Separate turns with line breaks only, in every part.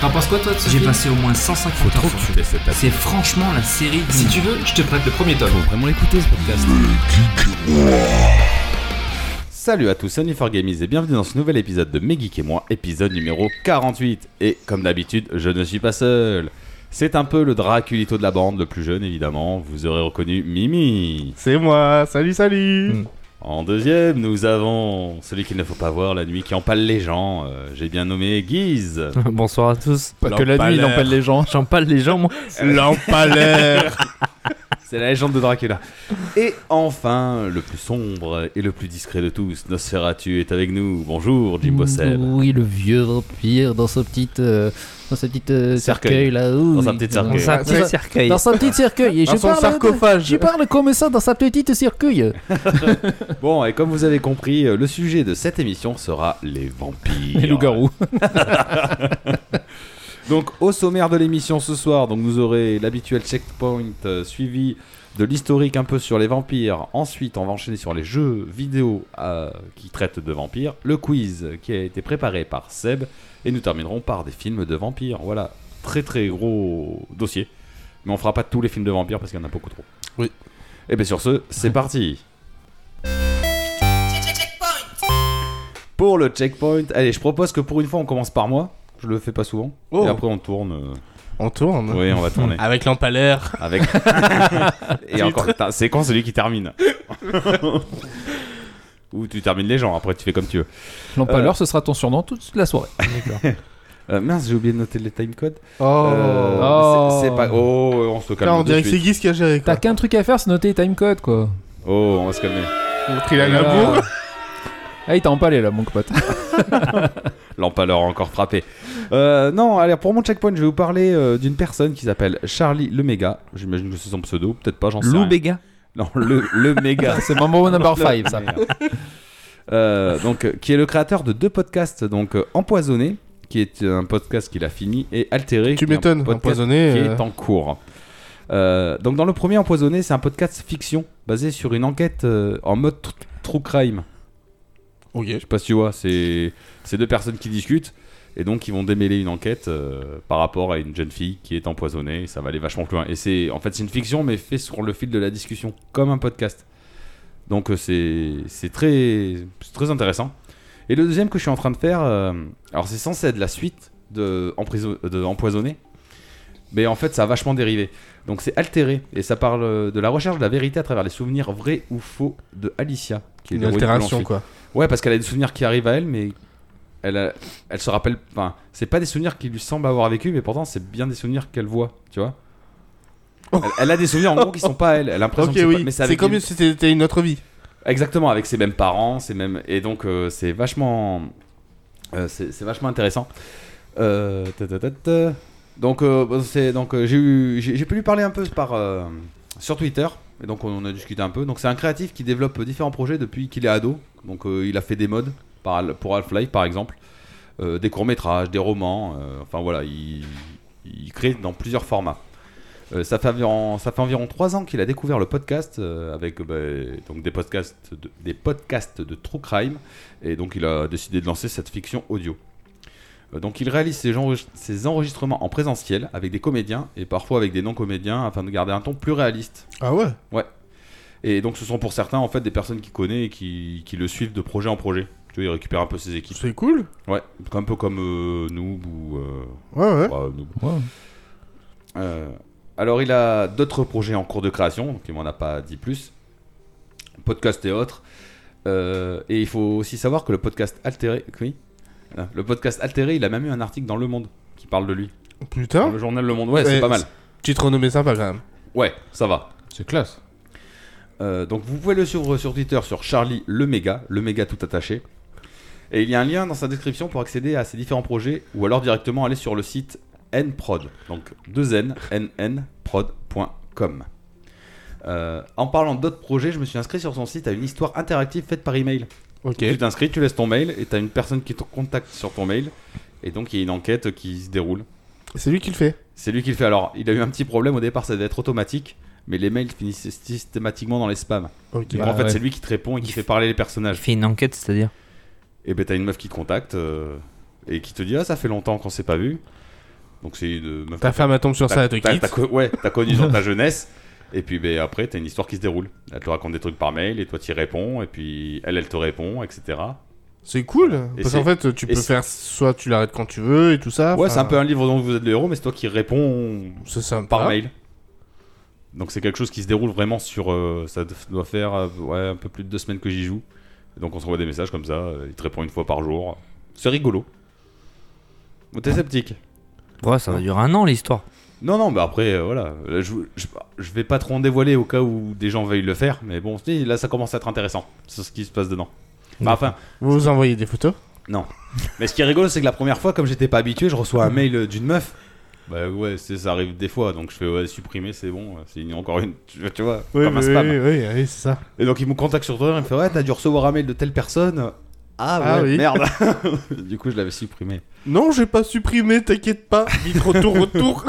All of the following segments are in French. T'en penses quoi toi de ce
J'ai
film
passé au moins 150
Faut
heures
trop
sur
que tu laisses cette table.
C'est franchement la série.
Si
du-
tu veux, je te prête le premier tome.
Faut vraiment l'écouter ce podcast.
Salut à tous, c'est for Gamies et bienvenue dans ce nouvel épisode de Megeek et moi, épisode numéro 48. Et comme d'habitude, je ne suis pas seul. C'est un peu le Draculito de la bande, le plus jeune évidemment, vous aurez reconnu Mimi.
C'est moi, salut salut
Hmm.
Mm.
En deuxième, nous avons celui qu'il ne faut pas voir la nuit qui empale les gens, euh, j'ai bien nommé Guise.
Bonsoir à tous. Pas que la
L'empaleur.
nuit, il empale les gens.
J'empale les gens, moi.
L'empalaire
C'est la légende de Dracula. Et enfin, le plus sombre et le plus discret de tous, Nosferatu est avec nous. Bonjour Jim Bossel.
Oui, le vieux vampire dans sa petite, euh, dans sa petite euh, cercueil.
Cercueil.
là. oui.
Dans sa petite cercueil.
Dans sa,
Ouais,
petite-
cercueil.
dans sa petite cercueil. Et
Dans
je
son
parle,
sarcophage.
Je parle comme ça dans sa petite cercueil.
Bon, et comme vous avez compris, euh, le sujet de cette émission sera les vampires.
Les loups-garous.
Donc, au sommaire de l'émission ce soir, donc vous aurez l'habituel checkpoint euh, suivi de l'historique un peu sur les vampires. Ensuite, on va enchaîner sur les jeux vidéo euh, qui traitent de vampires. Le quiz qui a été préparé par Seb. Et nous terminerons par des films de vampires. Voilà, très très gros dossier. Mais on fera pas tous les films de vampires parce qu'il y en a beaucoup trop.
Oui.
Et bien sur ce, c'est parti Pour le checkpoint, allez, je propose que pour une fois on commence par moi. Je le fais pas souvent.
Oh.
Et après on tourne. euh,
On tourne
Oui, on va tourner.
Avec l'empalaire
Avec. Et encore, putain, c'est quand celui qui termine Ou tu termines les gens, après tu fais comme tu veux.
Euh.
L'empaleur, ce sera ton surnom toute la soirée.
Euh, mince, j'ai oublié de noter les timecodes.
Oh,
Euh,
Oh.
c'est, c'est pas. Oh, on se calme.
Putain, on
de
dirait que c'est
suite.
Guy qui a géré
T'as
quoi.
qu'un truc à faire, c'est noter les timecode quoi.
Oh, on va se calmer.
T'as pris la
Voilà.
labour
Ah, il t'a empalé là, mon pote.
L'empaleur a encore frappé. Euh, non, alors pour mon checkpoint, je vais vous parler euh, d'une personne qui s'appelle Charlie Le Méga. J'imagine que c'est son pseudo, peut-être pas, j'en sais
Lou
rien.
Béga.
Non, le, le Méga.
C'est Mambo Number 5, ça.
Euh, donc, euh, qui est le créateur de deux podcasts, donc euh, Empoisonné, qui est un podcast qu'il a fini, et Altéré.
Tu
qui est un
m'étonnes,
podcast
empoisonné.
qui
euh,
est en cours. Euh, donc dans le premier Empoisonné, c'est un podcast fiction basé sur une enquête euh, en mode tr- true crime. Je
Ok.
sais pas si tu vois, c'est c'est deux personnes qui discutent et donc ils vont démêler une enquête euh, par rapport à une jeune fille qui est empoisonnée. Et ça va aller vachement plus loin. Et c'est en fait c'est une fiction mais fait sur le fil de la discussion comme un podcast. Donc euh, c'est c'est très c'est très intéressant. Et le deuxième que je suis en train de faire, euh, alors c'est censé être la suite de, Emprison- de empoisonné. Mais en fait, ça a vachement dérivé. Donc c'est altéré. Et ça parle euh, de la recherche de la vérité à travers les souvenirs vrais ou faux de Alicia. Qui est
Une
l'héroïne de
altération
Blanche-Fille.
quoi.
Ouais, parce qu'elle a des souvenirs qui arrivent à elle, mais elle, a- elle se rappelle. Enfin, c'est pas des souvenirs qui lui semblent avoir vécu, mais pourtant c'est bien des souvenirs qu'elle voit, tu vois. Elle, elle a des souvenirs en gros qui sont pas à elle. Elle a l'impression
Oh. Ok,
que c'est pas-
oui.
mais
C'est
avec
comme
les-
si c'était une autre vie.
Exactement, avec ses mêmes parents, ses mêmes. Et donc, euh, c'est vachement. euh, c'est c'est vachement intéressant. Euh, ta, ta, ta, ta. Donc, euh, bon, c'est- donc euh, j'ai eu- j'ai j'ai pu lui parler un peu par, euh, sur Twitter. Et donc, on en a discuté un peu. Donc, c'est un créatif qui développe différents projets depuis qu'il est ado. Donc, euh, il a fait des modes par- pour Half-Life, par exemple. Euh, des courts-métrages, des romans. euh, enfin, voilà, il, il crée dans plusieurs formats. Euh, ça, fait environ, ça fait environ 3 ans qu'il a découvert le podcast euh, avec euh, bah, donc des, podcasts de, des podcasts de True Crime et donc il a décidé de lancer cette fiction audio. Euh, donc il réalise ses, enre- ses enregistrements en présentiel avec des comédiens et parfois avec des non-comédiens afin de garder un ton plus réaliste.
Ah ouais
Et donc ce sont pour certains en fait des personnes qu'il connaît et qui, qui le suivent de projet en projet. Tu vois, il récupère un peu ses équipes.
C'est cool
Ouais, un peu comme euh, Noob ou... euh,
Ouais, ouais.
bah, Noob.
Ouais.
Euh, alors, il a d'autres projets en cours de création, donc il m'en a pas dit plus. Podcast et autres. Euh, et il faut aussi savoir que le podcast altéré, oui, Voilà. le podcast altéré, il a même eu un article dans Le Monde qui parle de lui. Dans
Putain,
le journal Le Monde, ouais, c'est
Eh,
pas mal.
petite renommée sympa quand même.
Ouais, ça va.
C'est classe.
Euh, donc vous pouvez le suivre sur Twitter sur Charlie le méga, le méga tout attaché. Et il y a un lien dans sa description pour accéder à ses différents projets ou alors directement aller sur le site nprod, donc 2n, nnprod.com. Euh, en parlant d'autres projets, je me suis inscrit sur son site à une histoire interactive faite par email.
Ok.
Tu t'inscris, tu laisses ton mail et t'as une personne qui te contacte sur ton mail et donc il y a une enquête qui se déroule.
C'est lui qui le fait.
C'est lui qui le fait. Alors, il a eu un petit problème au départ, ça devait être automatique, mais les mails finissent systématiquement dans les spams.
Ok.
Donc
Bah
en fait,
ouais.
c'est lui qui te répond et qui
Il
fait parler les
Il
personnages.
fait une enquête, c'est-à-dire.
Et ben t'as une meuf qui te contacte euh, et qui te dit ah ça fait longtemps qu'on s'est pas vu. Donc c'est une meuf-
Ta femme elle tombe sur ça, elle te
t'as-
quitte.
t'as co- ouais, t'as connu dans ta jeunesse. Et puis ben, après, t'as une histoire qui se déroule. Elle te raconte des trucs par mail et toi t'y réponds. Et puis elle, elle te répond, etc.
C'est cool.
Et
Parce
c'est-
qu'en fait, tu
et
peux
c'est-
faire soit tu l'arrêtes quand tu veux et tout ça.
ouais,
enfin,
c'est un peu un livre dont vous êtes le héros, mais c'est toi qui réponds
C'est sympa.
par mail. Donc c'est quelque chose qui se déroule vraiment sur... euh, ça d- doit faire euh, ouais, un peu plus de deux semaines que j'y joue. Et donc on s'envoie des messages comme ça, euh, il te répond une fois par jour. C'est rigolo. Bon, T'es sceptique
Ouais, ça va durer un an l'histoire.
Non, non, bah après, euh, voilà. Là, je, je, je vais pas trop en dévoiler au cas où des gens veuillent le faire, mais bon, si, là ça commence à être intéressant, sur ce qui se passe dedans. Bah, enfin,
Vous vous envoyez des photos.
mais ce qui est rigolo, c'est que la première fois, comme j'étais pas habitué, je reçois
Mm.
un mail euh, d'une meuf. Bah ouais, c'est- ça arrive des fois, donc je fais ouais, supprimer, c'est bon, euh, c'est une- encore une, tu vois, tu vois, comme un
mais
spam.
oui, oui, oui, c'est ça.
Et donc ils me contactent sur Twitter, ils me font ouais, t'as dû recevoir un mail de telle personne. Ah,
Ah
ouais,
oui.
merde. du coup, je l'avais supprimé.
Non, j'ai pas supprimé, t'inquiète pas. Micro retour, retour.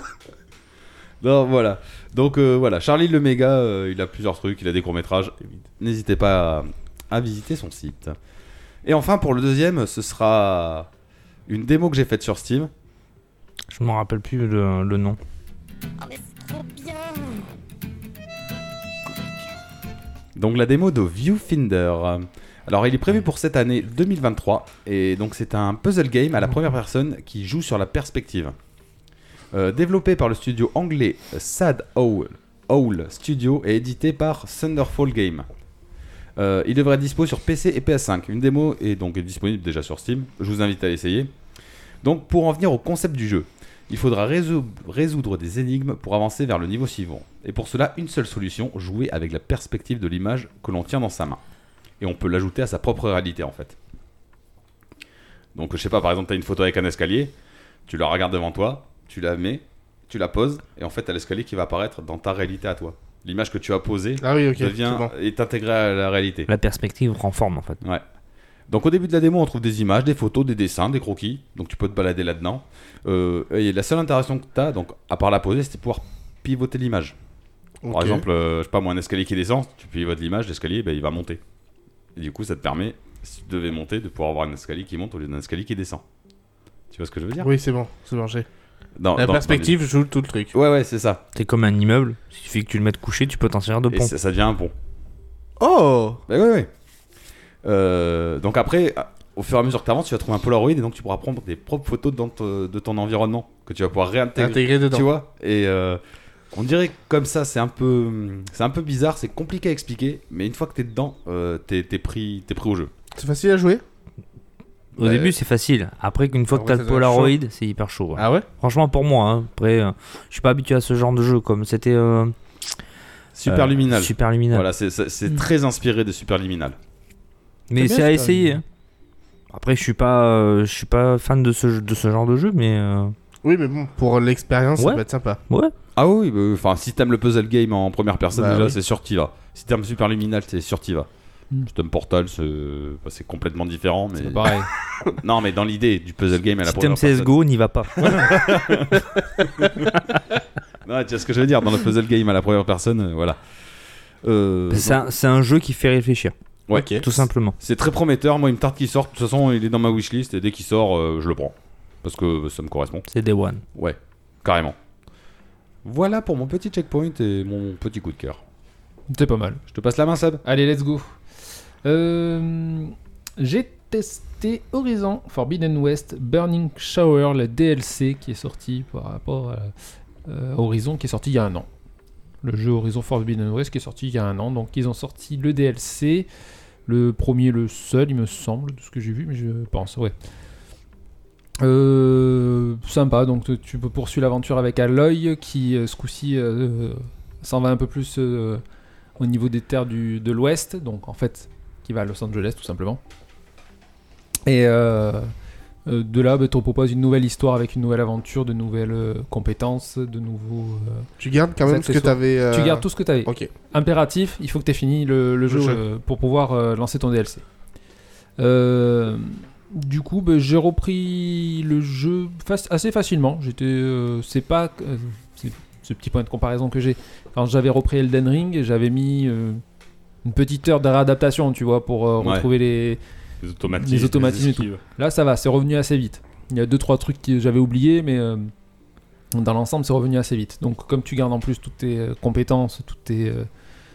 Non, voilà. Donc euh, voilà, Charlie le méga, euh, il a plusieurs trucs, il a des courts-métrages. N'hésitez pas à, à visiter son site. Et enfin, pour le deuxième, ce sera une démo que j'ai faite sur Steam.
Je m'en rappelle plus le, le nom.
Oh mais c'est trop bien
Donc la démo de Viewfinder. Alors il est prévu pour cette année 2023 et donc c'est un puzzle game à la première personne qui joue sur la perspective. Euh, développé par le studio anglais Sad Owl, Owl Studio et édité par Thunderfall Game. Euh, il devrait être dispo sur PC et PS5. Une démo est donc disponible déjà sur Steam. Je vous invite à l'essayer. Donc pour en venir au concept du jeu, il faudra résou- résoudre des énigmes pour avancer vers le niveau suivant. Et pour cela, une seule solution, jouer avec la perspective de l'image que l'on tient dans sa main. Et on peut l'ajouter à sa propre réalité en fait. Donc je sais pas, par exemple, tu as une photo avec un escalier, tu la regardes devant toi, tu la mets, tu la poses, et en fait t'as l'escalier qui va apparaître dans ta réalité à toi. L'image que tu as posée
Ah oui, ok.
devient,
c'est bon.
est intégrée à la réalité.
La perspective rend forme en fait.
Donc au début de la démo, on trouve des images, des photos, des dessins, des croquis. Donc tu peux te balader là-dedans. Euh, et la seule interaction que tu as, donc, à part la poser, c'est de pouvoir pivoter l'image. Par
Ok.
exemple, euh, je sais pas moi, un escalier qui descend, tu pivotes l'image, l'escalier, ben, il va monter. Et du coup, ça te permet, si tu devais monter, de pouvoir avoir un escalier qui monte au lieu d'un escalier qui descend. Tu vois ce que je veux dire
Oui, c'est bon, c'est bon, j'ai.
Dans-
La
dans- dans
perspective joue tout le truc.
les- Ouais, ouais, c'est ça.
C'est comme un immeuble, il suffit que tu le mettes couché, tu peux t'en servir de
Et
pont.
ça, ça devient un pont.
Oh
Ben ouais, ouais. Euh, donc après, à- au fur et à mesure que tu avances, tu vas trouver un Polaroid et donc tu pourras prendre tes propres photos dans te- de ton environnement que tu vas pouvoir réintégrer
Intégré dedans.
Tu vois Et euh, on dirait que comme ça, c'est un peu, c'est un peu bizarre, c'est compliqué à expliquer, mais une fois que t'es dedans, euh, t'es t'es pris, t'es pris au jeu.
C'est facile à jouer
Au
Ouais.
début c'est facile, après qu'une fois
Ah
que
ouais, ça
t'as le
doit être
Polaroid, c'est hyper chaud. ouais.
Ah ouais
Franchement pour moi, hein. après euh, je suis pas habitué à ce genre de jeu comme c'était... euh,
Super
euh,
luminal.
Super luminal.
Voilà, c'est- c'est
Mm.
c'est très inspiré de Super Liminal.
Mais
bien,
c'est à
Super
essayer.
Luminal.
hein. Après je suis pas, euh, je suis pas fan de ce, jeu- de ce genre de jeu mais... euh,
Oui, mais bon, pour l'expérience, ça
Ouais.
peut être sympa.
ouais.
Ah oui, bah, enfin, si t'aimes le puzzle game en première personne,
Bah
déjà,
oui. Mm.
c'est sûr que t'y vas. Si t'aimes Super Liminal, c'est sûr que t'y vas.
Hmm.
Si t'aimes Portal, c'est bah, c'est complètement différent. Mais...
C'est pas pareil.
Non, mais dans l'idée du puzzle game à la
Si t'aimes
première personne.
CSGO, n'y va pas.
Non, Ah, tu vois ce que je veux dire, dans le puzzle game à la première personne, euh, voilà. Euh,
C'est un, c'est un jeu qui fait réfléchir,
Ouais.
tout simplement.
C'est très prometteur. Moi, une tarte qui sort, de toute façon, il est dans ma wishlist et dès qu'il sort, euh, je le prends. Parce que ça me correspond.
C'est Day One.
Ouais, carrément. Voilà pour mon petit checkpoint et mon petit coup de cœur.
C'est pas mal.
Je te passe la main, Seb.
Allez, let's go. Euh, J'ai testé Horizon Forbidden West Burning Shower, le DLC qui est sorti par rapport à euh, Horizon, qui est sorti il y a un an. Le jeu Horizon Forbidden West qui est sorti il y a un an. Donc, ils ont sorti le DLC, le premier, le seul, il me semble, de ce que j'ai vu, mais je pense, ouais. Euh, sympa, donc tu- tu peux poursuivre l'aventure avec Aloy qui, euh, ce coup-ci, euh, s'en va un peu plus euh, au niveau des terres du- de l'Ouest, donc en fait, qui va à Los Angeles tout simplement. Et euh, euh, de là, bah, on propose une nouvelle histoire avec une nouvelle aventure, de nouvelles euh, compétences, de nouveaux. euh,
Tu gardes quand même
Ça,
ce
c'est
que
sûr.
t'avais. euh,
Tu gardes tout ce que tu avais.
Ok.
Impératif, il faut que tu aies fini le, le jeu
jeu.
euh, pour pouvoir euh, lancer ton DLC. Euh, du coup, bah, j'ai repris le jeu fac- assez facilement. J'étais, euh, c'est pas euh, c'est- ce petit point de comparaison que j'ai. Quand j'avais repris Elden Ring, j'avais mis euh, une petite heure de réadaptation, tu vois, pour euh,
Ouais.
retrouver les,
Les
automatismes, les automatismes et tout. Là, ça va, c'est revenu assez vite. Il y a deux trois trucs que j'avais oubliés, mais euh, dans l'ensemble, c'est revenu assez vite. Donc, comme tu gardes en plus toutes tes euh, compétences, toutes tes, euh,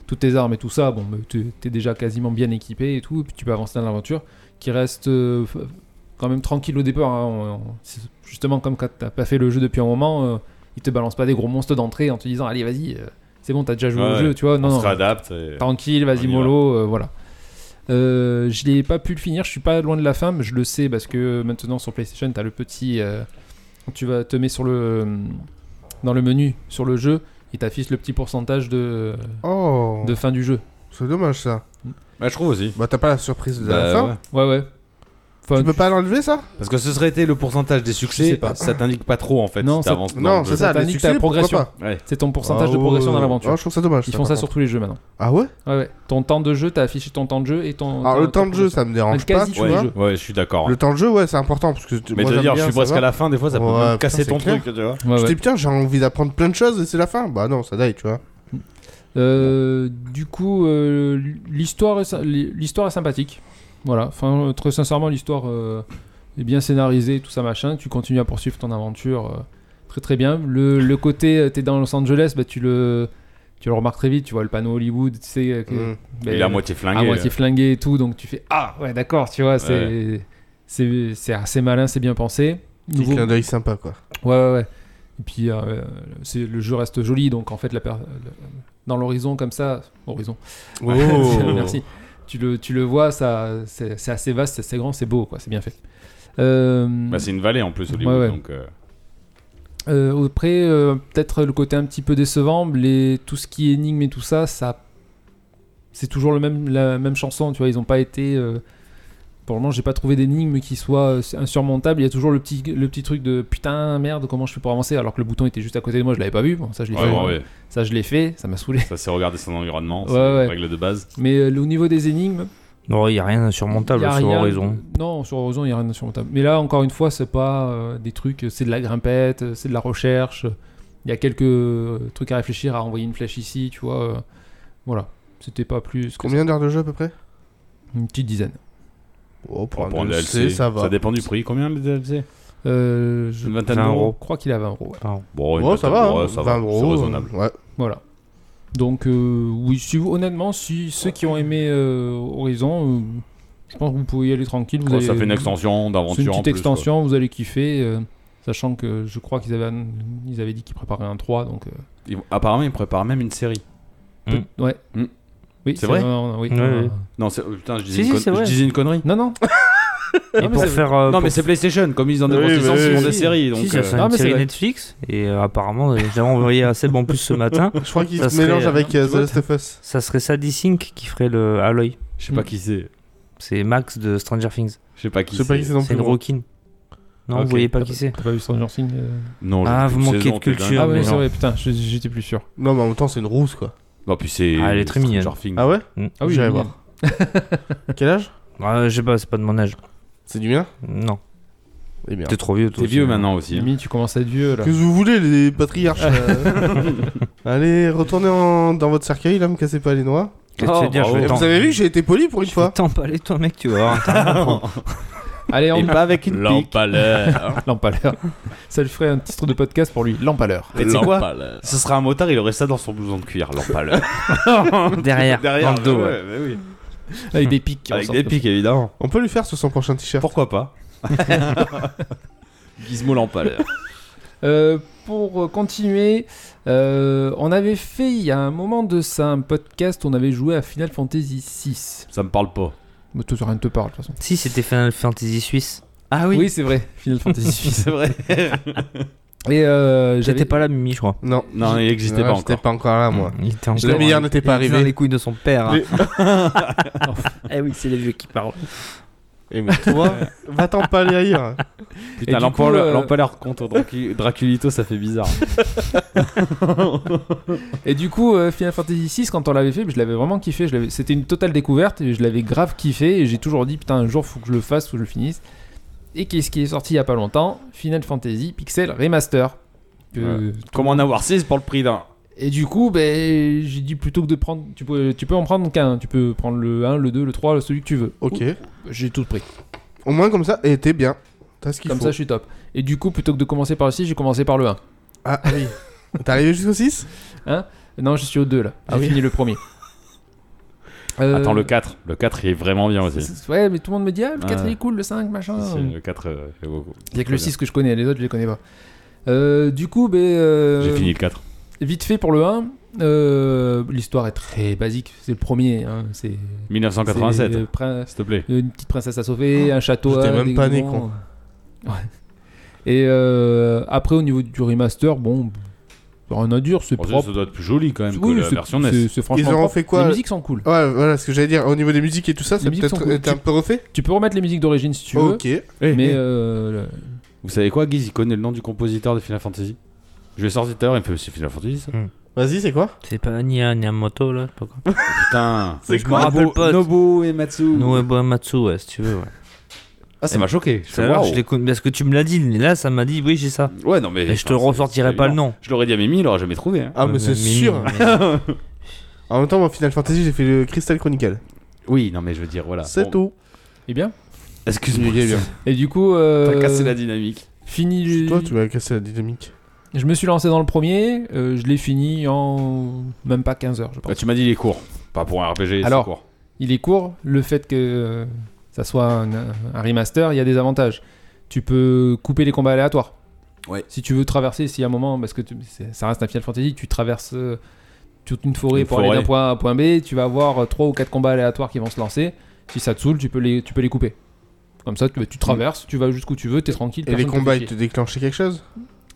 toutes tes armes et tout ça, bon, bah, tu es déjà quasiment bien équipé et tout, et puis tu peux avancer dans l'aventure qui reste euh, f- quand même tranquille au départ. hein. On- on- c'est justement, comme quand t'as pas fait le jeu depuis un moment, euh, ils te balancent pas des gros monstres d'entrée en te disant Allez, vas-y, euh, c'est bon, t'as déjà joué au
Ouais,
jeu, tu vois. Non,
on
non,
se réadapte. et-
tranquille,
On
vas-y
y va.
mollo, euh, voilà. Euh, je l'ai pas pu le finir, je suis pas loin de la fin, mais je le sais parce que maintenant sur PlayStation, t'as le petit, euh, tu vas te mets sur le euh, dans le menu sur le jeu, il t'affiche le petit pourcentage de
Oh,
de fin du jeu.
c'est dommage ça.
Bah, je trouve aussi.
Bah t'as pas la surprise de la
Bah,
fin
ouais.
Ouais ouais. Enfin,
Tu peux pas l'enlever ça
Parce que ce serait été le pourcentage des
Je
succès,
sais pas.
ça t'indique pas trop en fait.
Non,
si
ça-
t'avances dans
Non,
le
c'est
jeu.
ça,
Ça
les
t'indique
succès,
ta progression.
pourquoi pas
Ouais.
c'est ton pourcentage
Ah,
Oh.
de progression
ouais.
dans l'aventure.
Ah, je trouve ça dommage.
Ils
ça,
font
par
ça sur
contre.
tous les jeux maintenant.
Ah ouais
Ouais ouais. Ton temps de jeu, t'as affiché ton temps de jeu et ton.
Alors le
ta-
temps de
ta
jeu ça me dérange
quasi
pas,
tous
tu
les
vois.
jeux.
Ouais, je suis d'accord.
Le temps de jeu ouais c'est important parce que
Mais
moi,
te
j'aime
dire, je
bien,
suis
ça
presque
va.
à la fin, des fois ça peut
Ouais,
même
putain,
casser
c'est
ton
clair.
truc, tu vois.
Ouais,
Je
ouais.
dis putain j'ai envie d'apprendre plein de choses et c'est la fin. Bah non ça daille tu vois.
Euh, du coup, euh, l'histoire, est sy- l'histoire est sympathique. Voilà. Enfin, euh, très sincèrement, l'histoire euh, est bien scénarisée, tout ça machin. Tu continues à poursuivre ton aventure euh, très très bien. Le, le côté, euh, t'es dans Los Angeles, bah, tu le tu le remarques très vite. Tu vois le panneau Hollywood, tu sais, euh, que-
Mm.
bah,
Il est à moitié
à
flingué. euh.
moitié flingué et tout. Donc tu fais ah ouais d'accord, tu vois, c'est c'est c'est assez malin, c'est bien pensé.
Petit
Nouveau-
clin d'œil sympa quoi.
Ouais, ouais, ouais. Et puis, euh, c'est, le jeu reste joli, donc en fait, la per- le- dans l'horizon, comme ça, horizon,
Oh.
merci, tu le, tu le vois, ça, c'est, c'est assez vaste, c'est assez grand, c'est beau, quoi, c'est bien fait. Euh,
Bah, c'est une vallée en plus, Hollywood.
Ouais, ouais.
Donc, euh,
euh, après, euh, peut-être le côté un petit peu décevant, les, tout ce qui est énigme et tout ça, ça c'est toujours le même, la même chanson, tu vois, ils n'ont pas été... euh, pour le moment, j'ai pas trouvé d'énigme qui soit euh, insurmontable. Il y a toujours le petit, le petit truc de putain, merde, comment je fais pour avancer alors que le bouton était juste à côté de moi, je l'avais pas vu. Bon, ça, je l'ai
ouais,
fait. hein.
bon, ouais.
Ça, je l'ai fait, ça m'a saoulé.
Ça, c'est regarder son environnement, c'est
Ouais, ouais.
la règle de base.
Mais euh, le- au niveau des énigmes,
Non, il n'y a rien d'insurmontable
y a
sur
rien-
Horizon.
Non, sur Horizon, il n'y a rien d'insurmontable. Mais là, encore une fois, c'est pas euh, des trucs, c'est de la grimpette, euh, c'est de la recherche. Il y a quelques euh, trucs à réfléchir, à envoyer une flèche ici, tu vois. euh, voilà, c'était pas plus. que
Combien d'heures de jeu à peu près
ça. Une petite dizaine.
Oh pour
Pour
un
prendre le
DLC, ça va.
dépend du prix. Combien le DLC
Euh, je
Une vingtaine
20
d'euros.
euros.
crois qu'il a 20 euros. ouais.
Pardon.
Bon, une
Ouais, ça
vingtaine
va,
d'euros,
hein,
ça
20
va. C'est
euros.
raisonnable.
Ouais.
Voilà. Donc, euh, oui, si vous- honnêtement, si ceux qui ont aimé euh, Horizon, euh, je pense que vous pouvez y aller tranquille. Vous
Ouais, Oh, Ça
allez-
fait une extension d'aventure.
C'est une
en
petite
plus,
extension, vous allez kiffer. euh, sachant que je crois qu'ils avaient, ann- ils avaient dit qu'ils préparaient un 3, donc. euh,
quoi. Ils- Apparemment, ils préparent même une série.
peut- Ouais.
Mm.
Oui,
C'est vrai
non, non, oui,
Ouais,
non,
ouais.
Non, c'est- oh, putain, je disais
Si,
une
si,
con-
c'est vrai.
je disais une connerie.
Non, non.
Et pour faire. euh,
Non,
pour-
mais c'est PlayStation. Comme ils en
Oui,
ont ils
mais
font
oui.
des séries. Donc,
si, ça
euh,
serait
non,
une
mais c'est
série
vrai.
Netflix. Et euh, apparemment, euh, j'avais envoyé à Seb en plus ce matin.
Je crois qu'il
Ça
se
serait,
mélange
euh,
avec euh, The Last of Us.
Ça serait Sadie Sink qui ferait le Aloy.
je sais pas qui c'est.
C'est Max de Stranger Things.
Je sais pas qui
Je sais pas qui c'est non
C'est
plus.
une
gros.
Rockin. Non,
Ok.
vous voyez pas qui c'est
T'as pas vu Stranger Things euh
Non,
Ah,
j'ai
vous
aucune
manquez de
saison, t'es dingue.
culture.
Ah, oui,
mais
c'est
non.
vrai, putain, je- j'étais plus sûr.
Non mais en même temps c'est une rousse quoi.
Non, puis c'est.
Ah, elle est très
Stranger
mignonne.
Things.
Ah ouais
Mm.
Ah oui,
J'irai
oui.
voir. Quel âge
Ah, je sais pas, c'est pas de mon âge.
C'est du mien
Non,
Eh bien.
t'es trop vieux. toi
T'es
aussi.
vieux maintenant aussi. hein.
Mimi, tu commences à être vieux là.
Qu'est-ce que vous voulez les patriarches euh Allez, retournez en- dans votre cercueil là, me cassez pas les noix.
Qu'est-ce que
Oh,
tu veux dire
bravo.
je vais
Et
t'en-
vous avez vu, j'ai été poli pour une
Je vais
fois.
t'emballer, toi, mec, tu vas voir. T'as rien compris.
Allez, on
Et pas avec une pique.
l'empaleur. Ça lui ferait un titre de podcast pour lui, l'empaleur.
Et tu sais quoi Ce sera un motard, il aurait ça dans son blouson de cuir, l'empaleur.
Derrière, dans le dos. ouais.
Avec des pics. qui
Avec
ressortent
des pics, évidemment.
On peut lui faire sur son prochain t-shirt.
Pourquoi pas Gizmo l'empaleur.
Euh, pour euh, continuer, euh, on avait fait il y a un moment de ça un podcast, on avait joué à Final Fantasy VI.
Ça me parle pas.
Mais tout rien ne te parle de toute façon.
Si, c'était Final Fantasy Suisse.
Ah
Oui, c'est vrai, Final Fantasy VI.
c'est vrai.
Et euh, j'avais
J'étais pas là, Mimi, je crois.
Non. Ah,
Non, il
j'étais
existait pas encore. Mm.
pas encore là moi.
Il était encore. euh,
Le meilleur n'était pas
Il était dans les
arrivé.
couilles de son père. hein.
Les-
eh oui, c'est les vieux qui parlent.
Et mais toi, va t'en pas aller ailleurs.
Et
Putain,
du
l'empaleur
coup, euh,
l'empaleur contre Dracu- Draculito, ça fait bizarre.
et du coup euh, Final Fantasy VI quand on l'avait fait, je l'avais vraiment kiffé. je l'avais- C'était une totale découverte et je l'avais grave kiffé et j'ai toujours dit putain un jour faut que je le fasse, faut que je le finisse. Et qu'est-ce qui est sorti il y a pas longtemps Final Fantasy Pixel Remaster. Que-
Comment en avoir 6 pour le prix d'un
Et du coup, ben, j'ai dit plutôt que de prendre. Tu peux, tu peux en prendre qu'un. Tu peux prendre le 1, le 2, le 3, celui que tu veux.
Ok.
Ouh, J'ai tout pris.
Au moins comme ça, et t'es bien. T'as ce qu'il
Comme
faut.
ça, je suis top. Et du coup, plutôt que de commencer par le 6, j'ai commencé par le 1.
Ah ah oui. T'es arrivé jusqu'au 6
Non, je suis au 2 là. J'ai
Ah oui.
fini le premier. Euh,
Attends, le 4. Le 4 il est vraiment bien aussi.
c'est- Ouais, mais tout le monde me dit Ah, le 4
Ouais.
il est cool, le 5, machin.
Si, si, le 4 euh, fait beaucoup.
Il y a que
Très bien.
le 6 que je connais, les autres je les connais pas. Euh, du coup, ben, euh,
J'ai fini le 4.
vite fait pour le 1. euh, L'histoire est très basique, c'est le premier. hein, C'est
1987,
c'est,
s'il
euh, prin-
te plaît.
une petite princesse à sauver,
Oh,
un château.
J'étais
à
même pas né,
dégoûtant. Ouais. Et euh, après, au niveau du remaster, bon, rien à dire, c'est
Bon, Oh, ça,
propre.
ça doit être plus joli quand même
Oui,
que la
c'est-
version E
c'est-
NES.
c'est franchement
Ils auront
propre.
fait quoi,
Les
euh,
musiques sont cool.
Ouais, voilà ce que j'allais dire. Au niveau des musiques et tout ça,
Les
ça a
musiques sont
peut-être
cool.
été un peu refait
Tu peux remettre les musiques d'origine si tu veux,
Ok.
Eh,
mais
eh,
euh,
Vous savez quoi, Guiz, il connaît le nom du compositeur de Final Fantasy Je l'ai sorti tout à l'heure, il me fait c'est Final Fantasy ça
Vas-y, c'est quoi
C'est pas Nia Niamoto là je sais pas quoi.
Putain
C'est
Je
quoi
me rappelle
Nobu-
pas. Nobu et Matsu
Noebo Amatsu, ouais, si tu veux. Ouais.
Ah, ça m'a choqué. Je
Tout
fais,
à l'heure,
waouh.
je l'ai connu- parce que tu me l'as dit, mais là, ça m'a dit, oui, j'ai ça.
Ouais, non, mais.
Et je te
enfin, c'est-
ressortirai
c'est
pas le
évident.
nom.
Je l'aurais dit à Mimi, il l'aurait jamais trouvé. hein.
Ah, mais
Euh,
c'est sûr.
mais-
En même temps, moi, Final Fantasy, j'ai fait le Crystal Chronicle.
Oui, non, mais je veux dire, voilà.
C'est
Bon,
tout.
et eh bien.
Excuse-moi.
Il est bien.
Et du coup, euh,
T'as cassé la dynamique.
fini.
C'est
le-
Toi, tu m'as cassé la dynamique.
Je me suis lancé dans le premier, euh, je l'ai fini en même pas 15 heures, je pense.
Bah, tu m'as dit, il est court. Pas pour un RPG, c'est
Alors.
court.
Il est court, le fait que euh, ça soit un, un remaster, il y a des avantages. Tu peux couper les combats aléatoires.
Ouais.
Si tu veux traverser, si à un moment, parce que tu- c'est- ça reste un Final Fantasy, tu traverses euh, toute une forêt
Une
pour aller
forêt.
d'un point A à un point B, tu vas avoir euh, trois ou quatre combats aléatoires qui vont se lancer. Si ça te saoule, tu peux les, tu peux les couper. Comme ça, tu, tu traverses, tu vas jusqu'où tu veux, t'es tranquille.
Et les
personne te
combats,
fait
ils te
chier.
déclenchaient quelque chose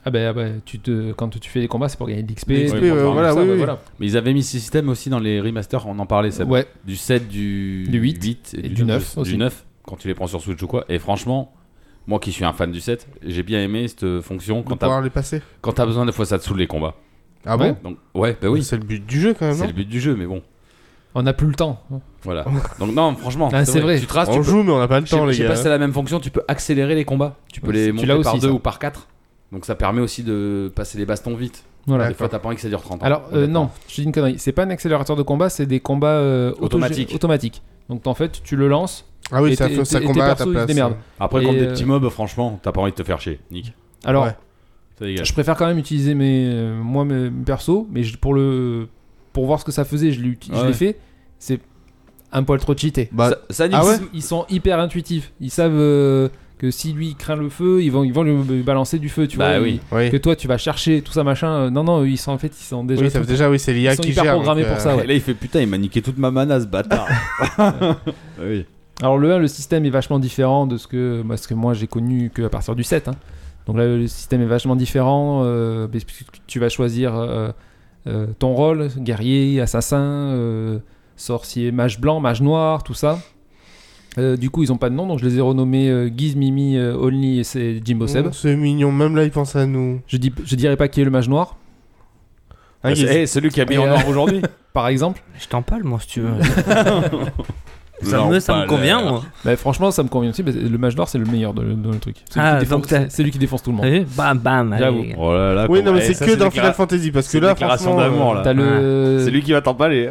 Ah ben, ah ben, tu te, quand tu fais les combats, c'est pour gagner de l'XP.
Les
XP,
pour
ouais,
faire
voilà,
ça,
oui,
bah
oui.
voilà.
Mais ils avaient mis ce système aussi dans les remasters, on en parlait, Seb.
Ouais,
Du 7, du,
Du huit,
et,
et
du,
du
9,
neuf aussi.
Du 9, quand tu les prends sur Switch ou quoi. Et franchement, moi qui suis un fan du 7, j'ai bien aimé cette fonction
pour
quand t'as
pouvoir les passer.
quand t'as besoin, des fois ça te saoule les combats.
Ah
Ouais.
bon
Donc, ouais, bah oui,
C'est le but du jeu quand même.
c'est
Ah non
le but du jeu, mais bon,
on n'a plus le temps.
voilà. Donc, non, franchement,
Ah, c'est vrai.
Tu traces,
On
tu peux.
joue, mais on n'a pas le
Je sais-
temps,
je
les
sais
gars.
pas si c'est la même fonction, tu peux accélérer les combats. Tu peux
Ouais,
les
Ah, tu l'as
monter par
aussi,
deux
ça.
ou par quatre. Donc ça permet aussi de passer les bastons vite.
Voilà.
Des fois, t'as pas envie que ça dure 30 ans.
Alors, euh, non, je dis une connerie. C'est pas un accélérateur de combat, c'est des combats euh, auto-
Automatique.
automatiques. Donc, en fait, tu le lances.
Ah oui,
Et
ça,
tes-
ça
et tes
combat à ta
persos, ils se
place.
démerdent.
Après,
Et
contre des
euh,
petits mobs, franchement, t'as pas envie de te faire chier. Nick.
Alors,
Ouais.
Ça dégage.
je préfère quand même utiliser mes, euh, moi mes mes persos, mais je- pour le, pour voir ce que ça faisait, je l'ai uti- je
Ouais.
l'ai fait. C'est un poil trop cheaté.
Bah,
Ça- ça, Nick,
Ah ouais
c'est-
Ils sont hyper intuitifs. Ils savent euh, que si lui il craint le feu, ils vont, ils vont lui balancer du feu, tu
Bah
vois.
oui.
oui.
Que toi tu vas chercher tout ça machin. Euh, Non non, eux, ils sont en fait ils sont déjà.
Oui, ça
tout-
fait déjà, oui, c'est l'IA
Ils sont
qui
hyper
gère.
programmés
donc, euh,
pour ça, ouais.
Et là, il fait putain, il m'a niqué toute ma mana, ce bâtard. Bah oui.
Alors le 1, le système est vachement différent de ce que, moi, ce que moi j'ai connu qu'à partir du 7. hein. Donc là, le système est vachement différent. euh, parce que tu vas choisir euh, euh, ton rôle, guerrier, assassin, euh, sorcier, mage blanc, mage noir, tout ça. Euh, du coup, ils ont pas de nom, donc je les ai renommés euh, Guise, Mimi, euh, Only et c'est Jimbo Seb.
Oh, C'est mignon, même là, il pense à nous.
Je, dis, je dirais pas qui est le mage noir,
Hein,
Bah,
Ah, c'est-
Guise
eh, celui qui habille
Et,
en
euh,
or aujourd'hui.
par exemple.
Je t'en parle, moi, si tu veux. ça,
Non,
me, ça
pas
me convient,
l'air.
moi.
Bah, franchement, ça me convient aussi. parce que le mage noir, c'est le meilleur de- dans le truc. C'est lui
Ah,
qui défonce-
donc t'as- Eh,
c'est lui qui défonce tout le monde.
T'as vu Bam, bam. allez,
J'avoue.
les gars.
Oh là là,
Oui,
comment-
non, mais
eh,
c'est
ça,
que dans
déclara-
Final Fantasy, parce que
c'est
là,
déclaration
franchement,
d'amour,
euh,
là.
T'as
ah,
le...
C'est lui qui va t'en parler.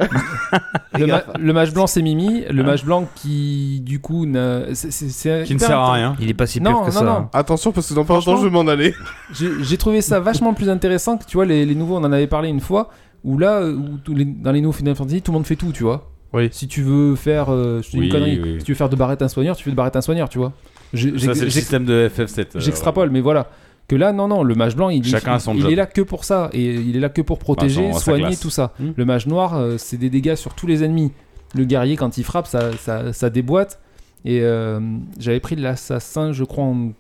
Le, ma- le mage blanc c'est Mimi,
Ah.
le mage blanc qui du coup n'a- c'est- c'est- c'est
Qui ne sert à rien.
Il est pas si pur
Non,
que
non,
ça. hein.
non.
Attention, parce que dans pas longtemps,
Franchement-
je vais m'en aller.
J'ai j'ai trouvé ça vachement plus intéressant que tu vois les, les nouveaux, on en avait parlé une fois où là euh, où tous les- dans les nouveaux Final Fantasy tout le monde fait tout, tu vois.
Oui.
Si tu veux faire euh, je te dis
Oui,
une connerie,
oui.
si tu veux faire de Barrett un soigneur, tu fais de Barrett un soigneur, tu vois. J'ai-
Ça, c'est
j'ai-
le
j'ai-
système de FF7. euh,
J'extrapole mais voilà. Que là, non, non, le mage blanc, il,
Chacun a son
il
job.
est là que pour ça. Et il est là que pour protéger,
Bah, son- sa
soigner,
classe.
tout ça.
Hmm.
Le mage noir, euh, c'est des dégâts sur tous les ennemis. Le guerrier, quand il frappe, ça, ça, ça déboîte. Et euh, j'avais pris l'assassin, je crois, en-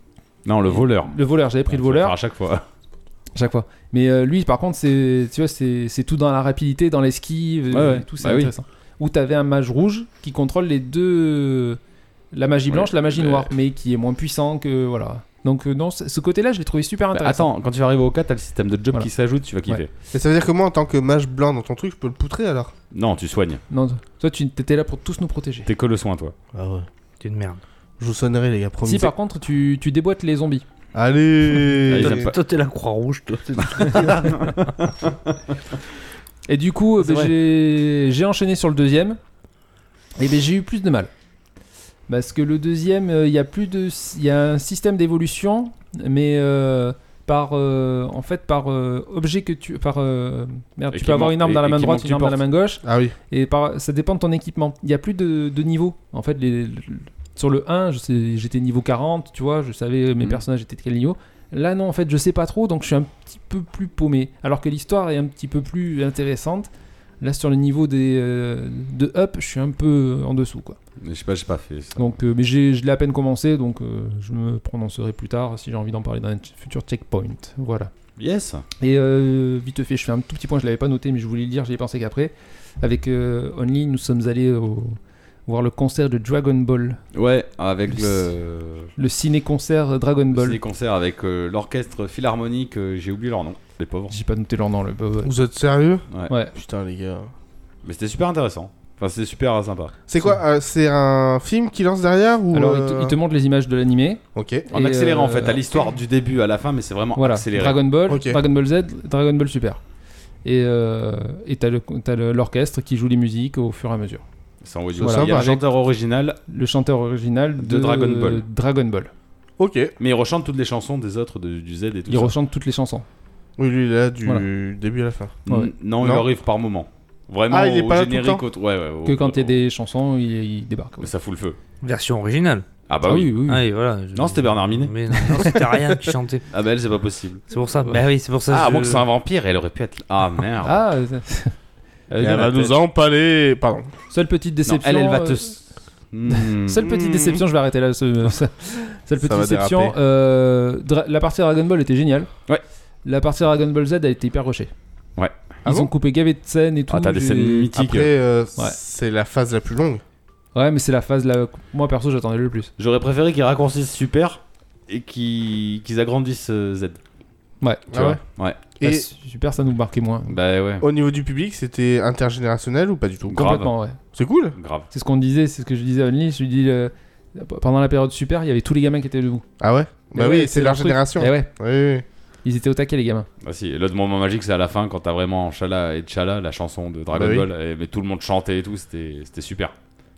Non, le voleur. Bah,
le voleur. J'avais pris le
Faut faire
voleur
À chaque fois.
chaque fois. Mais euh, lui, par contre, c'est tu vois, c'est c'est tout dans la rapidité, dans l'esquive,
Ouais, ouais.
et tout c'est
Bah oui.
intéressant. Où t'avais un mage rouge qui contrôle les deux, la magie
Ouais, Euh,
blanche, la magie
mais-
noire, mais qui est moins puissant que voilà. Donc euh, non, c- ce côté-là, je l'ai trouvé super
Bah,
intéressant.
attends, quand tu vas arriver au 4, t'as le système de job
Voilà.
qui s'ajoute, tu vas kiffer.
Et ça veut dire que moi, en tant que mage blanc dans ton truc, je peux le poutrer alors
Non, tu soignes.
Non, toi, tu étais là pour tous nous protéger.
T'es que le soin, toi.
Ah ouais.
T'es une merde.
Je vous sonnerai, les gars, promis.
Si par Ah, contre, tu, tu déboîtes les zombies.
Allez
Allez,
Toi, t'es la Croix-Rouge, toi.
Et du
Ah,
coup, euh, ben, j'ai j'ai enchaîné sur le deuxième. Et ben, j'ai eu plus de mal. Parce que le deuxième, euh, il y a plus de, il y a un système d'évolution, mais euh, par euh, en fait par euh, objet que tu par euh, merde, tu peux
Équipement.
avoir une arme dans la main
Équipement
droite,
que
une
tu
arme dans la main gauche
Ah oui.
et par ça dépend de ton équipement. Il y a plus de, de niveaux. En fait, les, le- sur le 1, je sais- j'étais niveau 40, tu vois, je savais euh, mes
Mhm.
personnages étaient de quel niveau. Là non, en fait, je sais pas trop, donc je suis un petit peu plus paumé. Alors que l'histoire est un petit peu plus intéressante. Là sur le niveau des euh, de up, je suis un peu en dessous quoi.
Je sais pas, j'ai pas fait ça.
Donc, euh, mais j'ai- je l'ai à peine commencé, donc euh, je me prononcerai plus tard si j'ai envie d'en parler dans un ch- futur checkpoint. Voilà.
Yes.
Et euh, vite fait, je fais un tout petit point, je l'avais pas noté, mais je voulais le dire, j'y ai pensé qu'après. Avec euh, Only, nous sommes allés au- voir le concert de Dragon Ball,
Ouais, avec
Le-
le,
le ciné-concert Dragon Ball.
les concerts avec euh, l'orchestre philharmonique, euh, j'ai oublié leur nom, les pauvres.
J'ai pas noté leur nom, le
Vous êtes sérieux
Ouais.
Ouais.
Putain, les gars.
Mais c'était super intéressant. Enfin, c'était super euh, sympa.
C'est quoi euh, C'est un film qui lance derrière ou
Alors, il
euh,
te, il te montre les images de l'animé.
Ok.
En
Et,
accéléré en
euh,
fait, à l'histoire du début à la fin, mais c'est vraiment
Voilà,
accéléré.
Dragon Ball,
Ok.
Dragon Ball Z, Dragon Ball Super. Et euh, et t'as le- t'as le- l'orchestre qui joue les musiques au fur et à mesure.
C'est envoyé du
Voilà.
sympa. Il y a un
Sympa.
chanteur original,
le chanteur original de,
De Dragon Ball.
Dragon Ball.
Ok.
mais il rechante toutes les chansons des autres, de- du Z et tout
Il
ça.
rechante toutes les chansons.
Oui, lui, il est là du
Voilà.
début à la fin.
Ouais.
N- Non, il
Non.
arrive par moment. Vraiment,
Ah, il est
au
pas là tout le
générique.
temps
au- Ouais, ouais, au-
Que quand il y a
au-
des chansons, il, il débarque. ouais.
Mais ça fout le feu.
Version originale.
Ah bah
Ah
oui.
oui.
Ah, et voilà. je-
Non, c'était Bernard Minet.
Mais non, non, c'était rien qui chantait.
Ah bah elle, c'est pas possible.
C'est pour ça. Bah oui, c'est pour ça.
Ah,
je-
à moins que c'est un vampire, elle aurait pu être. Ah merde.
Ah, ça-
Elle est dans la tête.
empaler. Pardon.
seule petite
Non,
déception.
elle, elle va
euh,
te. Hmm.
Seule petite
Mmh.
déception, je vais arrêter là. ce- ce- seule petite
va
déception.
déraper.
euh, Dra- la partie Dragon Ball était géniale.
Ouais.
La partie Dragon Ball Z a été hyper rushée.
Ouais.
Ils
Ah bon
ont coupé gavé de scènes et tout.
Ah, t'as des
j'ai-
scènes mythiques.
Après, euh,
Ouais.
c'est la phase la plus longue.
Ouais, mais c'est la phase là. Moi perso, j'attendais le plus.
J'aurais préféré qu'ils raccourcissent super et qu'ils qu'ils agrandissent euh, Z.
Ouais.
Tu
Ah
vois
ouais
Ouais.
Et
Bah, super, ça nous marquait moins.
Bah ouais.
au niveau du public, c'était intergénérationnel ou pas du tout
Grave.
Complètement, ouais.
C'est cool.
Grave.
C'est ce qu'on disait, c'est ce que je disais à Only. Je lui dis, euh, pendant la période super, il y avait tous les gamins qui étaient debout.
Ah ouais
Mais
Bah
ouais,
oui, c'est leur
leur truc.
génération.
Eh ouais,
Oui, oui.
ils étaient au taquet, les gamins.
Bah si, et l'autre moment magique, c'est à la fin quand t'as vraiment Chala et Chala, la chanson de Dragon
Bah oui.
Ball, et- mais tout le monde chantait et tout, c'était c'était super.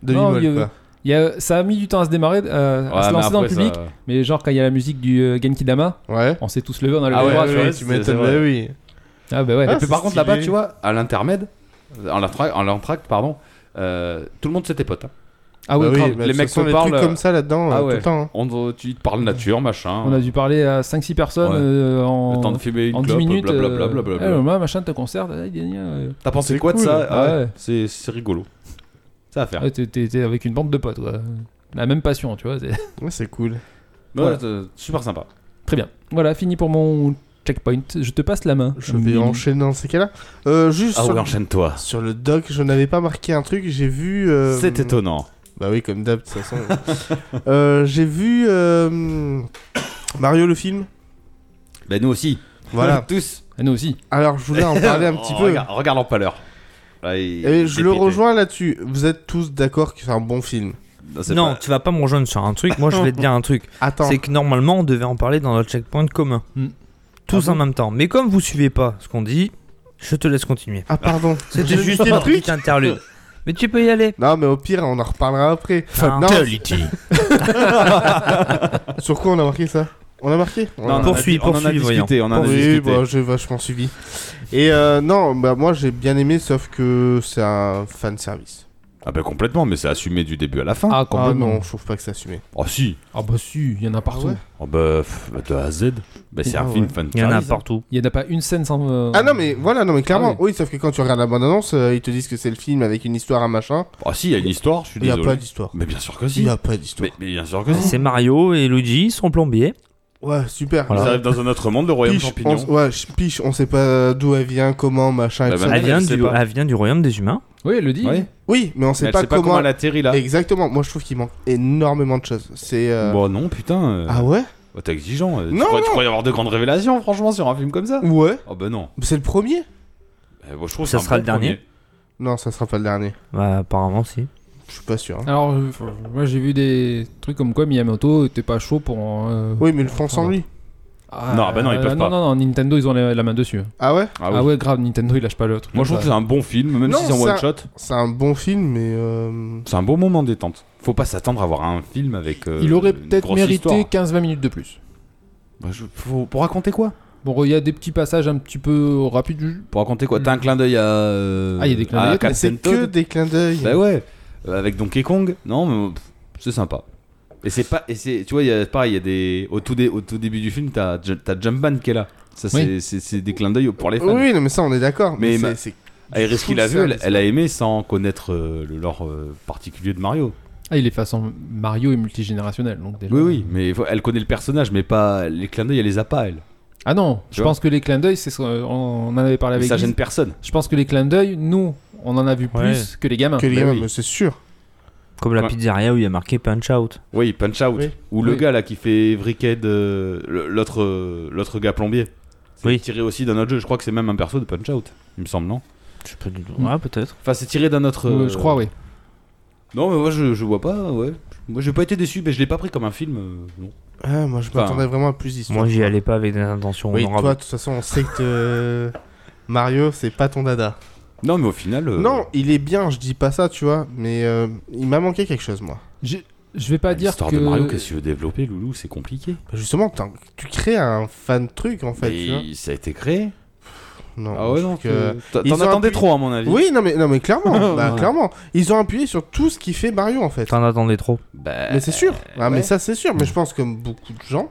Non, il y
Demi-molle,
a-
quoi.
Il y a- ça a mis du temps à se démarrer, euh, à
Ouais,
se
mais
lancer dans le
après,
public.
ça-
Mais genre, quand il y a la musique du euh, Genki Dama,
Ouais.
on s'est tous levés, on a levé
Ah
les
ouais,
bras,
ouais,
tu vois.
ouais.
tu
c'est-
m'étonnes.
c'est vrai.
bah oui.
Ah bah ouais.
Ah,
Mais par
c'est
contre, là-bas,
stylé.
tu vois, à l'intermède, en l'entra- en l'entracte, pardon, euh, tout le monde c'était pote. hein.
Ah ouais,
Bah
grave.
oui, bah,
les
de
mecs
toute façon,
se
les
parlent,
trucs
euh,
comme ça là-dedans
ah
euh, tout
ouais.
le temps. hein.
On, tu te parles nature, machin.
On a dû parler à 5-6 personnes
Ouais.
euh, en,
Le temps de filmer une
en 10
clope,
minutes.
blablabla,
euh,
blablabla.
eh, maman, machin, te concert, ah, il y a rien, euh.
T'as pensé
C'est
quoi de
cool.
ça Ah
Ah
ouais,
ouais.
C'est c'est rigolo. Ça à faire.
Ah, t'es- T'es t'es avec une bande de potes, quoi. La même passion, tu vois. c'est-
Ouais, c'est cool.
Ouais,
voilà.
c'est Super sympa.
Très bien. Voilà, fini pour mon checkpoint. Je te passe la main.
Je vais enchaîner dans ces cas-là. Euh, juste
Ah
sur, le-
enchaîne-toi.
sur le doc, je n'avais pas marqué un truc. J'ai vu. euh,
C'est étonnant.
Bah oui, comme d'hab, de toute façon. Euh, J'ai vu euh, Mario le film.
Bah nous aussi.
Voilà.
Tous.
Ah, nous aussi.
Alors, je voulais en parler un petit
Oh,
peu.
Regarde, regarde l'empaleur. Là, il-
Et
il
je
est
le
pété.
rejoins là-dessus. Vous êtes tous d'accord que c'est un bon film.
c'est
Non,
pas-
tu vas pas me rejoindre sur un truc. Moi, je vais te dire un truc.
Attends.
C'est que normalement, on devait en parler dans notre checkpoint commun.
Hmm.
Tous
Ah
en même temps. Mais comme vous suivez pas ce qu'on dit, je te laisse continuer.
Ah pardon.
C'était
J'ai
juste
pas
une
compris.
petite interlude. Mais tu peux y aller.
Non, mais au pire, on en reparlera après.
Hein.
Non, sur quoi on a marqué ça On a marqué On a
Non, non,
marqué.
Poursuis,
on en a
poursuis,
discuté, On en a
Oui,
discuté.
bah, j'ai vachement suivi. Et euh, non, bah moi j'ai bien aimé, sauf que c'est un fan service.
Ah bah complètement, mais c'est assumé du début à la fin.
Ah,
Ah
complètement.
non, je trouve pas que c'est assumé.
Oh si.
Ah bah si, il y en a partout.
Ah ouais
Oh bah pff, de A à Z. Bah c'est
Ah
un
ouais.
film fan
Il y en a
service, hein.
partout.
Il y en a pas une scène sans. euh,
Ah non, mais voilà, non, mais clairement,
Ah
oui. sauf que quand tu regardes la bande-annonce, euh, ils te disent que c'est le film avec une histoire, un machin.
Ah si, il y a une histoire, je suis
Il y a
désolé.
pas d'histoire.
Mais bien sûr que
Il
si.
y a pas d'histoire.
Mais, mais bien sûr que si.
C'est Mario et Luigi, ils sont plombiers.
Ouais, super.
Ils
Ça-
arrivent dans un autre monde, le royaume
Piche, on,
champignon.
s- ouais, ch- piche, on sait pas d'où elle vient, comment, machin,
Bah,
et tout
bah,
ça.
Elle vient,
je sais
du,
pas.
elle vient du royaume des humains.
Oui, elle le dit.
Ouais.
Oui, mais on
Mais
sait
elle
pas
sait pas comment
comment.
elle atterrit là.
Exactement, moi je trouve qu'il manque énormément de choses. C'est. euh,
Bon non, putain. euh,
Ah ouais
bah, T'es exigeant. euh, tu
Non,
crois- Tu
non.
croyais avoir de grandes révélations, franchement, sur un film comme ça
Ouais.
Oh bah non.
C'est le premier
Eh, bah, je trouve
Ça
que c'est un
sera
bon
le dernier.
premier.
Non, ça sera pas le dernier.
Bah, apparemment, si.
Je suis pas sûr. hein.
Alors, euh, moi j'ai vu des trucs comme quoi Miyamoto était pas chaud pour. euh,
Oui, mais le font sans lui.
Ah,
Non, bah non, ils peuvent pas.
Non, non, Nintendo, ils ont la, la main dessus.
Ah ouais
Ah
Ah,
oui.
ouais, grave, Nintendo, ils lâchent pas le truc.
Moi je trouve que c'est un bon film, même
Non,
si c'est en
ça-
one shot.
C'est un bon film, mais. euh,
C'est un beau moment détente. Faut pas s'attendre à voir un film avec. euh,
Il aurait
une
peut-être
grosse
mérité
histoire.
15-20 minutes de plus.
Bah, je- faut- pour raconter quoi
Bon, il y a des petits passages un petit peu rapides.
Pour raconter quoi T'as un clin d'œil à. euh,
Ah, il y a des clins
à
d'œil, mais
Captain
C'est que
Toad
des clins d'œil.
Bah ouais, Euh, avec Donkey Kong. Non, mais pff, c'est sympa. Et c'est pas. Et c'est, tu vois, il y a, pareil, il y a des. Au tout, dé- au tout début du film, t'as, Ju- t'as Jumpman qui est là. Ça, c'est,
Oui.
c'est, c'est des clins d'œil pour les fans.
oui, non, mais ça, on est d'accord.
Mais
Mais,
ma-
c'est- c'est.
Iris
full
qui l'a vu, elle,
service.
elle a aimé sans connaître euh, le lore euh, particulier de Mario.
Ah, il est façon Mario est multigénérationnel, donc déjà.
Oui, oui, mais faut- elle connaît le personnage, mais pas. Les clins d'œil, elle les a pas, elle.
Ah non, je
vois
pense que les clins d'œil, c'est ce qu'on- on en avait parlé
Mais
avec.
ça
Guise.
gêne personne.
Je pense que les clins d'œil, nous, on en a vu
Ouais.
plus que les gamins.
Que les
bah
gamins,
oui.
mais c'est sûr.
Comme la
Ouais.
pizzeria où il y a marqué Punch Out.
Oui, Punch Out.
Oui.
Ou le
Oui.
gars là qui fait Vricked, euh, le- l'autre euh, l'autre gars plombier. C'est
Oui.
tiré aussi d'un autre jeu. Je crois que c'est même un perso de Punch Out, il me semble, non
Je sais pas du tout.
Mm.
Ouais, peut-être.
Enfin, c'est tiré d'un autre.
Euh,
euh,
je crois, oui.
Non, mais moi je, je vois pas, ouais. Moi j'ai pas été déçu, mais je l'ai pas pris comme un film. euh, non.
Ah, moi, je
Enfin,
m'attendais vraiment à plus d'histoires.
Moi, j'y allais pas avec des intentions.
Oui,
honorables.
toi, de toute façon, on sait que euh, Mario, c'est pas ton dada.
Non, mais au final. euh,
Non, il est bien, je dis pas ça, tu vois, mais euh, il m'a manqué quelque chose, moi.
J'ai- Je vais pas dire
bah, L'histoire
que.
de Mario, qu'est-ce que tu veux développer, Loulou C'est compliqué.
Bah, Justement, t'en- tu crées un fan truc, en fait,
Mais
tu vois.
ça a été créé.
Non,
Ah ouais,
je
non.
trouve que-
t'en-
Ils
T'en
ont
attendais
appuyé-
trop, à mon avis.
Oui, non mais, non, mais clairement, bah,
Ouais.
clairement. Ils ont appuyé sur tout ce qui fait Mario, en fait.
T'en attendais trop.
Bah,
Mais c'est sûr. Ah,
ouais.
mais ça, c'est sûr. Mais je pense comme beaucoup de gens.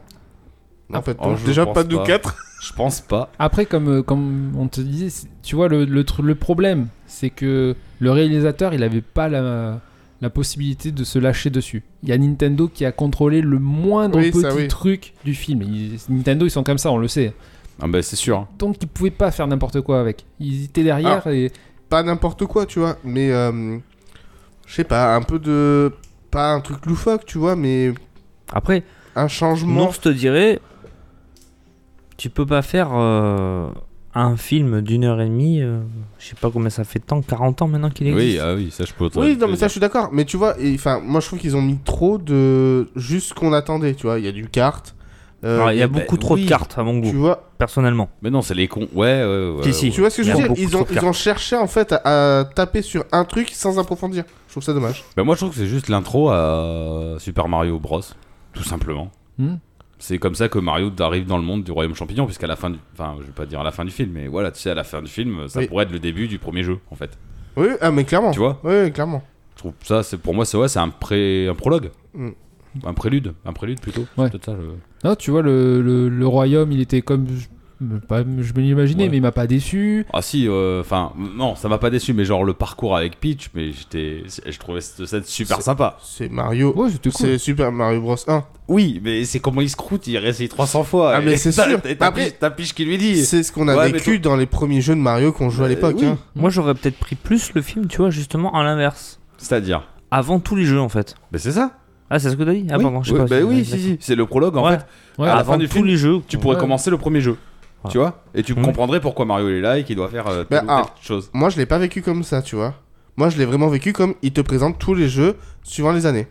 En fait,
oh,
donc,
je
déjà
pense
pas nous
pas.
quatre.
je pense pas.
Après, comme, euh, comme on te disait, c'est- tu vois, le, le, tr- le problème, c'est que le réalisateur, il n'avait pas la, la possibilité de se lâcher dessus. Il y a Nintendo qui a contrôlé le moindre
Oui,
petit
ça, oui.
truc du film. Ils- Nintendo, ils sont comme ça, on le sait.
Ah, bah c'est sûr.
Donc, ils pouvaient pas faire n'importe quoi avec. Ils étaient derrière
Ah.
et.
Pas n'importe quoi, tu vois. Mais euh, je sais pas, un peu de pas un truc loufoque, tu vois, mais
Après,
un changement.
non, je te dirais, tu peux pas faire euh, un film d'une heure et demie, euh, je sais pas combien ça fait de temps, 40 ans maintenant qu'il existe.
Oui, ah oui, ça je peux.
Oui, non, mais ça, je suis d'accord. Mais tu vois, et, enfin, moi, je trouve qu'ils ont mis trop de juste ce qu'on attendait. Tu vois, il y a du kart. euh,
Alors, il y a
bah,
beaucoup trop
oui.
de cartes à mon goût,
Tu vois,
personnellement.
Mais non, c'est les cons. Ouais, ouais, ouais.
Si, si.
ouais.
tu vois ce que je veux
Il y a
dire
beaucoup
Ils
trop
ont,
de
ils
cartes.
ont cherché en fait à, à taper sur un truc sans approfondir. Je trouve ça dommage.
Bah, moi je trouve que c'est juste l'intro à Super Mario Bros. Tout simplement.
Hmm.
C'est comme ça que Mario arrive dans le monde du Royaume Champignon, puisqu'à la fin du. Enfin, je vais pas dire à la fin du film, mais voilà, tu sais, à la fin du film, ça
Oui.
pourrait être le début du premier jeu, en fait.
Oui, ah, mais clairement.
Oh.
Tu vois
Oui, clairement.
Je trouve ça, c'est pour moi, c'est ouais, c'est un, pré... un prologue.
Mm.
Un prélude, un prélude plutôt.
Ouais.
C'est peut-être ça, le-
Non, tu vois, le, le, le royaume, il était comme. Je, pas- je me l'imaginais,
Ouais.
mais il m'a pas déçu.
Ah si, euh, enfin, non, ça m'a pas déçu, mais genre le parcours avec Peach, mais j'étais, je trouvais cette scène super
C'est-
sympa.
C'est Mario.
Ouais, c'était cool.
C'est Super Mario Bros 1.
Oui, mais c'est comment il se croûte, il réessaye 300 fois.
Ah, mais
et
c'est
t'as-
sûr.
et T'as
Après-
Peach- t'as Peach qui lui dit.
C'est ce qu'on a
Ouais, mais
vécu dans les premiers jeux de Mario qu'on jouait à
Euh,
l'époque.
oui.
hein.
Moi, j'aurais peut-être pris plus le film, tu vois, justement, à l'inverse.
C'est-à-dire.
Avant tous les jeux, en fait.
Mais Bah, c'est ça.
Ah, c'est ce que t'as dit Ah,
oui.
pardon, je sais
Oui,
pas.
bah oui, si, si. C'est le prologue en
Ouais.
fait.
Ouais.
à la
Avant
fin du
tous
film,
les jeux.
tu pourrais
Ouais.
commencer le premier jeu. Tu vois Et tu
Mm.
comprendrais pourquoi Mario est là et qu'il doit faire euh,
Bah,
telle ou telle
ah.
chose.
Moi, je l'ai pas vécu comme ça, tu vois. Moi, je l'ai vraiment vécu comme il te présente tous les jeux suivant les années.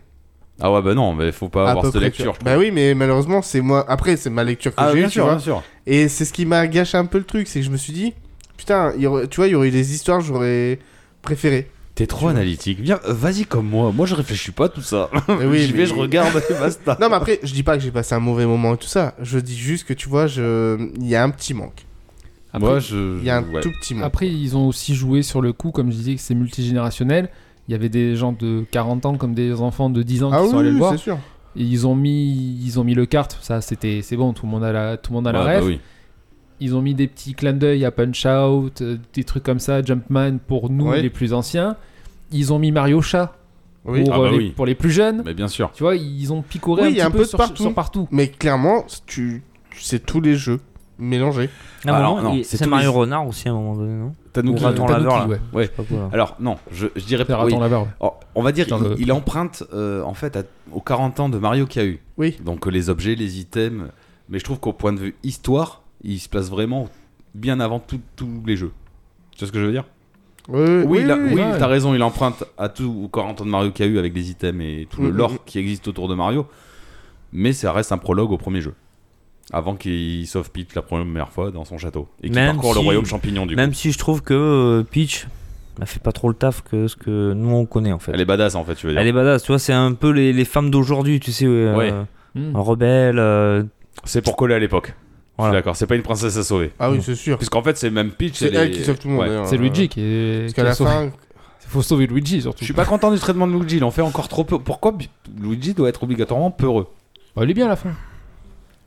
Ah ouais, bah non, mais faut pas
à
avoir
peu
cette
près,
lecture.
tu vois. Bah oui, mais malheureusement, c'est moi. Après, c'est ma lecture que
Ah,
j'ai
bien
eue, tu
sûr,
vois.
bien sûr.
Et c'est ce qui m'a gâché un peu le truc, c'est que je me suis dit, putain, il y aurait- tu vois, il y aurait eu des histoires que j'aurais préférées.
T'es trop analytique. Viens, euh, vas-y comme moi. Moi, je réfléchis pas à tout ça.
Mais Eh oui,
J'y
mais-
vais, je regarde et basta.
Non, mais après, je dis pas que j'ai passé un mauvais moment et tout ça. Je dis juste que, tu vois, je... il y a un petit manque.
Après-
moi, je.
Il y a un
ouais.
tout petit manque.
Après, ils ont aussi joué sur le coup, comme je disais, que c'est multigénérationnel. Il y avait des gens de 40 ans comme des enfants de 10 ans
Ah
qui
oui,
sont allés le
oui,
voir.
c'est sûr.
Et ils ont mis, ils ont mis le kart. Ça, c'était, c'est bon, tout le monde a la, tout le monde a la
Ouais, bah
ref.
oui.
Ils ont mis des petits clins d'œil à Punch Out, euh, des trucs comme ça, Jumpman pour nous
Ouais.
les plus anciens. Ils ont mis Mario Chat
Oui.
pour,
Ah bah
euh, les,
oui.
pour les plus jeunes.
Mais bien sûr.
Tu vois, ils ont picoré
Oui,
un
il y
petit
a un peu de
sur
partout.
sur partout.
Mais clairement, tu... c'est tous les jeux mélangés.
À un
Alors,
moment,
non,
Ah, il-
c'est
c'est
tous
Mario
les-
Renard aussi, à un moment donné, non
Tanuki.
Ou Raton
Tanuki,
Laveur, là.
ouais.
Je sais pas quoi, là.
Alors, non, je, je dirais
C'est
pas. oui.
Raton Laveur.
Oh, on va dire,
Dans
il,
le-
il emprunte euh, en fait à- aux 40 ans de Mario qu'il y a eu.
Oui.
Donc euh, les objets, les items. Mais je trouve qu'au point de vue histoire, il se place vraiment bien avant tout- tous les jeux. Tu vois ce que je veux dire
Oui, Euh, oui,
Oui, il a- oui,
ouais.
t'as raison, il emprunte à tout aux 40 ans de Mario qu'il y a eu avec les items et tout le
Mm,
lore
mm.
qui existe autour de Mario. Mais ça reste un prologue au premier jeu. Avant qu'il sauve Peach la première fois dans son château. Et qu'il
Même
parcourt le
si-
royaume champignon du
Même
coup.
si je trouve que euh, Peach n'a fait pas trop le taf que ce que nous on connaît en fait.
Elle est badass en fait, tu veux dire.
Elle est badass, tu vois, c'est un peu les, les femmes d'aujourd'hui, tu sais, euh,
Ouais.
Hmm.
rebelles, euh,
C'est pour coller à l'époque. Je suis
Voilà.
d'accord, c'est pas une princesse à sauver.
Ah oui, c'est sûr.
Puisqu'en fait, c'est même Peach.
C'est
elle
elle
est-
qui sauve tout le monde.
Ouais.
d'ailleurs.
C'est Luigi qui est.
Parce
qui
qu'à
a
la
sauvé-
fin,
Faut sauver Luigi surtout.
Je suis pas content du traitement de Luigi, il en fait encore trop peu. Pourquoi Bi- Luigi doit être obligatoirement peureux
Bah, il est bien à la fin.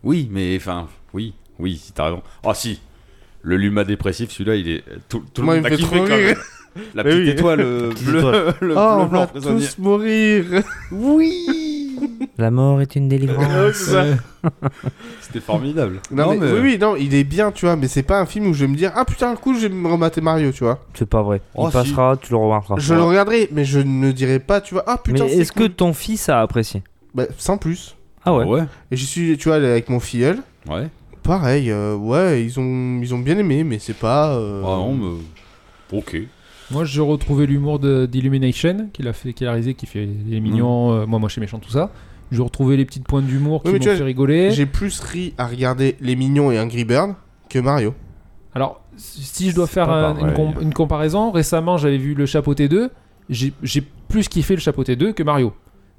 Oui, mais enfin, oui, oui, si t'as raison. Ah si, le luma dépressif, celui-là, il est. Tout, tout le
moi,
monde
il me
a
fait
kiffé
trop
quand
rire.
même. La
Mais
petite
oui.
étoile euh,
petite
bleue,
étoile.
le
Oh, on
bleu blanc
va
prisonnier.
tous mourir.
Oui
La mort est une
Ah,
délivrance.
Ouais, c'est ça.
Ouais.
C'était formidable.
Non, mais, oui, oui, non, il est bien, tu vois, mais c'est pas un film où je vais me dire ah putain, un coup, je vais me remater Mario, tu vois.
C'est pas vrai. Il
Oh, si.
passera, tu le remarqueras.
Je le regarderai, mais je ne dirai pas, tu vois, ah putain,
Mais
c'est
est-ce que
cool.
ton fils a apprécié
Bah, sans plus.
Ah ouais.
Ouais.
Et j'y suis, tu vois, avec mon filleul.
Ouais.
Pareil, euh, ouais, ils ont, ils ont bien aimé, mais c'est pas. euh,
Ah non, mais. Ok.
Moi, je retrouvais l'humour de- d'Illumination qu'il a fait, qu'il a réalisé, qui fait les
Mm.
mignons, euh, moi, moi, je suis méchant, tout ça. Je retrouvais les petites pointes d'humour qui
Oui, mais
m'ont
tu vois,
fait rigoler.
J'ai plus ri à regarder Les Mignons et Angry Bird que Mario.
Alors, si je dois
C'est
faire
pas
un- une,
pareil.
com- une comparaison, récemment j'avais vu le Chapeauté 2, j'ai j'ai plus kiffé le Chapeauté 2 que Mario.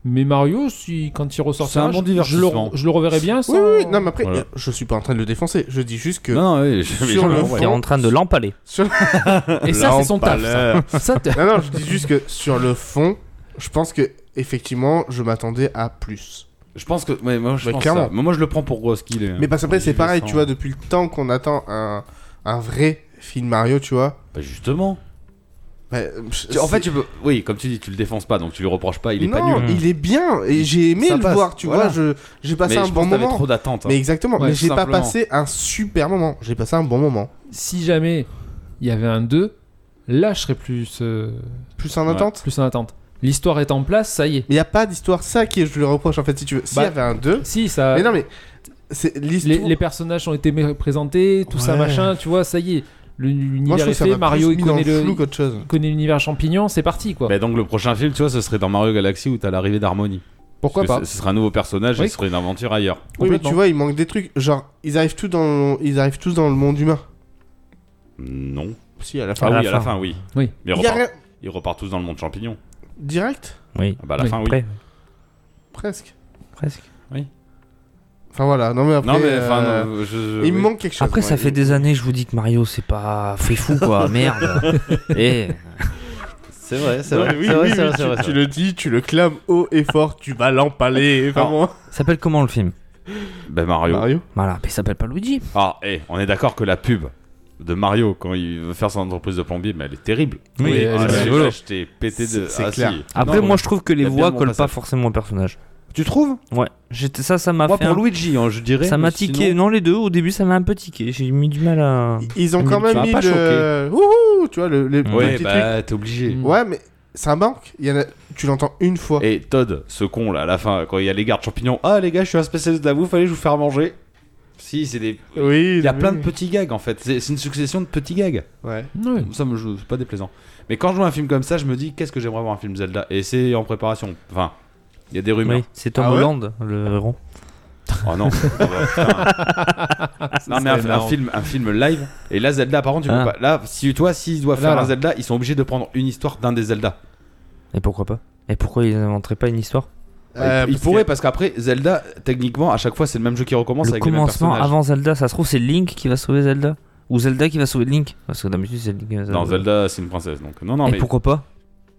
Mais Mario, si, quand il ressort
C'est un bon
je le,
divertissement.
je le reverrai bien sans...
Oui, oui, oui, non, mais après,
Voilà.
euh, je suis pas en train de le défoncer. Je dis juste que.
Non, non, oui, je-
Sur
je-
le
ouais.
fond.
Qui est en train de l'empaler.
Sur-
Et ça, c'est son taf. Ça. Ça, t'es-
non, non, je dis juste que sur le fond, je pense que, effectivement, je m'attendais à plus.
Je pense que. ouais, moi, je
Mais
pense
clairement.
ça. Mais moi, je le prends pour gros qu'il est. hein.
Mais parce qu'après,
Il
c'est
est
pareil,
sans- hein.
tu vois, depuis le temps qu'on attend un, un vrai film Mario, tu vois.
Bah, justement.
bah, euh,
Tu- en
c'est-
fait, tu peux. Oui, comme tu dis, tu le défonces pas, donc tu lui reproches pas, il est
non,
pas nul.
nul.
il est bien et j'ai aimé
Ça
le
passe,
voir, tu
voilà.
vois. je- J'ai passé
mais
bah, un
je
bon
pense que t'avais
moment.
trop d'attentes. hein.
Mais exactement,
Ouais,
mais j'ai pas
simplement.
passé un super moment. J'ai passé un bon moment.
si jamais il y avait un 2, là je serais plus, euh,
Plus en
Ouais.
attente.
plus en attente. L'histoire est en place, ça y est.
Mais il y a pas d'histoire ça qui est- je le reproche en fait si tu veux. S'il
Bah,
y avait un 2.
Si, ça...
Mais non mais c'est l'histoire.
les, les personnages ont été mé- présentés, tout ça,
Ouais.
machin, tu vois, ça y est. Le-
Moi je
L'univers
trouve
est
que ça
fait,
m'a
Mario
plus
il
mis dans
connaît
le
le-
flou qu'autre chose.
il connaît l'univers champignon, c'est parti quoi.
Bah, donc le prochain film, tu vois, ce serait dans Mario Galaxy où t'as l'arrivée d'Harmonie.
Pourquoi
Parce
pas
que Ce ce serait un nouveau personnage et
Oui.
ce serait une aventure ailleurs.
Oui mais
Complètement.
tu vois il manque des trucs. Genre ils arrivent tous dans ils arrivent tous dans le monde humain.
Non.
Si à la fin.
Ah
la
oui, à la
fin.
fin, oui.
Oui.
Mais ils,
Il y a
repartent,
rien
ils repartent tous dans le monde champignon.
direct
Oui.
Ah bah, à la
Oui.
fin, oui.
Après,
presque.
presque.
Enfin voilà non mais après.
non, mais enfin,
euh,
non, je- je-
Il me
oui.
manque quelque chose.
Après,
moi.
ça fait des années que je vous dis que Mario, c'est pas fait fou, quoi. Merde. Eh.
C'est vrai, c'est
Non,
vrai.
mais
c'est vrai,
oui, oui,
c'est
oui,
vrai, c'est
tu-
vrai,
tu
c'est vrai.
le dis, tu le clames haut et fort, tu vas l'empaler.
Alors,
Vraiment.
S'appelle comment le film
Ben Mario.
Mario.
Voilà, mais il s'appelle pas Luigi.
Ah, eh, on est d'accord que la pub de Mario quand il veut faire son entreprise de plombier, mais elle est terrible.
Oui, elle est
ah,
bien
j'ai-
rigolo.
je t'ai pété de.
C'est- c'est
ah,
clair.
si.
Après,
Non,
moi, je trouve que
il
les
y a
voix
bien
collent
mon passage.
pas forcément au personnage.
Tu trouves
Ouais. J'étais ça, ça m'a
Moi
fait.
pour
un-
Luigi, hein, je dirais.
Ça
mais
m'a tiqué.
sinon-
Non, les deux, au début, ça m'a un peu tiqué. J'ai mis du mal à.
Ils ont
Mais
quand
tu
même
m'as
mis
pas
le. Wouhou, tu vois le, le- le
Ouais,
petit
bah t'es obligé.
truc. Ouais mais ça manque. Il y en a- Tu l'entends une fois.
Et Todd, ce con là, à la fin, quand il y a les gardes champignons, ah les gars, je suis un spécialiste de la bouffe, allez, je vous faire manger. Si, c'est des.
Oui.
Il y a plein de petits gags en fait. C'est c'est une succession de petits gags.
Ouais.
Ouais.
Ça me joue, c'est pas déplaisant. Mais quand je vois un film comme ça, je me dis, qu'est-ce que j'aimerais voir un film Zelda Et c'est en préparation. Enfin, il y a des rumeurs.
Oui, c'est Tom
Ah ouais
Holland, le héros.
Oh non. Ah bah, putain. non mais un, un
énorme.
film, un film live. Et là Zelda, par contre, tu
Ah.
peux pas. Là, si toi, s'ils doivent
Là,
faire
là.
un Zelda, ils sont obligés de prendre une histoire d'un des Zelda.
Et pourquoi pas Et pourquoi ils inventeraient pas une histoire
Euh,
ils
parce
pourraient parce qu'après Zelda, techniquement, à chaque fois, c'est le même jeu qui recommence
Le
avec les mêmes
commencement
personnages.
avant Zelda, ça se trouve, c'est Link qui va sauver Zelda Ou Zelda qui va sauver Link Parce que d'habitude, c'est Link qui va sauver
Non, Zelda, c'est une princesse, donc non, non,
Et
mais
pourquoi pas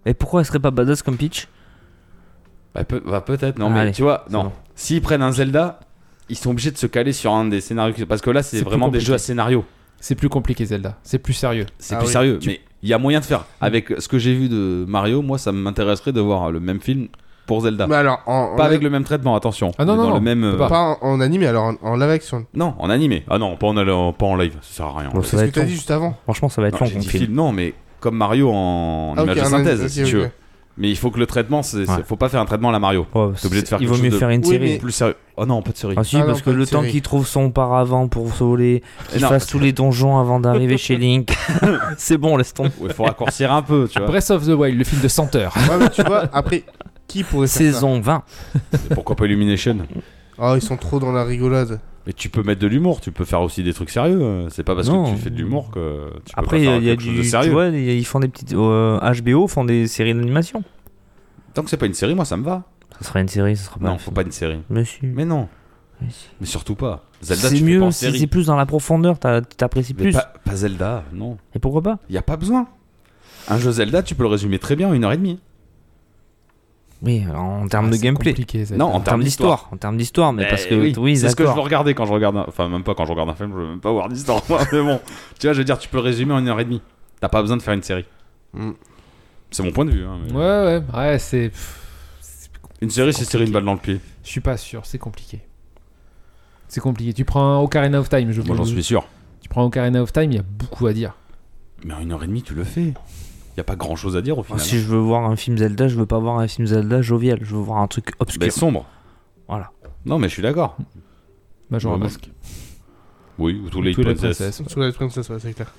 Et pourquoi elle serait pas badass comme Peach
Bah, peut- bah, peut-être. Non,
Ah,
mais
allez,
tu vois,
c'est
non.
bon.
S'ils prennent un Zelda, ils sont obligés de se caler sur un des scénarios qui- parce que là, c'est
C'est plus
vraiment des
compliqué.
jeux à scénario.
C'est plus compliqué Zelda, c'est plus sérieux.
C'est
Ah
plus
oui.
sérieux, mais il y a moyen de faire. Avec ce que j'ai vu de Mario, moi, ça m'intéresserait de voir le même film pour Zelda.
Mais alors, en, en-
Pas avec le même traitement, attention.
Ah, non,
Mais
non,
dans
non,
le même.
on peut
euh,
pas en, en animé, alors en, en live action.
Non, en animé. Ah non, pas en, en- pas en live, ça sert à rien.
Bon,
Non,
ça
C'est
va
ce que
être
t'as
long.
dit juste avant.
Franchement, ça va être long
j'ai
comme
dit
film.
film, non, mais comme Mario en
Ah, ok,
image de
en
synthèse,
anime,
si
ok,
tu veux.
ok.
Mais il faut que le traitement, c'est- c'est-
Ouais.
faut pas faire un traitement à la Mario.
Ouais,
T'es obligé de faire
Oh, Il
quelque
vaut mieux
chose de-
faire une
Oui,
série.
mais-
Plus sérieux. Oh non, pas de série.
Ah si,
Ah non,
parce que
pas de
le temps
série.
qu'il trouve son paravent pour voler, qu'il
Non,
fasse tous les donjons avant d'arriver chez Link, c'est bon, laisse tomber.
Il faut raccourcir un peu, tu vois.
Breath of the Wild, le film de 100 heures.
Ouais, mais tu vois, après, qui pourrait faire
Saison 20.
Pourquoi pas Illumination
ça Oh, ils sont trop dans la rigolade.
Mais tu peux mettre de l'humour, tu peux faire aussi des trucs sérieux. euh, C'est pas parce
Non.
que tu fais de l'humour que tu peux
Après,
pas
il y a-
faire
il y a
quelque chose de
du. Tu
sérieux.
vois, il y a- ils font des petites. euh, HBO font des séries d'animation.
Tant que c'est pas une série, moi ça me va.
Ça sera une série, ça sera pas.
non, faut pas une série.
Monsieur.
Mais non. Mais surtout pas. Zelda,
C'est
tu fais pas
mieux,
en
c'est
série.
c'est plus dans la profondeur, t'as- t'apprécies
Mais
plus.
pas, pas Zelda, non.
Et pourquoi pas
Il y a pas besoin. Un jeu Zelda, tu peux le résumer très bien en une heure et demie.
Oui, en termes de
C'est
gameplay.
compliqué, ça.
Non, Ah, en
En termes d'histoire, en termes d'histoire, mais
Eh
parce que
oui,
oui,
c'est ce que je veux
d'accord.
regarder quand je regarde. un- Enfin, même pas quand je regarde un film, je veux même pas voir d'histoire. moi, mais bon, tu vois, je veux dire, tu peux le résumer en une heure et demie. T'as pas besoin de faire une série.
Mm.
C'est mon point de vue. hein, mais-
Ouais, ouais, ouais, c'est. pff, c'est-
Une série, c'est tirer une balle dans le pied.
Je suis pas sûr, c'est compliqué. C'est compliqué. Tu prends Ocarina of Time, je
Moi, j'en suis sûr.
Tu prends Ocarina of Time, il y a beaucoup à dire.
Mais en une heure et demie, tu le fais. Y a pas grand chose à dire au final.
Si je veux voir un film Zelda, je veux pas voir un film Zelda jovial, je veux voir un truc
Mais
obscur.
Bah,
sombre.
Voilà.
Non, mais je suis d'accord.
Major
Ouais,
Mask.
Oui, ou tous les
Twilight
princesses.
Princess, ouais.
Sous la princesse, ouais, c'est clair.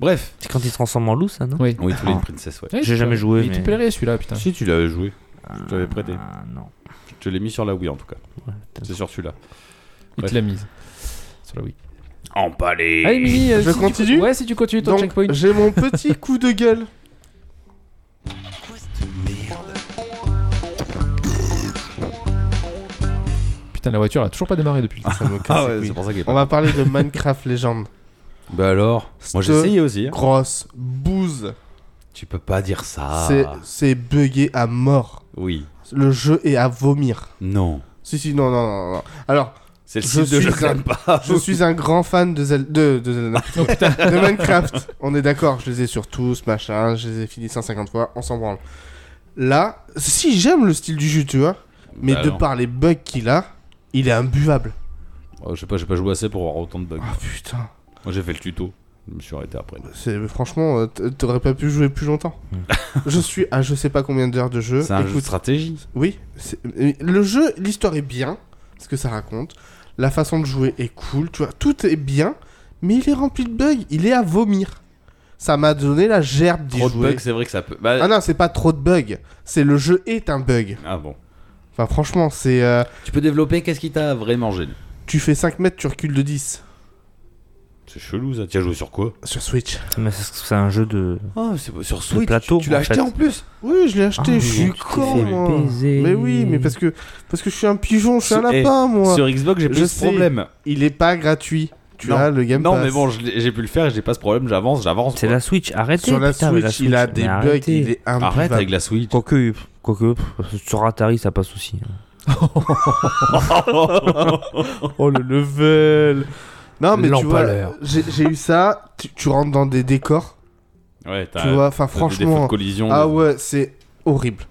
Bref.
C'est quand il se transforme en loup, ça, non
Oui.
Oui, tous les
Ah.
princesses, ouais.
Ouais,
J'ai
tu
jamais
l'as-
joué,
Il
mais-
te plairait celui-là, putain.
Si, tu l'avais joué. Je te l'avais prêté.
Ah non.
Je te l'ai mis sur la Wii en tout cas. C'est sur celui-là.
Il
Ouais.
te l'a mise. Sur la Wii.
Empalé
Allez, Mimi, euh,
Je
si tu-
continue
Ouais, si tu continues ton
Donc,
checkpoint.
j'ai mon petit coup de gueule.
Putain, la voiture a toujours pas démarré depuis.
Ça me casse
Ah
les
ouais,
couilles.
c'est pour ça qu'il est
On
pas.
va parler de Minecraft Légende.
Bah alors Moi j'ai
Cette
essayé aussi. hein.
Grosse bouse.
Tu peux pas dire ça.
C'est- C'est bugué à mort.
Oui.
Le jeu est à vomir.
Non.
Si, si, non, non, non. non. Alors,
C'est le
Je
style de
suis
jeu
un-
que j'aime pas.
je suis un grand fan de Zelda. De, de Zelda.
Oh,
de Minecraft. On est d'accord, je les ai sur tous, machin, je les ai finis 150 fois, on s'en branle. Là, si j'aime le style du jeu, tu vois, mais
Bah
de
non.
par les bugs qu'il a, il est imbuvable.
Oh, Je sais pas, j'ai pas joué assez pour avoir autant de bugs.
Ah putain.
Moi j'ai fait le tuto. Je me suis arrêté après.
C'est- Franchement, euh, t- t'aurais pas pu jouer plus longtemps. je suis à je sais pas combien d'heures de jeu.
Hmm. C'est un jeu de
Écoute,
stratégie.
Oui, c'est- euh, le jeu, l'histoire est bien, ce que ça raconte. La façon de jouer est cool, tu vois, tout est bien, mais il est rempli de bugs, il est à vomir. Ça m'a donné la gerbe d'y
Trop de
jouer.
bugs, c'est vrai que ça peut. Bah,
Ah non, c'est pas trop de bugs, c'est le jeu est un bug.
Ah bon.
Enfin, franchement, c'est. euh,
Tu peux développer, qu'est-ce qui t'a vraiment gêné
tu fais 5 mètres, tu recules de 10
C'est chelou ça. Tu as joué sur quoi
sur Switch.
Mais c'est c'est un jeu de.
Oh, c'est sur
Switch, tu- plateau, tu l'as en acheté fait. en
plus
Oui, je l'ai acheté,
Ah,
je suis
tu t'es fait
con, moi.
baiser.
Mais oui, mais parce que, parce que je suis un pigeon, je suis un
Sur- eh,
lapin, moi.
Sur Xbox, j'ai
Je
plus ce
sais.
problème.
Il est pas gratuit. Tu
Non.
as le Game
Non,
Pass.
mais bon, je l'ai- j'ai pu le faire et j'ai pas ce problème. J'avance, j'avance.
C'est
quoi.
la Switch, arrêtez.
sur la,
putain,
Switch,
mais la
il a
mais
des bugs,
arrêtez.
il est imbuvable.
Arrête avec la Switch.
Quoique, quoique, pff, sur Atari, ça passe aussi. hein.
Oh le level Non mais tu vois,
L'empaleur.
j'ai j'ai eu ça, tu, tu rentres dans des décors,
Ouais, t'as
tu vois, enfin
Bah, t'as des défauts de hein.
franchement...
collision.
Ah
des-
ouais, c'est horrible.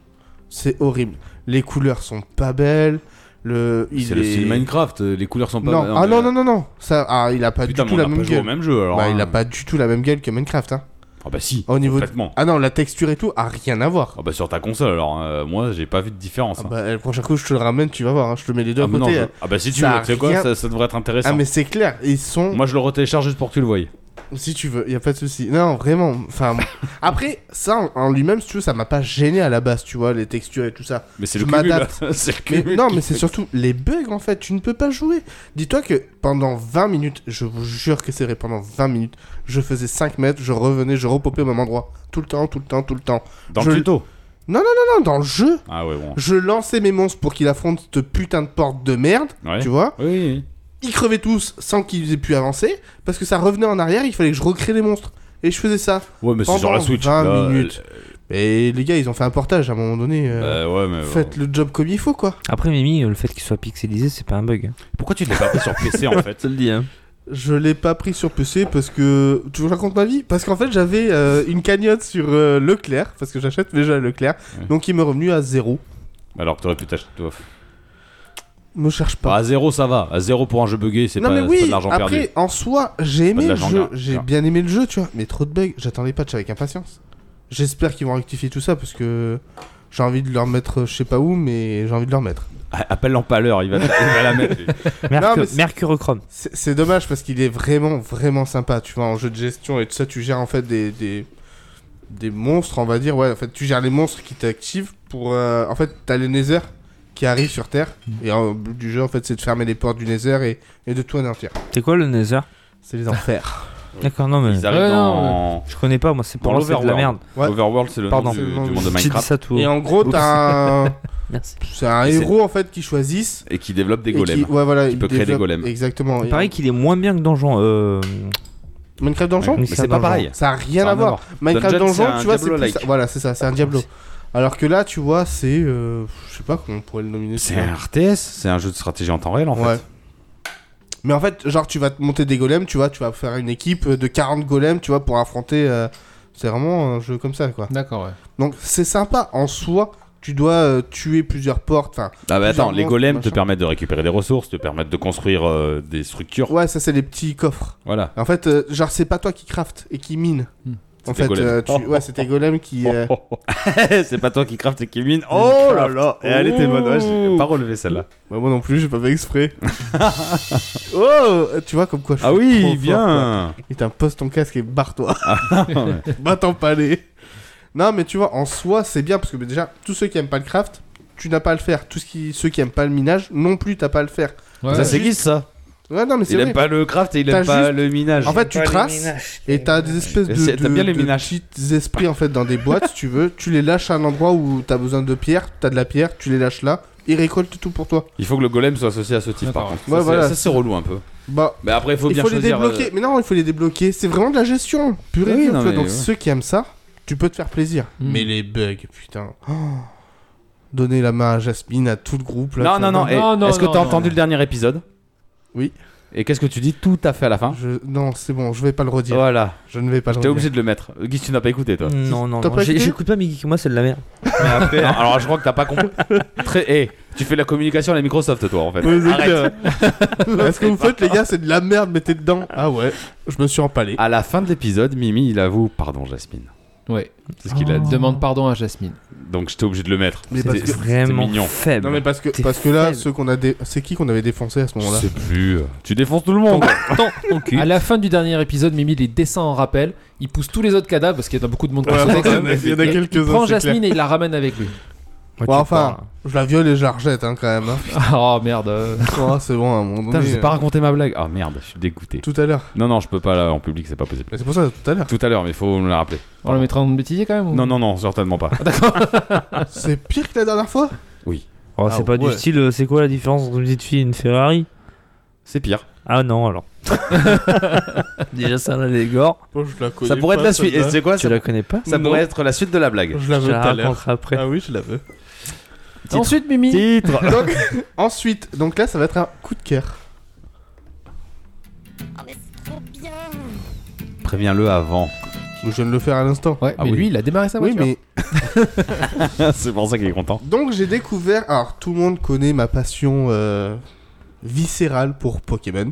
C'est horrible. Les couleurs sont pas belles, le... il
C'est le
est-
style Minecraft, euh, les couleurs sont pas
Non,
mal,
ah
mais-
non, non, non, non, ça, ah, il a pas
Putain, mais
du tout
on
la
a
même
pas joué au
gueule.
même jeu alors.
Bah
hein.
il a pas du tout la même gueule que Minecraft, hein.
Ah bah si.
Au niveau de-
Complètement.
Ah non, la texture et tout a rien à voir.
Ah bah sur ta console alors. euh, moi, j'ai pas vu de différence.
Ah
hein.
bah, le prochain coup, je te le ramène, tu vas voir, hein, je te mets les deux
Ah,
à
mais non,
côté.
je-
hein.
ah bah si tu
ça
veux,
a
tu sais quoi,
rien-
ça, ça devrait être
Ah,
intéressant.
mais c'est clair, ils sont...
Moi, je le retélécharge juste pour que tu le voyes.
Si tu veux, y a pas de souci. Non, vraiment. Enfin, après, ça en- en lui-même, si tu veux, ça m'a pas gêné à la base, tu vois, les textures et tout ça.
Mais c'est
Je
le cumul.
m'adapte.
c'est le
Mais,
cumul
non,
qui
mais c'est
fait-
surtout les bugs en fait. Tu ne peux pas jouer. Dis-toi que pendant 20 minutes, je vous jure que c'est vrai, pendant 20 minutes, je faisais 5 mètres, je revenais, je repopais au même endroit. Tout le temps, tout le temps, tout le temps.
Dans
je-
le tuto.
Non, dans le jeu,
Ah ouais, bon.
je lançais mes monstres pour qu'ils affrontent cette putain de porte de merde,
Ouais.
tu vois.
Oui, Oui.
Ils crevaient tous sans qu'ils aient pu avancer parce que ça revenait en arrière, il fallait que je recrée les monstres. Et je faisais ça.
Ouais, mais c'est sur la
Pendant
Switch.
20
là,
minutes. Et les gars, ils ont fait un portage à un moment donné. euh,
Euh, ouais, mais. bon.
Faites le job comme il faut, quoi.
Après, Mimi, le fait qu'il soit pixelisé, c'est pas un bug. hein.
Pourquoi tu ne l'as pas fait sur PC en fait
le dis, hein.
Je l'ai pas pris sur PC parce que. Tu veux que je raconte ma vie Parce qu'en fait, j'avais euh, une cagnotte sur euh, Leclerc, parce que j'achète mes jeux à Leclerc,
Ouais.
donc il m'est revenu à zéro.
Alors que t'aurais pu t'acheter. toi.
Me cherche
Bah,
pas.
à zéro, ça va. À zéro pour un jeu buggé, c'est
non,
pas,
mais
c'est
oui,
pas de l'argent
après,
perdu.
en soi, j'ai
Pas de
aimé le
l'argent
jeu,
gras.
j'ai
Gras.
bien aimé le jeu, tu vois, mais trop de bugs, j'attends les patchs avec impatience. J'espère qu'ils vont rectifier tout ça parce que j'ai envie de leur mettre euh, je sais pas où, mais j'ai envie de leur mettre.
Ah, Appelle l'empaleur, il va, il va la mettre. lui.
Non, mais
Mercure,
c'est-
Mercurochrome.
C'est c'est dommage parce qu'il est vraiment, vraiment sympa. Tu vois, en jeu de gestion et tout ça, tu gères en fait des, des, des monstres, on va dire. Ouais, en fait, tu gères les monstres qui t'activent pour. euh, en fait, t'as le Nether qui arrive sur Terre.
Mm.
Et euh, au but du jeu, en fait, c'est de fermer les portes du Nether et, et de tout anéantir.
C'est quoi le Nether
C'est les enfers.
D'accord, non, mais
Ils arrivent
Ouais,
dans.
je connais pas, moi, c'est pour
Dans
moi, c'est de la
l'Overworld.
merde.
Ouais.
Overworld, c'est le nom
Pardon.
du,
C'est le nom
du
du-
monde de
Je dis
Minecraft.
ça tout.
Et
haut.
en gros,
Oups.
t'as un...
Merci.
C'est un
Et c'est-
héros, en fait, qui choisissent...
Et qui développe des
et qui-
golems.
ouais, voilà,
Qui
il
peut créer des
développe-
golems.
Exactement.
Il
Et-
paraît qu'il est moins bien que Donjon. Euh...
Minecraft Dungeon
Mais
Mais
c'est
c'est
pas
un
pareil.
Ça a rien
Ça a
à voir. Minecraft
Dungeon, c'est
Dungeon,
un
tu vois, c'est plus...
Diablo-like.
ça. Voilà, c'est ça, c'est un Diablo. Alors que là, tu vois, c'est... euh, Je sais pas comment on pourrait le nominer.
C'est
ce
un RTS, c'est un jeu de stratégie en temps réel en
Ouais.
fait.
Mais en fait, genre, tu vas te monter des golems, tu vois, tu vas faire une équipe de 40 golems, tu vois, pour affronter. euh, C'est vraiment un jeu comme ça, quoi.
D'accord, ouais.
Donc, c'est sympa en soi. Tu dois euh, tuer plusieurs portes. Enfin,
Ah bah attends, les
Plusieurs
golems te
machins.
permettent de récupérer des ressources, te permettent de construire euh, des structures.
ouais, ça, c'est les petits coffres.
Voilà.
En fait, euh, genre, c'est pas toi qui craft et qui mine.
Hmm.
C'est
En
tes
fait,
golems.
euh, tu- ouais, c'est tes golems qui. euh,
Oh, c'est pas toi qui craft et qui mine. Oh là là Et elle était bonne, ouais, j'ai pas relevé celle-là.
bah, moi non plus, j'ai pas fait exprès. oh Tu vois, comme quoi je
Ah
suis trop fort, quoi. Et t'imposes ton casque et barre-toi.
Ah,
Bat ton palais. Non, mais tu vois, en soi, c'est bien parce que bah, déjà, tous ceux qui aiment pas le craft, tu n'as pas à le faire. Tous qui- ceux qui aiment pas le minage, non plus, t'as pas à le faire.
Ouais,
Ça s'aiguise ça.
Ouais, non, mais c'est
Il
vrai.
aime pas le craft et il
T'as
aime pas
juste-
le minage.
En fait, tu traces et t'as des espèces de,
C'est-
de-
T'aimes bien les
de
minages.
petits esprits en fait dans des boîtes, si tu veux. Tu les lâches à un endroit où t'as besoin de pierre, t'as de la pierre, tu les lâches là. Ils récoltent tout pour toi.
Il faut que le golem soit associé à ce type par
D'accord.
contre. Ah, bah, Ça,
Ouais,
c'est-
voilà.
Ça c'est relou un peu.
Bah,
Mais après il faut
il
bien
faut les
choisir. euh,
débloquer. Mais non, il faut les débloquer. C'est vraiment de la gestion pure et
Oui,
dure,
non,
tu vois.
mais
Donc
ouais.
ceux qui aiment ça, tu peux te faire plaisir.
Mm.
Mais les bugs, putain. Oh. Donner la main à Jasmine, à tout le groupe. Là,
Non, non,
ça-
non. eh,
Non, non,
Est-ce que
non,
t'as
non,
entendu
non.
le dernier épisode
Oui.
Et qu'est-ce que tu dis tout à fait à la fin
Je- Non, c'est bon, je vais pas le redire.
Voilà.
Je ne vais pas le
J'étais
redire.
obligé de le mettre. Guy, tu n'as pas écouté toi.
Non, non,
T'as
non.
pas
j'ai-
écouté
J'écoute pas, mais Geek, moi, c'est de la merde.
Non, alors je crois que t'as pas compris. Très. eh, tu fais de la communication à la Microsoft toi en fait.
Ouais, c'est
Arrête.
clair. Là, ce que vous faites, les gars, c'est de la merde, mettez dedans. Ah ouais, je me suis empalé.
À la fin de l'épisode, Mimi il avoue pardon Jasmine.
Ouais. Oh.
C'est ce qu'il
Oh.
a dit.
Demande pardon à Jasmine.
Donc j'étais obligé de le mettre.
Mais
C'était-
parce que-
c'était
Vraiment
mignon.
faible.
Non, mais parce que,
T'es
parce que là,
faible.
ceux qu'on a dé- c'est qui qu'on avait défoncé à ce
Je
moment-là
sais plus. euh, Tu défonces tout le monde.
Tant ton cul.
À la fin du dernier épisode, Mimi les descend en rappel. Il pousse tous les autres cadavres parce qu'il y en a beaucoup de monde qui
Ouais,
sautait,
il y en a-
quand même.
il y en a
Et
quelques-uns,
prend
c'est
Jasmine et il la ramène avec lui.
Moi,
Bon,
tu
enfin.
parles.
Je la viole et je la rejette hein, quand même. hein.
oh merde. euh.
Oh, c'est bon, à un moment
Putain, je
donné,
euh.
sais pas raconter ma blague. Ah merde, je suis dégoûté.
euh, Tout à l'heure.
Non, non, je peux pas là en public, c'est pas possible.
Mais c'est pour ça, tout à l'heure.
Tout à l'heure, mais faut me la rappeler.
On le mettra en bêtisier
Oh.
quand même ou-
Non, non, non, certainement pas.
C'est pire que la dernière fois
Oh, c'est
Ah,
pas du
ouais.
style, euh, c'est quoi la différence entre une petite fille et une Ferrari
C'est pire.
Ah non, alors. Déjà, ça, l'allégore.
Oh, Je la
Ça pourrait être la suite. Et c'est
Ah,
quoi
Tu
ça,
la connais pas
ça pourrait être la suite de la blague.
Je la veux
Je
tout
la
à l'heure.
raconterai après.
Ah oui, je la veux.
Ensuite, Mimi.
Titre.
Donc, ensuite, donc là, ça va être un coup de cœur.
Ah, mais c'est trop bien
Préviens-le avant.
Je viens de le faire à l'instant.
Ouais,
Ah
mais
oui.
lui, il a démarré sa
Oui,
voiture.
mais
c'est pour ça qu'il est content.
donc j'ai découvert. Alors, tout le monde connaît ma passion euh, viscérale pour Pokémon.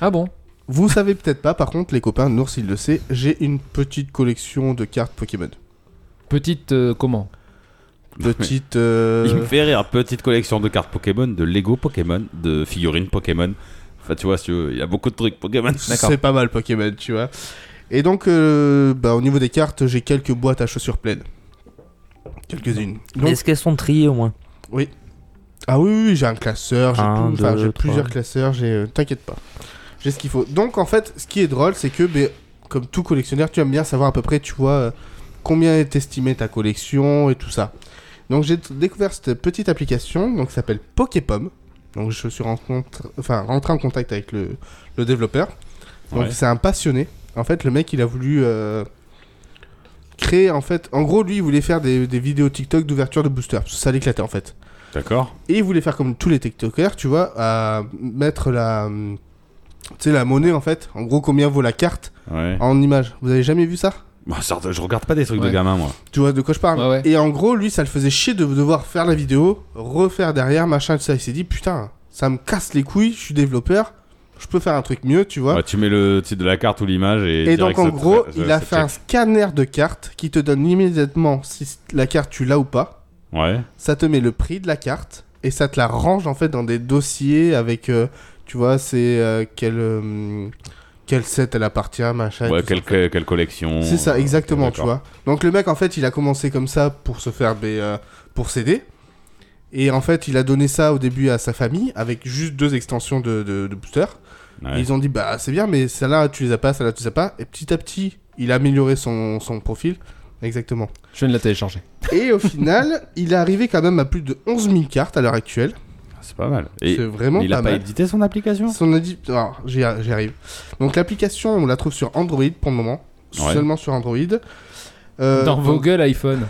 Ah bon
Vous savez peut-être pas, par contre, les copains, Nours il le sait, j'ai une petite collection de cartes Pokémon.
Petite euh, comment
Petite. euh,
Il me fait rire. Petite collection de cartes Pokémon, de Lego Pokémon, de figurines Pokémon. Enfin, tu vois, si tu veux, il y a beaucoup de trucs Pokémon.
C'est pas mal Pokémon, tu vois. Et donc, euh, bah, au niveau des cartes, j'ai quelques boîtes à chaussures pleines. Quelques-unes. Donc,
Est-ce qu'elles sont triées au moins
ah oui, oui, oui, j'ai un classeur, j'ai
Un,
tout, enfin,
deux,
j'ai
trois.
plusieurs classeurs, j'ai. euh, T'inquiète pas. J'ai ce qu'il faut. Donc, en fait, ce qui est drôle, c'est que, ben, comme tout collectionneur, tu aimes bien savoir à peu près, tu vois, euh, combien est estimée ta collection et tout ça. Donc, j'ai t- découvert cette petite application donc, qui s'appelle Poképom. Donc, je suis rencontre... enfin, rentré en contact avec le, le développeur. Donc,
Ouais.
c'est un passionné. En fait, le mec, il a voulu. euh, Créer en fait, en gros, lui il voulait faire des, des vidéos TikTok d'ouverture de booster parce que ça l'éclatait en fait.
D'accord.
Et il voulait faire comme tous les TikTokers, tu vois, à mettre la, hum, tu sais, la monnaie en fait. En gros, combien vaut la carte
Ouais.
en image. Vous avez jamais vu ça
Bah, certes, je regarde pas des trucs de
Ouais.
gamin, moi.
Tu vois de quoi je parle
Ouais, ouais.
Et en gros, lui, ça le faisait chier de devoir faire la vidéo, refaire derrière, machin, tout ça. Il s'est dit, putain, ça me casse les couilles, je suis développeur, je peux faire un truc mieux, tu vois.
Ouais, tu mets le titre de la carte ou l'image et.
Et
direct,
donc en
ça-
gros,
ça-
il
ça
a fait un
check.
scanner de carte qui te donne immédiatement si la carte tu l'as ou pas.
Ouais.
ça te met le prix de la carte et ça te la range en fait dans des dossiers avec, euh, tu vois, c'est euh, quel, euh, quel set elle appartient, machin. et
Ouais,
tout
quelle,
ça, en fait.
quelle collection.
C'est ça,
euh,
exactement, tu
d'accord.
vois. Donc le mec, en fait, il a commencé comme ça pour se faire, des, euh, pour s'aider. Et en fait, il a donné ça au début à sa famille avec juste deux extensions de, de, de booster.
Ouais.
Et ils ont dit, bah c'est bien, mais celle-là, tu les as pas, celle-là, tu les as pas. Et petit à petit, il a amélioré son, son profil. Exactement.
Je viens de la télécharger.
Et au final, il est arrivé quand même à plus de 11 000 cartes à l'heure actuelle.
C'est pas mal. Et
C'est vraiment
il
pas
a pas
mal.
édité son application
Si on a dit... Alors, j'y arri- j'y arrive. Donc l'application, on la trouve sur Android pour le moment.
Ouais.
Seulement sur Android. Euh,
Dans vos
donc-
gueules iPhone.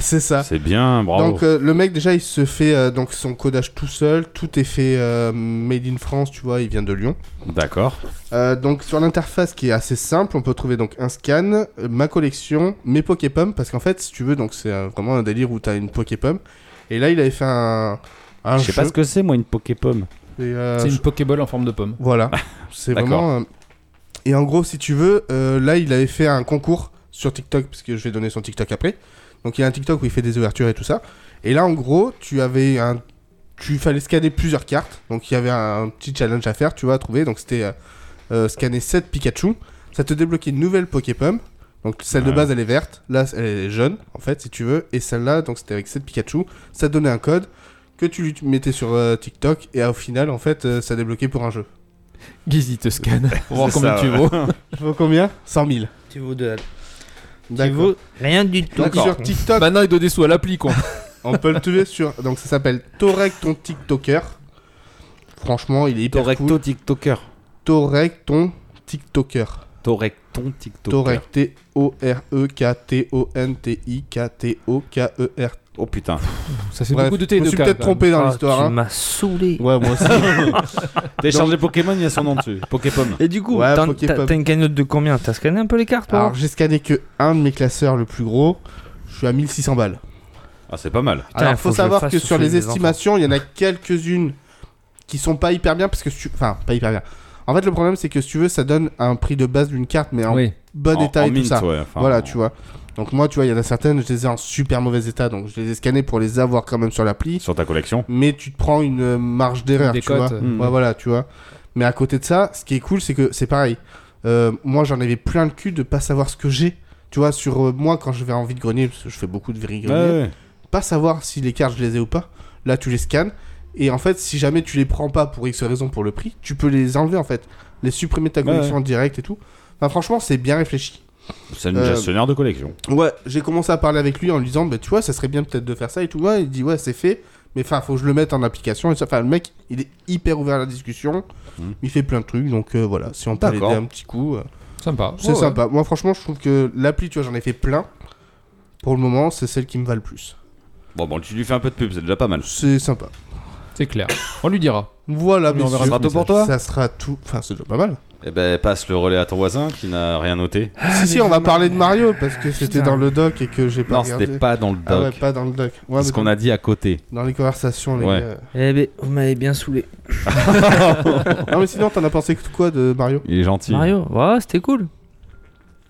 C'est ça.
C'est bien, bravo.
Donc euh, le mec déjà il se fait euh, donc son codage tout seul, tout est fait euh, made in France, tu vois, il vient de Lyon.
D'accord.
Euh, donc sur l'interface qui est assez simple, on peut trouver donc un scan, euh, ma collection, mes Poképom, parce qu'en fait si tu veux donc c'est euh, vraiment un délire où t'as une Poképom. Et là il avait fait un, un
Je sais
jeu.
pas ce que c'est, moi, une Poképom.
Et, euh,
C'est
je-
une Pokéball en forme de pomme.
Voilà, c'est
Ah, D'accord.
vraiment. euh, Et en gros si tu veux, euh, là il avait fait un concours sur TikTok, parce que je vais donner son TikTok après. Donc il y a un TikTok où il fait des ouvertures et tout ça. Et là en gros tu avais un tu fallait scanner plusieurs cartes. Donc il y avait un petit challenge à faire, tu vois, à trouver. Donc c'était euh, euh, scanner 7 Pikachu. Ça te débloquait une nouvelle Poképom. Donc celle de
Ouais.
base elle est verte, là elle est jaune en fait si tu veux. Et celle-là, donc c'était avec 7 Pikachu. Ça te donnait un code que tu lui mettais sur euh, TikTok et euh, au final en fait euh, ça débloquait pour un jeu.
Guizy te scanne pour voir
C'est
combien
ça,
tu vaux.
Je vaux combien 100 000.
Tu vaux de la... Tu
D'accord.
vaux rien du tout.
Donc sur TikTok,
Maintenant, Bah, il donne des sous à l'appli, quoi.
on peut le trouver sur. Donc ça s'appelle Torek ton TikToker. Franchement, il est hyper
Torecto
cool.
TikToker.
Torek ton TikToker.
Torecton TikToker.
Torek, E T-O-R-E-K-T-O-N-T-I-K-T-O-K-E-R.
Oh putain.
Ça
E
fait
Bref,
beaucoup de T et
je me
de
suis
K,
peut-être
quand
trompé dans
Ah,
l'histoire.
Tu
hein.
m'as saoulé.
Ouais, moi aussi.
Télécharger Pokémon, il y a son nom dessus. Poképom.
Et du coup,
Ouais,
t'en-
Poképop.
t'as t'as une cagnotte de combien T'as scanné un peu les cartes toi
Alors, j'ai scanné que un de mes classeurs le plus gros. Je suis à 1600 balles.
Ah, c'est pas mal.
Alors,
faut
faut,
que je
savoir
fasse
que
ce
sur
film
les
des enfants.
estimations, il y en a quelques-unes qui sont pas hyper bien parce que si tu... enfin pas hyper bien. En fait, le problème c'est que si tu veux, ça donne un prix de base d'une carte, mais en
Oui.
bon
En-
état
en
et
mint,
tout ça.
ouais, enfin,
voilà,
en-
tu vois. Donc moi, tu vois, il y en a certaines, je les ai en super mauvais état, donc je les ai scannées pour les avoir quand même sur l'appli.
Sur ta collection.
Mais tu te prends une euh, marge d'erreur,
Des
tu vois.
cotes. euh,
Mm.
Ouais, voilà, tu vois. Mais à côté de ça, ce qui est cool, c'est que c'est pareil. Euh, moi, j'en avais plein le cul de pas savoir ce que j'ai. Tu vois, sur euh, moi, quand je vais en vide grenier, parce que je fais beaucoup de vide
Ouais, ouais.
pas savoir si les cartes je les ai ou pas. Là, tu les scannes. Et en fait, si jamais tu les prends pas pour X raison pour le prix, tu peux les enlever en fait. Les supprimer de ta
Ouais,
collection en direct et tout. Enfin, franchement, c'est bien réfléchi.
C'est une
Euh,
gestionnaire de collection.
Ouais, j'ai commencé à parler avec lui en lui disant, bah, tu vois, ça serait bien peut-être de faire ça et tout. Ouais, il dit, ouais, c'est fait. Mais enfin, faut que je le mette en application. Et ça. Enfin, le mec, il est hyper ouvert à la discussion.
Mhm.
Il fait plein de trucs. Donc euh, voilà, si on peut l'aider
D'accord.
un petit coup, euh,
Sympa.
c'est
Ouais, ouais.
sympa. Moi, franchement, je trouve que l'appli, tu vois, j'en ai fait plein. Pour le moment, c'est celle qui me va le plus.
Bon, bon, tu lui fais un peu de pub, c'est déjà pas mal.
C'est sympa.
C'est clair. On lui dira.
Ah,
Voilà,
Mais on verra
messieurs.
ce message.
Ça sera tout. Enfin, c'est déjà pas mal.
Eh ben, passe le relais à ton voisin qui n'a rien noté.
si, si, on va parler de Mario parce que c'était dans le doc et que j'ai pas
Non,
regardé.
c'était pas dans le doc.
bah, Ah ouais, pas dans le doc. Ouais,
C'est ce
mais
qu'on a dit à côté.
Dans les conversations, les
Ouais.
gars.
Eh ben, vous m'avez bien saoulé.
Non, mais sinon, t'en as pensé que- quoi de Mario
Il est gentil.
Mario, ouais, c'était cool.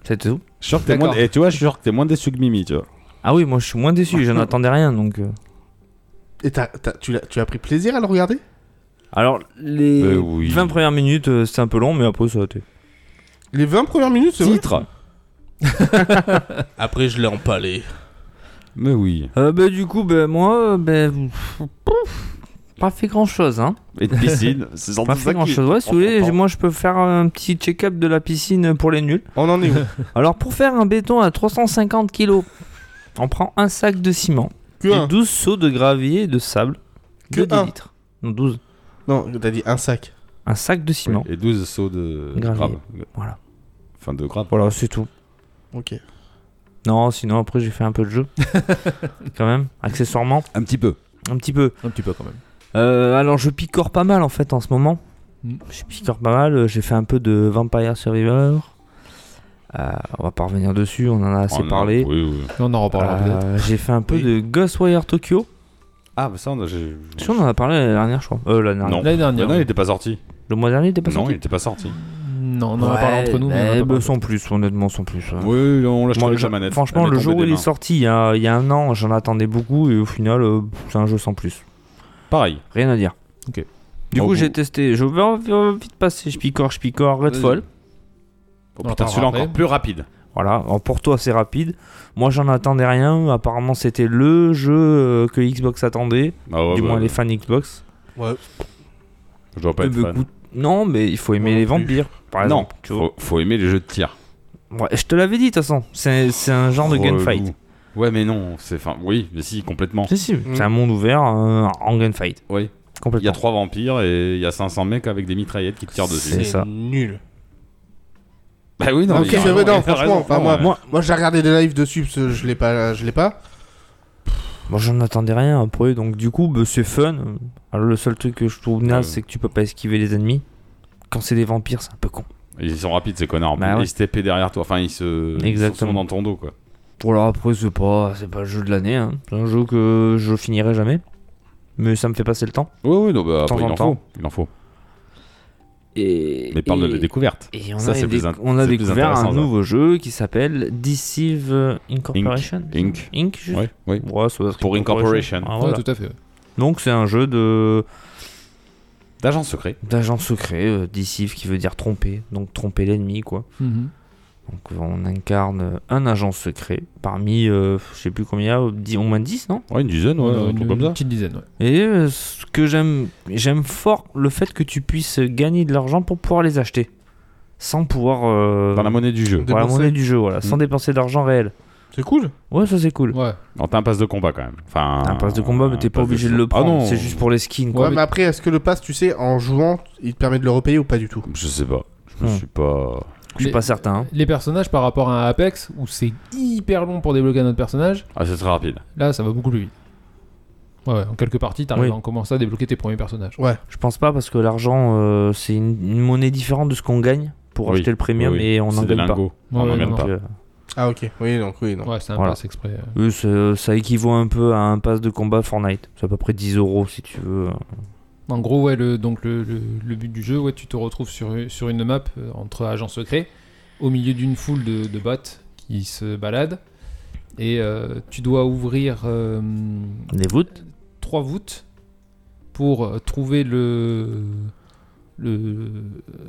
C'était tout.
Je suis sûr que t'es
D'accord.
moins... Et tu vois, je suis sûr que t'es moins déçu que Mimi, tu vois.
Ah oui, moi je suis moins déçu, j'en attendais rien donc. euh.
Et t'as- t'as- tu, l'as- tu as pris plaisir à le regarder
Alors, les
Bah
Ben oui.
20 premières minutes, euh, c'était un peu long, mais après ça a été.
Les 20 premières minutes, c'est vrai
Titre
Après, je l'ai empalé.
Mais oui.
Euh, ben, du coup, ben, moi, euh, ben. pouf, pas fait grand chose, hein.
Et de piscine, c'est sans
Pas
doute
fait
ça
grand
qui-
chose. Ouais, si vous voulez, j'ai- moi je peux faire un petit check-up de la piscine pour les nuls.
On en est où
Alors, pour faire un béton à 350 kg, on prend un sac de ciment
Que
et
un.
12 seaux de gravier et de sable
Que
de 10
un.
litres. Non, 12.
Non, t'as dit un sac.
Un sac de
Oui,
ciment.
Et 12 sauts de
Gravier.
grave.
Voilà.
Enfin, de grave.
Voilà, c'est tout.
Ok.
Non, sinon après j'ai fait un peu de jeu. quand même, accessoirement,
Un petit peu.
un petit peu.
Un petit peu quand même.
Euh, alors je picore pas mal en fait en ce moment.
Mm.
Je picore pas mal, euh, j'ai fait un peu de Vampire Survivor. Euh, on va pas revenir dessus, on en a assez
Oh, non.
parlé.
Oui, oui.
On en reparlera peut-être.
Euh, j'ai fait un peu
Oui.
de Ghostwire Tokyo.
Ah, bah ça, on a... j'ai-
Si on en a parlé l'année dernière, je crois. Euh, l'année dernière.
Non.
L'année
Mais
dernière.
non, il était pas sorti.
Le mois dernier, il était pas
non,
sorti.
il était pas sorti.
Non, on en a parlé entre nous. mais on en a
Eh
pas
ben,
parlé.
sans plus, honnêtement, sans plus. ouais.
Oui, on lâche
Moi,
la
je-
manette.
Franchement,
Elle
le
est tombée
jour où
des
il est
mains.
sorti, il y a, il y a un an, j'en attendais beaucoup et au final, euh, pff, c'est un jeu sans plus.
Pareil.
Rien à dire.
Ok.
Du
Au
coup,
bout-
j'ai testé. Je vais en- en- vite passer. Je picore, je picore. Redfall.
Oh,
On en
putain, celui-là
parlera
encore
après.
plus rapide.
Voilà. En porto assez rapide. Moi, j'en attendais rien. Apparemment, c'était le jeu euh, que Xbox attendait.
Ah ouais,
du
bah,
moins, les fans Xbox.
Ouais.
Je dois pas
Eh
être
ben,
fan.
écoute, Non, mais il faut aimer
Moi
les
non plus.
vampires, par
non,
exemple. tu vois.
faut, faut aimer les jeux de tir.
Ouais, je te l'avais dit, de toute façon. C'est c'est un genre de
Relou.
gunfight.
Ouais, mais non, c'est enfin oui, mais si complètement.
Si, si,
Mm.
c'est un monde ouvert euh, en gunfight.
Mm. Oui. Il y
Complètement.
a trois vampires et il y a 500 mecs avec des mitraillettes qui te tirent dessus.
C'est ça.
nul.
Bah oui, non,
Ok,
mais il a
mais
raison,
non,
il a
franchement,
raison,
enfin,
non,
moi-
ouais.
Moi,
Moi j'ai regardé des lives dessus parce que je l'ai pas, je l'ai pas.
moi, j'en attendais rien après, donc du coup, bah, c'est fun. Alors, le seul truc que je trouve naze,
Ouais.
c'est que tu peux pas esquiver les ennemis. Quand c'est des vampires, c'est un peu con.
Ils sont rapides ces connards.
Bah ouais.
Ils se tapaient derrière toi. Enfin, ils se ils
Exactement.
sont dans ton dos quoi.
Pour leur après, c'est pas, c'est pas le jeu de l'année. hein. C'est un jeu que je finirai jamais. Mais ça me fait passer le temps.
Oui, oui, non, bah, après,
temps
il
en
en
temps.
faut. Il en faut.
Et,
Mais parle de la
et-
découverte.
et on
Ça,
a,
c'est plus
déc-
in-
on a
c'est plus
découvert
intéressant,
un
ça.
nouveau jeu qui s'appelle Deceive Incorporation.
Inc.
Inc. juste
Oui, oui.
Ouais, ça doit être
Pour Incorporation.
Ah, voilà.
Ouais, tout à fait. ouais.
Donc c'est un jeu de
D'agent secret.
d'agent secret, euh, Deceive qui veut dire tromper, donc tromper l'ennemi quoi.
Mhm.
Donc euh, on incarne un agent secret parmi euh, je sais plus combien, euh, dix- au moins 10 non
Ouais, une dizaine, ouais, un
une,
truc comme
une
ça.
petite dizaine, ouais.
Et euh, ce que j'aime j'aime fort le fait que tu puisses gagner de l'argent pour pouvoir les acheter sans pouvoir euh,
Dans la monnaie du jeu.
De-
dans la
dépenser.
monnaie du jeu voilà, sans
Mm.
dépenser d'argent réel.
C'est cool.
Ouais, ça c'est cool.
Ouais.
Non, t'as un pass de combat quand même. Enfin,
Un pass de combat, mais t'es pas
pass
obligé de le
Ah
prendre.
non.
c'est juste pour les skins,
Ouais,
quoi.
mais après est-ce que le pass tu sais en jouant il te permet de le repayer ou pas du tout
Je sais pas. Je me
Hmm.
suis pas.
Je suis
Mais-
pas certain. hein.
Les personnages par rapport à un Apex, où c'est hyper long pour débloquer un autre personnage,
Ah, c'est très rapide.
là ça va beaucoup plus vite. Ouais, ouais, en quelques parties, t'arrives
Oui.
à en commencer à débloquer tes premiers personnages.
Je pense pas parce que l'argent, euh, c'est une, une monnaie différente de ce qu'on gagne pour
Oui,
acheter le premium
Oui,
et on n'en
C'est des
gagne pas.
lingots. On
Ouais,
n'en gagne
non,
Donc,
pas.
euh,
Ah ok. Oui donc oui non.
Ouais, c'est un
Voilà.
pass exprès. euh.
eux, c'est- ça équivaut un peu à un pass de combat Fortnite. C'est à peu près 10 euros si tu veux.
En gros, ouais, le, donc le, le- le but du jeu, ouais, tu te retrouves sur, sur une map euh, entre agents secrets, au milieu d'une foule de, de bots qui se baladent, et euh, tu dois ouvrir euh,
Des voûtes
trois voûtes pour euh, trouver le... le...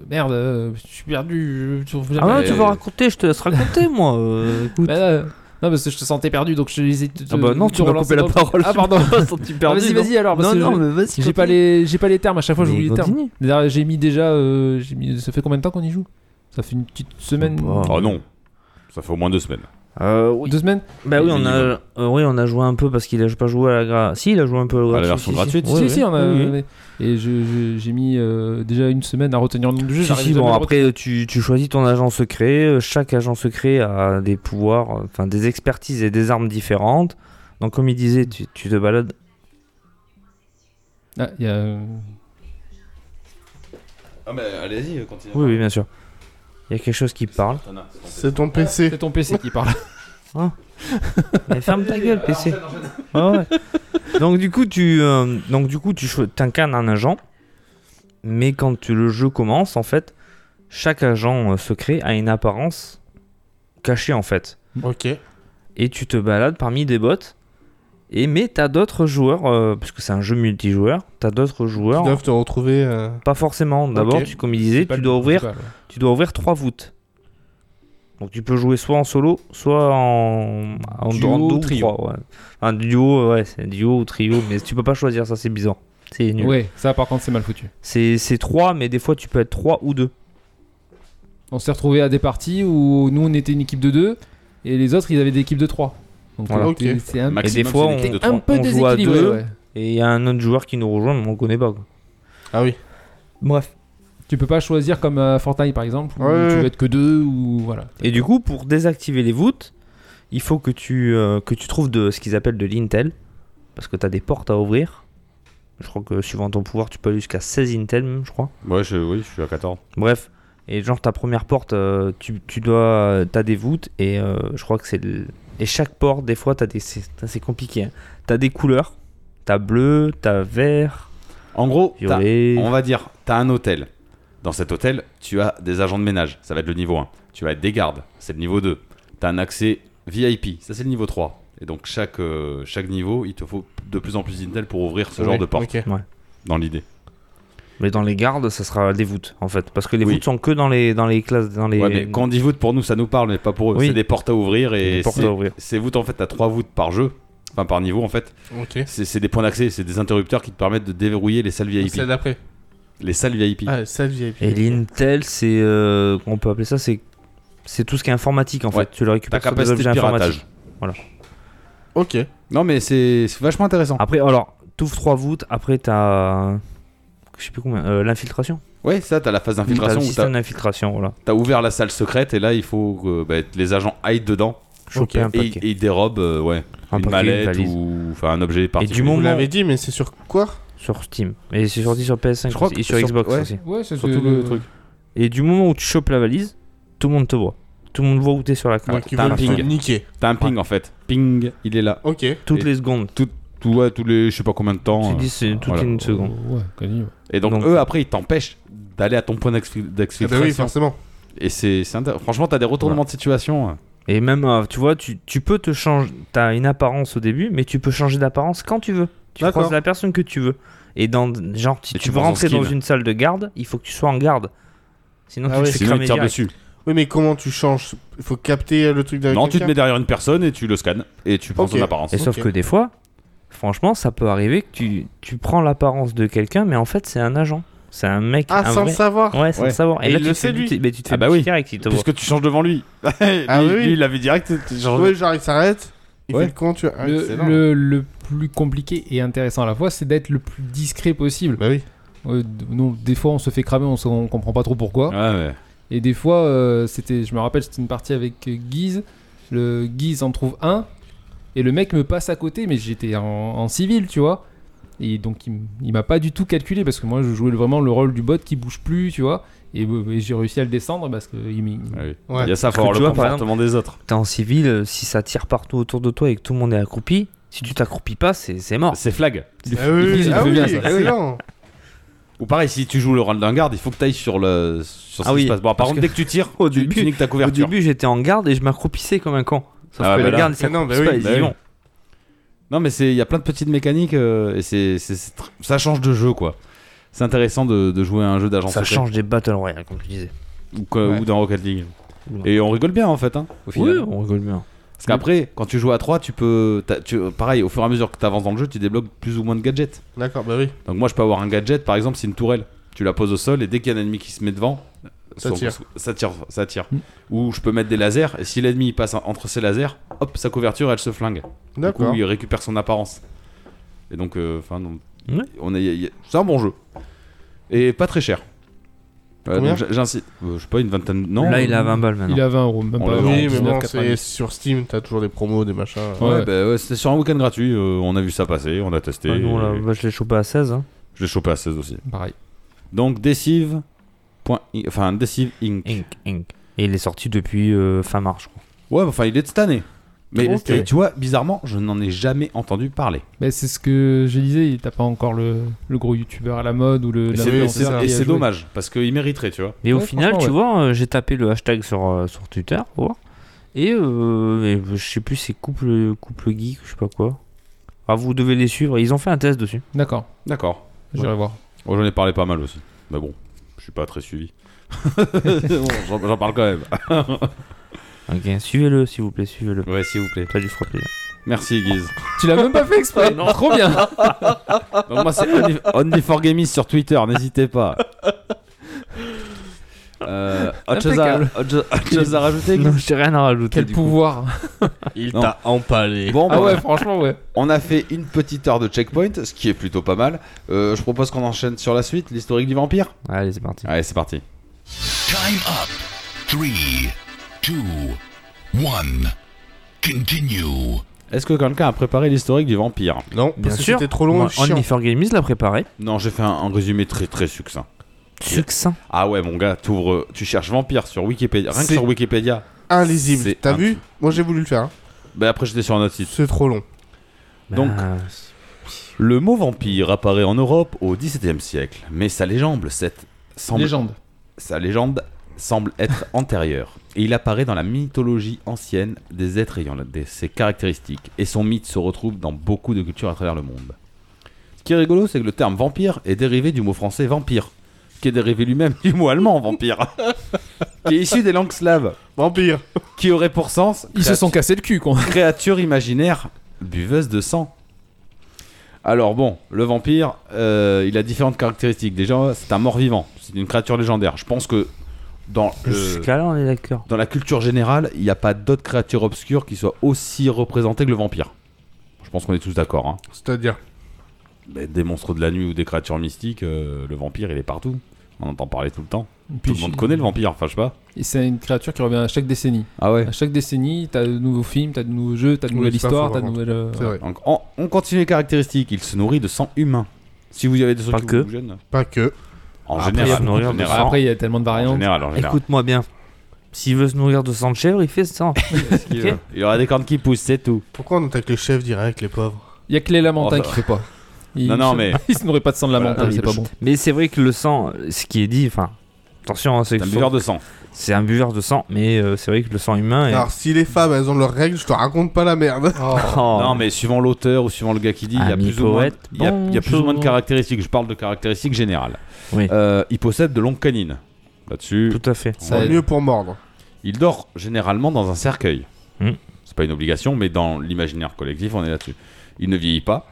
Merde, euh, je suis perdu. je- je-
Ah non, tu
euh,
veux raconter, je te laisse raconter moi. euh, écoute.
Bah, euh, non, parce que je te sentais perdu, donc je les ai...
Ah bah non, tu m'as coupé la parole.
Ah pardon.
Je me suis senti
Ah,
perdu,
vas-y,
non
vas-y alors. parce
Non,
que
non,
je-
mais vas-y.
J'ai pas, les, j'ai pas les termes, à chaque fois
Mais
j'oublie les termes.
continue.
D'ailleurs, j'ai mis déjà. euh, j'ai mis, ça fait combien de temps qu'on y joue Ça fait une petite semaine. Oh,
Oh,
Oh non. Ça fait au moins deux semaines.
Euh, oui.
Deux semaines
Bah oui, on a,
Minimum.
euh, oui, on a joué un peu parce qu'il a pas joué à la gra... Si, il a joué un peu à la,
À la version
gratuite, si,
gratuite,
si.
Si,
Ouais,
si,
ouais.
on a.
Oui, oui.
Et je- je- j'ai mis euh, déjà une semaine à retenir le nom du jeu.
Si,
j'arrive
si,
jamais
bon,
à le
après, tu, tu choisis ton agent secret. Euh, Chaque agent secret a des pouvoirs, euh, enfin des expertises et des armes différentes. Donc, comme il disait, tu, tu te balades.
retenir. Ah, il y a, euh,
Ah, mais allez-y, continue.
Oui, oui, bien sûr. Il y a quelque chose qui parle.
C'est ton PC.
C'est ton PC qui parle.
Mais ferme ta
Ah,
gueule, PC. Ouais, ouais. donc, du coup, tu, euh, donc, du coup, tu cho- t'incarnes un agent. Mais quand tu- le jeu commence, en fait, chaque agent euh, secret a une apparence cachée, en fait.
Ok.
et tu te balades parmi des bots. Et mais t'as d'autres joueurs, euh, parce que c'est un jeu multijoueur, t'as d'autres
Ils
joueurs.
doivent te retrouver. euh,
Pas forcément. D'abord,
Ok.
tu, comme il
C'est
disait,
pas
tu
le
dois, ouvrir,
principal, ouais.
tu dois ouvrir trois voûtes. Donc tu peux jouer soit en solo, soit en, en
Duo
en
ou
deux
trio.
trois, ouais. Un duo, euh, ouais, c'est un duo ou trio, mais tu peux pas choisir, ça c'est bizarre. C'est nul.
Ouais, ça par contre, c'est mal foutu.
C'est c'est trois, mais des fois tu peux être trois ou deux.
On s'est retrouvé à des parties où nous on était une équipe de deux et les autres ils avaient des équipes de trois. Donc
Voilà.
euh,
Ok.
t'es- c'est un,
Et des fois, on-
un peu
on joue à
déséquilibré.
deux.
ouais.
Et il y a un autre joueur qui nous rejoint, mais on le connaît pas. quoi.
Ah oui.
Bref.
Tu peux pas choisir comme à Fortnite par exemple où
Ouais.
tu veux être que deux ou voilà.
Et du coup, pour désactiver les voûtes, il faut que tu, euh, que tu trouves de, ce qu'ils appellent de l'intel. Parce que tu as des portes à ouvrir. Je crois que suivant ton pouvoir, tu peux aller jusqu'à 16 intel, même, je crois.
Ouais, je, oui, je suis à 14.
Bref. Et genre, ta première porte, euh, tu, tu dois. T'as des voûtes et euh, je crois que c'est. le- Et chaque porte, des fois, t'as des. C'est c'est compliqué. hein. T'as des couleurs. T'as bleu, t'as vert,
En gros, t'as-
violet.
on va dire, t'as un hôtel. Dans cet hôtel, tu as des agents de ménage. Ça va être le niveau 1. Tu vas être des gardes. C'est le niveau 2. T'as un accès VIP. Ça, c'est le niveau 3. Et donc, chaque, euh, chaque niveau, il te faut de plus en plus d'intel pour ouvrir ce genre
Oui,
de porte,
ok.
dans l'idée.
Mais dans les gardes, ça sera des voûtes, en fait. Parce que les
Oui.
voûtes sont que dans les, dans les classes. Dans les,
Ouais, mais quand on dit voûte, pour nous, ça nous parle, mais pas pour eux.
Oui.
C'est des portes à ouvrir
les
et
portes
c'est-
à ouvrir.
ces voûtes, en fait, t'as trois voûtes par jeu. Enfin, par niveau, en fait.
Ok.
C'est c'est des points d'accès, c'est des interrupteurs qui te permettent de déverrouiller les salles VIP.
Celle d'après.
Les salles VIP.
Ah, ça VIP.
Et l'Intel, c'est. euh, on peut appeler ça, c'est. C'est tout ce qui est informatique en
Ouais.
fait. Tu le
Ta
récupères sur des
capacité
objets
de
informatiques.
piratage.
Ok.
Non, mais c'est c'est vachement intéressant.
Après, alors, t'ouvres trois voûtes, après t'as. euh, Je sais plus combien. euh, l'infiltration.
Ouais, ça, t'as la phase d'infiltration
T'as le
où t'as
système d'infiltration, voilà.
t'as ouvert la salle secrète et là, il faut que bah, les agents aillent dedans
Choper
Ok.
un
et,
paquet.
et ils dérobent euh, ouais,
un
une
paquet, une
mallette
valise.
ou enfin, un objet particulier.
du
Vous
moment-
l'avez dit, mais c'est sur quoi
Sur Steam. Et c'est sorti sur PS5
Je crois que
et sur
sur-
Xbox
ouais.
aussi.
Ouais, c'est
Surtout le truc.
Et du moment où tu chopes la valise, tout le monde te voit. Tout le monde voit où t'es sur la carte.
Donc ils
Ah, t'as un
veulent
ping.
te niquer.
T'as un ping en fait. Ping, il est là.
Ok.
Toutes les secondes.
Tout, ouais, tous les je sais pas combien de temps.
Tu
euh.
dis c'est toutes
voilà.
une seconde.
Ouais, connu.
Et donc,
Donc-
eux, après, ils t'empêchent d'aller à ton point d'exfil-
Ah bah oui,
d'exfiltration.
forcément.
et c'est c'est intér- franchement, t'as des retournements de situation. euh.
Et même, euh, tu vois, tu, tu peux te changer. T'as une apparence au début, mais tu peux changer d'apparence quand tu veux. Tu
D'accord.
croises la personne que tu veux. Et dans, genre, si
Et
tu
tu
veux
penses en
rentrer dans
skin.
une salle de garde, il faut que tu sois en garde. Sinon,
Ah
tu
oui.
te fais
Sinon, ils
cramer
te tirent
direct.
dessus.
Oui, mais comment tu changes Il faut capter euh, le truc derrière
Non, tu te mets derrière une personne et tu le scannes et tu prends
Ok.
son apparence.
Et sauf
Ok.
que des fois, franchement, ça peut arriver que tu, tu prends l'apparence de quelqu'un, mais en fait, c'est un agent. C'est un mec.
Ah,
un
sans
vrai-
le savoir
Ouais, sans
Ouais.
le savoir.
Et il
là, tu
le
te fais
sait, lui.
buter- mais tu te fais
Ah bah
buter
oui.
direct, il te voit.
Puisque tu changes devant lui.
Ah
lui,
oui.
lui, il l'avait direct. tu changes-
Oui, genre il s'arrête. Il
Ouais.
fait le con, tu Ah,
Le,
excellent.
le- le plus compliqué et intéressant à la fois, c'est d'être le plus discret possible.
Bah oui.
Euh, d- nous, des fois, on se fait cramer, on, se- on comprend pas trop pourquoi.
Ouais,
Ah
ouais.
Et des fois, euh, c'était, je me rappelle, c'était une partie avec euh, Guise. Le Guise en trouve un, et le mec me passe à côté, mais j'étais en, en civil, tu vois. Et donc, il, m- il m'a pas du tout calculé parce que moi, je jouais vraiment le rôle du bot qui bouge plus, tu vois. Et, euh, et j'ai réussi à le descendre parce que il m- il-
Ah oui.
Ouais.
Il y a ça, faut
que
avoir
tu
le
vois, par
comportement des autres.
T'es en civil, euh, si ça tire partout autour de toi et que tout le monde est accroupi, si tu t'accroupis pas, c'est c'est mort.
C'est flag.
Ah oui,
il
ah
fait
oui,
bien, ça.
excellent.
Ou pareil, si tu joues le rôle d'un garde, il faut que tu ailles sur le sur ce
Ah
qui
oui,
se passe. Bon, par
parce
contre,
que-
dès que tu tires,
Au
tu,
début-
tu niques ta
Au
couverture.
début, j'étais en garde et je m'accroupissais comme un con. Sauf
Ah
que
bah
les
là.
gardes, ils
Mais non,
s'accroupissent
bah
pas,
oui,
ils
bah
y
oui.
vont.
Non, mais c'est il y a plein de petites mécaniques euh, et c'est c'est- c'est tr- ça change de jeu quoi. C'est intéressant de, de jouer à un jeu d'agent
Ça
secret.
change des Battle Royale, comme tu disais.
ou, quoi-
Ouais.
ou dans Rocket League.
Ouais.
Et on rigole bien en fait, hein, au final.
Oui, on rigole bien.
Parce qu'après, quand tu joues à 3, tu peux. t'as- tu- pareil, au fur et à mesure que tu avances dans le jeu, tu débloques plus ou moins de gadgets.
D'accord, bah oui.
Donc moi, je peux avoir un gadget, par exemple, c'est une tourelle. Tu la poses au sol et dès qu'il y a un ennemi qui se met devant,
Ça
son-
tire.
Ça tire, ça tire.
Mm.
Ou je peux mettre des lasers et si l'ennemi il passe entre ces lasers, hop, sa couverture elle se flingue. Du coup,
D'accord.
il récupère son apparence. Et donc, euh, enfin, non.
Ouais.
on a, y a- y a- c'est un bon jeu et pas très cher. Ouais,
Combien
donc, j'- j'insiste, euh, je sais pas une vingtaine. Non,
Là, il a 20 balles maintenant.
il a 20 euros, même
On
pas.
l'a
Bah Oui, mais bon,
19,90.
c'est sur Steam, t'as toujours des promos, des machins.
Ouais,
Ouais.
bah, ouais, c'était sur un week-end gratuit. euh, on a vu ça passer, on a testé.
Ah, nous, on l'a-
et
bah, je l'ai chopé à 16. hein.
Je l'ai chopé à 16 aussi.
Pareil.
Donc Deceive. point i- Enfin, Deceive Inc.
Inc, Inc. Et il est sorti depuis euh, fin mars, je crois.
Ouais, mais enfin, il est de cette année. Mais
Ok.
et tu vois, bizarrement, je n'en ai jamais entendu parler.
Mais Bah, c'est ce que je disais, il- t'as pas encore le, le gros youtubeur à la mode ou le.
Et
oui,
c'est-
c'est ça.
c'est- et
Il a
c'est
joué.
dommage, parce qu'il mériterait, tu vois.
Mais au
Ouais,
final, tu
franchement,
vois, euh, j'ai tapé le hashtag sur, euh, sur Twitter, pour voir. Et, euh, et, euh, je sais plus, c'est couple, couple geek, je sais pas quoi. Ah, vous devez les suivre. Ils ont fait un test dessus.
D'accord,
D'accord.
j'irai voir.
Oh, J'en ai parlé pas mal aussi. Mais bon, je suis pas très suivi. Bon, J'en j'en parle quand même.
Ok, suivez-le, s'il vous plaît, suivez-le.
Ouais, s'il vous plaît.
Ça lui fera plaisir.
Merci, Guise.
Tu l'as même pas fait
Ah
exprès Trop bien
Donc, moi, c'est Only- only for gamies sur Twitter, n'hésitez pas. Euh, autre, chose à,
Impeccable.
autre chose- autre chose à rajouter
Non,
Guise
j'ai rien à rajouter.
Quel
du coup.
pouvoir
Il
Non. t'a
empalé.
Bon,
Ah
bah,
ouais, franchement, ouais.
on a fait une petite heure de checkpoint, ce qui est plutôt pas mal. Euh, je propose qu'on enchaîne sur la suite, l'historique du vampire.
Allez, c'est parti.
Allez, c'est parti.
Time up. Three, two, one. Continue.
Est-ce que quelqu'un a préparé l'historique du vampire
Non,
Bien
parce que
sûr.
c'était trop long
Moi,
et chiant.
Only for Gamers l'a préparé.
Non, j'ai fait un, un résumé très très succinct.
Succinct.
Ah ouais, mon gars, t'ouvres, euh, tu cherches vampire sur Wikipédia. Rien que
C'est-
sur Wikipédia.
Inlisible.
C'est
T'as
un-
vu Moi j'ai voulu le faire. hein.
Bah après, j'étais sur un autre site.
C'est trop long.
Donc,
Bah,
Le mot vampire apparaît en Europe au XVIIe siècle, mais sa légende, cette, semble,
Légende.
sa légende semble être antérieure. Et il apparaît dans la mythologie ancienne des êtres ayant la- des- ces caractéristiques, et son mythe se retrouve dans beaucoup de cultures à travers le monde. Ce qui est rigolo, c'est que le terme vampire est dérivé du mot français vampire, qui est dérivé lui-même du mot allemand vampire, qui est issu des langues slaves,
Vampire.
qui aurait pour sens
Ils se sont cassés le cul, quoi.
créature imaginaire buveuse de sang. Alors bon, le vampire, euh, il a différentes caractéristiques. Déjà, c'est un mort-vivant. C'est une créature légendaire. Je pense que dans le-
euh,
Jusqu'à là, on est d'accord.
dans la culture générale, il n'y a pas d'autres créatures obscures qui soient aussi représentées que le vampire. Je pense qu'on est tous d'accord. hein.
C'est-à-dire
Mais Des monstres de la nuit ou des créatures mystiques, euh, le vampire, il est partout. On entend parler tout le temps.
Puis-
tout le monde connaît le vampire, enfin je sais pas.
Et c'est une créature qui revient à chaque décennie.
Ah ouais.
À chaque décennie, t'as de nouveaux films, t'as de nouveaux jeux, t'as de
Oui,
nouvelles
c'est pas
histoires,
faux,
t'as
par
de
contre.
nouvelles. euh,
C'est vrai.
Donc on, on continue les caractéristiques. Il se nourrit de sang humain. Si vous y avez des
Pas
autres
que.
qui vous gênent.
Pas que.
En
Après, il
général,
se nourrit de
en
Après,
général,
sang.
après, il y a tellement de
en
variantes.
général, en général.
Écoute-moi bien. S'il veut se nourrir de sang de chèvre, il fait ça.
Il y a- Il y aura des cornes qui poussent, c'est tout.
Pourquoi on attaque les chefs direct, les pauvres
Il y a que les lamentins
Oh, ça
hein, qui fait pas. Il-
Non, non, mais-
il se nourrit pas de sang de lamentin,
Voilà,
c'est pas
je-
bon.
Mais c'est vrai que le sang, ce qui est dit, enfin, attention, hein, c'est
C'est un buveur de sang.
c'est un buveur de sang, mais euh, c'est vrai que le sang humain est.
Ah.
Alors, si les femmes, elles ont leurs règles, je te raconte pas la merde.
Oh.
Non, mais suivant l'auteur ou suivant le gars qui dit, il y a
Ami
plus ou moins,
poète,
il y a- il y a plus ou moins de
bonjour.
caractéristiques. Je parle de caractéristiques générales.
Oui.
Euh, il possède de longues canines. Là-dessus,
Tout à fait.
Ça
C'est
aide.
mieux pour mordre.
il dort généralement dans un cercueil.
Hmm.
C'est pas une obligation, mais dans l'imaginaire collectif, on est là-dessus. Il ne vieillit pas,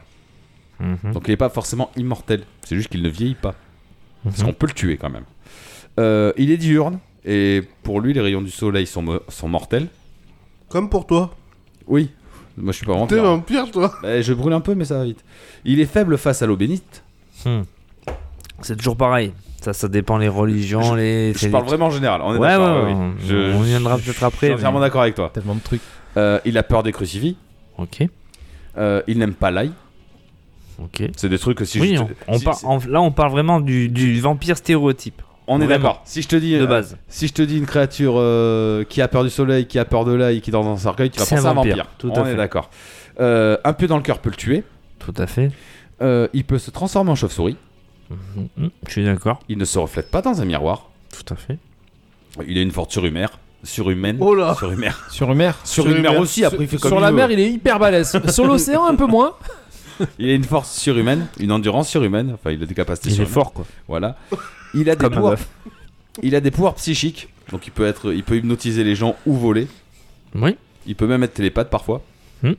Mhm.
donc il n'est pas forcément immortel. C'est juste qu'il ne vieillit pas. Parce
Mhm.
qu'on peut le tuer quand même. Euh, il est diurne, et pour lui, les rayons du soleil sont, mo- sont mortels.
Comme pour toi.
Oui, moi je suis pas
T'es
vampire.
vampire, toi.
Bah, je brûle un peu, mais ça va vite. Il est faible face à l'eau bénite.
Hmm. C'est toujours pareil. Ça, ça dépend les religions, les.
Je
c'est-
parle vraiment en général. On est
Ouais,
d'accord,
ouais,
oui.
on-
Je-
on reviendra
je-
peut-être
Je
après,
suis entièrement
mais-
d'accord avec toi.
Tellement de trucs.
Euh, il a peur des crucifix.
Ok,
Euh, il n'aime pas l'ail.
ok.
C'est des trucs que si
Oui,
je.
on, on
si-
par-
si-
on- là on parle vraiment du, du vampire stéréotype
on est
vraiment.
d'accord. Si je te dis.
de
euh,
base.
Si je te dis une créature euh, qui a peur du soleil, qui a peur de l'ail, qui dort dans un cercueil, tu vas
C'est
penser
un
à un vampire.
vampire, tout à
on est
fait.
d'accord. Euh, un pieu dans le cœur peut le tuer.
Tout à fait.
Euh, il peut se transformer en chauve-souris.
Mhm, mhm, Je suis d'accord.
Il ne se reflète pas dans un miroir.
Tout à fait.
Il a une force surhumaine. Surhumaine.
Oh là.
Surhumaine.
Sur une mer.
Sur une mer aussi, après il fait comme
Sur
il
la
veut.
mer, il est hyper balèze. Sur l'océan, un peu moins.
Il a une force surhumaine, une endurance surhumaine. Enfin, il a des capacités
Il est
surhumaines.
fort quoi.
Voilà. Il a des
Comme un
pouvoirs. Il a des pouvoirs psychiques. Donc il peut être, il peut hypnotiser les gens ou voler.
Oui.
Il peut même être télépathe parfois.
Hmm.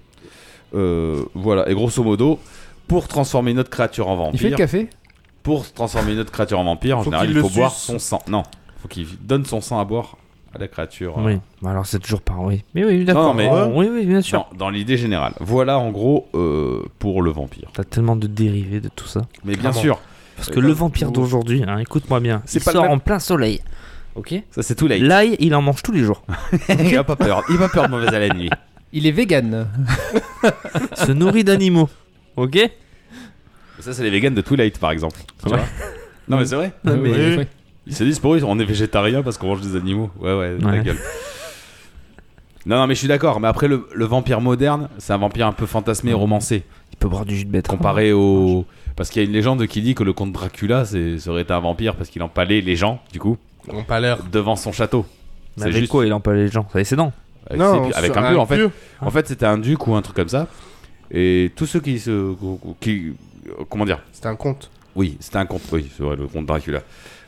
Euh, voilà. Et grosso modo, pour transformer une autre créature en
Il fait le
vampire,
café.
pour transformer une autre créature en vampire, en
Faut
général,
qu'il
il faut
le
boire
suce.
son sang. Non, faut qu'il donne son sang à boire à la créature. euh,
Oui. Bah Alors c'est toujours pareil. Oui. Mais oui, d'accord.
Non, mais-
Oh, Oui, oui, bien sûr.
dans- dans l'idée générale. Voilà en gros euh, pour le vampire.
T'as tellement de dérivés de tout ça.
Mais bien
Clairement.
sûr,
Parce
Et
que le
Euh, comme-
vampire d'aujourd'hui, hein, écoute-moi bien,
C'est
il
pas le
sort
même-
en plein soleil. Ok.
ça c'est tout l'ail.
L'ail, il en mange tous les jours.
il a pas peur. Il a pas peur de mauvaise haleine lui.
Il est vegan.
Se nourrit d'animaux. Ok.
Ça, c'est les vegans de Twilight, par exemple. Tu
Ouais.
vois non, Ah, mais c'est vrai.
Non,
mais-
mais- ouais.
Ils se disent pour eux, on est végétarien parce qu'on mange des animaux. Ouais, ouais, ta
Ouais.
gueule. Non, non, mais je suis d'accord. Mais après, le, le vampire moderne, c'est un vampire un peu fantasmé, romancé,
Il peut boire du jus de bête.
comparé au. Parce qu'il y a une légende qui dit que le comte Dracula c'est- serait un vampire parce qu'il empalait les gens, du coup,
On pas l'air.
devant son château.
Mais
C'est
avec
juste-
quoi il empale les gens Ça, C'est non.
Avec, ses pieux- avec un pieu, en fait. En fait, c'était un duc ou un truc comme ça. Et tous ceux qui se. Qui... Comment dire
C'est un conte.
Oui, c'était un comte, oui, c'est vrai, le comte Dracula.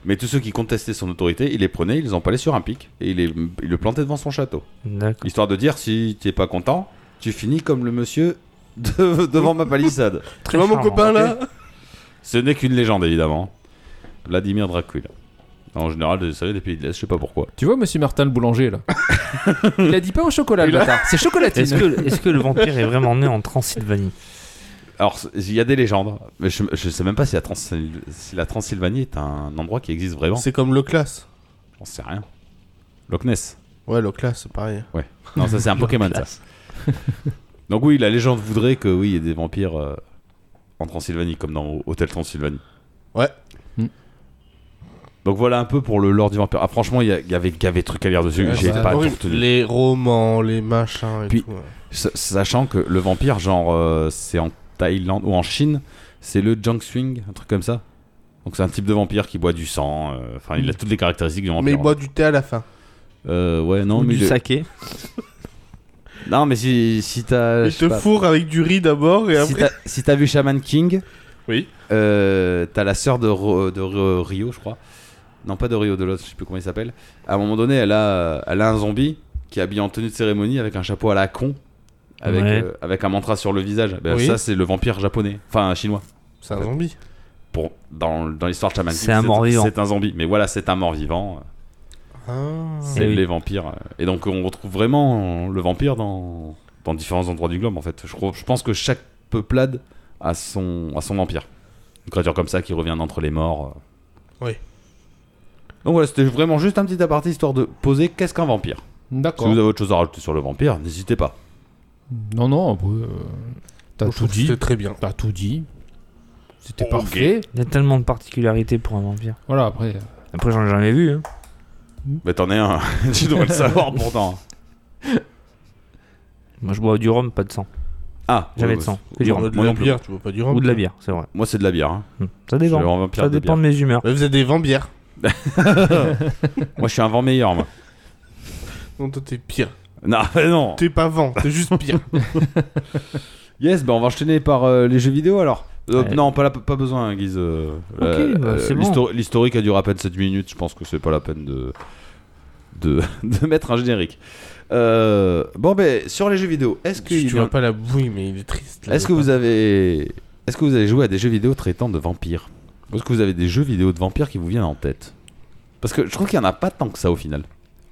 Mais tous ceux qui contestaient son autorité, il les prenait, il les empalait sur un pic et il, les- il le plantait devant son château.
D'accord.
Histoire de dire si t'es pas content, tu finis comme le monsieur de- devant ma palissade.
Tu vois mon
charmant,
copain
ok.
là
Ce n'est qu'une légende, évidemment. Vladimir Dracula. En général, ça vient des pays de l'Est, je sais pas pourquoi.
Tu vois, monsieur Martin le boulanger, là. Il a dit pas au chocolat, le bâtard. C'est chocolatine.
Ah, Est-ce que, est-ce que le vampire est vraiment né en Transylvanie
Alors, c- il y a des légendes, mais je, je sais même pas si la, Transyl- si la Transylvanie est un endroit qui existe vraiment.
C'est comme le classe.
J'en sais rien. Loch Ness.
Ouais, le classe, c'est pareil.
Non, ça c'est un Pokémon ça. Donc oui, la légende voudrait que oui, il y ait des vampires euh, en Transylvanie comme dans Hôtel Transylvanie.
Ouais.
Hmm.
Mm.
Donc voilà un peu pour le lore du vampire. Ah franchement, il y, a- il y avait gavé de trucs à lire dessus,
Ouais,
j'ai
c'est
pas tout
horrible.
retenu.
Les romans, les machins et
Puis-
tout. ouais.
Sa- Sachant que le vampire genre euh, c'est en Thaïlande ou en Chine, c'est le junk swing, un truc comme ça. Donc c'est un type de vampire qui boit du sang, euh, enfin
Hmm.
il a toutes les caractéristiques du vampire.
Mais il boit du thé à la fin.
Euh, ouais, non,
Ou
mais
du
il est-
saké
Non, mais si si t'as
Il
Euh, je sais
te
pas.
fourre avec du riz d'abord et
Si
après.
t'as si t'as vu Shaman King,
Oui.
euh, t'as la sœur de, Ro- de Ro- Rio, je crois. Non, pas de Rio, de l'autre, je sais plus comment il s'appelle. À un moment donné, elle a, elle a un zombie qui est habillé en tenue de cérémonie avec un chapeau à la con avec,
Ouais.
euh, avec un mantra sur le visage. Ben,
Oui.
Ça, c'est le vampire japonais, enfin chinois.
C'est un zombie.
Pour, dans dans l'histoire de Shaman King,
C'est un mort-vivant.
C'est un zombie. Mais voilà, c'est un mort-vivant.
Ah.
C'est
Eh oui.
les vampires. euh. Et donc, on retrouve vraiment euh, le vampire dans, dans différents endroits du globe, en fait. Je, crois- je pense que chaque peuplade a son, a son vampire. Une créature comme ça qui revient d'entre les morts. euh.
Oui.
Donc voilà, c'était vraiment juste un petit aparté histoire de poser qu'est-ce qu'un vampire. Si
D'accord.
vous avez autre chose à rajouter sur le vampire, n'hésitez pas.
Non, non, après, euh, t'as
Je
tout
trouve que
dit.
C'était très bien.
T'as tout dit. C'était
Ok.
parfait.
Il y a tellement de particularités pour un vampire.
Voilà, après. euh,
Après, j'en ai jamais vu. hein.
Mais t'en es un, tu devrais le savoir pourtant.
Moi, je bois du rhum, pas de sang.
Ah,
Jamais
ouais,
de
ouais.
sang. Que du rhum.
Moi, de
Moi
la
non plus.
bière, tu veux pas du rhum Bah,
Ou de la bière, c'est vrai.
Moi, c'est de la bière. hein.
Hmm. Ça
Je suis
dépend.
un vampire
Ça
de
dépend de mes humeurs.
Mais vous êtes des vambières.
bière. Moi, je suis un vent meilleur, moi.
Non, toi, t'es pire.
non, mais non.
T'es pas vent, t'es juste pire.
Yes, bah on va enchaîner par euh, les jeux vidéo alors. Euh,
Ouais.
Non, pas, la- pas besoin, hein, Guise. euh,
Ok, bah, c'est bon.
l'histo- L'historique a duré à peine 7 minutes, je pense que c'est pas la peine de, de, de mettre un générique. Euh, bon, ben, sur les jeux vidéo, est-ce que,
tu tu vois pas la bouille, mais il est triste. là,
est
le
que vous
pain.
avez. Est-ce que vous avez joué à des jeux vidéo traitant de vampires Ou Est-ce que vous avez des jeux vidéo de vampires qui vous viennent en tête Parce que je trouve qu'il n'y en a pas tant que ça au final.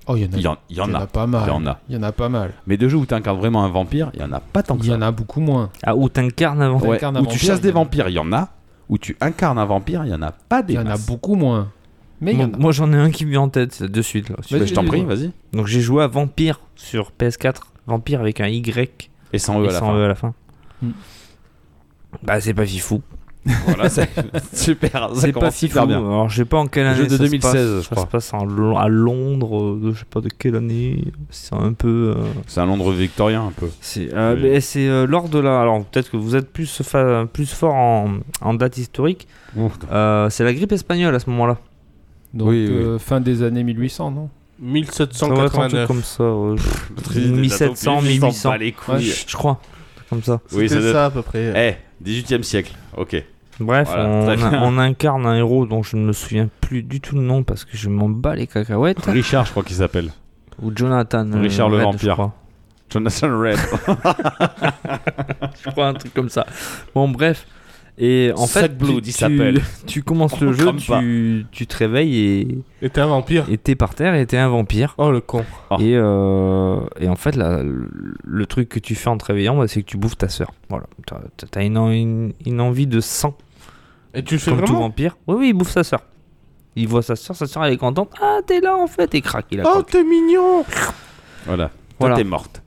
Oh, il y en a.
Il y en, il y en
il y en
a.
pas mal.
Il y en a.
Il y en a pas mal.
Mais de jeux où tu incarnes vraiment un vampire, il y en a pas tant que
Il y
ça.
en a beaucoup moins.
Ah, ou t'incarnes avant.
Ouais,
incarnes un
où tu
vampire,
chasses
il y
des
en a.
vampires, il y en a. Où tu incarnes un vampire, il y en a pas des
Il y en a
masses.
beaucoup moins. Mais il y
Moi,
en a.
moi, j'en ai un qui me vient en tête c'est de suite. Là,
Bah, je t'en prie,
vas-y.
vas-y.
Donc j'ai joué à Vampire sur PS4. Vampire avec un Y
Et sans
et
eux à la
sans
fin.
E à la fin.
Mm.
Hmm.
Bah c'est pas fifou.
Voilà, c'est super. ça
C'est pas
commence
fifou.
super bien.
Alors je sais pas en quelle
Le
année.
jeu de
ça se
2016,
passe.
je
Ça
crois.
se passe en Lo- à Londres, euh, de, je sais pas de quelle année. C'est un peu. euh,
C'est un Londres victorien un peu.
C'est euh,
Oui.
mais c'est, euh, lors de la. Alors peut-être que vous êtes plus, fa- plus fort en, en date historique. Euh, c'est la grippe espagnole à ce moment-là.
Donc,
Oui, Ah, oui.
euh, fin des années 1800, non
Ça doit être un
1789.
truc comme ça. euh, pff, 1700, 1800.
les
Ouais,
couilles.
Je crois. Comme ça.
Oui,
C'était
c'est
ça à peu près.
Eh, 18 e siècle. Ok.
Bref,
Voilà,
on,
très bien.
on incarne un héros dont je ne me souviens plus du tout le nom parce que je m'en bats les cacahuètes.
Richard, je crois qu'il s'appelle.
Ou Jonathan. euh,
Richard le
Red,
vampire.
Je crois.
Jonathan Red.
Je crois un truc comme ça. Bon, bref. Et en fait,
Sackblood,
tu,
il s'appelle.
tu- tu commences
On
le jeu,
crame pas.
tu, tu te réveilles et-
Et t'es un vampire.
et t'es par terre et t'es un vampire.
Oh le con.
Ah.
Et, euh, et en fait, la- le, le truc que tu fais en te réveillant, bah, c'est que tu bouffes ta sœur. Voilà. T'as t'as une, en- une- une envie de sang
Et tu le fais
Comme tout
vraiment
vampire. Oui, oui, il bouffe sa sœur. Il voit sa sœur, sa sœur elle est contente. Ah, t'es là en fait, et craque, il a
Oh t'es mignon.
Voilà. Toi,
Voilà.
t'es morte.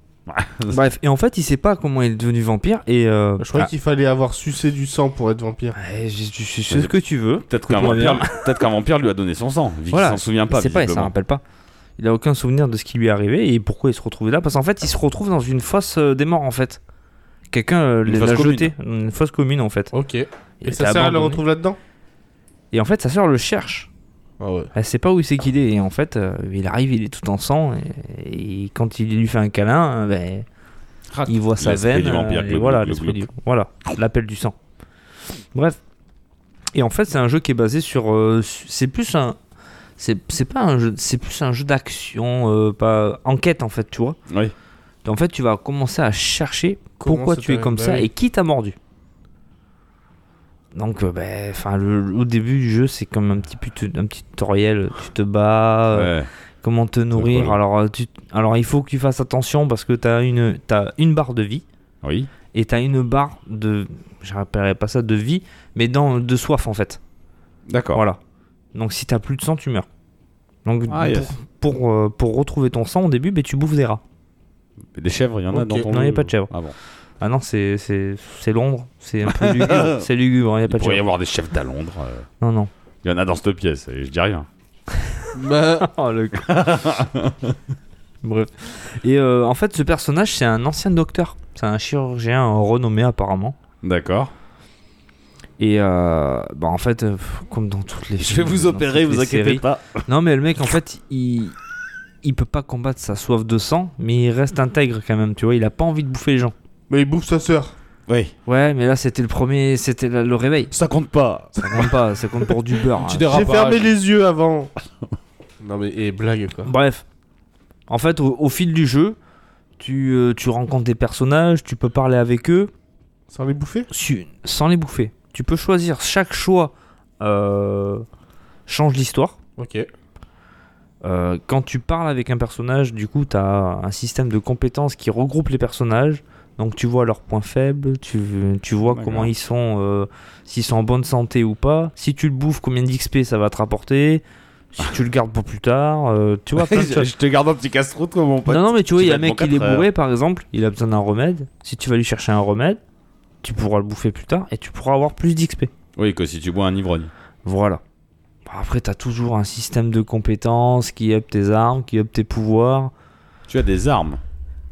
Bref, et en fait, il sait pas comment il est devenu vampire, et euh,
Je croyais
ah,
qu'il fallait avoir sucé du sang pour être vampire.
ouais, je- je- je- c'est ce que tu veux.
Peut-être qu'un
tout va
vampire,
bien.
peut-être qu'un vampire lui a donné son sang. Vu
Voilà,
qu'il s'en souvient pas.
c'est pas, il s'en
visiblement.
rappelle pas. Il a aucun souvenir de ce qui lui est arrivé et pourquoi il se retrouvait là, parce qu'en fait, il se retrouve dans une fosse euh, des morts en fait. Quelqu'un euh,
Une
l'a
fosse commune.
jeté, une fosse commune en fait.
Ok. Et,
Il était
sa sœur elle le
abandonné.
retrouve là-dedans
Et en fait, sa sœur le cherche.
Ah ouais.
Elle sait pas où c'est qu'il est. Et en fait, euh, il arrive, il est tout en sang. Et, et quand il lui fait un câlin, euh, ben,
Rac.
il voit sa
L'esprit
veine.
du vampire,
euh, et
glou,
voilà,
glou,
l'esprit
glou.
du- voilà, l'appel du sang. Bref. Et en fait, c'est un jeu qui est basé sur. euh, su- c'est plus un. C'est c'est pas un jeu. C'est plus un jeu d'action, euh, pas enquête en fait, tu vois.
Oui.
En fait, tu vas commencer à chercher pourquoi
ça
tu es
t'arrive
comme
Bah
ça
oui.
et qui t'a mordu. Donc, euh, ben, enfin, le- le- au début du jeu, c'est comme un petit, put- un petit tutoriel. Tu te bats, euh,
Ouais.
comment te nourrir.
voilà.
Alors, euh, tu- alors, il faut que tu fasses attention parce que t'as une, t'as une barre de vie
Oui.
et t'as une barre de, je rappellerai pas ça, de vie, mais dans de soif en fait.
D'accord.
Voilà. Donc, si t'as plus de sang, tu meurs. Donc,
Ah,
pour,
yes.
pour, euh, pour retrouver ton sang au début, ben, tu bouffes des rats.
Des chèvres, il y en a
Ok.
dans ton
Non,
jeu
y a pas de chèvres.
Ah bon.
Ah non, c'est c'est- c'est l'ombre, c'est un peu lugubre, c'est lugubre, il a
Il
pas de
pourrait y
chèvre.
avoir des chefs d'à Londres. euh,
Non, non.
Il y en a dans cette pièce, et je dis rien.
Bah.
Oh, le Bref. Et euh, en fait, ce personnage, c'est un ancien docteur. C'est un chirurgien euh, renommé apparemment.
D'accord.
Et euh, bah en fait, euh, pff, comme dans toutes les.
Je vais vous opérer, vous inquiétez pas.
pas. Non, mais le mec, en fait, il. Il peut pas combattre sa soif de sang, mais il
Mm.
reste intègre quand même, tu vois. Il a pas envie de bouffer les gens.
Mais il bouffe sa sœur.
Oui.
Ouais, mais là, c'était le premier. C'était la- le réveil.
Ça compte pas.
Ça compte pas, ça compte pour du beurre. hein.
J'ai fermé les yeux avant. non mais et blague quoi.
Bref. En fait, au, au fil du jeu, tu, euh, tu rencontres des personnages, tu peux parler avec eux
Sans les bouffer
su- sans les bouffer. Tu peux choisir, chaque choix euh, change l'histoire.
Ok.
Euh, quand tu parles avec un personnage, du coup, tu as un système de compétences qui regroupe les personnages. Donc tu vois leurs points faibles, tu, tu vois
D'accord.
comment ils sont, euh, s'ils sont en bonne santé ou pas. Si tu le bouffes, combien d'XP ça va te rapporter. Si tu le gardes pour plus tard, euh, tu vois. plein de
je,
choses.
je te garde un petit casse-croûte, quoi, mon pote.
non, non, mais tu vois,
tu
il y a
vas
un
être
mec
bon
qui est
quatre euh,
bourré, par exemple, il a besoin d'un remède. Si tu vas lui chercher un remède, tu pourras le bouffer plus tard et tu pourras avoir plus d'XP.
Oui, que si tu bois un ivrogne.
Voilà. Bon, Après, t'as toujours un système de compétences qui up tes armes, qui up tes pouvoirs.
Tu as des armes.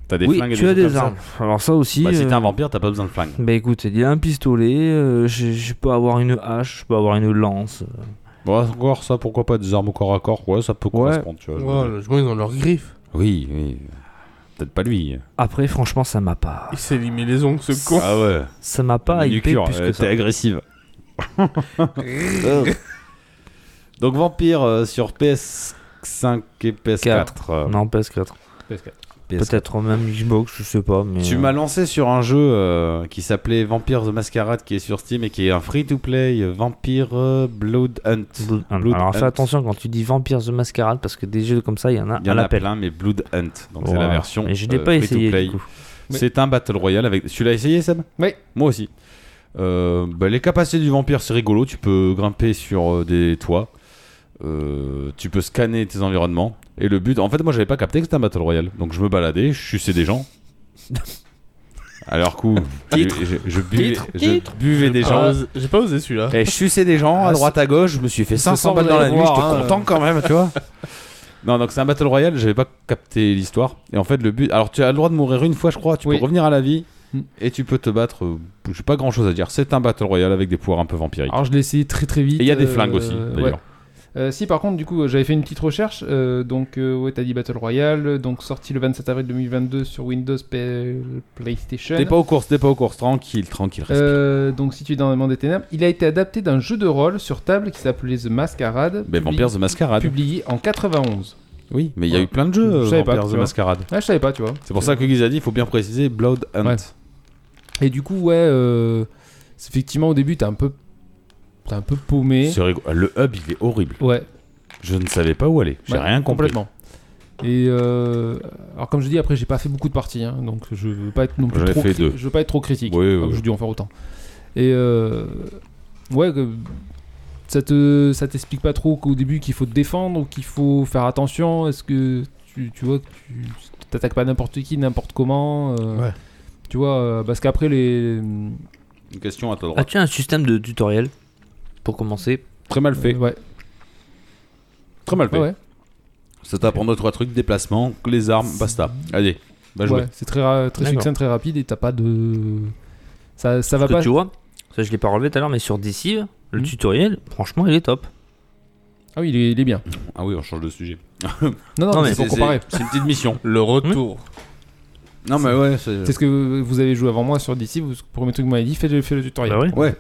T'as des
oui,
flingues et
tu as
trucs
des
comme ça.
armes. Alors ça aussi.
Bah, si
euh,
t'es un vampire, t'as pas besoin de flingues.
bah écoute, il y a un pistolet, euh, je, je peux avoir une hache, je peux avoir une lance.
Bon, encore ça, pourquoi pas des armes au corps à corps Ouais, ça peut correspondre, tu vois. je
Ouais,
veux dire.
logiquement, Oh, ils ont leurs griffes.
Oui, oui. Peut-être pas lui.
Après, franchement, ça m'a pas.
Il s'est limé les ongles, ce con.
Ah ouais.
Ça m'a pas hypé
Manucure,
plus
euh,
que ça.
t'es agressive. Donc Vampire euh, sur PS5 et PS4. euh,
Non, PS4.
PS4.
PS4.
Peut-être même Xbox, je sais pas. Mais
Tu
euh,
m'as lancé sur un jeu euh, qui s'appelait Vampire the Masquerade qui est sur Steam et qui est un free-to-play euh, Vampire euh, Blood Hunt.
Blood Hunt.
Blood
Alors fais
Hunt.
attention quand tu dis Vampire the Masquerade parce que des jeux comme ça, il y en a
Il y
à
en a
l'appel.
plein, mais Blood Hunt. Donc c'est
Voilà.
la version.
Et je l'ai
euh,
pas
free-to-play.
essayé du coup.
C'est un Battle Royale avec. Tu l'as essayé, Seb
Oui.
Moi aussi. Euh, bah, les capacités du vampire, c'est rigolo. Tu peux grimper sur euh, des toits. Euh, tu peux scanner tes environnements. Et le but. En fait, moi, j'avais pas capté que c'était un Battle Royale. Donc, je me baladais, je suçais des gens. À leur coup, je, je- je buvais,
Titre. Euh,
je buvais des
Ah,
gens.
osé- J'ai pas osé celui-là.
Et je suçais des gens à
Ah,
droite à gauche, je me suis fait
ce
500
soir,
balles
vous
dans la
allez
nuit,
voir,
j'étais
hein,
content quand même, tu vois. Non, donc c'est un battle royale, j'avais pas capté l'histoire. Et en fait, le but. Alors, tu as le droit de mourir une fois, je crois, tu
Oui.
peux revenir à la vie
Mm.
et tu peux te battre. euh, J'ai pas grand chose à dire. C'est un battle royale avec des pouvoirs un peu vampiriques.
Alors je l'ai essayé très très vite.
et il y a des
euh,
flingues aussi,
ouais.
d'ailleurs.
Euh, si par contre du coup euh, j'avais fait une petite recherche euh, donc euh, ouais t'as dit Battle Royale euh, donc sorti le 27 avril 2022 sur Windows P- PlayStation
T'es pas aux courses, t'es pas aux courses, tranquille, tranquille, respire.
Euh, donc situé dans le monde des ténèbres il a été adapté d'un jeu de rôle sur table qui s'appelait The Masquerade
Mais
publié-
Vampires de Mascarade.
publié en 91
Oui, mais il y a
Ouais.
eu plein de jeux, euh,
Je savais pas,
Vampires
tu
de
vois.
Mascarade.
ah je savais pas tu vois
C'est pour ça que Guiz a dit, il faut bien préciser Blood Hunt.
Ouais. et du coup ouais euh, c'est- effectivement au début t'es un peu t'es un peu paumé
C'est rigolo. Le hub, il est horrible.
ouais
Je ne savais pas où aller. J'ai
Ouais,
rien compris.
complètement et euh, alors comme je dis après j'ai pas fait beaucoup de parties hein, donc je veux pas être non plus
J'en ai
trop
fait
cri-
deux.
je veux pas être trop critique
Oui, oui,
Ah,
Euh,
oui.
j'ai dû en faire autant et euh, ouais que- ça te ça t'explique pas trop qu'au début qu'il faut te défendre ou qu'il faut faire attention est-ce que tu, tu vois que tu t'attaques pas n'importe qui n'importe comment euh,
Ouais.
tu vois euh, parce qu'après les
Une question à ta droite.
As-tu Ah, un système de tutoriel pour commencer
Très mal fait.
ouais,
Très mal fait.
ouais, ouais.
Ça t'apprend deux trois trucs, déplacement, les armes, basta. Allez, va jouer.
Ouais, c'est très ra- très
D'accord.
succinct très rapide et t'as pas de ça ça va
Parce que
pas
tu vois, ça je l'ai pas relevé tout à l'heure, mais sur Deceive, le
Mhm.
tutoriel, franchement, il est top.
ah oui il est, il est bien
Ah oui, on change de sujet.
non non,
Non,
mais
mais
c'est pour comparer
C'est une petite mission. Mmh.
Le retour.
Non mais ouais, c'est
C'est ce que vous avez joué avant moi sur DC, vous, le premier truc que vous m'avez dit, fais le, fais le tutoriel.
Bah oui.
Ouais.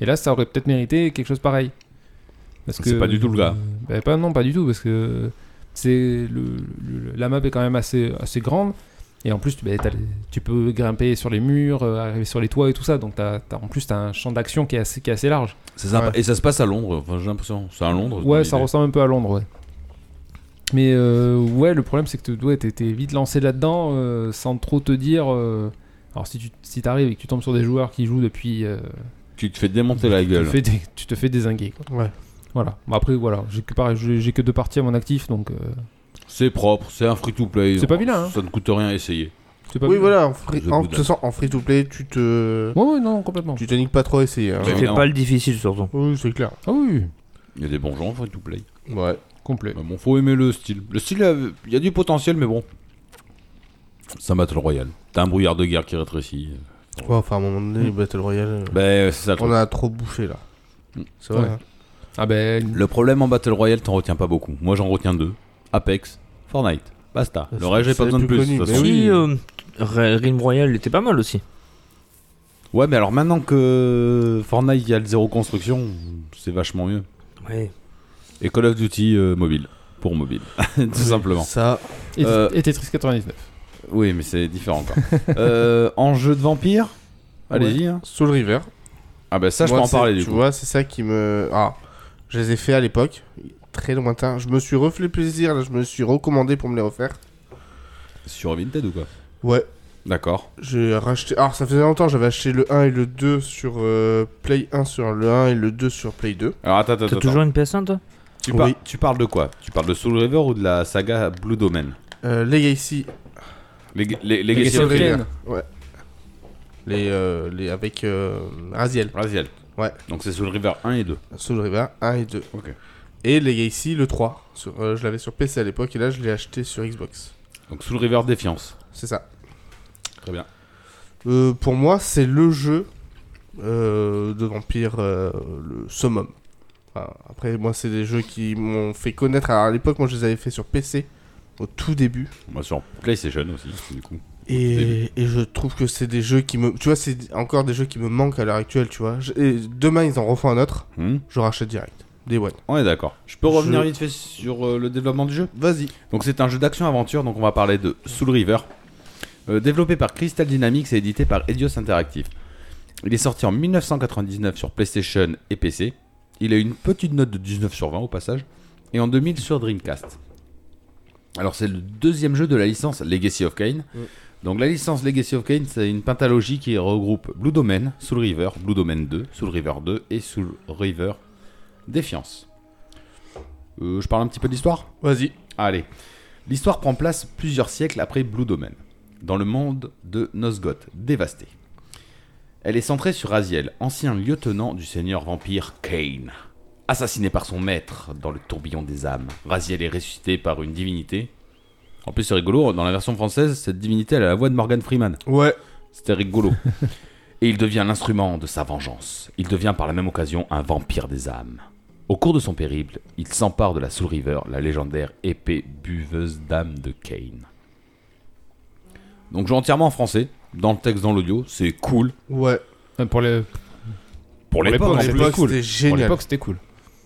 Et là, ça aurait peut-être mérité quelque chose pareil. Parce
C'est pas du tout le gars.
Euh, bah, pas, non, pas du tout, parce que c'est le, le- la map est quand même assez, assez grande. Et en plus, tu- bah, t'as les- tu peux grimper sur les murs, euh, arriver sur les toits et tout ça. Donc, t'as- t'as- en plus, tu as un champ d'action qui, est assez- qui est assez large.
c'est sympa. Et ça se passe à Londres. Enfin, j'ai l'impression, c'est à Londres.
Ouais,
dans
ça
l'idée.
ressemble un peu à Londres, ouais. Mais euh, ouais, le problème c'est que tu ouais, t'es t'es vite lancé là-dedans euh, sans trop te dire. euh, alors si tu si t'arrives et que tu tombes sur des joueurs qui jouent depuis, euh,
Tu te fais démonter la
tu, te
gueule.
fais dé- tu te fais désinguer. Quoi.
Ouais.
Voilà. Bon, après voilà, j'ai que pareil, j'ai j'ai que deux parties à mon actif donc euh,
C'est propre, c'est un free to play.
C'est pas vilain, hein.
Ça ne coûte rien à essayer.
c'est pas.
Oui, voilà, en free,
The
en,
Good
de toute façon, en free to play, tu te.
Ouais, ouais, non complètement.
Tu te niques pas trop à essayer. hein.
Ouais.
Tu fais
évidemment.
pas le difficile surtout.
Oui, c'est clair.
Ah oui,
Il y a des bons gens en free to play.
Ouais.
complet.
Mais bon, faut aimer le style. Le style, euh, il y a du potentiel, mais bon. C'est un battle royale. T'as un brouillard de guerre qui rétrécit.
Ouais, enfin, à un moment donné, les Battle Royale, euh,
Ben c'est ça. le truc.
on a trop bouffé là.
Mm.
C'est vrai.
Ouais.
hein.
Ah ben
Le problème en Battle Royale, t'en retiens pas beaucoup. Moi, j'en retiens deux Apex, Fortnite. Basta. Le
C'est-
reste, j'ai
c'est
pas besoin de
plus
plus. de
connu,
toute
mais
façon.
oui.
Si euh, Re- Realm Royale était pas mal aussi.
Ouais, mais alors maintenant que Fortnite, il y a le zéro construction, c'est vachement mieux.
Ouais.
Et Call of Duty euh, mobile. Pour mobile. Tout simplement.
Ça,
et,
euh,
et Tetris 99.
Oui, mais c'est différent. Quoi. Euh, en jeu de vampire, allez-y. hein.
Soul River.
Ah bah ça, je
Moi,
peux en
c'est-
parler du
Tu
coup.
vois, c'est ça qui me. Ah, je les ai fait à l'époque, très lointain. Je me suis refait plaisir, là, je me suis recommandé pour me les refaire.
Sur Vinted ou quoi
Ouais.
D'accord.
J'ai racheté. Alors, ça faisait longtemps, j'avais acheté le 1 et le 2 sur euh, Play 1 sur le 1 et le 2 sur Play 2.
Alors attends, attends,
T'as
attends.
toujours une PS1 toi
Tu, par-
Oui.
tu parles de quoi Tu parles de Soul River ou de la saga Blue Domain
Euh, Legacy,
Les, les, les,
Legacy
les-
of
les-
Kain. les, euh, les, avec euh, Raziel,
Raziel.
Ouais.
Donc c'est Soul River 1 et 2.
Soul River 1 et 2.
Ok.
Et Legacy, le 3. Sur, euh, je l'avais sur PC à l'époque et là, je l'ai acheté sur Xbox.
Donc Soul River Défiance.
C'est ça.
Très bien.
Euh, pour moi, c'est le jeu euh, de vampire, euh, le summum. Enfin, après, moi, c'est des jeux qui m'ont fait connaître. Alors, à l'époque, moi, je les avais fait sur PC au tout début.
Moi sur PlayStation aussi, du coup.
Et, et je trouve que c'est des jeux qui me. Tu vois, c'est encore des jeux qui me manquent à l'heure actuelle, tu vois. Je- Et demain, ils en refont un autre,
Hmm
je rachète direct. Day One.
On est d'accord. Je peux revenir
Je-
vite fait sur euh, le développement du jeu Vas-y. Donc c'est un jeu d'action-aventure, donc on va parler de Soul River. Euh, développé par Crystal Dynamics et édité par Eidos Interactive. Il est sorti en 1999 sur PlayStation et PC. Il a une petite note de 19 sur 20 au passage. Et en 2000 sur Dreamcast. Alors c'est le deuxième jeu de la licence Legacy of Kain. Donc la licence Legacy of Kain, c'est une pentalogie qui regroupe Blue Domain, Soul River, Blue Domain 2, Soul River 2 et Soul River Défiance. Euh, je parle un petit peu de l'histoire
Vas-y.
Allez. L'histoire prend place plusieurs siècles après Blue Domain, dans le monde de Nosgoth, dévasté. Elle est centrée sur Aziel, ancien lieutenant du seigneur vampire Kane. Assassiné par son maître dans le tourbillon des âmes, Raziel est ressuscité par une divinité. En plus, c'est rigolo, dans la version française, cette divinité, elle a la voix de Morgan Freeman.
Ouais.
C'était rigolo. Et il devient l'instrument de sa vengeance. Il devient par la même occasion un vampire des âmes. Au cours de son périple, il s'empare de la Soul River, la légendaire épée buveuse d'âme de Kane. Donc je joue entièrement en français, dans le texte, dans l'audio, c'est cool.
Ouais.
Enfin, Euh, Pour le-
Pour l'époque,
l'époque,
en
À
Ah, c'est
plus.
plus
l'époque,
cool.
c'était
pour
génial.
l'époque, c'était cool.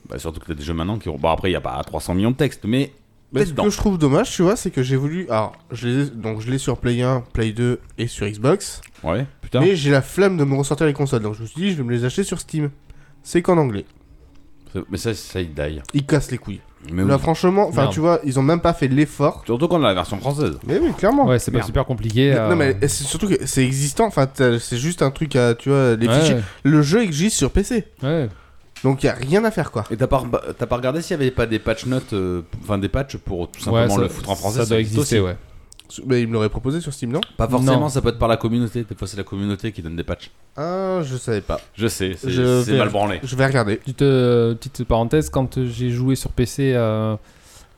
Bah, surtout que t'as des jeux maintenant qui ont... Bon après, il n'y a pas 300 millions de textes, mais...
Mais
t'es
ce
dedans.
que je trouve dommage, tu vois, c'est que j'ai voulu. Alors, je l'ai donc je l'ai sur Play 1, Play 2 et sur Xbox.
Ouais, putain.
Mais j'ai la flemme de me ressortir les consoles, donc je me suis dit, je vais me les acheter sur Steam. C'est qu'en anglais.
C'est- Mais ça, ça, il die.
Ils cassent les couilles.
Mais
Là,
oui.
franchement, enfin,
Merde.
tu vois, ils ont même pas fait l'effort.
Surtout quand on a la version française.
Mais oui, clairement.
Ouais, euh, c'est pas
merde.
super compliqué. à-
Non Oh, mais c'est surtout que c'est existant, enfin t'as- c'est juste un truc à, tu vois, les
Ouais,
fichiers. Le jeu existe sur PC,
ouais.
donc y a rien à faire quoi.
Et t'as pas, re- t'as pas regardé s'il y avait pas des patch notes, euh, enfin des patchs pour tout
Ouais,
simplement
ça-
le foutre en français
Ça doit
existe aussi.
exister, ouais.
Mais ils me l'auraient proposé sur Steam, non
Pas forcément,
Non.
ça peut être par la communauté. Des fois, c'est la communauté qui donne des patchs.
Ah, je savais pas.
Je sais, c'est
Je
c'est
vais-
mal branlé.
Je vais regarder.
Petite, euh, petite parenthèse, quand euh, j'ai joué sur PC, euh,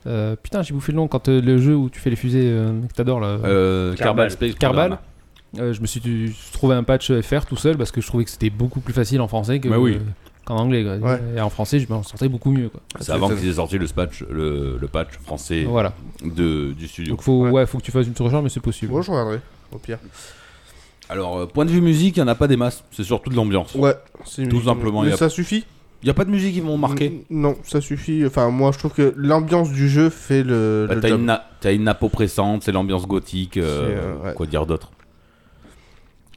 euh, putain, j'ai bouffé le nom quand euh, le jeu où tu fais les fusées, euh, que t'adores là.
Euh, Carbal
Carbal.
Space
Carbal.
Programme.
Euh, je me suis dû- trouvé un patch FR tout seul parce que je trouvais que c'était beaucoup plus facile en français que
Bah oui.
qu'en anglais. quoi.
Ouais.
Et en français, je m'en sortais beaucoup mieux. Quoi.
C'est avant qu'ils aient sorti le patch, le, le patch français
Voilà.
de, du studio.
Donc faut, ouais. faut que tu fasses une surcharge, mais c'est possible.
Bon, je regarderai. Au pire.
Alors, euh, point de vue musique, il n'y en a pas des masses. C'est surtout de l'ambiance. Il
Ouais. c'est-
Tout simplement,
Mais
y a-
ça suffit.
n'y a pas de musique qui vont marquer.
N- Non, ça suffit. Enfin, moi, je trouve que l'ambiance du jeu fait le.
Bah,
le
T'as
job.
une, na- t'as une nappe oppressante, c'est l'ambiance gothique. euh,
C'est, euh, ouais.
Quoi dire d'autre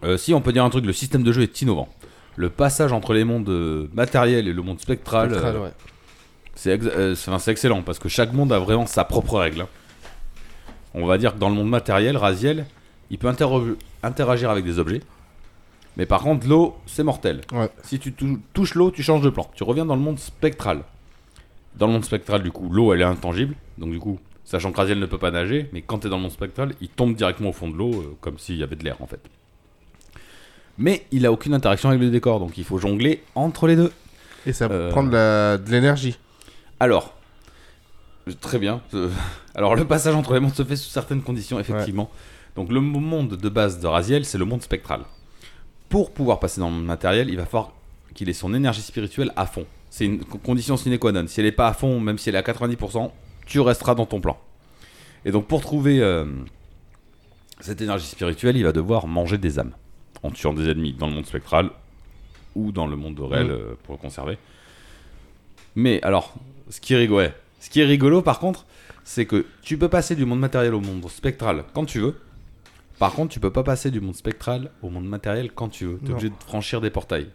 Euh, Si, on peut dire un truc le système de jeu est innovant. Le passage entre les mondes euh, matériels et le monde spectral,
Spectral,
euh,
ouais.
C'est ex- euh, c'est- enfin, c'est excellent parce que chaque monde a vraiment sa propre règle. hein. On va dire que dans le monde matériel, Raziel, il peut interro- interagir avec des objets. Mais par contre, l'eau, c'est mortel.
Ouais.
Si tu tou- touches l'eau, tu changes de plan. Tu reviens dans le monde spectral. Dans le monde spectral, du coup, l'eau, elle est intangible. Donc, du coup, sachant que Raziel ne peut pas nager, mais quand tu es dans le monde spectral, il tombe directement au fond de l'eau, euh, comme s'il y avait de l'air en fait. Mais il a aucune interaction avec le décor, donc il faut jongler entre les deux.
Et ça
Euh,
prend de la- de l'énergie.
Alors, très bien. Euh, Alors, le passage entre les mondes se fait sous certaines conditions, effectivement. Donc, le monde de base de Raziel, c'est le monde spectral. Pour pouvoir passer dans le monde matériel, il va falloir qu'il ait son énergie spirituelle à fond. C'est une co- condition sine qua non. Si elle n'est pas à fond, même si elle est à 90%, tu resteras dans ton plan. Et donc, pour trouver euh, cette énergie spirituelle, il va devoir manger des âmes en tuant des ennemis dans le monde spectral ou dans le monde réel euh, pour le conserver. Mais alors, ce qui est rigolo, ouais. ce qui est rigolo par contre, c'est que tu peux passer du monde matériel au monde spectral quand tu veux, Par contre, tu peux pas passer du monde spectral au monde matériel quand tu veux. T'es
Non.
obligé de franchir des portails.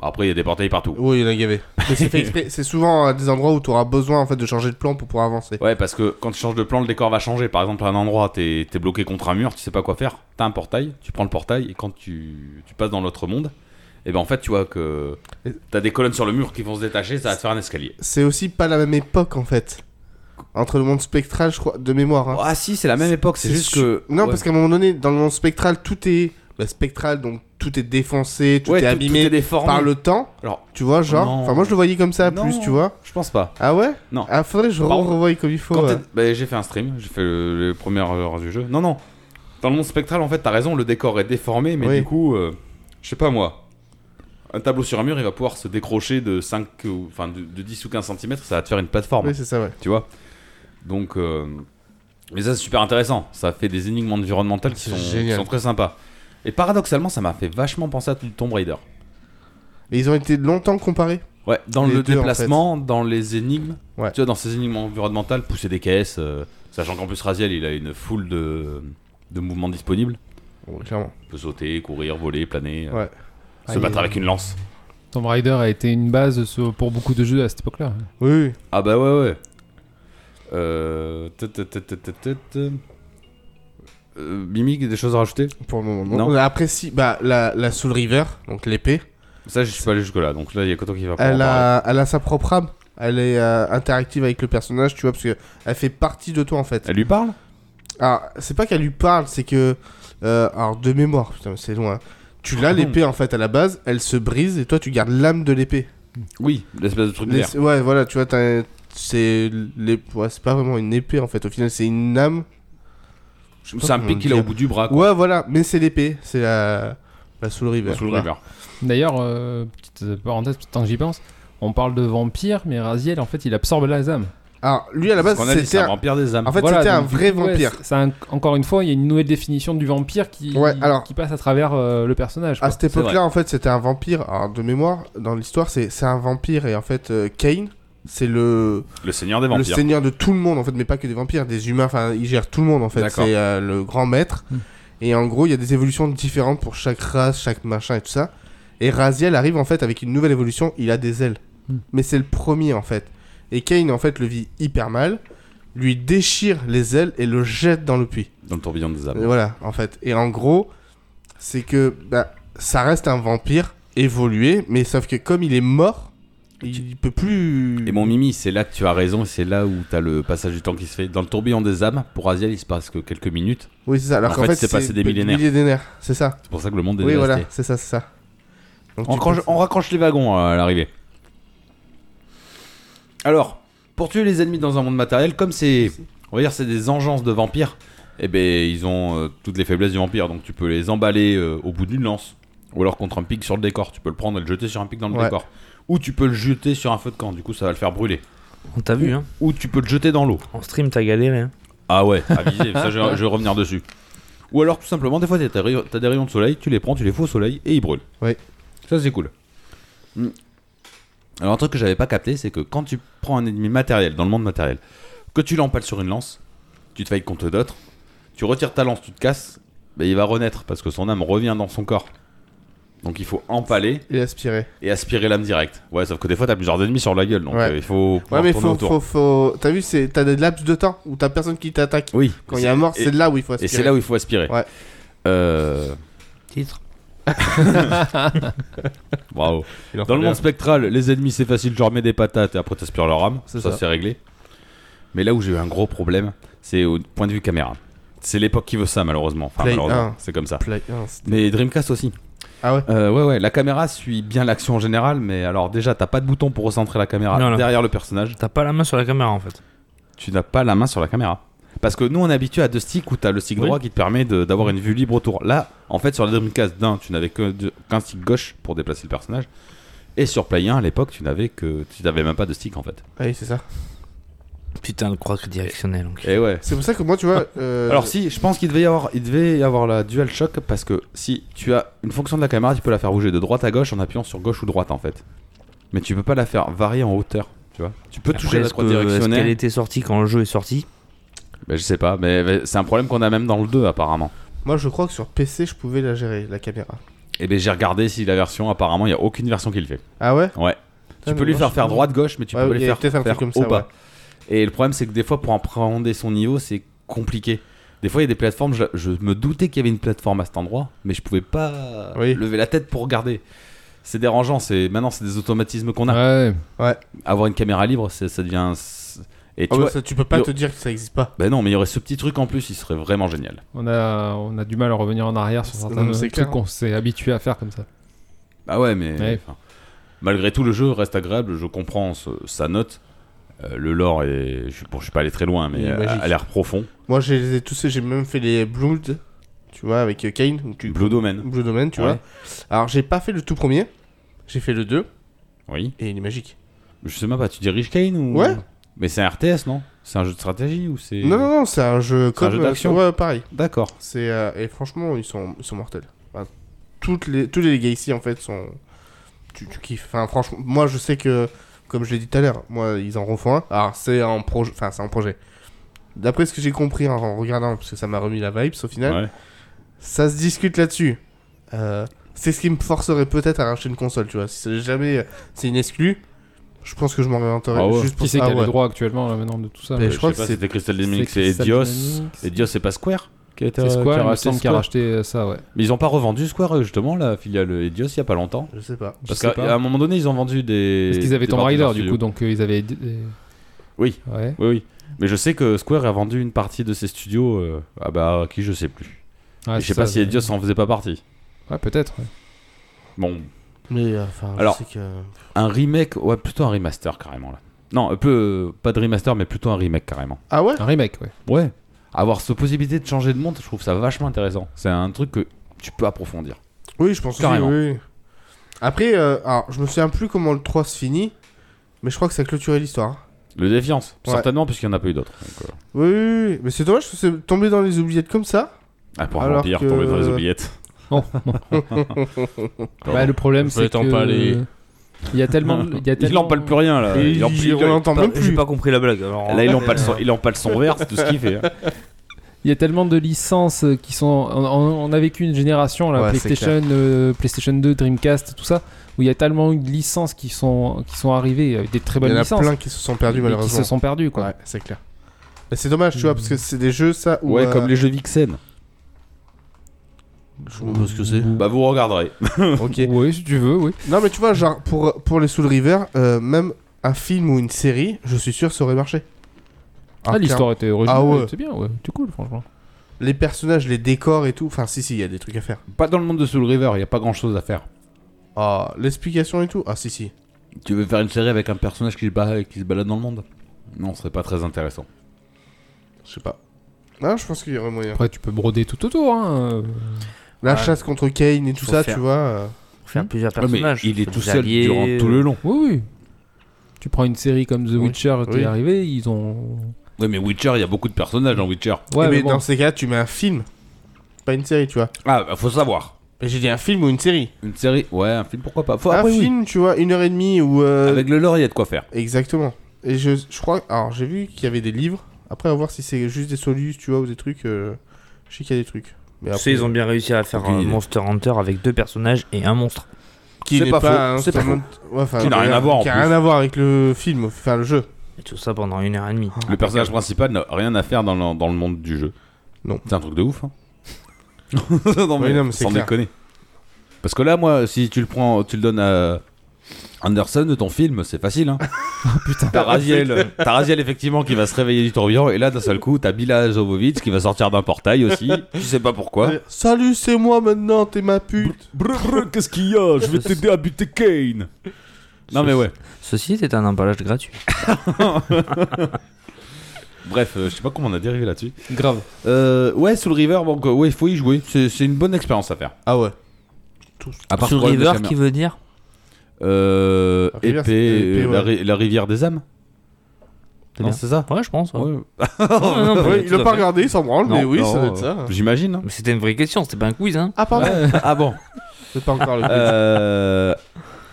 Après, il y a des portails partout.
Oui, il y en a gavé. Mais c'est fait exprès. C'est souvent à des endroits où tu auras besoin en fait de changer de plan pour pouvoir avancer.
Ouais, parce que quand tu changes de plan, le décor va changer. Par exemple, à un endroit, t'es es bloqué contre un mur, tu sais pas quoi faire. T'as un portail, tu prends le portail, et quand tu, tu passes dans l'autre monde, et ben en fait, tu vois que t'as des colonnes sur le mur qui vont se détacher, ça va te faire un escalier.
C'est aussi pas la même époque en fait. Entre le monde spectral, je crois, de mémoire. hein.
Ah si, c'est la même époque, c'est juste
su-
que.
Non,
ouais.
parce qu'à un moment donné, dans le monde spectral, tout est bah, spectral, donc tout est défoncé, tout
Ouais,
est abîmé
déformé.
par le temps.
Alors,
Tu vois, genre.
Non.
Enfin, moi, je le voyais comme ça,
Non.
plus, tu vois.
je pense pas.
Ah ouais
Non.
Ah, faudrait que je
Pardon.
revoie comme il faut.
Quand
ouais.
t'es- bah, j'ai fait un stream, j'ai fait le, le premier heure du jeu. Non, non. Dans le monde spectral, en fait, t'as raison, le décor est déformé, mais
Oui.
du coup, euh, je sais pas moi. Un tableau sur un mur, il va pouvoir se décrocher de 5 ou enfin de, de 10 ou 15 cm, ça va te faire une plateforme,
Oui, c'est ça, ouais.
tu vois. Donc euh, mais ça c'est super intéressant, ça fait des énigmes environnementales qui
C'est
sont, qui
génial.
sont très sympas. Et paradoxalement, ça m'a fait vachement penser à tout Tomb Raider.
Et ils ont été longtemps comparés.
Ouais, dans
Les
le
deux, en
déplacement, dans les énigmes,
Ouais.
tu vois, dans ces énigmes environnementales, pousser des caisses, euh, sachant qu'en plus Raziel, il a une foule de, de mouvements disponibles.
Ouais, clairement.
Il peut sauter, courir, voler, planer, euh,
Ouais.
se
Ah,
battre
il-
avec une lance.
Tomb Raider a été une base sur- pour beaucoup de jeux à cette époque-là.
Oui, oui.
Ah bah ouais, ouais. Euh... tut, tut, tut, tut, tut, tut. Euh, Mimi, des choses à rajouter
Pour le moment.
Non.
On apprécie bah, la, la Soul River, donc l'épée.
Ça, je suis pas allé jusque-là, donc là, il y a Koto qui va pouvoir en
Elle
parler.
a, elle a sa propre âme. Elle est euh, interactive avec le personnage, tu vois, parce que elle fait partie de toi en fait.
Elle lui parle
Alors, c'est pas qu'elle lui parle, c'est que. euh, alors, de mémoire, putain, c'est loin. Tu l'as l'épée en fait à la base, elle se brise et toi tu gardes l'âme de l'épée.
Oui, l'espèce de truc
Les-
vert.
Ouais, voilà, tu vois, t'as- c'est l'ép- ouais, c'est pas vraiment une épée en fait, au final c'est une âme. Je sais pas
C'est un
comment
pic qu'il a au
dire.
bout du bras, quoi.
Ouais, voilà, mais c'est l'épée, c'est la. La Soul River.
Sous le
voilà.
river.
D'ailleurs, euh, petite parenthèse, tant que j'y pense, on parle de vampire, mais Raziel, en fait, il absorbe les âmes.
Alors, lui à la
Parce
base
qu'on a dit,
c'était.
c'est un
un-
vampire des âmes.
En fait,
Voilà,
c'était un
donc, du
vrai
coup, ouais,
vampire.
c'est- c'est un- encore une fois, il y a une nouvelle définition du vampire qui,
Ouais, alors-
qui passe à travers euh, le personnage.
À
quoi.
cette époque-là, en fait, c'était un vampire. Alors, de mémoire, dans l'histoire, c'est c'est un vampire. Et en fait, euh, Kane, c'est le,
Le seigneur des
Ah. le
vampires.
seigneur de tout le monde, en fait, mais pas que des vampires, des humains. Enfin, il gère tout le monde, en fait.
D'accord.
C'est euh, le grand maître.
Hmm.
Et en gros, il y a des évolutions différentes pour chaque race, chaque machin et tout ça. Et Raziel arrive, en fait, avec une nouvelle évolution. Il a des ailes.
Hmm.
Mais c'est le premier, en fait. Et Kane, en fait, le vit hyper mal. Lui déchire les ailes et le jette dans le puits.
Dans le tourbillon des
Et
âmes.
Voilà, en fait. Et en gros, c'est que bah, ça reste un vampire évolué, mais sauf que comme il est mort, il peut plus.
Et mon Mimi, c'est là que tu as raison, c'est là où t'as le passage du temps qui se fait. Dans le tourbillon des âmes, pour Aziel, il se passe que quelques minutes.
Oui, c'est ça. Alors
En
qu'en
fait,
fait,
il s'est passé des millénaires.
C'est ça.
C'est pour ça que le monde est
oui,
dévasté.
voilà, c'est ça, c'est ça.
On,
Donc, tu
raccroche,
peux-
on raccroche les wagons euh, à l'arrivée. Alors, pour tuer les ennemis dans un monde matériel, comme c'est, on va dire, c'est des engences de vampires, eh ben, ils ont euh, toutes les faiblesses du vampire. Donc, tu peux les emballer euh, au bout d'une lance, ou alors contre un pic sur le décor. Tu peux le prendre et le jeter sur un pic dans le
Ouais.
décor, ou tu peux le jeter sur un feu de camp. Du coup, ça va le faire brûler.
On t'a vu, hein.
Ou tu peux le jeter dans l'eau.
En stream, t'as galéré. Hein.
Ah ouais, avisé, ça je, je vais revenir dessus. Ou alors tout simplement, des fois t'as des rayons- t'as des rayons de soleil, tu les prends, tu les fous au soleil et ils brûlent.
Ouais.
Ça c'est cool. Mm. Alors un truc que j'avais pas capté, c'est que quand tu prends un ennemi matériel, dans le monde matériel, que tu l'empales sur une lance, tu te fights contre d'autres, tu retires ta lance, tu te casses, mais il va renaître parce que son âme revient dans son corps. Donc il faut empaler
Il est aspiré.
et aspirer l'âme directe. Ouais, sauf que des fois t'as plusieurs ennemis sur la gueule, donc
Ouais.
euh, il faut
Ouais,
pouvoir
mais
tourner
faut,
autour.
faut, faut- T'as vu, c'est... t'as des laps de temps où t'as personne qui t'attaque.
Oui.
Quand il y a mort,
et-
c'est là où il faut aspirer.
Et c'est là où il faut aspirer.
Ouais.
Euh,
Titre.
bravo. Dans le monde spectral, les ennemis c'est facile, je leur mets des patates et après t'aspires leur âme. Ça,
C'est ça.
c'est réglé. Mais là où j'ai eu un gros problème, c'est au point de vue caméra. C'est l'époque qui veut ça malheureusement. Enfin,
Play
malheureusement,
un.
c'est comme ça.
Play- Ah, c'est-
Mais Dreamcast aussi.
Ah ouais
Euh, ouais, ouais, la caméra suit bien l'action en général, mais alors déjà, t'as pas de bouton pour recentrer la caméra
Non, non.
derrière le personnage.
T'as pas la main sur la caméra, en fait.
Tu n'as pas la main sur la caméra. Parce que nous, on est habitué à deux sticks où t'as le stick
Oui.
droit qui te permet de- d'avoir une vue libre autour. Là, en fait, sur la Dreamcast d'un, tu n'avais que deux- qu'un stick gauche pour déplacer le personnage. Et sur Play 1, à l'époque, tu n'avais que, tu n'avais même pas de stick en fait.
ah Oui, c'est ça.
Putain, le croix directionnel. Donc.
Et ouais.
C'est pour ça que moi, tu vois. euh,
Ah. Alors si, je pense qu'il devait y avoir, il devait y avoir la dual shock parce que si tu as une fonction de la caméra, tu peux la faire bouger de droite à gauche en appuyant sur gauche ou droite en fait. Mais tu peux pas la faire varier en hauteur, tu vois. Tu peux toucher
Après,
la
est-ce
croix
que- est-ce qu'elle
directionnelle.
était sortie quand le jeu est sorti
Ben, je sais pas, mais mais c'est un problème qu'on a même dans le 2 apparemment.
Moi, je crois que sur PC, je pouvais la gérer, la caméra.
Et ben j'ai regardé si la version, apparemment, il n'y a aucune version qui le fait.
Ah ouais
Ouais.
Putain,
Tu peux
mais
lui
moi,
faire
je-
faire droite-gauche, mais tu
Ouais,
peux
il
lui
y a
faire
peut-être un
faire
truc comme ça,
haut-bas. Et le problème, c'est que des fois, pour appréhender son niveau, c'est compliqué. Des fois, il y a des plateformes, je, je me doutais qu'il y avait une plateforme à cet endroit, mais je pouvais pas
Oui.
lever la tête pour regarder. C'est dérangeant, c'est maintenant c'est des automatismes qu'on a.
Ouais.
Avoir une caméra libre, c'est- ça devient s- et tu
Ah ouais,
vois,
ça, tu peux pas
Yo.
te dire que ça existe pas.
ben non, mais il y aurait ce petit truc en plus, il serait vraiment génial.
On a, on a du mal à revenir en arrière sur
C'est-
certains
non, c'est
trucs
clair.
qu'on s'est habitué à faire comme ça.
Bah ouais, mais
Ouais.
enfin, malgré tout, le jeu reste agréable. Je comprends ce- sa note. Euh, le lore est, je, suis- bon, je suis pas allé très loin, mais
Il est
euh,
magique.
a l'air profond.
Moi, je les ai tous, j'ai même fait les Blood, tu vois, avec euh, Kane, où tu
Blue Domain,
Blue Domain, tu
Ouais.
vois. Alors, j'ai pas fait le tout premier, j'ai fait le 2,
oui.
et il est magique.
Je sais même pas, tu diriges Kane ou
Ouais.
Mais c'est un RTS, non C'est un jeu de stratégie ou c'est
Non, non, non, c'est un jeu
C'est un
comme euh,
jeu d'action.
Ouais, pareil.
D'accord.
C'est euh, et franchement, ils sont ils sont mortels. Enfin, toutes les tous les legacy en fait sont tu, tu kiffes. Enfin franchement, moi je sais que comme je l'ai dit tout à l'heure, moi ils en refont un. Alors c'est en projet enfin c'est en projet. D'après ce que j'ai compris en, en regardant parce que ça m'a remis la vibe au final,
Ouais.
ça se discute là-dessus. Euh, c'est ce qui me forcerait peut-être à racheter une console, tu vois. Si c'est jamais euh, c'est une exclue, je pense que je m'orienterais
Ah ouais.
juste pour
Qui c'est qui
Ah
a
ouais.
les droits actuellement là, maintenant de tout ça
Mais
mais
je crois
sais
que
pas,
c'est-
c'était Crystal
c'est
Dynamics et
Crystal
Dios.
Dynamics.
Et Dios, c'est pas Square qui a été euh,
C'est
qui a
Square, il me
racheté
semble, qui a
Square.
racheté euh, ça, ouais.
Mais ils ont pas revendu Square euh, justement la filiale Edios il y a pas longtemps.
Je sais pas.
Je
Parce
sais
qu'à
pas.
à un moment donné, ils ont vendu des.
Parce qu'ils avaient
des
Tomb
parties de
Raider
leur
du
studio.
coup, donc euh, ils avaient. des-
Oui.
Ouais.
Oui, oui. Mais je sais que Square a vendu une partie de ses studios euh, ah bah, à qui je sais plus.
Ouais,
Et Ah, je sais
c'est
pas
ça,
si
c'est-
Edios en faisait pas partie.
Ouais, peut-être. ouais.
Bon,
Mais euh, enfin,
Alors,
je sais que
un remake, ouais, plutôt un remaster carrément là. Non, un peu, euh, pas de remaster, mais plutôt un remake carrément.
Ah ouais
Un remake, ouais.
Ouais. Avoir cette possibilité de changer de monde, je trouve ça vachement intéressant. C'est un truc que tu peux approfondir.
Oui, je pense que
Carrément.
oui, oui. Après, euh, alors, je me souviens plus comment le 3 se finit, mais je crois que ça a clôturé l'histoire.
Le défiance,
Ouais.
certainement, puisqu'il n'y en a pas eu d'autres. donc, euh,
Oui, oui, oui, mais c'est dommage parce que c'est tombé dans les oubliettes comme ça.
Ah, pour
Alors
mentir,
que-
tomber dans les oubliettes.
Non, non. Bah, le problème,
Vous
c'est
étant
que.
pas allé-
Il y a tellement. Il y a
Ils
tellement...
n'en parlent plus rien là.
Et
Ils en-
Euh, il- on l'entend
Pas-
même
J'ai
plus.
pas compris la blague. alors.
Là, ils n'ont pas, le son- ils n'ont pas le son vert, c'est tout ce qu'il fait. hein.
Il y a tellement de licences euh, qui sont. On, on- on a vécu une génération, la
Ouais, c'est
PlayStation, euh, PlayStation 2, Dreamcast, tout ça, où il y a tellement eu de licences qui sont, qui sont arrivées, avec des
Il
très
y
bonnes
en a
licences.
plein qui se sont perdus
mais qui
malheureusement.
se sont perdues, quoi. Hmm.
Ouais, c'est clair. Mais c'est dommage, tu vois, parce que c'est des jeux ça où.
Ouais,
euh,
comme les jeux Vixen.
Je sais pas ce que c'est.
Bah, vous regarderez.
ok.
Oui, si tu veux, oui. Ah,
Non, mais tu vois, genre, pour, pour les Soul River, euh, même un film ou une série, je suis sûr, ça aurait marché.
Ah,
Alors,
l'histoire était originale,
Ah ouais.
c'est bien, ouais. C'est cool, franchement.
clairement, Les personnages, les décors et tout. Enfin, si, si, il y a des trucs à faire.
Pas dans le monde de Soul River, il n'y a pas grand chose à faire.
Ah, l'explication et tout. Ah, si, si.
Tu veux faire une série avec un personnage qui se, ba- qui se balade dans le monde Non, ce serait pas très intéressant.
Je sais pas. Non, je pense qu'il y aurait moyen.
Après, tu peux broder tout autour, hein.
La
Ouais.
chasse contre Kane et tout
Faut
ça,
faire.
tu vois. euh,
Pour faire plusieurs
Ouais, mais
personnages.
il est
Des
tout seul
alliés, euh.
durant tout le long.
Oui, oui. Tu prends une série comme The
Oui.
Witcher, t'es
Oui.
arrivé, ils ont.
Ouais, mais Witcher, il y a beaucoup de personnages dans Witcher.
Ouais,
Eh
mais
ben,
bon.
dans ces cas, tu mets un film, pas une série, tu vois.
Ah, bah, faut savoir.
Mais j'ai dit un film ou une série.
Une série, ouais, un film, pourquoi pas. Faut-
un
après, oui.
film, tu vois, une heure et demie ou. euh,
Avec le lore, il y a de quoi faire.
Exactement. Et je, je crois. Alors, j'ai vu qu'il y avait des livres. Après, à voir si c'est juste des solus, tu vois, ou des trucs. euh, Je sais qu'il y a des trucs. Mais
Tu
après,
sais, ils ont bien réussi à faire
Aucune
un
idée.
Monster Hunter avec deux personnages et un monstre.
qui
C'est
n'est
pas faux,
un
c'est pas
instrument- Ouais, enfin,
Qui n'a rien à voir, en
Qui a
plus.
rien à voir avec le film, enfin le jeu.
Et tout ça pendant une heure et demie.
Le personnage principal n'a rien à faire dans le, dans le monde du jeu.
Non.
C'est un truc de ouf. Hein. non,
Oui, non, mais c'est
sans
clair.
déconner. Parce que là, moi, si tu le prends, tu le donnes à Anderson de ton film, c'est facile. Hein. putain. T'as Raziel, euh, t'as Raziel, effectivement, qui va se réveiller du tourbillon. Et là, d'un seul coup, t'as Bila Jovovich qui va sortir d'un portail aussi. Tu sais pas pourquoi.
Euh, Salut, c'est moi maintenant, t'es ma pute.
qu'est-ce qu'il y a Je vais t'aider à buter Kane. Non, mais ouais.
Ceci était un emballage gratuit.
Bref, euh, je sais pas comment on a dérivé là-dessus.
Grave.
Euh, ouais, Soul River, donc, euh, ouais, il faut y jouer. C'est c'est une bonne expérience à faire.
Ah ouais.
À part
Sur
le problème de
River
Cameron.
qui veut dire
Euh,
La rivière,
épée,
c'est- épée,
euh, la,
ouais.
ri- la rivière des âmes
C'est
Non,
bien.
c'est ça
Ouais, je pense. ouais.
Ouais.
Non, non, mais
Ouais, il
tout
a
à
pas
fait.
regardé, il s'en branle,
Non,
mais oui, ça
non,
doit être
euh,
ça.
J'imagine. hein.
Mais Ah. C'était une vraie question, c'était pas un quiz, hein
Ah, pardon,
ah bon
c'est pas encore le
Euh,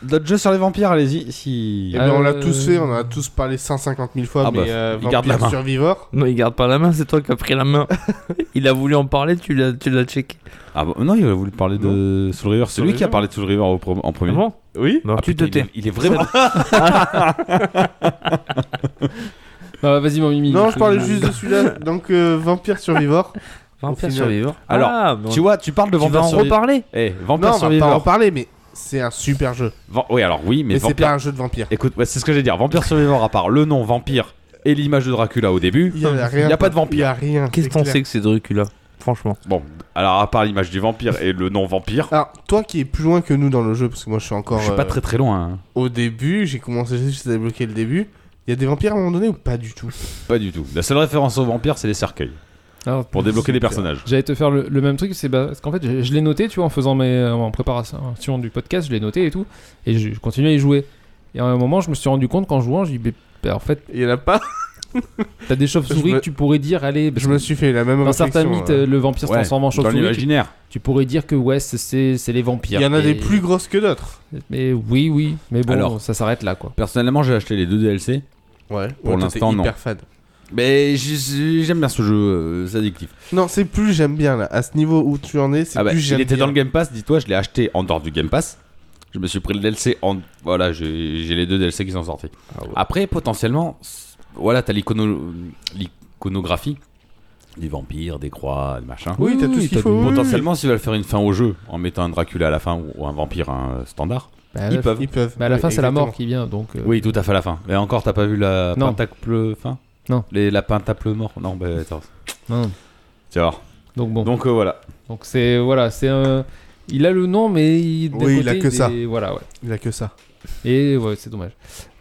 D'autres jeux sur les vampires, allez-y. Si...
Eh bien, on l'a
Euh,
tous fait, on en a tous parlé 150 000 fois,
Ah
mais
bah,
euh,
il garde la
Vampire
main.
Survivor.
Non, il garde pas la main, c'est toi qui as pris la main. il a voulu en parler, tu l'as, tu l'as checké.
Ah bon, non, il a voulu parler de Soul River. C'est
Soul
lui qui a
River.
parlé de Soul River au pre- en premier.
bon
Oui.
Bah,
Ah,
tu
putain,
te tais.
il est- Il est vraiment.
Bah, vas-y, mon Mimi.
Non, je parlais juste de celui-là. Donc, euh, Vampire Survivor.
Vampire
Au final-
survivor.
Alors,
Ah, bon.
Tu vois, tu parles de
Tu vas
Vampire
en
Survivor.
reparler
Eh, Vampire
Non, on va pas en
Survivor.
parler, mais c'est un super jeu.
Van- Oui, alors oui, mais,
Mais c'est
Vampire.
pas un jeu de vampire.
Écoute, ouais, c'est ce que j'allais dire. Vampire Survivor, à part le nom Vampire et l'image de Dracula au début,
Il y a rien.
il n'y a pas de
Il y
vampire.
a rien.
Qu'est-ce
c'est
qu'on
clair.
sait que c'est Dracula Franchement.
Bon, alors à part l'image du vampire et le nom vampire,
Alors, toi qui es plus loin que nous dans le jeu, parce que moi je suis encore
je suis pas
euh,
très très loin. hein.
au début, j'ai commencé juste à débloquer le début. Il y a des vampires à un moment donné ou pas du tout
Pas du tout. La seule référence au vampire, c'est les cercueils
Alors,
pour débloquer des personnages.
J'allais te faire le, le même truc, c'est bah- parce qu'en fait, je, je l'ai noté, tu vois, en faisant mes, euh, en préparation du podcast, je l'ai noté et tout, et je, je continuais à y jouer. Et à un moment, je me suis rendu compte qu'en jouant, j'ai dit, mais, bah, en fait,
Il y en a pas
t'as des chauves-souris
Je me-
que tu pourrais dire, allez, parce
Je me
que
suis fait la même
dans certains
réflexion.
mythes,
euh.
euh, le vampire se
Ouais,
transforme en
Dans
chauve-souris, tu,
l'imaginaire.
tu pourrais dire que ouais, c'est- c'est c'est les vampires.
Il y en a
Et-
des plus grosses que d'autres.
Mais oui, oui, mais bon,
Alors.
ça s'arrête là, quoi.
Personnellement, j'ai acheté les deux DLC.
Ouais.
Pour
toi,
l'instant,
t'es
non.
hyper fan.
Mais j'ai- j'aime bien ce jeu, euh, c'est addictif.
Non, c'est plus j'aime bien là. À ce niveau où tu en es, c'est
Ah bah,
plus j'aime
il était
bien.
dans le Game Pass, dis-toi, je l'ai acheté en dehors du Game Pass. Je me suis pris le DLC en. Voilà, j'ai j'ai les deux DLC qui sont sortis.
Ah
Après, potentiellement, c- voilà, t'as l'icono- l'iconographie des vampires, des croix, des machins.
Oui, t'as tout ce qu'il faut. oui, oui.
Potentiellement, s'ils veulent faire une fin au jeu en mettant un Dracula à la fin ou- ou un vampire hein, standard.
Bah, à
Ils
la-
peuvent.
Ils peuvent.
bah, à la fin, c'est la
Exactement.
mort qui vient, donc. euh,
Oui, tout à fait à la fin. Mais encore, t'as pas vu la
Non.
pentacle fin
Non.
Les, la pentacle mort Non, bah attends.
non.
Tu vas voir.
Donc bon.
Donc euh, voilà.
Donc c'est voilà, c'est un. Il a le nom, mais il, d'un
Oui, il a
côté,
que ça.
est- Voilà, ouais.
Il a que ça.
Et ouais, c'est dommage.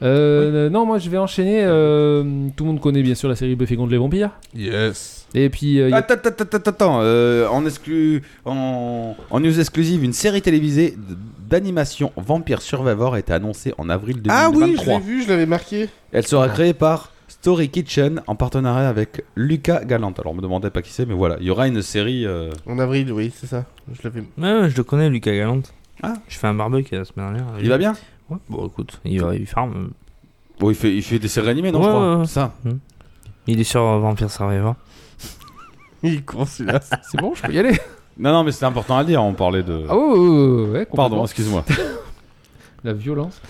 Euh, Non, moi je vais enchaîner. euh, tout le monde connaît bien sûr la série Buffy contre les vampires.
Yes.
Et puis euh, y a-
Ah, Attends, attends, attends, attends, attends. Euh, en, exclu... en... en news exclusive, une série télévisée d- d'animation Vampire Survivor a été annoncée en avril 2023.
Ah oui, je l'ai vu, je l'avais marqué.
Elle sera créée par Story Kitchen en partenariat avec Lucas Galante. Alors, on me demandait pas qui c'est, mais voilà. Il y aura une série. euh,
En avril, oui, c'est ça. Je l'avais.
Ouais, ouais, je le connais, Lucas Galante.
Ah.
Je fais un barbecue la semaine dernière.
Il va bien
Ouais, bon, écoute, il va il farme.
Bon, il fait, il fait des séries animées, non je
Ouais,
crois
ouais, ouais.
Ça.
Il est sur euh, Vampire Survivor.
Il est con celui-là.
Ah.
c'est bon, je peux y aller.
Non, non, mais c'est important à dire. On parlait de.
ah ouais, ouais, ouais, ouais, complètement.
Pardon, excuse-moi.
La violence.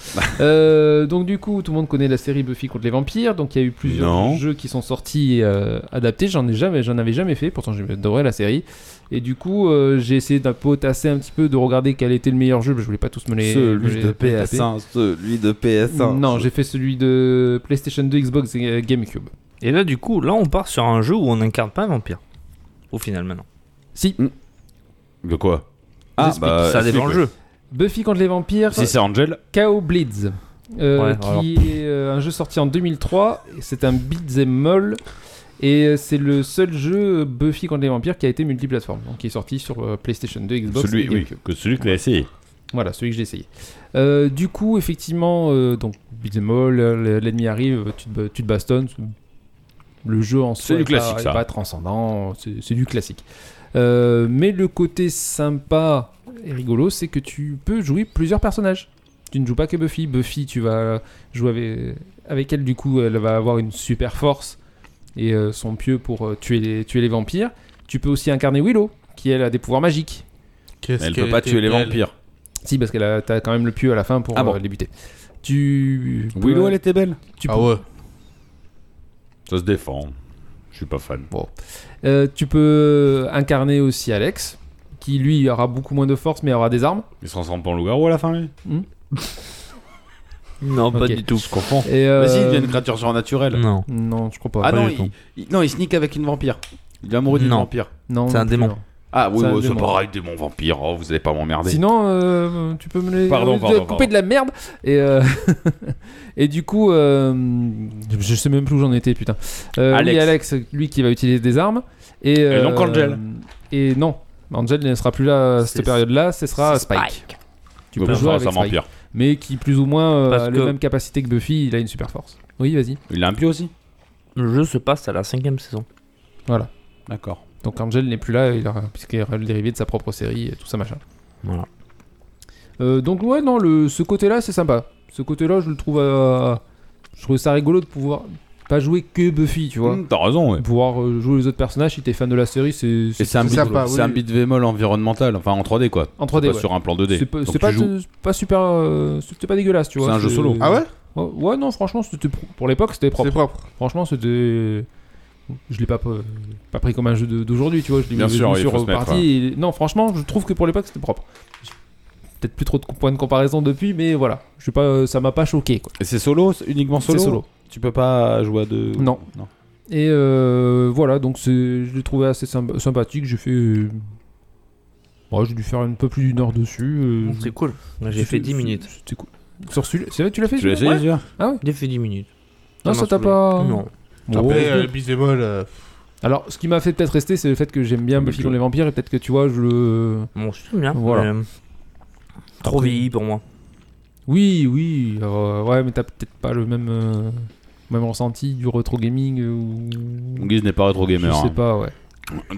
Euh, donc du coup, tout le monde connaît la série Buffy contre les vampires. Donc il y a eu plusieurs
Non.
jeux qui sont sortis euh, adaptés. J'en ai jamais, j'en avais jamais fait. Pourtant, j'adorais la série. Et du coup, euh, j'ai essayé d'un potasser un petit peu, de regarder quel était le meilleur jeu. mais Je voulais pas tous me les. me
Celui
les
de
taper.
PS1, celui de PS1.
Non, j'ai fait celui de PlayStation 2, Xbox et euh, GameCube.
Et là, du coup, là, on part sur un jeu où on n'incarne pas un vampire. Au final, maintenant.
Si,
De quoi Ah,
J'explique,
bah.
ça dépend le
explique,
jeu.
Buffy contre les vampires,
ouais. Si c'est Angel,
KO Blitz, euh,
Ouais,
qui
alors.
est euh, un jeu sorti en 2003. et C'est un beat'em all. Et euh, c'est le seul jeu euh, Buffy contre les vampires qui a été multiplateforme, donc qui est sorti sur euh, PlayStation 2, Xbox et
celui, oui,
GameCube.
que celui que j'ai essayé.
Voilà, celui que j'ai essayé. Euh, du coup, effectivement, euh, donc beat'em all, euh, l'ennemi arrive, tu te, ba- tu te bastonnes. c'est- Le jeu en
C'est
soi
du
est pas-
classique,
est
ça.
pas transcendant, c'est c'est du classique. Euh, mais le côté sympa et rigolo, c'est que tu peux jouer plusieurs personnages. Tu ne joues pas que Buffy. Buffy, tu vas jouer avec, avec elle, du coup, elle va avoir une super force et euh, son pieu pour euh, tuer, les, tuer les vampires. Tu peux aussi incarner Willow, qui elle a des pouvoirs magiques.
Qu'est-ce
Elle
qu'elle
peut pas
était
tuer les
belle.
vampires.
Si, parce qu'elle a t'as quand même le pieu à la fin pour
Ah bon.
euh, les buter. Tu.
Willow, elle était belle.
tu
Ah
peux,
ouais.
Ça se défend. Je suis pas fan.
euh, tu peux incarner aussi Alex, qui lui aura beaucoup moins de force mais aura des armes.
Il se transforme pas en loup-garou à la fin, lui
Non,
Hmm Ok.
pas du tout.
Je comprends.
Et, euh,
Vas-y, il devient une créature surnaturelle.
Non.
Non, je crois pas.
Ah
Pas
non,
du
il,
tout.
il- non, il sneak avec une vampire. Il est amoureux d'une
Non.
vampire.
Non,
c'est un
non, hein.
démon.
non.
Ah oui,
C'est un
ouais, c'est
démon.
pareil, démon vampire. Oh, vous allez pas m'emmerder.
Sinon, euh, tu peux me les
Pardon,
euh,
pardon,
couper
pardon.
de la merde. Et, euh, et du coup, euh, je sais même plus où j'en étais, putain. Euh,
Alex.
oui, Alex, lui qui va utiliser des armes. Et, euh,
donc Angel.
Et non, Angel ne sera plus là à cette
C'est-
période-là, ce sera Spike. Tu
Ouais,
peux
bon,
jouer
ça,
avec
c'est un
Spike.
vampire.
mais qui plus ou moins euh,
Parce
a
que-
les mêmes capacités que Buffy, il a une super force. Oui, vas-y.
Il a un pieu aussi
Le jeu se passe à la cinquième saison.
D'accord.
Donc Angel n'est plus là, il a- puisqu'il a le dérivé de sa propre série et tout ça machin.
Voilà.
Euh, donc ouais, non, le, ce côté-là, c'est sympa. Ce côté-là, je le trouve... euh, je trouve ça rigolo de pouvoir pas jouer que Buffy, tu vois.
Hum, T'as raison, ouais.
Pouvoir euh, jouer les autres personnages, si t'es fan de la série, c'est...
Et c'est un,
c'est
beat,
sympa,
c'est
oui.
un beat vémol environnemental, enfin en 3D quoi.
En 3D,
C'est pas
ouais.
sur un plan 2D.
C'est pas,
Donc
c'est
tu
pas,
joues.
c'est pas super... euh, c'était pas dégueulasse, tu vois.
C'est un jeu solo.
Ah ouais
Oh, Ouais, non, franchement, c'était pro- pour l'époque, c'était propre.
C'est propre.
Franchement, c'était. Je l'ai pas, pas pris comme un jeu de- d'aujourd'hui, tu vois. Je l'ai
Bien
mis
sûr, il
venu sur
faut se
euh,
mettre,
partie et- Non, franchement, je trouve que pour l'époque, c'était propre. J'ai Peut-être plus trop de co- points de comparaison depuis, mais voilà. Je suis pas, ça m'a pas choqué, quoi.
Et c'est solo, c'est uniquement solo.
C'est solo.
Tu peux pas jouer à deux.
Non.
non.
Et euh, voilà, donc c'est- je l'ai trouvé assez sympa- sympathique. J'ai fait. euh, ouais, j'ai dû faire un peu plus d'une heure dessus. euh,
C'est cool. J'ai
c'était-
fait 10 minutes.
C'était cool. Sur celui C'est vrai, tu l'as fait
Tu l'as
celui-là
essayé
Ouais.
déjà
J'ai fait 10 minutes.
Non,
m'a
ça t'a
saoulé.
pas.
Non.
Bon.
Après, euh, Bismol, euh,
Alors, ce qui m'a fait peut-être rester, c'est le fait que j'aime bien Buffy
Buffy.
contre les vampires et peut-être que tu vois, je le.
Bon, je suis bien.
Voilà.
mais, euh, Trop
Après-
vieilli pour moi.
Oui, oui, euh, ouais, mais t'as peut-être pas le même, euh, même ressenti du retro gaming euh, ou.
Guise n'est pas rétro gamer.
Je sais
hein.
pas, ouais.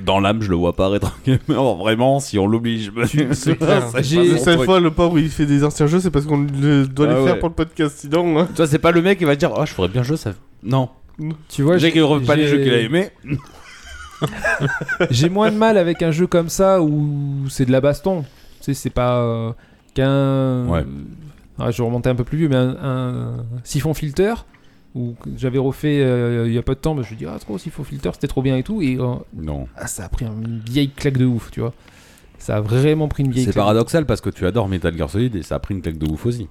Dans l'âme, je le vois pas rétro gamer. Vraiment, si on l'oblige.
c'est clair.
J'ai-
La seule fois, le pauvre, où il fait des anciens jeux, c'est parce qu'on le- doit
Ah
les
ouais.
faire pour le podcast. Sinon, hein.
Toi, c'est pas le mec qui va dire Oh, je ferais bien jouer ça. Non.
Tu vois,
Déjà qu'il ne pas les jeux qu'il a
j'ai-
aimés.
J'ai moins de mal avec un jeu comme ça où c'est de la baston. Tu sais, c'est pas euh, qu'un.
Ouais.
Ah, je vais remonter un peu plus vieux, mais un, un siphon filter où que j'avais refait euh, il y a pas de temps, parce que je me suis dit, ah, trop, siphon filter, c'était trop bien et tout. Et euh,
Non.
ah, ça a pris une vieille claque de ouf, tu vois. Ça a vraiment pris une vieille
C'est
claque.
paradoxal parce que tu adores Metal Gear Solid et ça a pris une claque de ouf aussi.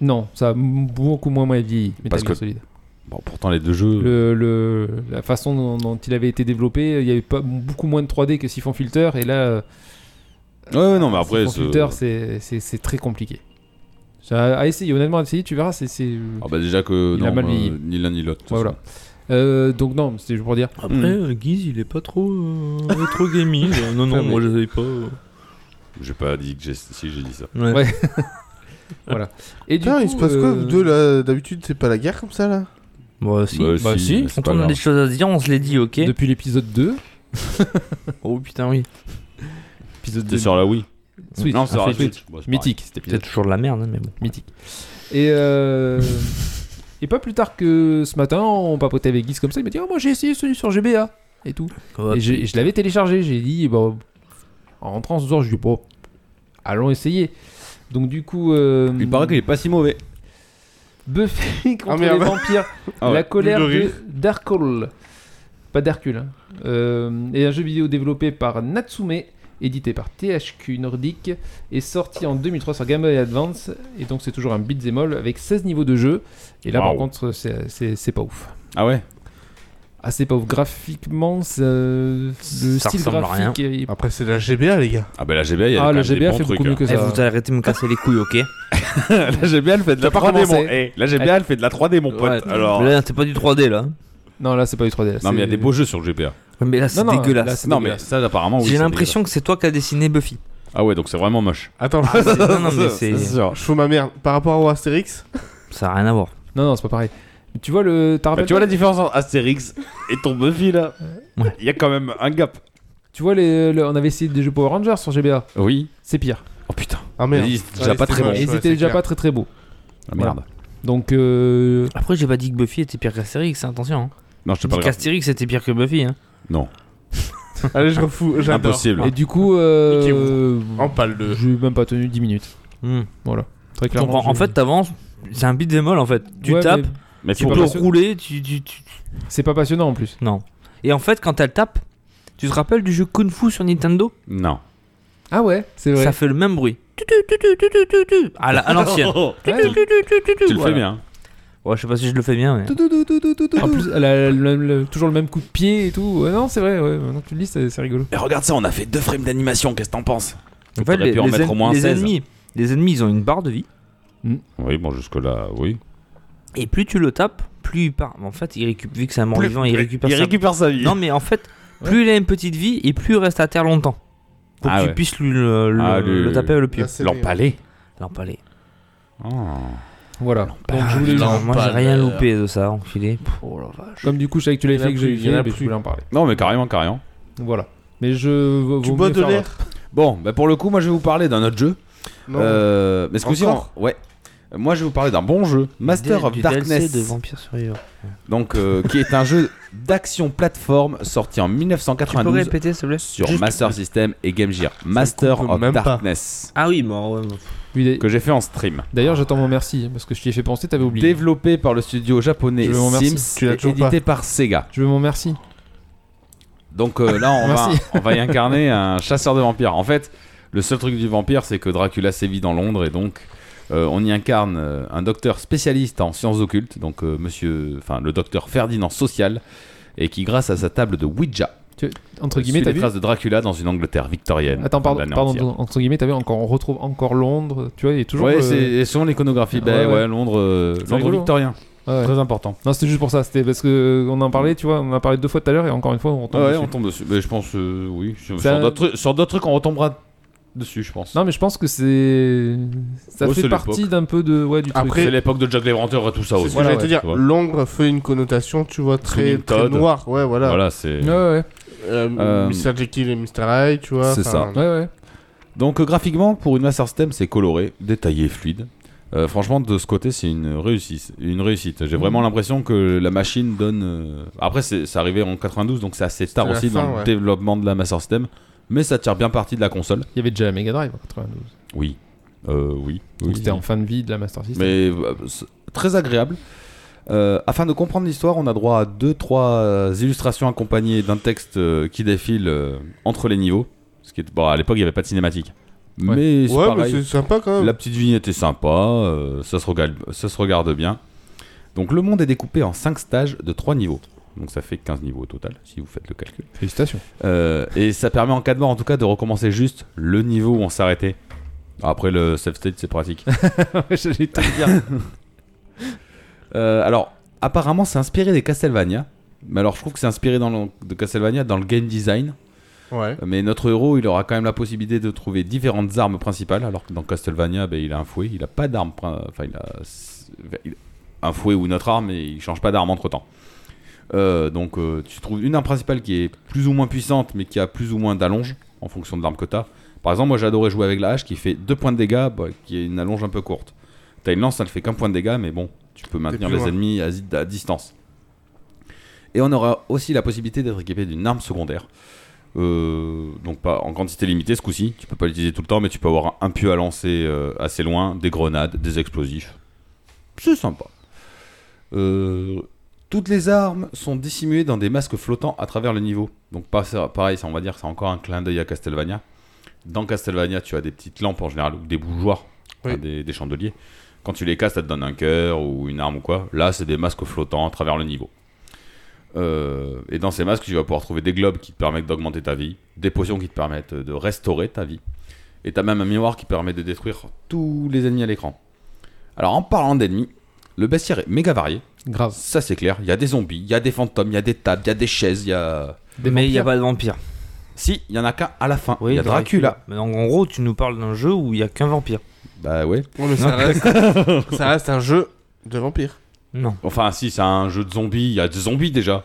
Non, ça a m- beaucoup moins moins vieilli, Metal
Parce
Gear
que-
Solid.
Bon, pourtant, les deux jeux.
Le, le- la façon dont, dont il avait été développé, il y avait pas, beaucoup moins de 3D que Siphon Filter, et là, euh,
Ouais, ouais, non, mais après.
Siphon
c'est-
Filter, c'est- c'est c'est très compliqué. Ça- À essayer, honnêtement, à essayer, tu verras, c'est... c'est-
Ah, bah déjà que.
Il a
non,
mal
euh,
vieilli.
Ni l'un ni l'autre. de toute
Ouais, voilà. Euh, donc non, c'est juste pour dire.
Après, Guise, il est pas trop rétro gaming. non, non, moi je savais pas.
façon. J'ai pas dit que j'ai- si j'ai dit ça.
Ouais. Et du
Putain, il
coup,
se passe quoi,
euh,
vous deux, là D'habitude, c'est pas la guerre comme ça, là
Bah, si.
Bah,
Bah, si,
mais c'est
Quand
pas
on a
grave.
des choses à se dire, on se les dit, ok
Depuis l'épisode 2,
Oh putain, oui.
épisode
C'est
2
sur la Wii.
Switch,
Non, c'est
enfin,
sur la
Switch,
Switch. Bon, c'est
mythique, cet
C'est
épisode
toujours de la merde, hein, mais bon.
mythique. Et, euh, et pas plus tard que ce matin, on papotait avec Guise comme ça, il m'a dit, Ah, moi j'ai essayé celui sur GBA, et tout. Et je, et je l'avais téléchargé, j'ai dit, bah, en rentrant ce soir, je lui ai dit, bon, allons essayer. Donc du coup, euh,
pareil. Il paraît qu'il est pas si mauvais.
Buffy contre
Ah, merde.
les vampires,
Ah ouais.
la colère
Plus de
de
rire.
Darkol, pas d'Hercule, hein. Euh, et un jeu vidéo développé par Natsume, édité par THQ Nordic, et sorti en 2003 sur Game Boy Advance, et donc c'est toujours un beat'em all avec 16 niveaux de jeu, et là par
Waouh.
contre, c'est- c'est c'est pas ouf.
Ah ouais
Ah, c'est pas ouf. Graphiquement, ça- le
Ça
style
ressemble à rien.
graphique est
Après, c'est de la GBA, les gars.
Ah, bah la GBA, Ah, il y a
Ah,
quand
le
même des
GBA
bons
fait
trucs.
beaucoup mieux
hein.
que
Eh,
ça.
vous arrêtez de me casser les couilles, ok
La GBA, elle fait de la
T'as pas
3D, mon.
commencé.
Eh, La GBA, elle fait de la 3D, mon
Ouais.
pote. Alors.
Là, c'est pas du 3D là.
Non, là, c'est pas du 3D. là,
Non, mais il y a
c'est-
des beaux jeux sur le GBA.
Ouais, Mais là, c'est
Non, non, là,
dégueulasse.
c'est
Non, mais
dégueulasse.
ça, apparemment, Ah oui.
J'ai
c'est
l'impression que c'est toi qui as dessiné Buffy.
dégueulasse. Ah ouais, donc c'est vraiment moche.
Attends,
Ah, c'est- non, non, mais
C'est
c'est.
sûr.
je fous ma merde. Par rapport au Astérix,
Ça a rien à voir.
Non, non, c'est pas pareil. Mais tu vois le. t'as
Bah,
rappelé-
tu vois la différence entre Astérix et ton Buffy là
Ouais.
Il y a quand même un gap.
tu vois les, le- on avait essayé des jeux Power Rangers sur GBA.
Oui.
C'est pire.
Oh putain.
ah merde.
Vas-y, c'est déjà
Ouais,
pas très
c'était
bon.
Et
moche,
ils
ouais,
étaient
c'est
déjà
clair.
pas très très beaux.
Ah, merde.
Donc. euh,
Après, j'ai pas dit que Buffy était pire qu'Astérix, hein, attention. Hein.
Non, je te
J'ai dit
parle.
qu'Astérix était pire que Buffy. Hein.
Non.
Allez, je refous, j'adore.
Impossible.
Et du coup. euh,
Niquez-vous. En pâle de.
J'ai même pas tenu 10 minutes.
Hmm.
Très
Je
clairement.
comprends. En
j'ai-
fait, t'avances, c'est un beat démol en fait. Tu
Ouais,
tapes,
mais
Mais
tu
faut
peux
pas-
rouler, tu, tu, tu-
C'est pas passionnant en plus.
Non. Et en fait, quand elle tape, tu te rappelles du jeu Kung Fu sur Nintendo
Non.
Ah ouais, c'est vrai.
Ça fait le même bruit. Tu, tu, tu, tu, tu, tu, tu, tu. À la- à
Oh,
l'ancienne.
Ouais.
Tu, tu, tu, tu, tu, tu.
Tu le fais
Voilà.
bien. hein.
Ouais, je sais pas si je le fais bien, mais.
Tout, tout, tout, tout, tout, tout, tout. En plus, elle a le- le- toujours le même coup de pied et tout. Ouais, non, c'est vrai. Ouais, maintenant que tu le dis, c'est c'est rigolo.
Et regarde ça, on a fait deux frames d'animation. Qu'est-ce que t'en penses
En fait,
T'aurais
les,
pu en
les
mettre
en-
au moins
les
16.
ennemis, les ennemis, ils ont une barre de vie.
Oui, bon, jusque-là, oui.
Et plus tu le tapes, plus il part. En fait, il récup... vu que c'est un mort-vivant, il récupère sa
sa vie.
Non, mais en fait, plus il a une petite vie et plus il reste à terre longtemps. Pour
Ah
que
ouais.
tu puisses lui- euh, le, le-
Ah, lui-
le taper ou le pieu.
Là, c'est meilleur.
L'empalé.
L'empaler.
Voilà. Donc, je voulais
Bah,
Non,
juste-
moi j'ai rien loupé de ça, enculé. Pff, Oh la vache.
Comme du coup, je savais que tu l'avais
Il y en a
fait, que j'ai
plus, il y en a
fait, mais je
plus.
voulais en parler.
Non, mais carrément, carrément.
Voilà. Mais je. vaut
Tu
mieux
bois de
faire
l'air
Bon, bah pour le coup, moi je vais vous parler d'un autre jeu
Non.
Euh, mais ce coup-ci,
Encore
on- ouais. Moi, je vais vous parler d'un bon jeu, Master
Du-
of
du
Darkness,
DLC de Vampire Survivor.
donc euh, qui est un jeu d'action plateforme sorti en
Tu peux
1992
répéter, s'il te plaît
sur
Juste-
Master System et Game Gear. Master
coupe
of
même pas.
Darkness,
Ah oui, bon, ouais, bon.
Oui, d'a-
que j'ai fait en stream.
D'ailleurs, j'attends mon merci, hein, parce que je t'y ai fait penser, t'avais oublié.
Développé par le studio japonais
Je vous remercie.
Sims,
Tu l'as
et
toujours
édité par Sega.
Je veux mon merci.
Donc euh, là, on va,
Merci.
on va y incarner un chasseur de vampires. En fait, le seul truc du vampire, c'est que Dracula sévit dans Londres et donc euh, on y incarne euh, un docteur spécialiste en sciences occultes, donc euh, monsieur, enfin le docteur Ferdinand Social, et qui, grâce à sa table de Ouija,
Entre
suit
guillemets, t'as
les
vu
traces de Dracula dans une Angleterre victorienne.
Attends, pardon,
de la
pardon,
Nantière.
entre guillemets, t'as vu, encore, on retrouve encore Londres, tu vois, il est toujours.
Ouais,
euh,
c'est et souvent l'iconographie. bah
Ouais,
ouais,
ouais.
Londres, euh,
C'est
Londres
rigolo.
victorien,
ouais.
très important.
Non, c'était juste pour ça, c'était parce que euh, on en parlait, tu vois, on en a parlé deux fois tout à l'heure et encore une fois, on retombe
Ah ouais,
dessus.
on tombe dessus. Mais je pense, euh, oui, sur
Ça-
sur d'autres trucs- sur d'autres trucs, on retombera dessus, je pense.
Non, mais je pense que c'est. Ça
Oh, c'est
fait partie
l'époque.
d'un peu de. Ouais, du truc.
Après-
C'est l'époque de Jack l'Éventreur et tout ça
C'est
aussi.
ce que j'allais
ouais,
te dire.
tu vois.
L'ombre fait une connotation, tu vois, très,
Sweeney
très
Todd.
noire. Ouais, voilà.
Voilà, c'est.
Ouais, ouais,
Euh,
Euh,
Mr. Jekyll et Mr. Hyde, tu vois.
c'est
enfin,
ouais. ouais.
Donc euh, graphiquement, pour une Master System, c'est coloré, détaillé, fluide. Euh, franchement, de ce côté, c'est une réussite. Une réussite. J'ai vraiment l'impression que la machine donne. euh, Après, c'est c'est arrivé en 92, donc c'est assez tard
la
aussi
fin,
dans
ouais.
le développement de la Master System, mais ça tire bien parti de la console.
Il y avait déjà la Mega Drive en 92.
Oui, Euh, oui,
Donc
oui.
c'était en fin de vie de la Master System.
Mais euh, c'est très agréable. Euh, afin de comprendre l'histoire, on a droit à deux, trois euh, illustrations accompagnées d'un texte euh, qui défile euh, entre les niveaux. Ce qui est... bon, à l'époque, il n'y avait pas de cinématique.
Ouais.
Mais c'est
Ouais, mais
pareil.
c'est sympa quand même.
La petite vignette est sympa, euh, ça, se regarde, ça se regarde bien. Donc le monde est découpé en 5 stages de 3 niveaux. Donc ça fait 15 niveaux au total, si vous faites le calcul.
Félicitations.
Euh, et ça permet en cas de mort, en tout cas, de recommencer juste le niveau où on s'arrêtait. Après le save state, c'est pratique.
J'allais tout dire.
Euh, alors, apparemment, c'est inspiré des Castlevania. Mais alors, je trouve que c'est inspiré dans le- de Castlevania dans le game design.
Ouais.
Mais notre héros, il aura quand même la possibilité de trouver différentes armes principales. Alors que dans Castlevania, ben, il a un fouet, il a pas d'arme. prin- Enfin, il a il a un fouet ou une autre arme, et il change pas d'arme entre temps. donc, euh, tu trouves une arme principale qui est plus ou moins puissante, mais qui a plus ou moins d'allonge en fonction de l'arme que t'as. Par exemple, moi j'adorais jouer avec la hache qui fait 2 points de dégâts, bah, qui est une allonge un peu courte. T'as une lance, ça ne fait qu'un point de dégâts, mais bon, tu peux maintenir
plus
les
loin.
ennemis à, à distance. Et on aura aussi la possibilité d'être équipé d'une arme secondaire. Euh, donc pas en quantité limitée ce coup-ci, tu peux pas l'utiliser tout le temps, mais tu peux avoir un pieu à lancer euh, assez loin, des grenades, des explosifs. C'est sympa. Euh, toutes les armes sont dissimulées dans des masques flottants à travers le niveau. Donc pas ça- pareil, ça on va dire que c'est encore un clin d'œil à Castlevania. Dans Castlevania, tu as des petites lampes en général ou des bougeoirs,
Oui.
enfin, des, des chandeliers. Quand tu les casses, ça te donne un cœur ou une arme ou quoi. Là, c'est des masques flottants à travers le niveau. Euh, et dans ces masques, tu vas pouvoir trouver des globes qui te permettent d'augmenter ta vie, des potions qui te permettent de restaurer ta vie, et t'as même un miroir qui permet de détruire tous les ennemis à l'écran. Alors en parlant d'ennemis, le bestiaire est méga varié.
Grave.
Ça c'est clair, il y a des zombies, il y a des fantômes, il y a des tables, il y a des chaises, il y a...
Des
Mais il n'y a
vampires.
pas de vampire.
Si, il y en a qu'un à la fin, il
Oui,
y a Dracula.
Mais donc, en gros, tu nous parles d'un jeu où il n'y a qu'un vampire.
Bah ouais.
Ouais, mais ça reste, ça reste un jeu de vampires.
Non.
Enfin si, c'est un jeu de zombies, il y a des zombies déjà.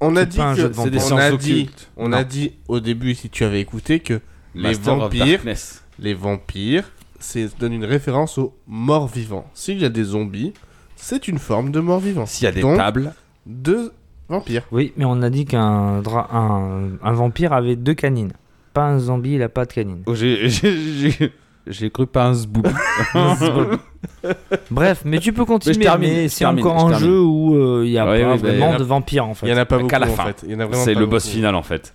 On a
C'est
dit
pas un jeu
que
de
c'est des
vampires.
on a
sciences
dit,
occultes.
on
Non.
a dit au début si tu avais écouté que Les
Master of
vampires.
Darkness.
les vampires, c'est ça donne une référence aux morts vivants. S'il y a des zombies, c'est une forme de mort vivant.
S'il y a des
Donc,
tables,
deux vampires.
Oui, mais on a dit qu'un dra- un, un vampire avait deux canines. Pas un zombie, il a pas de canine.
Oh, j'ai- j'ai j'ai- j'ai cru pas un zbou.
Bref, mais tu peux continuer.
Mais je termine,
mais
je
c'est
termine,
encore
je
un
termine.
jeu où euh, il n'y a
Ouais,
pas
oui, bah,
vraiment
il y en a-
de vampires en
Il
fait.
n'y en a pas beaucoup
Qu'à la
en
fin.
fait. Il y en a vraiment
C'est
pas
le boss
beaucoup.
final en fait.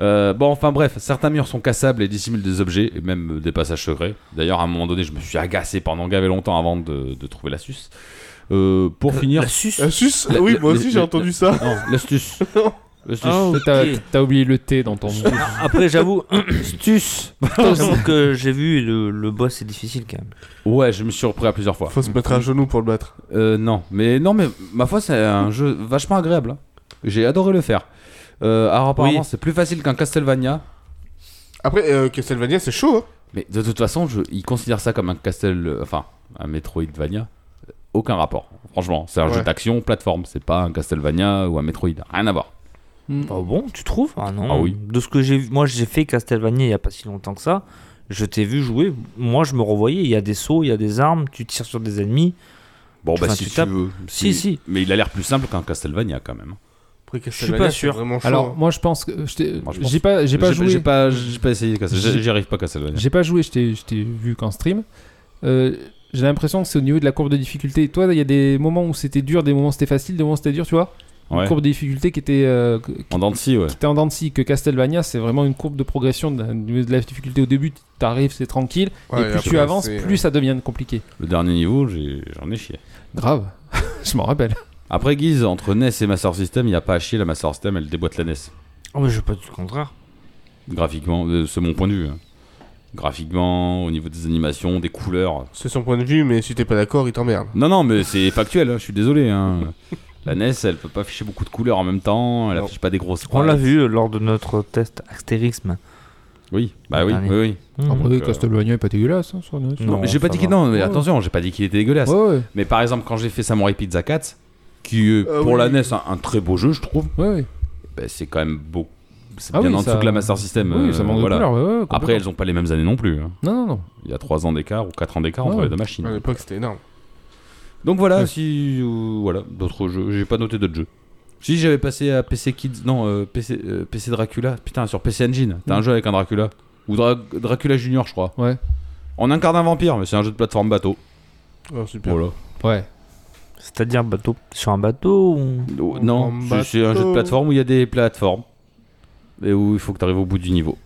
Euh, bon, enfin bref, certains murs sont cassables et dissimulent des objets et même euh, des passages secrets. D'ailleurs, à un moment donné, je me suis agacé pendant gavé longtemps avant de, de trouver l'astuce. Euh, pour finir.
La suce.
Euh, sus
La-
Oui,
la-
moi
la-
aussi j'ai
la-
entendu ça.
Non, Oh. l'astuce. L'astuce.
Ah, ok.
T'as t'as oublié le T dans ton.
Après, j'avoue, stus. J'avoue que j'ai vu le, le boss est difficile quand même.
Ouais, je me suis repris à plusieurs fois.
Faut se mettre à genoux pour le battre.
Euh, non, mais non, mais ma foi, c'est un jeu vachement agréable. hein. J'ai adoré le faire. Euh, alors, apparemment,
Oui.
c'est plus facile qu'un Castlevania.
Après, euh, Castlevania, c'est chaud. hein.
Mais de toute façon, je, ils considèrent ça comme un Castle. euh, Enfin, un Metroidvania. Euh, Aucun rapport. Franchement, c'est un
Ouais.
jeu d'action, plateforme. C'est pas un Castlevania ou un Metroid. Rien à voir.
Ah bon, tu trouves Ah non.
Ah oui.
De ce que j'ai vu, moi j'ai fait Castlevania il n'y a pas si longtemps que ça. Je t'ai vu jouer, moi je me revoyais, il y a des sauts, il y a des armes, tu tires sur des ennemis.
Bon, bah
Enfin,
si
tu
tu
tapes.
veux.
Si, si.
Mais il a l'air plus simple qu'un Castlevania quand même. hein.
Après,
suis
Castlevania,
pas
c'est
sûr.
Vraiment chaud. hein.
Alors, moi, je pense que. je t'ai-
Moi, je pense-
J'ai pas, j'ai pas joué.
J'ai pas, j'ai pas essayé Castlevania.
J'ai-
J'y arrive pas Castlevania.
J'ai pas joué, je t'ai je t'ai vu qu'en stream. Euh, j'ai l'impression que c'est au niveau de la courbe de difficulté. Toi, il y a des moments où c'était dur, des moments où c'était facile, des moments où c'était dur, tu vois. Une
Ouais.
courbe de difficulté qui était, euh, qui
En dents de scie, ouais.
était en dents de scie, que Castlevania, c'est vraiment une courbe de progression de, de la difficulté. Au début, t'arrives, c'est tranquille,
Ouais,
et euh, plus tu
après,
avances,
c'est-
plus ça devient compliqué.
Le dernier niveau, j'ai- j'en ai chié.
Grave, je m'en rappelle.
Après Guise, entre NES et Master System, il n'y a pas à chier. La Master System, elle déboîte la NES.
Oh, mais je veux pas du contraire.
Graphiquement, euh, c'est mon point de vue. hein. Graphiquement, au niveau des animations, des couleurs.
C'est son point de vue, mais si t'es pas d'accord, il t'emmerde.
Non, non, mais c'est factuel, hein, je suis désolé. hein. La NES, elle peut pas afficher beaucoup de couleurs en même temps, elle
Non.
affiche pas des grosses
On l'a
sprites.
vu euh, lors de notre test astérisme.
Oui, bah oui,
Dernier.
oui, oui.
Mhm.
Après, Donc, euh,
Castlevania est pas dégueulasse. hein,
Non,
Non, mais j'ai pas
ça
dit qu'il
va.
non, mais
Ouais.
attention, j'ai pas dit qu'il était dégueulasse.
Ouais, ouais,
Mais par exemple, quand j'ai fait Samurai Pizza 4, qui est
Euh,
pour
oui,
la
oui,
NES un, un très beau jeu, je trouve,
ouais, ouais.
bah, c'est quand même beau. C'est
Ah
bien
oui,
en dessous
ça-
de la Master System.
Oui,
euh,
ça manque de
voilà.
couleur, ouais, ouais, complètement.
Après, elles ont pas les mêmes années non plus. hein.
Non, non, non.
Il y a 3 ans d'écart ou 4 ans d'écart entre
Ouais.
les deux machines.
Mm.
À l'époque, c'était énorme.
Donc voilà, si euh, voilà, d'autres jeux, j'ai pas noté d'autres jeux. Si j'avais passé à PC Kids, non, euh, PC, euh, PC Dracula, putain, sur PC Engine, t'as un jeu avec un Dracula ou Dra- Dracula Junior, je crois.
Ouais.
On incarne un vampire, mais c'est un jeu de plateforme bateau.
Oh, super.
Voilà.
Ouais.
C'est-à-dire bateau sur un bateau ou-
Oh, non,
En
c'est- c'est un jeu de
bateau.
plateforme où il y a des plateformes et où il faut que t'arrives au bout du niveau.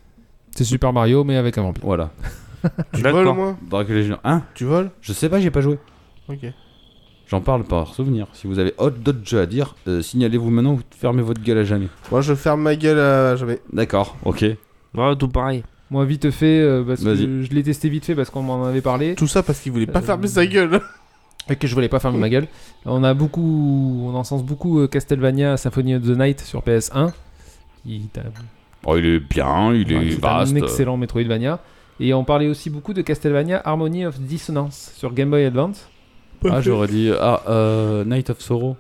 C'est Super Mario, mais avec un vampire.
Voilà.
Tu
D'accord.
voles au moins
Dracula Junior. Hein
Tu voles
Je sais pas, j'ai pas joué.
Ok.
J'en parle par souvenir. Si vous avez autre- d'autres jeux à dire, euh, signalez-vous maintenant ou fermez votre gueule à jamais.
Moi, je ferme ma gueule à jamais.
D'accord, ok.
Ouais, tout pareil.
Moi, vite fait, euh, parce que
Vas-y.
je, je l'ai testé vite fait parce qu'on m'en avait parlé.
Tout ça parce qu'il voulait pas
Euh,
fermer sa gueule.
et que je voulais pas fermer ma gueule. On a beaucoup, on encense beaucoup euh, Castlevania Symphony of the Night sur PS1. Il est,
Oh, il est bien, il
enfin,
est
c'est un
vaste.
excellent Metroidvania. Et on parlait aussi beaucoup de Castlevania Harmony of Dissonance sur Game Boy Advance.
Ah, j'aurais dit ah, euh, Night of Sorrow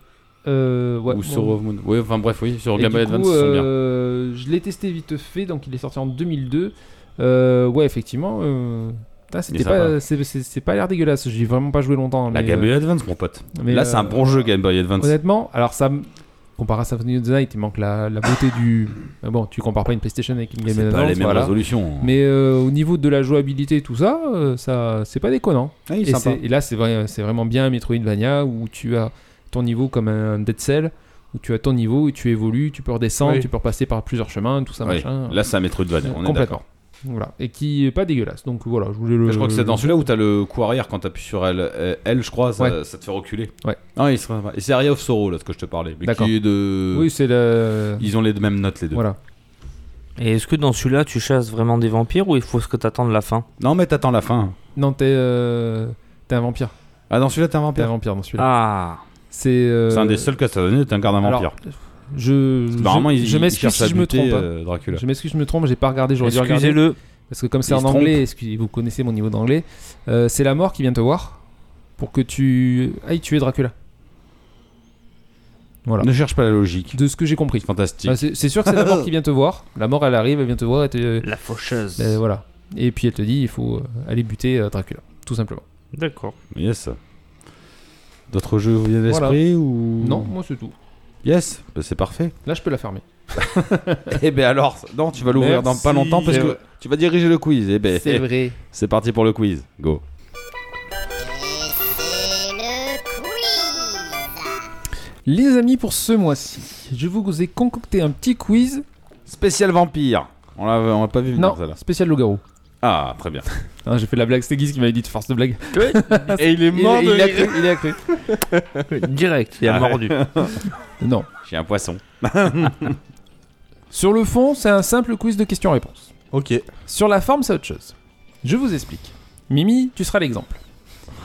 Euh, ouais,
ou
bon.
Sorrow of Moon. Oui, enfin bref, oui, sur
Et
Game Boy
du coup,
Advance, ils sont bien.
euh, je l'ai testé vite fait, donc il est sorti en 2002. Euh, ouais, effectivement, euh, putain, c'était
Il est sympa.
pas, c'est, c'est- c'est pas l'air dégueulasse. J'ai vraiment pas joué longtemps.
La
mais,
Game
euh,
Boy Advance, mon pote.
mais,
Là, c'est un
euh,
bon jeu, Game Boy Advance.
Honnêtement, alors ça. m- Comparé à Symphony of the Night, il manque la, la beauté du. Mais Bon, tu compares pas une PlayStation avec une Game
C'est
Boy
pas les
Advance,
mêmes
voilà.
résolutions.
Mais euh, au niveau de la jouabilité et tout ça, euh, ça c'est pas déconnant.
Ah, il est
et,
sympa.
c'est- et là, c'est vrai, c'est vraiment bien un Metroidvania où tu as ton niveau comme un Dead Cell, où tu as ton niveau et tu évolues, tu peux redescendre,
Oui.
tu peux repasser par plusieurs chemins, tout ça
Oui.
machin.
Là, c'est un Metroidvania, on est d'accord.
complètement. Voilà. Et qui est pas dégueulasse. Donc voilà, je voulais le.
Je crois que c'est dans celui-là où t'as le coup arrière quand t'appuies sur L, euh, L, je crois, ça, ça te fait reculer.
Ouais.
Ah, il serait sympa. Et c'est Aria of Sorrow, là, de ce que je te parlais. mais
D'accord.
qui est de...
Oui, c'est le.
Ils ont les mêmes notes, les deux.
Voilà.
Et est-ce que dans celui-là, tu chasses vraiment des vampires ou il faut ce que t'attendes la fin
Non, mais t'attends la fin.
Non, t'es euh, t'es un vampire.
Ah, dans celui-là, t'es un
T'es un
vampire.
vampire dans celui-là.
Ah
C'est euh,
C'est un des seuls Castlevania où t'incarnes un
alors,
vampire.
Je,
Normalement,
je,
ils
je
ils
m'excuse
cherchent à
si je me
buter,
trompe. hein.
euh, Dracula.
Je m'excuse, je me trompe, j'ai pas regardé, j'aurais dû regarder.
Excusez-le.
Parce que comme c'est
Il
en
se trompe.
anglais, excusez, vous connaissez mon niveau d'anglais, euh, c'est la mort qui vient te voir pour que tu ailles tuer Dracula. Voilà.
Ne cherche pas la logique.
De ce que j'ai compris.
Fantastique.
Ah, c'est c'est sûr que c'est la mort qui vient te voir. La mort, elle arrive, elle vient te voir. Et
La faucheuse.
voilà. Et puis elle te dit, il faut euh, aller buter euh, Dracula, tout simplement.
D'accord.
Yes. D'autres jeux vous viennent à
Voilà.
l'esprit ou
Non, moi c'est tout.
Yes, Bah, c'est parfait.
Là, je peux la fermer.
eh ben alors, non, tu vas l'ouvrir dans pas
Merci.
longtemps parce
C'est
que
vrai.
tu vas diriger le quiz. Eh ben, eh,
vrai.
c'est parti pour le quiz. Go.
C'est le quiz.
Les amis, pour ce mois-ci, je vous ai concocté un petit quiz.
Spécial vampire. On l'a, on l'a pas vu venir
Non,
celle-là.
spécial loup-garou.
Ah, très bien.
Hein, j'ai fait la blague, c'était Guise qui m'avait dit de force de blague.
Et il est mort de rire.
cru, il a cru.
Direct, il a
Ah ouais.
mordu.
Non.
J'ai un poisson.
Sur le fond, c'est un simple quiz de questions-réponses.
Ok,
Sur la forme, c'est autre chose. Je vous explique. Mimi, tu seras l'exemple.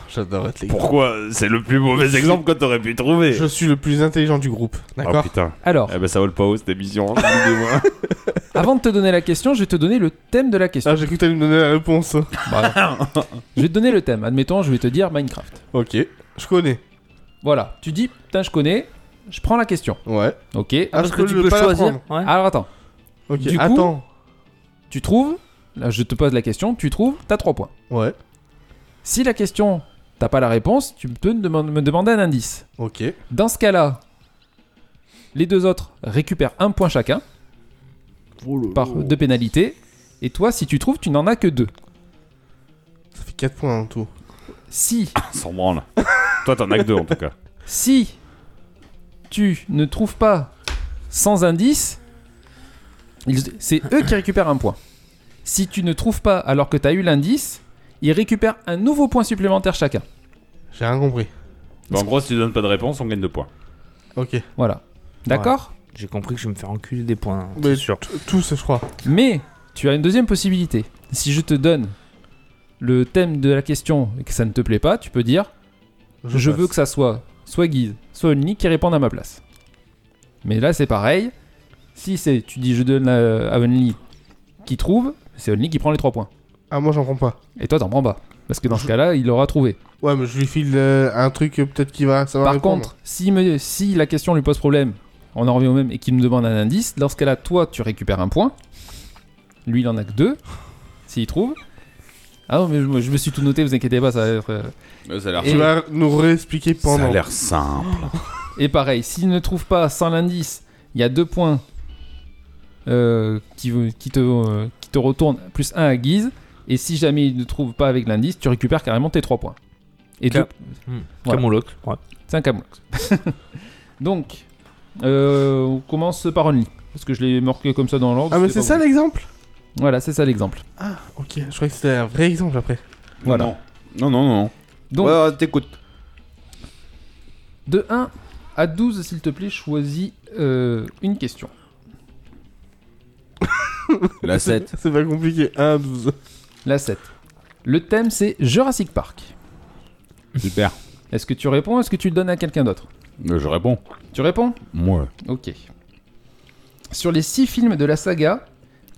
j'adore être les
Pourquoi C'est le plus mauvais exemple que t'aurais pu trouver.
Je suis le plus intelligent du groupe,
Oh
d'accord
putain.
Euh.
Alors,
Eh ben ça vaut le pas haut cette émission.
avant de te donner la question, je vais te donner le thème de la question.
Ah, j'ai cru que t'allais me donner la réponse.
Bah, non. je vais te donner le thème. Admettons, je vais te dire Minecraft.
Ok. Je connais.
Voilà. Tu dis, putain, je connais. Je prends la question.
Ouais.
Ok.
Ah, je peux- je peux pas la prendre.
Ouais.
Alors attends.
Ok,
Du coup-
attends.
Hein Tu trouves Là, je te pose la question, tu trouves, t'as 3 points.
Ouais.
Si la question, t'as pas la réponse, tu peux me deman- me demander un indice.
Ok.
Dans ce cas-là, les deux autres récupèrent un point chacun par deux pénalités. Et toi, si tu trouves, tu n'en as que deux.
Ça fait 4 points en tout.
Si,
Sans branle. Toi, t'en as que deux en tout cas.
si tu ne trouves pas sans indice, ils- c'est eux qui récupèrent un point. Si tu ne trouves pas alors que tu as eu l'indice, ils récupèrent un nouveau point supplémentaire chacun.
J'ai rien compris.
Bon, en gros, si tu donnes pas de réponse, on gagne deux points.
Ok.
Voilà. D'accord
J'ai compris que je vais me faire enculer des points. hein.
Mais
C'est sûr.
t- Tous, je crois.
Mais tu as une deuxième possibilité. Si je te donne le thème de la question et que ça ne te plaît pas, tu peux dire je,
passe.
veux que ça soit soit Guise, soit Nick qui répondent à ma place. Mais là, c'est pareil. Si c'est tu dis je donne à, à Only qui trouve, c'est Only qui prend les trois points.
Ah, moi, j'en prends pas.
Et toi, t'en prends pas. Parce que dans ce cas-là, il aura trouvé.
Ouais, mais je lui file euh, un truc, euh, peut-être qu'il va. Ça va
Par
répondre.
contre, si, me- si la question lui pose problème, on en revient au même, et qu'il me demande un indice, dans ce cas-là, toi, tu récupères un point. Lui, il en a que deux, s'il trouve. Ah non, mais je, je me suis tout noté, vous inquiétez pas, ça va être... euh.
ça a l'air
Et-
tu vas nous réexpliquer
Ça a
pendant.
l'air simple.
Et pareil, s'il ne trouve pas sans l'indice, il y a deux points euh, qui, vous- qui te, euh, qui te retournent, plus un à guise. Et si jamais il ne trouve pas avec l'indice, tu récupères carrément tes trois points. Et
Ca-
deux, Voilà.
Comme au loc. Ouais.
C'est un Camoulox. Donc, euh, on commence par Only. Parce que je l'ai marqué comme ça dans l'ordre.
Ah, mais
c'était
c'est
pas
ça
voulu.
l'exemple
Voilà, c'est ça l'exemple.
Ah, ok. Je croyais que c'était un vrai exemple après.
Voilà.
Non, non, non. non.
Donc,
Ouais, ouais, t'écoutes.
de 1 à 12, s'il te plaît, choisis euh, une question.
La 7.
C'est pas compliqué. 1 à 12.
La 7. Le thème, c'est Jurassic Park.
Super.
Est-ce que tu réponds ou est-ce que tu le donnes à quelqu'un d'autre
Euh, Je réponds.
Tu réponds
Moi.
Ok. Sur les 6 films de la saga,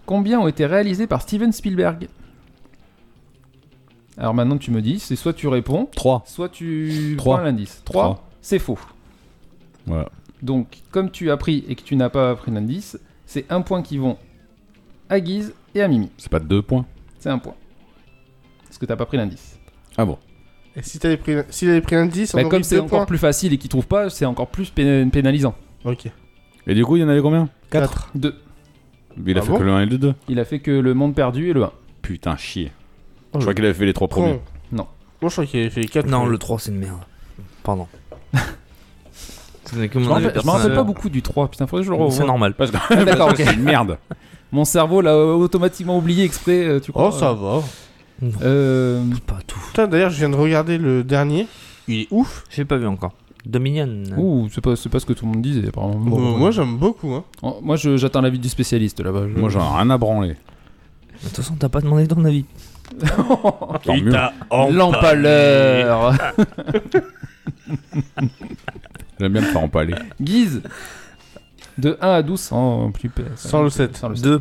combien ont été réalisés par Steven Spielberg Alors maintenant tu me dis, c'est soit tu réponds,
3.
Soit tu
Trois.
prends l'indice. 3,
Trois.
c'est faux.
Ouais.
Donc, comme tu as pris et que tu n'as pas pris l'indice, c'est un point qui vont à Guise et à Mimi.
C'est pas deux points.
C'est un point. Parce que t'as pas pris l'indice.
Ah bon.
Et si t'avais pris, s'il avait pris l'indice,
Bah,
on
comme
aurait
c'est
deux
encore
points.
plus facile et qu'ils trouvent pas, c'est encore plus pén- pénalisant.
Ok.
Et du coup, il y en avait combien
4.
2.
Il a
Ah
fait
bon
que le 1 et le 2.
Il a fait que le monde perdu et le 1.
Putain, chier. Oh.
Oh,
je crois qu'il avait fait les trois premiers.
Con.
Non.
Moi, je crois qu'il avait fait 4.
Non, le 3, c'est une merde. Pardon. je
Je m'en rappelle, je m'en rappelle pas beaucoup du 3. Putain, faudrait que je le
C'est
revoie.
normal.
Parce que
Ah, D'accord, ok.
c'est une merde.
Mon cerveau l'a euh, automatiquement oublié exprès, euh, tu crois
Oh, ça va.
Euh,
Pas tout.
Putain, d'ailleurs, je viens de regarder le dernier. Il est ouf.
J'ai pas vu encore. Dominion.
Ouh, c'est pas, c'est pas ce que tout le monde disait, apparemment. Bon,
Euh, Moi, j'aime beaucoup. Hein.
Oh, moi, je- j'attends l'avis du spécialiste là-bas. Je-
Moi, j'en ai rien à branler.
De toute façon, t'as pas demandé ton avis.
Tant mieux.
L'empaleur
J'aime bien me faire empaler.
Guise De 1 à 12 sans plus PS.
Sans le 7.
Sans le
Deux.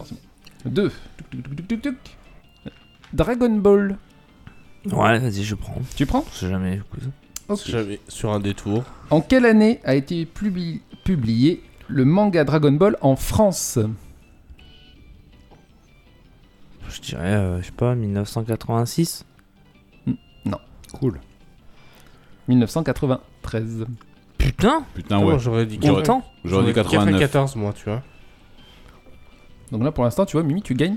2 Dragon Ball
Ouais, vas-y, je prends.
Tu prends
Je sais jamais. écoute.
J'avais sur un détour.
En quelle année a été publi- publié le manga Dragon Ball en France
Je dirais, euh, je sais pas, 1986.
Cool. 1993.
Putain
Putain,
Ah,
ouais.
moi, j'aurais dit
J'aurais-
4.
Autant
J'aurais dit 89.
14, moi, tu vois.
Donc là pour l'instant tu vois Mimi tu gagnes.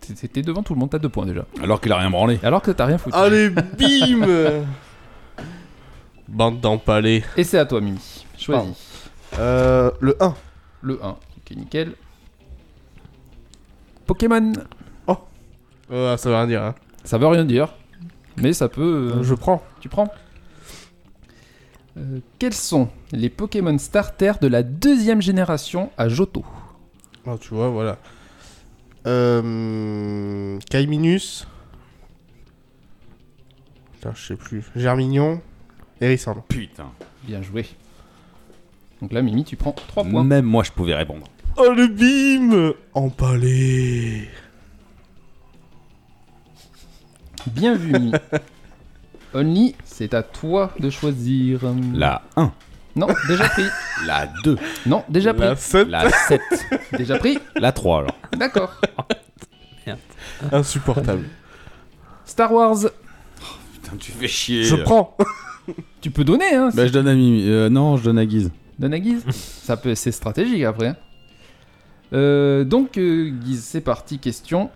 T'es- T'es devant tout le monde, t'as 2 points déjà.
Alors qu'il a rien branlé.
Alors que t'as rien foutu.
Allez, bim Bande d'empalés.
Et c'est à toi Mimi. Choisis.
Pardon. Euh, le 1.
Le 1. Ok, nickel. Pokémon.
Euh, ça veut rien dire. Hein.
Ça veut rien dire, mais ça peut. euh,
Je prends.
Tu prends Euh, Quels sont les Pokémon starters de la deuxième génération à Johto
Ah, tu vois, voilà. Euh... Kaiminus. Putain, je sais plus. Germignon. Hérissandre.
Putain.
Bien joué. Donc là, Mimi, tu prends 3 points.
Même moi, je pouvais répondre.
Oh le bim Empalé
Bien vu, Mimi. Only, c'est à toi de choisir.
La 1.
Non, déjà pris.
La 2.
Non, déjà pris.
La sept.
La 7.
Déjà pris
La 3, alors.
D'accord.
Insupportable.
Star Wars,
Putain, tu fais chier.
Je prends.
tu peux donner, hein
Bah, je donne à Mimi. Euh, non, je donne à Guise.
Donne à Guise. Ça peut, c'est stratégique après. hein. Euh, donc, euh, Guise, c'est parti. Question.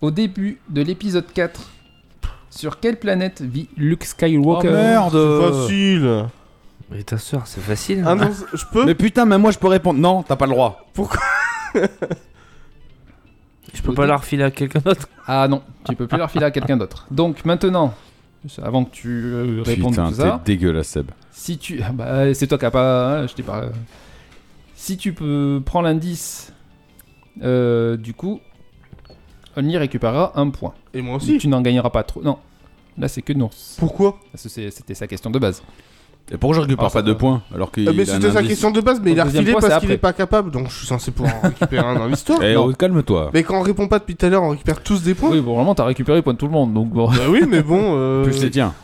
Au début de l'épisode 4, sur quelle planète vit Luke
Ah,
Skywalker
Oh,
Euh, Facile.
Mais ta soeur, c'est facile.
Ah non, je peux
Mais putain, même moi je peux répondre. Non, t'as pas le droit.
je peux pas la refiler à quelqu'un d'autre.
Ah non, tu peux plus la refiler à quelqu'un d'autre. Donc maintenant, avant que tu euh, répondes
putain,
tout ça.
t'es dégueulasse, Seb.
Si tu. Ah bah, c'est toi qui a pas. hein, je t'ai pas. Si tu peux, prends l'indice, euh, du coup, Only récupérera un point.
Et moi aussi.
Tu n'en gagneras pas trop. Non. Là, c'est que non.
Pourquoi
Parce que c'est- C'était sa question de base.
Et pourquoi je récupère
Ah, ça
pas
va.
deux points alors qu'il
Eh ben,
a un
C'était sa
indice
question de base, mais
Au
il a
deuxième
refilé
point, c'est
parce qu'il
après.
est pas capable, donc je suis censé pouvoir en récupérer un dans l'histoire.
Eh,
Non.
oh, calme-toi.
Mais quand on répond pas depuis tout à l'heure, on récupère tous des points.
Oui, bon, vraiment, t'as récupéré les points de tout le monde. Donc bon,
Bah oui, mais bon. euh,
Plus les tiens.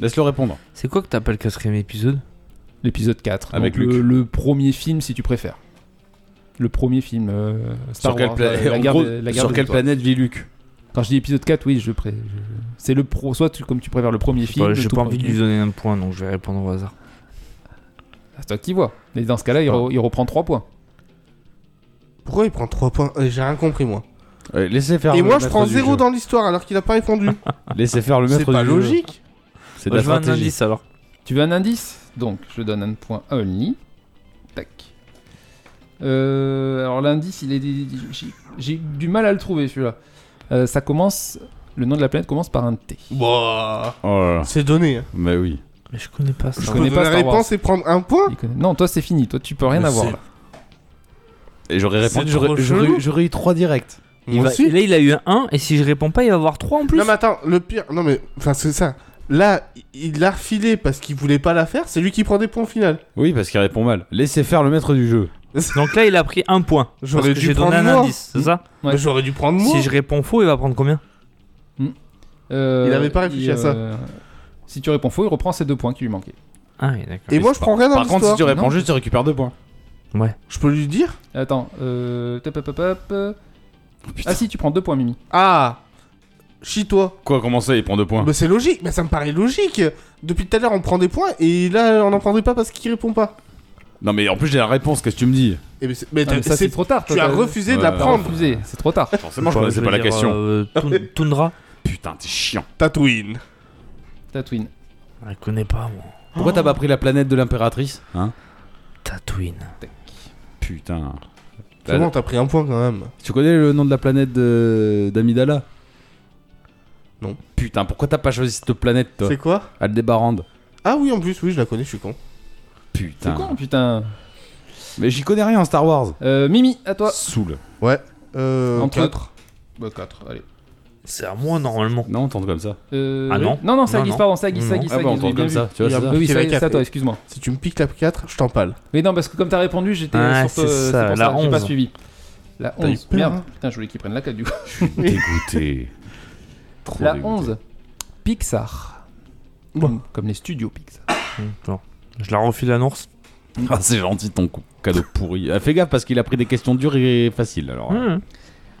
Laisse-le répondre.
C'est quoi que t'appelles quatrième épisode
l'épisode 4.
Avec
donc le,
Luc.
le premier film, si tu préfères. Le premier film. euh, Star
sur quelle,
Wars,
pla-
euh, la
en
guerre
gros,
de- la guerre
sur
des
quelle
étoiles.
planète vit Luc
Quand je dis épisode 4, oui, je pré. je- C'est le pro. Soit tu- comme tu préfères le premier film.
Bah,
le
J'ai
tout
pas envie de
premier.
lui donner un point, donc je vais répondre au hasard.
Ah, C'est toi qui vois. Mais dans ce cas-là, il, re- il reprend 3 points.
Pourquoi il prend 3 points Eh, J'ai rien compris, moi.
Ouais, Laissez faire.
Et
le
moi, je
maître
prends
du
0
jeu.
dans l'histoire alors qu'il a pas répondu.
Laissez faire le maître
C'est pas
du jeu.
logique.
C'est de
Bah,
la
je veux un
stratégie.
indice alors.
Tu veux un indice Donc, je donne un point à Only. Tac. Euh, alors, l'indice, il est. j'ai- J'ai eu du mal à le trouver celui-là. Euh, ça commence. Le nom de la planète commence par un T.
Bah,
Oh là là.
c'est donné.
Bah oui.
Mais je connais pas ça.
Je
Je
connais
peux
pas
donner la
Star Wars.
réponse et prendre un point
Il connaît- Non, toi, c'est fini. Toi, tu peux rien
Mais
avoir.
c'est-
là.
Et j'aurais
C'est
répondu.
trop
J'aurais j'aurais
chelou.
eu- j'aurais eu 3 directs.
Il va- Là, il a eu un 1, et si je réponds pas, il va avoir 3 en plus.
Non, mais attends, le pire. Non, mais. Enfin, c'est ça. Là, il l'a refilé parce qu'il voulait pas la faire. C'est lui qui prend des points au final.
Oui, parce qu'il répond mal. Laissez faire le maître du jeu.
Donc là, il a pris un point. Parce
J'aurais
que
dû
j'ai donné
prendre
un
moi.
indice, c'est ça
Ouais.
Mais J'aurais dû prendre moi.
Si je réponds faux, il va prendre combien
Euh,
Il avait pas réfléchi
il,
à ça.
euh, Si tu réponds faux, il reprend ces deux points qui lui manquaient.
Ah, oui, d'accord.
Et moi, je prends rien dans
Par contre, si
l'histoire.
tu réponds
non
juste, tu récupères deux points.
Je peux lui dire
Attends. Euh... tap, tap, tap, tap. ah, si, tu prends deux points, Mimi.
Ah Chie-toi.
Quoi, comment ça, il prend deux points
Mais c'est logique, mais ça me paraît logique. Depuis tout à l'heure, on prend des points et là, on n'en prendrait pas parce qu'il répond pas.
Non, mais en plus, j'ai la réponse. Qu'est-ce que tu me dis
Eh ben, c'est- mais
Ah, mais
t'as-
ça,
c'est-
c'est trop tard.
tu
toi,
as
t'as-
refusé de
Ouais,
la
ouais,
t'as
prendre.
refusé, C'est trop tard.
Forcément, je connaissais
veux
pas la
dire,
question.
euh, Tun- Tundra
Putain, t'es chiant.
Tatooine.
Tatooine.
Je connais pas, moi.
Pourquoi t'as pas pris la planète de l'impératrice Hein
Tatooine.
Putain.
C'est bon, t'as pris un point quand même.
Tu connais le nom de la planète de- d'Amidala
Non.
Putain, pourquoi t'as pas choisi cette planète, toi
C'est quoi
Aldébarande.
Ah oui, en plus, oui, je la connais, je suis con.
C'est
Putain.
con, putain.
Mais j'y connais rien en Star Wars.
Euh, Mimi, à
Oh.
toi.
Soul.
Euh.
Entre-
quatre.
Bah 4, allez.
C'est à moi, normalement.
Non, on tourne comme ça.
Euh,
Ah
oui.
non.
Non, non, ça
Non,
glisse,
non.
pardon, ça glisse, ça
Non.
glisse.
ah
ça
bah, on
glisse,
tourne
bien
comme
vu.
ça. Tu vois,
Il y a
c'est ça.
un-
Oui, oui,
Qui
ça
va
y est, c'est à
quatre,
toi,
oui.
excuse-moi.
Si tu me piques la 4, je t'empale.
Mais non, parce que comme t'as répondu, j'étais
Ah,
sur
c'est
toi, euh,
ça,
c'est pour
la
ça, j'ai pas
11.
suivi. La
T'as eu
11,
peur,
merde,
hein
putain, je voulais qu'il prenne la 4 du coup.
Dégoûté. Trop
La
dégoûté.
11, Pixar. Comme, comme les studios Pixar.
Bon. Je la refile à Nours.
Ah, c'est gentil ton coup- cadeau pourri. Ah, fais gaffe parce qu'il a pris des questions dures et faciles. Alors,
Hmm.
Mmh.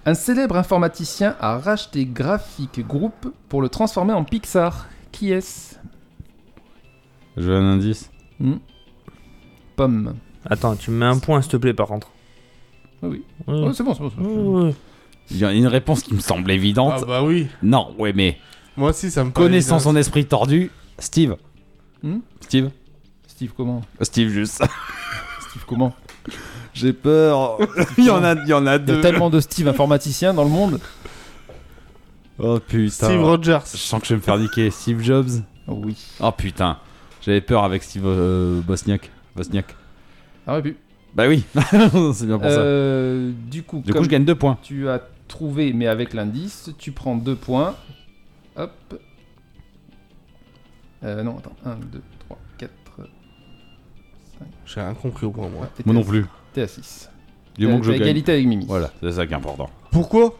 Un célèbre informaticien a racheté Graphic Group pour le transformer en Pixar. Qui est-ce
je veux un indice.
Pomme.
Attends, tu me mets un point, s'il te plaît, par contre.
Ah oui.
Mmh.
Ouais.
Ouais, c'est bon, c'est bon. c'est bon.
Ouais, ouais.
Il y a une réponse qui me semble évidente.
Ah bah oui.
Non, ouais, mais
Moi aussi, ça me paraît.
connaissant
évident.
son esprit tordu, Steve.
Hmm
Steve
Steve comment
Steve, juste.
Steve comment
J'ai peur. il, y en a, il y en a
Il y a
deux.
tellement de Steve informaticiens dans le monde.
Oh putain.
Steve
Je
Rogers.
sens que je vais me faire niquer. Steve Jobs.
Oh oui.
Oh putain. J'avais peur avec Steve euh, Bosniak. Bosniak.
Ça aurait pu.
Bah oui, c'est bien pour ça.
Ah Euh, du coup,
Du
comme
coup, je gagne deux points.
tu as trouvé, mais avec l'indice, tu prends deux points. Hop. Euh, non, attends. 1, 2, 3, 4.
J'ai rien compris au point, moi.
Moi non plus.
T'es à 6.
Du moment que je gagne.
Euh, bah, égalité avec Mimi.
Voilà, c'est ça qui est important.
Pourquoi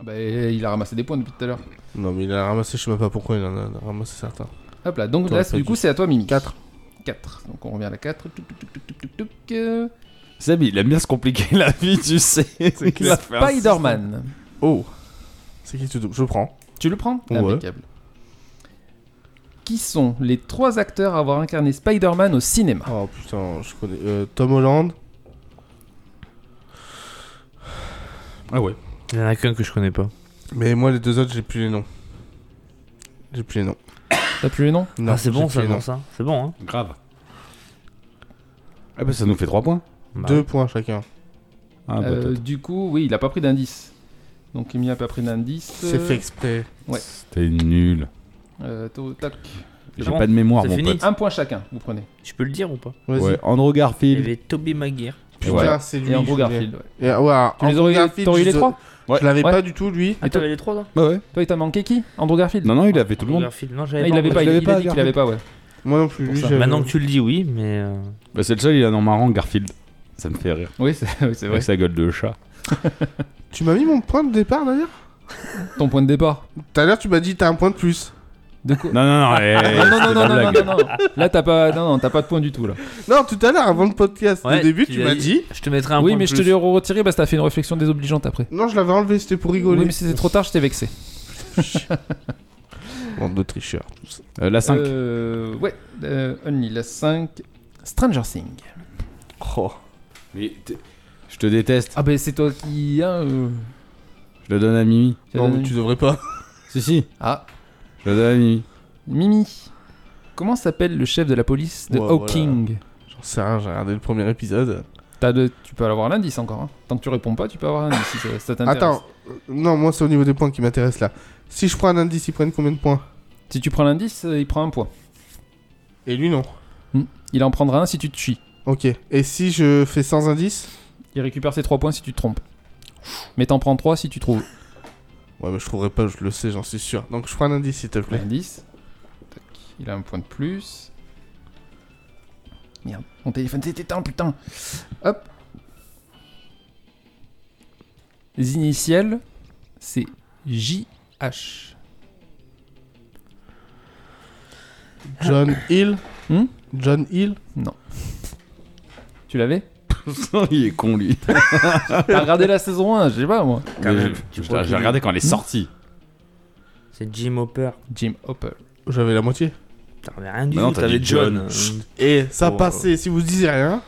Ah Bah, il a ramassé des points depuis tout à l'heure.
Non, mais il a ramassé, je sais même pas pourquoi il en a ramassé certains.
Hop là, donc
Toi,
là,
ça
du
dit.
coup, c'est à toi, Mimi.
4.
4. Donc on revient à la 4. Touc, touc, touc, touc, touc, touc, touc. Euh,
Seb, il aime bien se compliquer la vie, tu sais. Il a fait un
Spider-Man.
Oh. C'est qui tu double Je prends.
Tu le prends
Ouais.
Impeccable. Qui sont les trois acteurs à avoir incarné Spider-Man au cinéma
Oh putain, je connais. euh, Tom Holland.
Ah ouais.
Il y en a qu'un que je connais pas.
Mais moi, les deux autres, j'ai plus les noms. J'ai plus les noms.
T'as plus les noms
Non,
ah, c'est
j'ai
bon
plus
ça,
les
non,
noms.
ça. C'est bon, hein.
Grave. Ah bah ça nous fait 3 points.
Bah,
Deux points chacun.
Ah, bah,
Euh, Du coup, oui, il a pas pris d'indice. Donc il n'y a pas pris d'indice.
C'est fait exprès.
T'es nul.
Euh, to- tac.
J'ai
Ah bon
pas de mémoire,
C'est
mon
fini
pote.
Un point chacun, vous prenez.
Je peux le dire ou pas
Vas-y.
Ouais, Andrew
Il y
Garfield.
avait Toby Maguire.
Putain,
Ouais.
c'est lui.
Et Andrew
je l'ai.
Garfield. ouais.
Et, ouais, alors,
Tu les
Andrew
aurais eu-
Garfield,
t'aurais eu
je-
les trois
Ouais.
Je l'avais
Ouais.
pas du tout, lui.
Ah, t'avais les trois, là
Bah ouais.
Toi, il t'a manqué qui Andrew Garfield
Non, non, il avait tout le monde.
Garfield. Non,
Ah,
j'avais
Il l'avait
encore.
pas, il
l'avais
a dit
pas,
qu'il l'avait pas, ouais.
Moi non plus.
Pour
Lui,
ça.
j'avais-
Maintenant que tu le dis, oui, mais. euh,
Bah, c'est le seul, il a un nom marrant, Garfield. Ça me fait rire.
Oui, c'est oui, c'est vrai.
Avec sa gueule de chat.
Tu m'as mis mon point de départ d'ailleurs
Ton point de départ.
Tout à l'heure, tu m'as dit t'as un point de plus.
De quoi
Non, non, non, eh,
Ah, non,
c'était
non,
la
non, non,
blague.
non, non, non. Là, t'as pas, non, non, t'as pas de point du tout, là.
Non, tout à l'heure, avant le podcast,
ouais,
au début, tu
as
m'as dit.
Je te mettrai un
oui,
point
mais
de
je te
plus.
l'ai retiré parce que t'as fait une réflexion désobligeante après.
Non, je l'avais enlevé, c'était pour
Oui,
rigoler.
mais si c'était trop tard, j'étais vexé.
Bande de tricheurs.
Euh, la 5.
Euh, ouais, euh, Only, la 5. Stranger Things.
Mais t'es- je te déteste.
Ah, ben c'est toi qui. hein, euh,
Je le donne à Mimi.
qui a
Non,
donné-
mais tu devrais pas.
Si, si.
Ah,
Je le donne à Mimi.
Mimi. Comment s'appelle le chef de la police de
Ouais,
Hawking
J'en sais rien, j'ai regardé le premier épisode.
T'as de- Tu peux avoir l'indice encore. hein. Tant que tu réponds pas, tu peux avoir l'indice si ça, ça t'intéresse.
Attends, euh, non, moi c'est au niveau des points qui m'intéresse là. Si je prends un indice, ils prennent combien de points
Si tu prends l'indice, euh, il prend un point.
Et lui non.
Il en prendra un si tu te chies.
Ok. Et si je fais sans indice
Il récupère ses 3 points si tu te trompes. Mais t'en prends 3 si tu trouves
Ouais, mais je trouverai pas, je le sais, j'en suis sûr. Donc je prends un indice, s'il te plaît.
l'indice. Tac, Il a un point de plus. Merde, mon téléphone s'est éteint, putain. Hop. Les initiales, c'est JH.
John Hill
Hmm
John Hill
Tu l'avais
il est con, lui.
T'as regardé la saison 1, je sais pas moi.
Quand
Mais
même,
je- je-
tu vois qu'il
J'ai regardé quand elle est
Hmm.
sortie.
C'est Jim Hopper.
Jim Hopper.
J'avais la moitié.
T'avais rien du
Bah non,
tout.
t'as
T'avais
dit
John.
John.
euh,
Et ça
Oh.
passait, si vous disiez rien.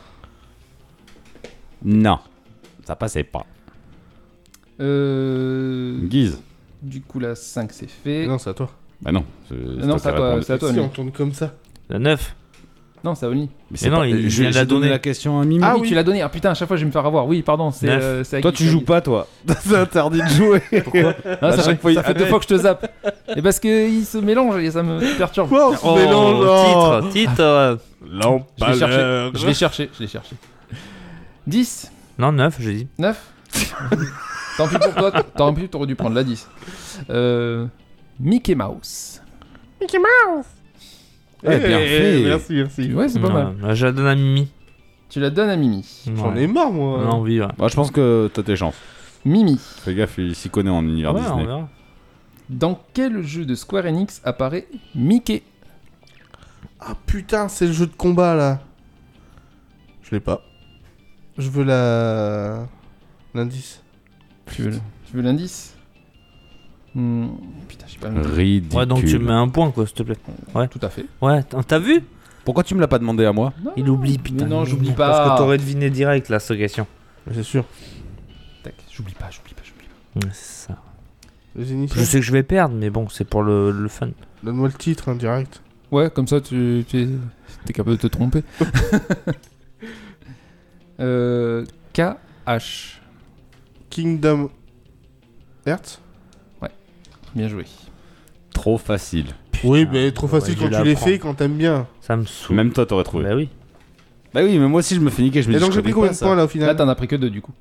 Non. Ça passait pas.
Euh,
Guise.
du coup, la 5 c'est fait.
Non, c'est à toi.
Bah non. c'est- c'est
non,
toi
c'est à
qui
toi,
réponds.
c'est à toi.
si
Annie.
on tourne comme ça.
La 9.
Non, c'est à Oli.
Mais
Mais non, il- il
je
vient de la
j'ai donné
donner.
la question à Mimi.
Ah oui, tu l'as donné. Ah putain, à chaque fois je vais me faire avoir. Oui, pardon, c'est
Neuf.
euh, c'est à
Toi,
qui
tu
que
joues
t'as
pas, toi. C'est interdit de jouer. Pourquoi
dit. Ah, ça
À chaque
fait,
fois, il-
ça fait deux
Arrête.
fois que je te zappe. et parce que il se mélange et ça me perturbe.
Quoi, on se mélange, oh.
titre, titre. euh,
je l'ai cherché.
L'empaleur.
Je l'ai cherché, je l'ai cherché. 10,
Non, 9, je dis.
9. Tant pis pour toi, tant pis, t'aurais dû prendre la 10. Euh, Mickey Mouse.
Ouais, bien
Eh,
fait.
Merci, merci.
Ouais, c'est pas mal.
Non, Je la donne à Mimi.
Tu la donnes à Mimi.
J'en
Ouais.
ai marre, moi.
On a envie, ouais.
Moi, je pense que t'as tes chances.
Mimi,
Fais gaffe, il s'y connaît en univers
Ouais, on
Disney.
verra.
dans quel jeu de Square Enix apparaît Mickey
Ah putain, c'est le jeu de combat là. Je l'ai pas. Je veux la. L'indice.
Tu veux, tu veux l'indice Hmm, Putain, j'ai pas le nom.
Ridicule.
Ouais, donc tu me mets un point, quoi, s'il te plaît.
Tout à fait.
Ouais, t'as t'as vu
Pourquoi tu me l'as pas demandé à moi
Il oublie, putain.
Mais non,
il
j'oublie
oublie.
pas.
Parce que t'aurais deviné direct, là, cette question.
C'est sûr.
Tac, j'oublie pas, j'oublie pas, j'oublie pas.
Ouais, c'est ça.
Les
Je
initiales.
sais que je vais perdre, mais bon, c'est pour le, le fun.
Donne-moi le titre en direct.
Ouais, comme ça, tu, tu es, t'es capable de te tromper. euh, KH.
Kingdom Hearts
Bien joué.
Trop facile.
Oui, mais trop
j'aurais
facile
dû
quand tu les
l'apprendre.
fais, quand t'aimes bien.
Ça me saoule.
Même toi, t'aurais trouvé.
Bah oui.
Bah oui, mais moi aussi, je me fais niquer. Je me
Et
dis,
donc
je
j'ai pris
connais
combien
pas
de
ça.
points là au
Là,
final
t'en as pris que deux du coup.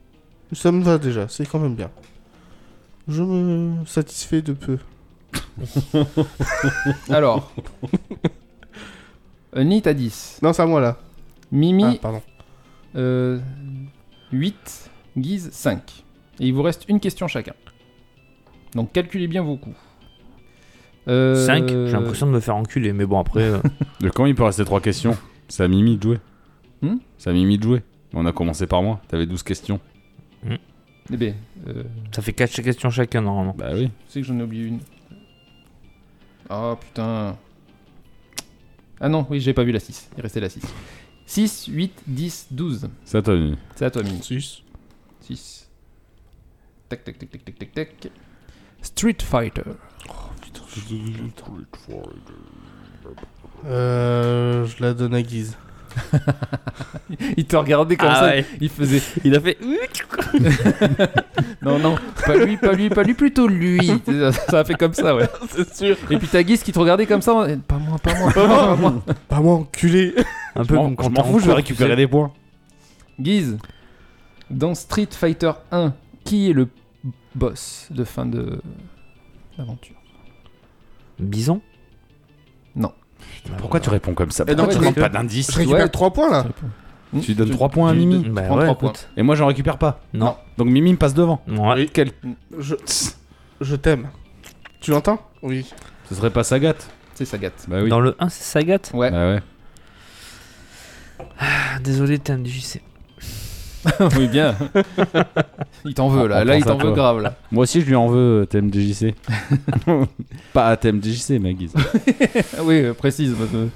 Ça me va déjà, c'est quand même bien. Je me satisfais de peu.
Alors. Nit à 10.
Non, c'est à moi là. Ah,
Mimi,
pardon.
Ah.
euh, 8. Guise, 5. Et il vous reste une question chacun. Donc calculez bien vos coups. Euh,
5, j'ai l'impression de me faire enculer, mais bon, après. euh,
De quand il peut rester trois questions C'est à Mimi de jouer.
Hmm
c'est à Mimi de jouer. On a commencé par moi. T'avais 12 questions.
Hmm.
Eh bien, euh,
Ça fait 4 questions chacun normalement.
Bah oui.
je sais que j'en ai oublié une. Ah putain. Ah non, oui, j'ai pas vu la 6. Il restait la 6. 6, 8, 10, 12.
Ça t'a eu.
C'est à toi, Mine.
6.
6. Tac, tac, tac, tac, tac, tac, tac. Street Fighter.
Euh, je la donne à Guise.
Il te regardait comme
Ah
ça,
ouais.
il faisait.
Il a fait.
Non, non, pas lui, pas lui, pas lui, plutôt lui. ça, ça a fait comme ça, ouais.
C'est sûr.
Et puis ta guise qui te regardait comme ça, en- pas moi, pas moi, pas moi, pas moi.
Pas Bah, moi, enculé.
Un peu comme quand t'es en cours, tu sais.
des points.
Guise, dans Street Fighter 1, qui est le boss de fin de l'aventure
Bison Ah bah
Pourquoi tu réponds comme ça
Et
Ah
Pourquoi
donc,
Eh tu
mais-
demandes pas d'indice
Je récupère
Ouais.
3 points là.
Tu donnes 3 points à
tu
Mimi.
donnes-
Bah
prends
ouais,
trois points.
écoute.
Et moi, j'en récupère pas.
Non.
Donc Mimi me passe devant.
Ouais.
Quel...
Je,
Ce
je t'aime. Tu l'entends Oui.
serait pas Sagat
C'est Sagat.
Bah oui.
Dans le 1, c'est Sagat.
Ouais.
Bah ouais.
Ah, désolé, t'es un DJC.
oui, bien. Il t'en veut, là.
Ah, On
Là, il
pense à
t'en veut
toi.
grave, là.
Moi aussi, je lui en veux, euh, TMDJC. pas à TMDJC, ma guise.
Ah oui, euh, précise. parce que-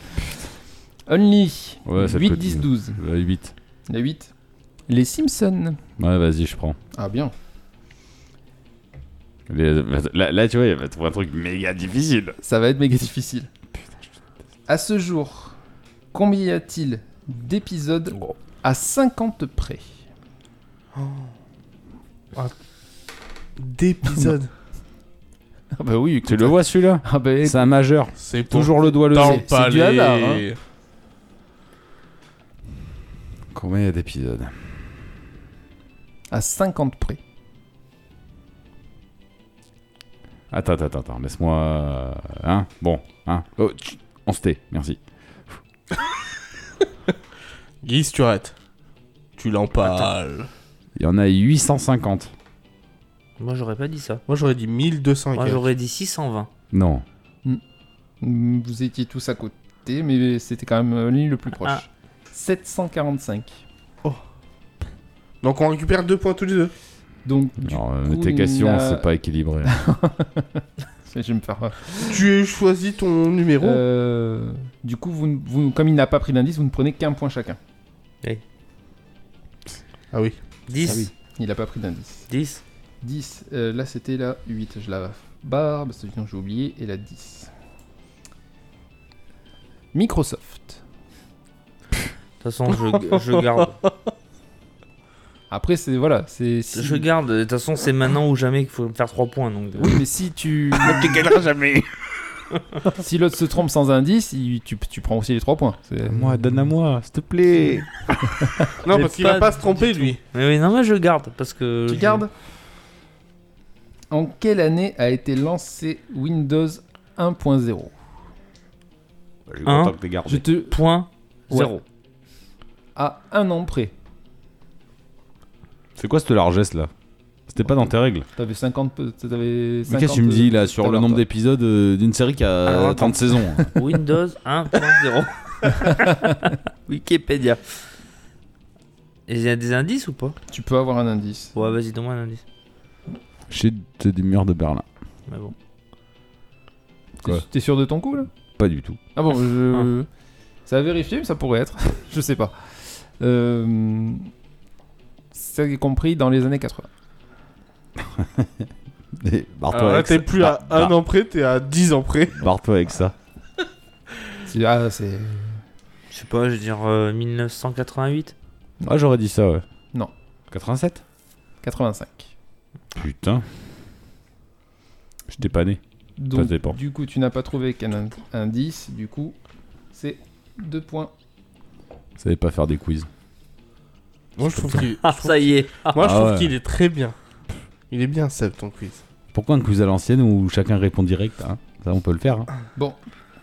Only.
Ouais, ça
8,
peut être
10,
mieux.
12.
8.
La 8. Les Simpsons.
Ouais, vas-y, je prends.
Ah, bien.
Les- Là, là, tu vois, il va trouver un truc méga difficile.
Ça va être méga difficile. À ce jour, combien y a-t-il d'épisodes à 50 près
D'épisode.
Ah bah oui,
Tu le vois, celui-là
Ah bah,
C'est un majeur.
C'est pour
Toujours le doigt
dans
levé.
le
c'est du
palais.
hasard, hein.
Combien il y a d'épisodes
à 50 près.
Attends, attends, attends, laisse-moi. euh, Hein Bon, hein Oh, tch, On se tait, merci.
Guise, tu arrêtes. Tu l'empales.
Il y en a 850.
Moi, j'aurais pas dit ça.
Moi j'aurais dit 1200 et
Moi,
quelques.
j'aurais dit 620.
Non.
Mm, Vous étiez tous à côté, mais c'était quand même euh, l'île le plus proche.
Ah.
745.
Donc on récupère 2 points tous les deux.
Donc, du
Alors, euh,
coup,
tes
il
questions,
n'a-
c'est pas équilibré.
Je vais me faire.
Tu as choisi ton numéro.
Euh, du coup, vous, ne- vous- comme il n'a pas pris d'indice, vous ne prenez qu'un point chacun.
Ah oui.
10.
Ah oui. Il n'a pas pris d'indice.
10.
10, euh, là c'était la 8, je la barre, parce que sinon j'ai oublié, et la 10. Microsoft.
De toute façon, je, je garde.
Après, c'est. Voilà, c'est. si- Euh,
Je garde. De toute façon, c'est maintenant ou jamais qu'il faut me faire 3 points. Donc, euh.
Oui, mais si tu.
jamais
si l'autre se trompe sans indice, il- tu, tu prends aussi les 3 points. C'est-
Moi, donne à moi, s'il te plaît
Non,
Mais
parce qu'il va
pas
pas se tromper lui.
Mais oui, non, mais je garde. Parce que.
Tu
je-
gardes En quelle année a été lancé Windows 1.0
Je suis
Hein
content que t'aies gardé.
Je te.
Point.
Ouais.
0.
À un an près.
C'est quoi cette largesse là C'était pas dans tes règles.
T'avais 50. pe- T'avais
Mais
50
qu'est-ce que tu me dis là sur
t'as
le nombre
vingt,
d'épisodes euh, d'une série qui a
Alors, attends.
30 saisons hein
Windows 1.0. Wikipédia. Et il y a des indices ou pas
euh, Tu peux avoir un indice.
Ouais, vas-y, donne-moi un indice.
Chez du mur de Berlin.
Mais bon.
T'es-
Quoi
T'es sûr de ton coup là
Pas du tout.
Ah bon, je... ça a vérifié, mais ça pourrait être. je sais pas. Euh... C'est compris dans les années 80.
Et Barre-toi
Alors là,
avec
t'es
ça.
plus à
Bar-
1 an près, t'es à 10 ans près.
bar- Barre-toi avec ça.
C'est- Ah, c'est.
Je sais pas, je vais dire euh, 1988.
Ah, j'aurais dit ça, ouais.
Non.
87
85.
Putain. J'étais pas né.
Donc,
dépend.
du coup, tu n'as pas trouvé qu'un ind- indice, du coup, c'est 2 points.
Je savais pas faire des quiz.
Moi je trouve qu'il
Ah, ça y est.
Moi je
Ah
trouve
ouais.
qu'il est très bien. Il est bien Seb ton quiz.
Pourquoi un quiz à l'ancienne où chacun répond direct hein Ça, on peut le faire. hein.
Bon.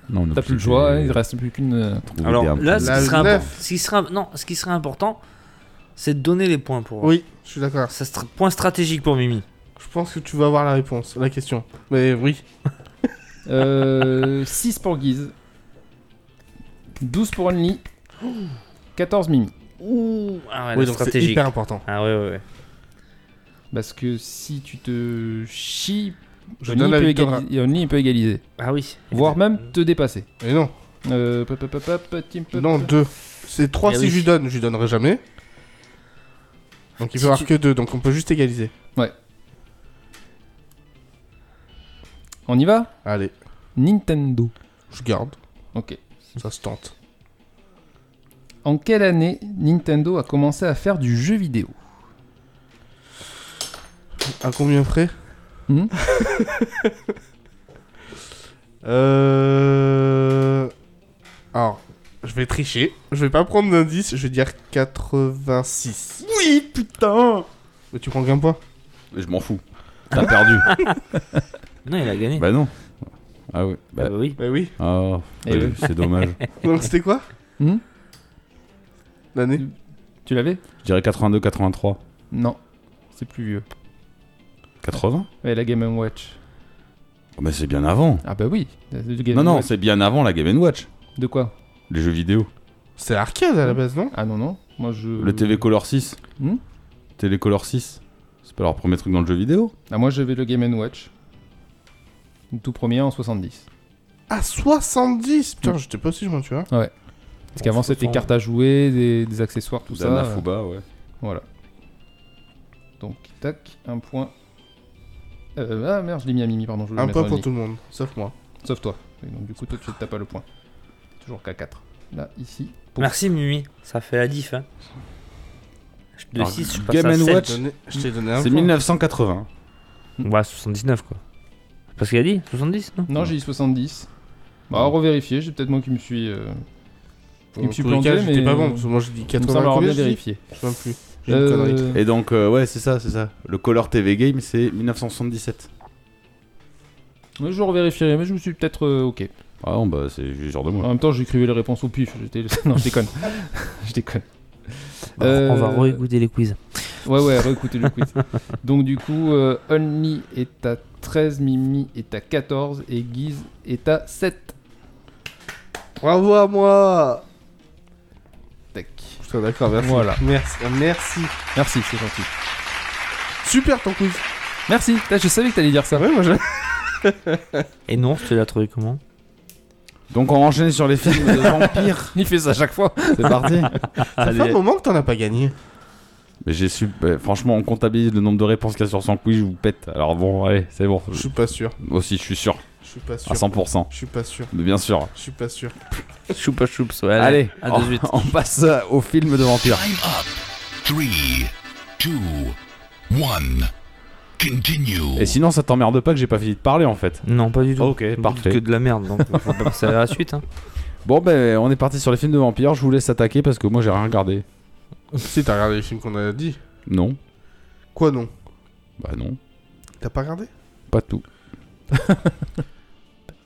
Non,
T'as plus le choix, hein, il ne reste plus qu'une. euh,
Alors là, ce
La
qui, serait
neuf.
important- ce qui serait imp- non, ce qui serait important, c'est de donner les points pour. euh,
Oui, je suis d'accord.
Ça, c'est un point stratégique pour Mimi.
Je pense que tu vas avoir la réponse, la question. Mais oui.
Euh, 6 pour Guise. 12 pour Only. 14 Mimi.
Ouh, ah ouais,
oui donc
la
c'est
ah stratégique.
hyper important.
Ah ouais, ouais, ouais.
Parce que si tu te chies,
Je
Oni
donne la
peut,
victoire hein. à-
égaliser, Oni peut égaliser.
Ah oui.
Voire même te dépasser.
Mais non,
Euh, pop, pop, pop, pop, team pop,
Euh,
non,
pop.
deux. C'est trois
Eh
si
oui.
je lui donne, je lui donnerai jamais. Donc il peut
Si
avoir
tu-
que deux, donc on peut juste égaliser.
On y va
Allez,
Nintendo.
je garde,
Ok.
ça se tente.
En quelle année Nintendo a commencé à faire du jeu vidéo
À combien près
Hmm
Euh. Alors, je vais tricher. Je vais pas prendre d'indice, je vais dire 86.
Oui, putain
Mais tu prends qu'un point
Je m'en fous. T'as perdu.
Non, il a gagné.
bah non. Ah oui.
Euh,
Ah
Bah,
bah oui.
Bah oui.
oh,
Eh
oui, c'est dommage.
Donc c'était quoi
Hmm
L'année
Tu l'avais
Je dirais 82, 83.
Non. C'est plus vieux.
80
Ouais, la Game Watch.
Oh, Mais c'est bien avant.
Ah bah oui. la- la Game
non, non,
Watch.
c'est bien avant la Game Watch.
De quoi
Les jeux vidéo.
C'est arcade à la base, non
Ah non, non. Moi je.
Le TV Color 6.
Hmm
Télé Color 6. C'est pas leur premier truc dans le jeu vidéo
Ah, moi j'avais le Game Watch. Le tout premier en 70.
Ah, 70 Putain, j'étais pas aussi loin, tu vois.
Parce qu'avant c'était cartes à jouer, des, des accessoires, tout ça. euh,
Danafuba, ouais.
Voilà. Donc, tac, un point. Euh, ah merde, je l'ai mis à Mimi, pardon. Je voulais
Un
le mettre
point
à
pour
Mimi.
tout le monde, sauf moi.
Sauf toi. Et donc, du coup, toi, tu t'as pas le point. Toujours qu'à 4. Là, ici. Pour-
Merci Mimi, ça fait la diff. Hein. Je- De
Alors,
6, je passe
Game
à
and
7.
Watch.
Je t'ai donné- Je t'ai donné un
C'est
point.
1980.
Ouais, 79 quoi. Parce qu'il a dit 70, non
Non, j'ai eu 70. Bah, à revérifier, j'ai peut-être moi qui me suis. euh,
Bon,
Il
en
me suis
tous les
planté,
cas, j'étais
mais-
pas bon, parce que moi j'ai dit
Il me semble
80
avoir
combien
bien
je dis
vérifié.
Je sais même plus. J'ai une connerie.
Euh,
Et donc, euh, ouais, c'est ça, c'est ça. Le Color TV Game, c'est 1977.
ouais, Je revérifierai, mais je me suis peut-être. euh, ok.
Ah non, bah c'est juste genre de moi.
En même temps, j'écrivais les réponses au pif. J'étais... non, je déconne. je déconne.
Bah, On va
Euh,
réécouter les quiz.
Ouais, ouais, réécoutez le quiz. Donc, du coup, euh, Only est à 13, Mimi est à 14 et Guise est à 7.
Bravo à moi
Tac.
Putain, d'accord, merci.
Voilà.
Merci. euh, merci.
Merci, c'est gentil.
Super ton quiz.
Merci, Putain, je savais que t'allais dire ça.
Ouais, moi je...
Et non, tu l'as trouvé comment
Donc on enchaîne sur les films de vampires.
Il fait ça à chaque fois.
C'est parti.
Ça fait un moment que t'en as pas gagné.
Mais j'ai su. bah, franchement, on comptabilise le nombre de réponses qu'il y a sur son quiz, je vous pète. Alors bon, allez, c'est bon.
Je suis pas sûr.
Moi aussi, je suis sûr.
Je suis pas sûr.
Ah,
À 100%.
Je suis pas sûr.
Mais bien sûr.
Je suis pas sûr.
Choupa choups, ouais.
Allez,
à
on-
18.
On, passe euh, au film de vampires.
Time up. Three, two, one. Continue.
Et sinon, ça t'emmerde pas que j'ai pas fini de parler en fait.
Non, pas du tout.
Ok,
Vous dites
parfait.
Que de la merde, donc on va pas passer à la suite. Hein.
Bon, ben on est parti sur les films de vampires. Je vous laisse attaquer parce que moi j'ai rien regardé.
si t'as regardé les films qu'on a dit.
Non.
Quoi non
Bah non.
T'as pas regardé
Pas tout.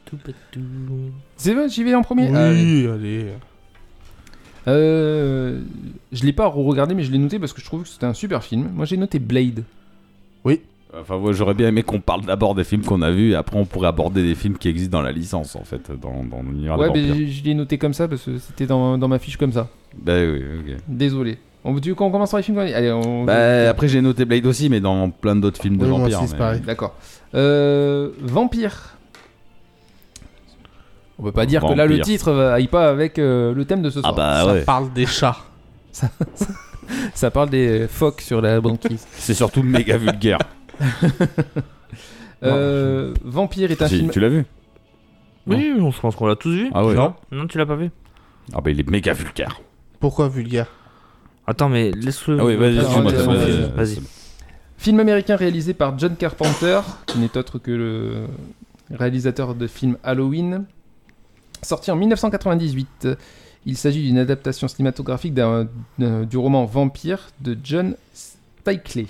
Tout, pas tout.
C'est bon, j'y vais en premier.
Oui,
Allez.
allez.
Euh, je l'ai pas regardé, mais je l'ai noté parce que je trouve que c'était un super film. Moi, j'ai noté Blade.
Enfin, ouais, j'aurais bien aimé qu'on parle d'abord des films qu'on a vus et après on pourrait aborder des films qui existent dans la licence en fait, dans, dans
Ah,
l'univers
ouais,
des
mais
vampires.
je- je l'ai noté comme ça parce que c'était dans, dans ma fiche comme ça.
Bah oui, ok.
Désolé. On, tu veux qu'on commence par les films qu'on a dit Allez, on.
Bah après j'ai noté Blade aussi, mais dans plein d'autres films de
Oui, moi
vampires.
aussi, c'est
mais-
pareil.
D'accord. Euh, vampire. On peut pas dire que là le
Vampire.
titre va- aille pas avec euh, le thème de ce
Ah
soir.
bah ouais.
parle des chats.
Ça parle des euh, phoques sur la banquise.
C'est surtout méga vulgaire.
Euh, Vampire est un
Si,
film.
Tu l'as vu
Oui, on se pense qu'on l'a tous vu.
Ah ouais.
Non.
Non, tu l'as pas vu
Ah bah il est méga vulgaire.
Pourquoi vulgaire
Attends, mais laisse-le.
Ah oui, vas-y,
Laisse-le
excuse-moi,
faire
t'as
son
raison,
film,
euh,
Vas-y.
Film américain réalisé par John Carpenter, qui n'est autre que le réalisateur de films Halloween. Sorti en 1998, il s'agit d'une adaptation cinématographique d'un- d'un- du roman Vampire de John Stickley.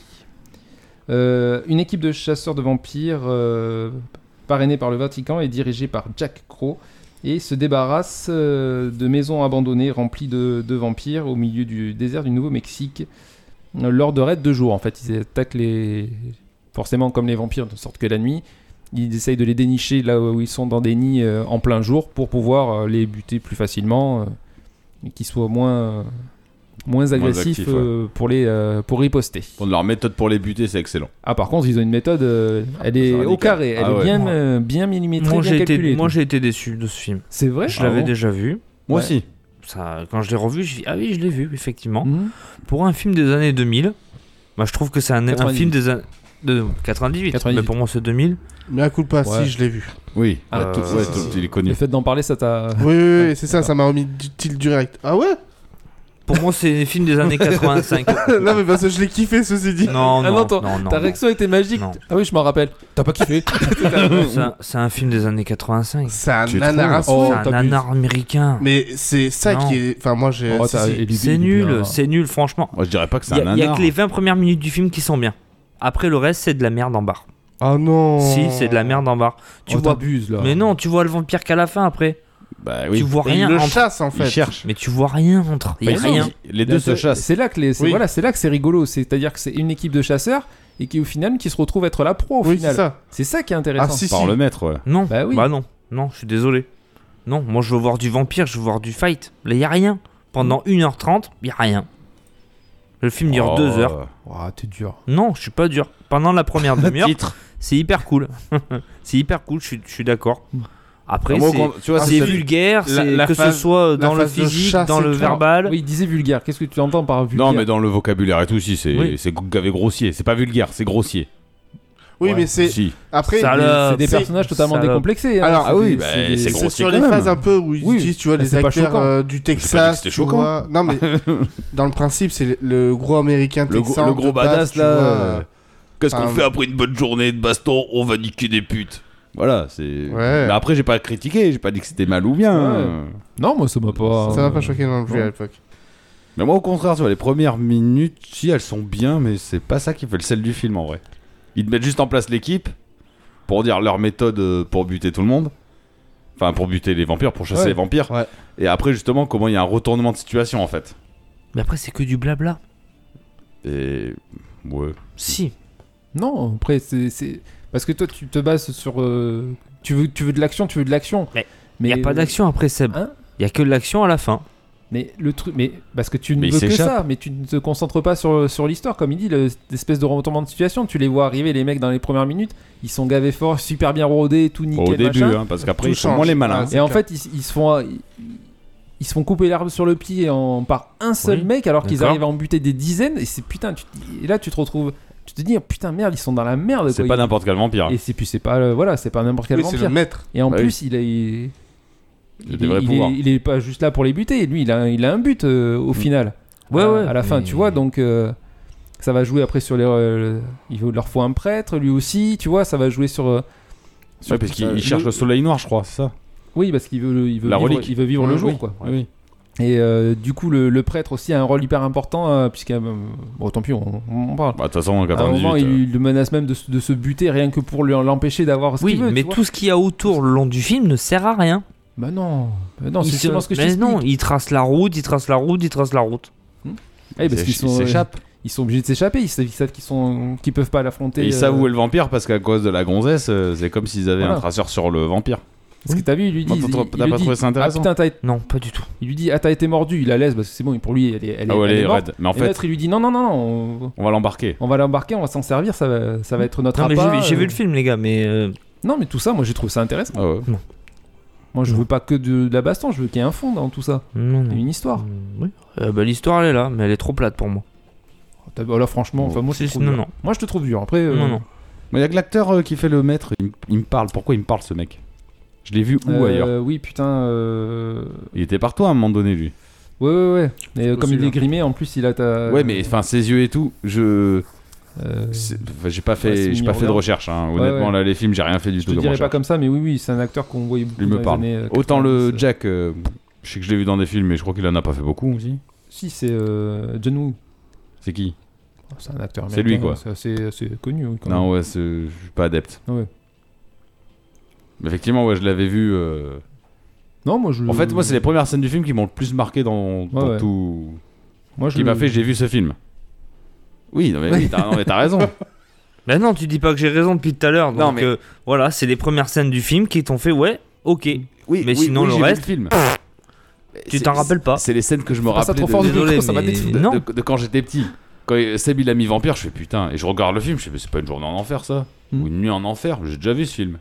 Euh, une équipe de chasseurs de vampires euh, parrainée par le Vatican et dirigée par Jack Crow et se débarrasse euh, de maisons abandonnées remplies de, de vampires au milieu du désert du Nouveau-Mexique euh, lors de raids de jour. En fait, ils attaquent les. Forcément, comme les vampires ne sortent que la nuit, ils essayent de les dénicher là où ils sont dans des nids euh, en plein jour pour pouvoir euh, les buter plus facilement euh, et qu'ils soient moins, euh, moins agressif
actif,
euh, pour, les, euh, pour riposter.
Pour leur méthode pour les buter, c'est excellent.
Ah, par contre, ils ont une méthode, euh, elle
c'est
est
radical.
au carré, elle
Ah
est
ouais.
bien, euh, bien millimétrée,
Moi,
bien
j'ai
calculée.
été,
et
moi,
tout.
j'ai été déçu de ce film.
C'est vrai
Je
Ah
l'avais
bon
déjà vu.
Moi
Ouais.
aussi.
Ça, quand je l'ai revu, je dis ah oui, je l'ai vu effectivement.
Mhm.
Mmh.
Pour un film des années 2000, moi, je trouve que c'est un, un
98.
film des années de 98,
98.
mais pour moi c'est 2000.
Mais à coup de pas,
Ouais.
si, je l'ai vu.
Oui.
Ah,
Euh,
tout-
Ouais, tout- il est
Le
connu.
fait d'en parler, ça t'a.
Oui, oui, oui, c'est ça, ça m'a remis du tilt direct. Ah ouais
Pour moi, c'est un film des années 85.
Non, mais parce que je l'ai kiffé, ceci dit.
Non,
Ah
Oh, non,
non, ton-
non, non,
Ta
non.
réaction était magique.
Non.
Ah oui, je m'en rappelle. T'as pas kiffé
C'est un- C'est un film des années 85. C'est
C'est un
Tu
nanar à
trouves Oh,
souhait.
un
t'abuses.
nanar américain.
Mais c'est ça
Non.
qui est. Enfin, moi, j'ai.
Oh,
si,
t'as-
si.
et lui,
Euh, C'est
lui, lui,
nul,
lui,
c'est nul, franchement.
Moi, je dirais pas que c'est
Il y, a-
un
y a
nanar.
que les 20 premières minutes du film qui sont bien. Après le reste, c'est de la merde en barre.
Oh non
Si, c'est de la merde Oh, en barre. Tu
Tu
vois,
t'abuses là.
mais non, tu vois le vampire qu'à la fin après.
Bah oui.
Tu vois
Et Il
rien
le
entre.
chasse, en fait.
Ils cherchent.
Mais tu vois rien entre. Il y a
Mais Bah non,
rien.
ils- Les deux se chassent.
C'est là que les, c'est-
Oui.
voilà, c'est là que c'est rigolo. C'est-à-dire que c'est une équipe de chasseurs et qui au final qui se retrouve être la pro au
Oui, c'est
final.
ça.
C'est ça qui est
Ah,
intéressant.
si, si.
Par le maître, ouais.
Non.
Bah oui.
non. Non, je suis désolé. Non, moi je veux voir du vampire, je veux voir du fight. Là, il y a rien. Pendant 1h30, il y a rien. Le film dure
Oh,
2 heures.
Oh, t'es dur.
Non, je suis pas dur. Pendant la première demi-heure,
Titre.
c'est hyper cool. c'est hyper cool, je suis- je suis d'accord. Après,
Moi, au
c'est-
con- tu vois,
Ah,
c'est
c'est
celui-
vulgaire,
la-
c'est-
la
que
phase-
ce soit dans
la
le
phase de
physique,
chasse
dans
et
le
tout.
verbal.
Oui, il disait vulgaire. Qu'est-ce que tu entends par vulgaire
Non, mais dans le vocabulaire et tout, si, c'est
Oui.
c'est gavé grossier. C'est pas vulgaire, c'est grossier.
Oui,
Ouais.
mais c'est.
Si.
Après,
Salope.
C'est des
C'est-
personnages totalement
Salope.
décomplexés. hein.
Alors,
C'est
ah oui,
des-
bah,
c'est des-
c'est
c'est
grossier
sur
quand
les
même.
phases un peu où ils
Oui,
utilisent, tu vois,
mais
les
c'est pas
acteurs
choquant.
euh, du
pas dit que
Texas.
c'était
tu
choquant.
vois. Non, mais dans le principe, c'est le, le gros américain
Le, gros-
texan.
le gros
de base,
badass
tu
là.
vois,
euh, Qu'est-ce qu'on
enfin,
fait après une bonne journée de baston On va niquer des putes. Voilà, c'est.
Ouais.
Mais après, j'ai pas critiqué, j'ai pas dit que c'était mal ou bien. hein.
Non, moi ça m'a pas.
Oh.
Ça m'a pas choqué non plus
non.
à l'époque.
Mais moi, au contraire, tu vois, les premières minutes, si elles sont bien, mais c'est pas ça qui fait le sel du film en vrai. Ils te mettent juste en place l'équipe pour dire leur méthode euh, pour buter tout le monde. Enfin, pour buter les vampires, pour chasser
Ouais.
les vampires.
Ouais.
Et après, justement, comment il y a un retournement de situation en fait.
Mais après, c'est que du blabla.
Et. Ouais.
Si.
Non, après, c'est. c'est- Parce que toi, tu te bases sur. euh, Tu, veux, tu veux de l'action, tu veux de l'action.
Mais
Mais euh,
Il n'y a pas d'action après Seb. Il
Hein
n'y a que de l'action à la fin.
Mais le truc, mais parce que tu ne
Mais il
veux que
s'échappe.
ça, mais tu ne te concentres pas sur, sur l'histoire, comme il dit, le- l'espèce de retournement de situation. Tu les vois arriver, les mecs, dans les premières minutes, ils sont gavés fort, super bien rodés, tout nickel.
au début,
machin.
hein, parce qu'après,
Tout
ils sont
change.
moins les malins.
Ouais, c'est
Et en
clair.
fait, ils, ils se font. Ils, ils se font couper l'herbe sur le pied en, par un seul
Oui,
mec, alors qu'ils
d'accord.
arrivent à en buter des dizaines. Et c'est putain, tu te dis- et là, tu te retrouves. Tu te dis, oh, putain, merde, ils sont dans la merde.
C'est
quoi.
pas
Ils-
n'importe quel vampire.
Et c'est puis c'est pas euh, voilà, c'est pas n'importe quel
Oui, c'est
vampire.
le maître.
Et en
Bah
plus, il est il,
Il a
est,
des vrais
il
pouvoirs.
est- il est pas juste là pour les buter. Lui, il a, un- il a un but euh, au final.
Ouais,
à,
ouais,
À la fin,
mais-
tu vois. Donc euh, ça va jouer après sur les. euh, il leur faut un prêtre, lui aussi. Tu vois, ça va jouer sur. euh, sur
Ouais, parce
tout
qu'il
ça.
il cherche le soleil noir, je crois, c'est ça.
Oui, parce qu'il veut, le- il veut
La
vivre,
relique.
il veut vivre le
Ouais,
jour,
oui.
quoi.
Ouais. Ah Oui.
Et euh, du coup, le, le prêtre aussi a un rôle hyper important, euh, puisqu'à bon, tant pis, on, on parle.
Bah, de toute façon, en
à un
98.
moment,
euh,
il le menace même de, se- de se buter rien que pour lui- l'empêcher d'avoir ce
Oui,
qu'il veut.
mais
tu vois.
tout ce qu'il y a autour le long du film ne sert à rien.
Bah non, Bah non,
Il
c'est
se-
justement ce que je
Mais
t'explique.
non, il trace la route, il trace la route, il trace la route.
Eh, parce
s'éch-
qu'ils
il
sont, euh,
s'échappe.
ils sont obligés de s'échapper. Ils savent, ils savent qu'ils sont, qu'ils peuvent pas l'affronter.
Et ils
euh,
savent où est le vampire parce qu'à cause de la gonzesse, euh, c'est comme s'ils avaient
Voilà.
un traceur sur le vampire.
Parce que t'as vu, il lui
Bah,
dit.
t'as
il-
trop-
il
t'as
lui
pas
dit,
trouvé ça intéressant
Ah putain, t'as été-
Non, pas du tout.
il lui dit ah t'as été mordu. Il la laisse parce que c'est bon pour lui. Elle est, elle est,
ah ouais,
elle est
elle est
morte.
raide. Mais en
Et
fait,
l'autre il lui dit non non non non. on-
on va l'embarquer.
On va l'embarquer, on va s'en servir, ça va, ça va être notre
Non, mais j'ai
appât,
vu- j'ai
euh.
vu le film, les gars, mais. euh,
Non, mais tout ça, moi j'ai trouvé ça intéressant.
Ah ouais.
Moi je veux pas que de, de la baston, je veux qu'il y ait un fond dans tout ça.
Non, non.
Une histoire.
Mm, oui. Euh, bah, L'histoire, elle est là, mais elle est trop plate pour moi.
T'as- oh là franchement, enfin moi je te
C'est-
trouve
non,
dur.
non.
Moi je te trouve dur. Après, euh,
Non, non.
Mais il y a que l'acteur euh, qui fait le maître. Il, m- il me parle. Pourquoi il me parle ce mec Je l'ai vu où
euh,
ailleurs
Oui, putain. euh,
Il était partout à un moment donné, lui.
Ouais, ouais, ouais. Mais euh, comme
possible,
il est
hein.
grimé, en plus il a ta.
Ouais, mais enfin, ses yeux et tout. Je.
euh,
c'est- enfin, J'ai pas
Ouais, c'est
fait, j'ai pas fait
mignon,
de
regarde.
recherche. hein.
Ouais,
Honnêtement,
ouais.
là, les films, j'ai rien fait du
Je
tout
te
de
dirais pas
recherche.
comme ça, mais oui, oui, c'est un acteur qu'on voyait beaucoup
Il
dans
me
les
parle.
années, euh,
Autant le
90.
Jack, euh, je sais que je l'ai vu dans des films, mais je crois qu'il en a pas fait beaucoup aussi.
Si, c'est euh, John Woo.
C'est qui
C'est un acteur.
C'est lui,
américain,
quoi.
C'est assez, assez connu. oui, quand même. Ah
Non, ouais, c'est- je suis pas adepte.
Ouais.
Mais Effectivement, ouais, je l'avais vu. euh,
Non, moi je.
En fait, moi, c'est les premières scènes du film qui m'ont le plus marqué dans, dans
ouais.
tout.
Moi,
Qui m'a fait, j'ai vu ce film. Oui, non, mais oui, t'as non, mais t'as raison.
Bah non, tu dis pas que j'ai raison depuis tout à l'heure.
Non,
Donc
mais-
euh,
Mm.
voilà, c'est les premières scènes du film qui t'ont fait ouais, ok.
Oui,
Mais
oui,
sinon,
oui,
le
j'ai vu
reste-
film.
Tu
C'est-
t'en rappelles pas
C'est les scènes que je me
Passe à
rappelle
trop
de,
fort du
désolé,
micro, ça va
mais-
détruire.
de-
Non.
de- de quand j'étais petit. Quand il- Seb il a mis Vampire, je fais putain. Et je regarde le film, je fais mais c'est pas une journée en enfer ça
Mm.
Ou une nuit en enfer, j'ai déjà vu ce film.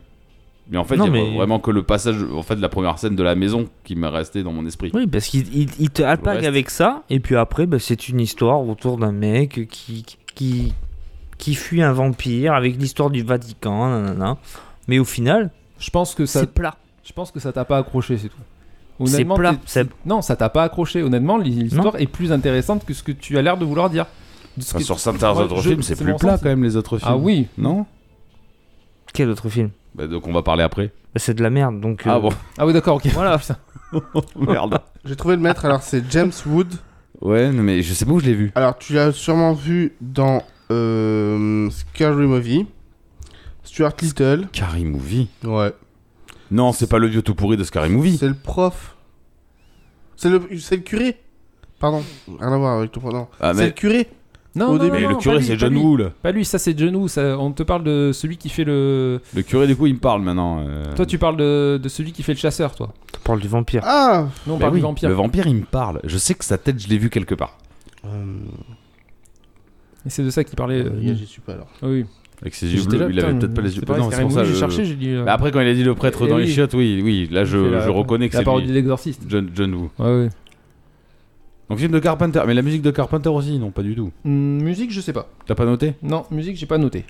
Mais en fait, il
Non,
y a
mais-
vraiment que le passage, en fait, de la première scène de la maison qui m'est resté dans mon esprit.
Oui, parce qu'il il- il te alpague
reste.
avec ça, et puis après, bah, c'est une histoire autour d'un mec qui, qui, qui fuit un vampire avec l'histoire du Vatican, nanana. Mais au final,
Je pense que ça,
c'est plat.
je pense que ça t'a pas accroché, c'est tout.
C'est
Honnêtement,
plat.
t'es-
C'est
non, ça t'a pas accroché. Honnêtement, l'histoire est plus intéressante que ce que tu as l'air de vouloir dire. De ce
Enfin,
que-
sur certains
Moi,
autres
je-
films, c'est
c'est
plus
mon
plat
sens.
quand même les autres films.
Ah oui,
Non
quel autre film
Bah, Donc on va parler après.
Bah, C'est de la merde, donc. euh,
Ah bon,
ah oui, d'accord, ok. Voilà.
merde.
J'ai trouvé le maître, alors c'est James Wood.
Ouais, non, mais je sais pas où je l'ai vu.
Alors, tu l'as sûrement vu dans euh, Scary Movie, Stuart Little.
Scary Movie
Ouais.
Non, c'est pas le vieux tout pourri de Scary Movie.
C'est le prof. C'est le, c'est le curé. Pardon, rien à voir avec ton prénom.
Ah,
C'est le
mais,
curé.
Non,
Au
non,
début-
non,
mais
non,
le
pas
curé,
lui,
c'est
pas
John
lui.
Woo. là.
Pas lui, ça c'est John Woo. ça- On te parle de celui qui fait le.
Le curé, du coup, il me parle maintenant. euh.
Toi, tu parles de, de celui qui fait le chasseur, toi.
tu parles du vampire.
Ah
Non, on
Bah
parle
oui,
du vampire.
Le vampire, il me parle. Je sais que sa tête, je l'ai vu quelque part.
Et c'est de ça qu'il parlait. euh,
Les gars, Euh, j'y suis pas alors.
Ah oui.
Avec ses yeux
J'étais
bleus,
là,
il avait
putain,
peut-être pas les yeux
c'est pareil,
Non,
Scary
pour
Movie,
ça,
J'ai
je-
cherché, j'ai dit. euh,
Bah après, quand il a dit le prêtre
Eh
dans les
oui.
chiottes, oui, oui, là, je,
il fait la-
je reconnais que
La
c'est
parodie
lui.
de l'exorciste.
John, John Woo.
Ouais, ouais.
Donc, film de Carpenter. Mais la musique de Carpenter aussi, non, pas du tout.
Hum, musique, je sais pas.
T'as pas noté
Non, musique, j'ai pas noté.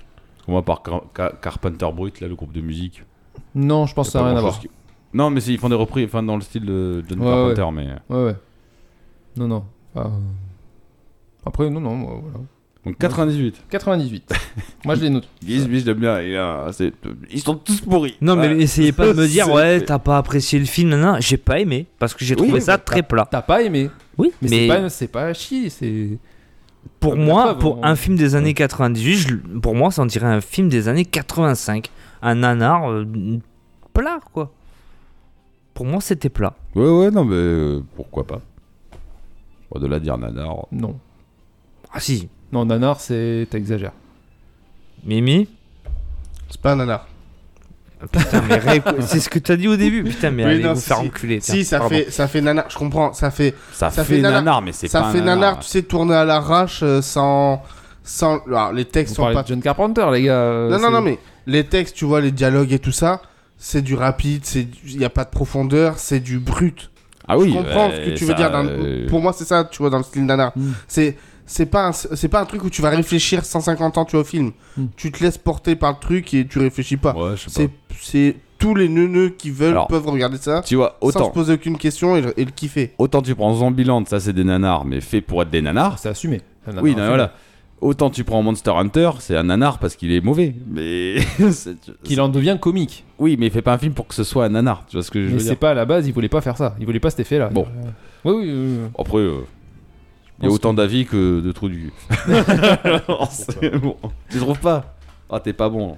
On va par Car- Car- Carpenter Brut, là, le groupe de musique.
Non, je pense
Y a
que ça
pas
n'a rien à
grand-chose
voir.
qui- Non, mais c'est- ils font des reprises, enfin, dans le style de John
Ouais,
Carpenter, mais. euh,
Ouais, ouais. Non, non. Ah, euh. Après, non, non, moi, voilà.
Donc, 98.
98. Moi, je les note.
Guise, lui, je l'aime bien. il a- c'est- Ils sont tous pourris.
Non, mais
Ouais.
essayez pas de me dire,
C'est-
ouais, t'as pas apprécié le film, nanana. J'ai pas aimé, parce que j'ai
Oui,
trouvé ça
bah,
très plat.
T'as pas aimé,
Oui,
mais,
mais,
c'est pas- c'est pas, à chier, c'est.
pour
la
moi,
preuve,
pour
on-
un film des années 98, je- pour moi, ça en dirait un film des années 85. Un nanar euh, plat, quoi. Pour moi, c'était plat.
Ouais, ouais, non, mais euh, pourquoi pas. Bon, de là à dire nanar.
Non.
Ah si,
Non, Nanar, c'est. T'exagères.
Mimi Ah,
C'est pas un nanar.
Putain, mais réécou- c'est ce que t'as dit au début. Putain, mais
Oui,
allez
non,
vous
si,
faire
si.
enculer. tiens.
Si, ça
Pardon.
fait, ça fait nanar, je comprends, ça fait,
Ça,
Ça
fait,
fait nanar.
nanar, mais c'est pas
ça fait
un nanar.
nanar, tu sais, tourner à l'arrache euh, sans, sans, alors, les textes
On
sont
parlait
pas
de John Carpenter, les gars. euh,
Non, non,
c'est-
non, mais les textes, tu vois, les dialogues et tout ça, c'est du rapide, c'est du- il n'y a pas de profondeur, c'est du brut.
Ah oui,
je comprends
ouais,
ce que tu
ça,
veux dire. dans-
euh,
Pour moi, c'est ça, tu vois, dans le style nanar.
Mm.
C'est c'est pas un, c'est pas un truc où tu vas réfléchir 150 ans tu vois au film.
Mm.
Tu te laisses porter par le truc et tu réfléchis pas.
Ouais, je sais
c'est c'est tous les neuneux qui veulent
Alors,
peuvent regarder ça
pas. Tu vois,
sans se
autant,
poser aucune question et le, et le kiffer.
autant tu prends Zombieland, ça c'est des nanars, mais fait pour être des nanars.
C'est assumé. Nanar,
oui,
c'est-
non, voilà. Autant tu prends Monster Hunter, c'est un nanar parce qu'il est mauvais. Mais. c'est-
Qu'il en devient comique.
Oui, mais il fait pas un film pour que ce soit un nanar. Tu vois ce que je
Mais
veux
c'est
dire
pas à la base, il voulait pas faire ça. Il voulait pas cet effet-là.
Bon.
Euh, Oui, oui, oui, oui.
Après, euh, il y a
pense
autant d'avis que de trous du cul. Alors, c'est bon. Tu trouves pas Ah, t'es pas bon.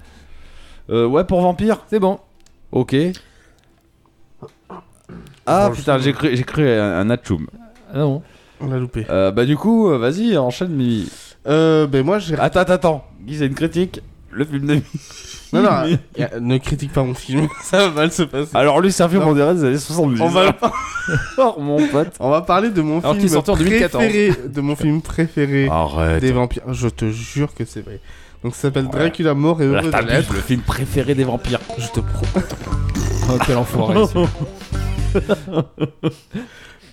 Euh, ouais, pour Vampire
C'est bon.
Ok. Ah putain, j'ai cru, j'ai cru à un, un atchoum.
Ah non.
On l'a loupé.
Euh, bah du coup, euh, vas-y, enchaîne Mimi.
Euh, ben moi j'ai
Attends, attends, attends. Guy, c'est une critique. Le film de Mimi.
non, non, euh, ne critique pas mon film, ça va mal se passer.
Alors lui, c'est un film,
Non.
on dirait, des années 70.
On va
Oh, mon pote.
On va parler de mon
Alors qu'il
film
est sorti en 2014.
préféré, de mon film préféré
Arrête.
des vampires. Je te jure que c'est vrai. Donc ça s'appelle Dracula mort et
Là,
heureux de
t'abuses,
l'être.
le film préféré des vampires.
Je te pro.
Oh, quel enfoiré. celui-là.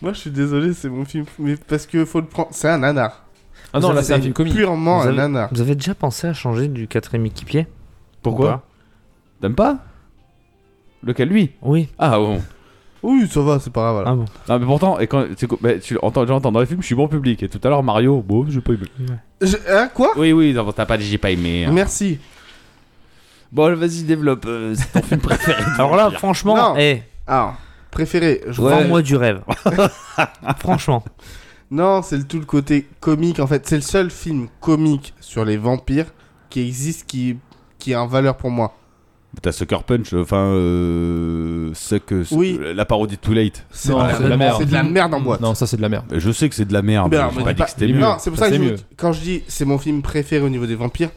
Moi je suis désolé, c'est mon film, mais parce que faut le prendre. C'est un nanar.
Ah non, là, c'est un film comique.
Purement
Vous
un
avez-
nanar.
Vous avez déjà pensé à changer du quatrième équipier Ou pas
T'aimes pas Lequel lui
Oui.
Ah bon.
Oui, ça va, c'est pas grave. voilà.
Hein
Ah bon.
Non mais pourtant, et quand, c'est quoi- bah, tu entends, j'entends dans les films, je suis bon public. Et tout à l'heure, Mario, bon, j'ai pas aimé.
Je- Hein, quoi
Oui, oui, non, t'as pas dit j'ai pas aimé. hein.
Merci.
Bon, vas-y, développe. euh, c'est ton film préféré. des
Alors là,
vampires.
franchement,
Non.
eh,
Alors, préféré. Je
vends
crois-
moi du rêve. franchement.
Non, c'est le tout le côté comique en fait. C'est le seul film comique sur les vampires qui existe qui qui a en valeur pour moi.
T'as Sucker Punch, enfin, euh, Suck, euh,
Oui.
la parodie de Too Late.
C'est
Non,
c'est de la merde. en boîte.
Non, ça, c'est de la merde.
Je sais que c'est de la merde,
Mais alors,
Ah, j'ai
mais
pas
c'est
dit
pas-
que c'était
il est
mieux.
mieux.
Non, c'est pour ça,
Ça,
que
c'est
je vous-
mieux.
quand je dis c'est mon film préféré au niveau des vampires,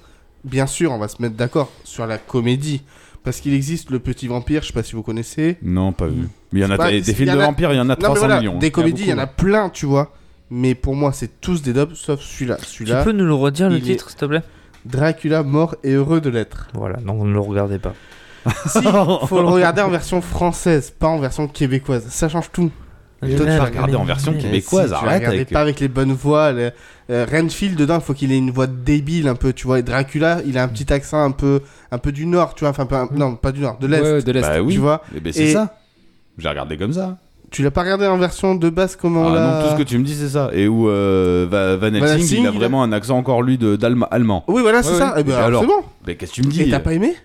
bien sûr, on va se mettre d'accord sur la comédie. Parce qu'il existe le petit vampire, je sais pas si vous connaissez.
Non, pas vu. Mais il y en a
C'est pas-
des
Hmm. Bah, c'est-
des films
il y
de
en a-
vampires, il y en a
Non, mais
300
voilà,
millions.
des comédies, il y en a plein, tu vois. Mais pour moi, c'est tous des dobs, sauf celui-là.
Tu
Celui-là,
peux nous le redire le
il est-
titre, s'il te plaît
Dracula mort et heureux de l'être.
Voilà, non, ne le regardez pas.
si, faut le regarder en version française, pas en version québécoise. Ça change tout.
Toi, tu vas regarder en version
mais-
québécoise,
si, tu
arrête.
vas regarder
avec- euh,
pas avec les bonnes voix. les- euh, Renfield dedans, il faut qu'il ait une voix débile un peu, tu vois. Et Dracula, il a un petit accent un peu, un peu du nord, tu vois. Enfin, un peu- un- non, pas du nord, de l'est.
Ouais, ouais, de l'Est.
Bah oui,
Tu vois.
Eh ben, c'est
Et-
ça. J'ai regardé comme ça.
Tu l'as pas regardé en version de base comment on
Ah
l'a-
non, tout ce que tu me dis, c'est ça. Et où euh, Va- Van
Van
Helsing, il
Helsing,
a
il a-
vraiment un accent encore lui de- d'allemand. allemand.
Oui, voilà, c'est
Ouais,
ça.
ouais.
Eh ben,
Et
alors,
alors
c'est bon.
Mais qu'est-ce que tu me dis euh
Et t'as pas aimé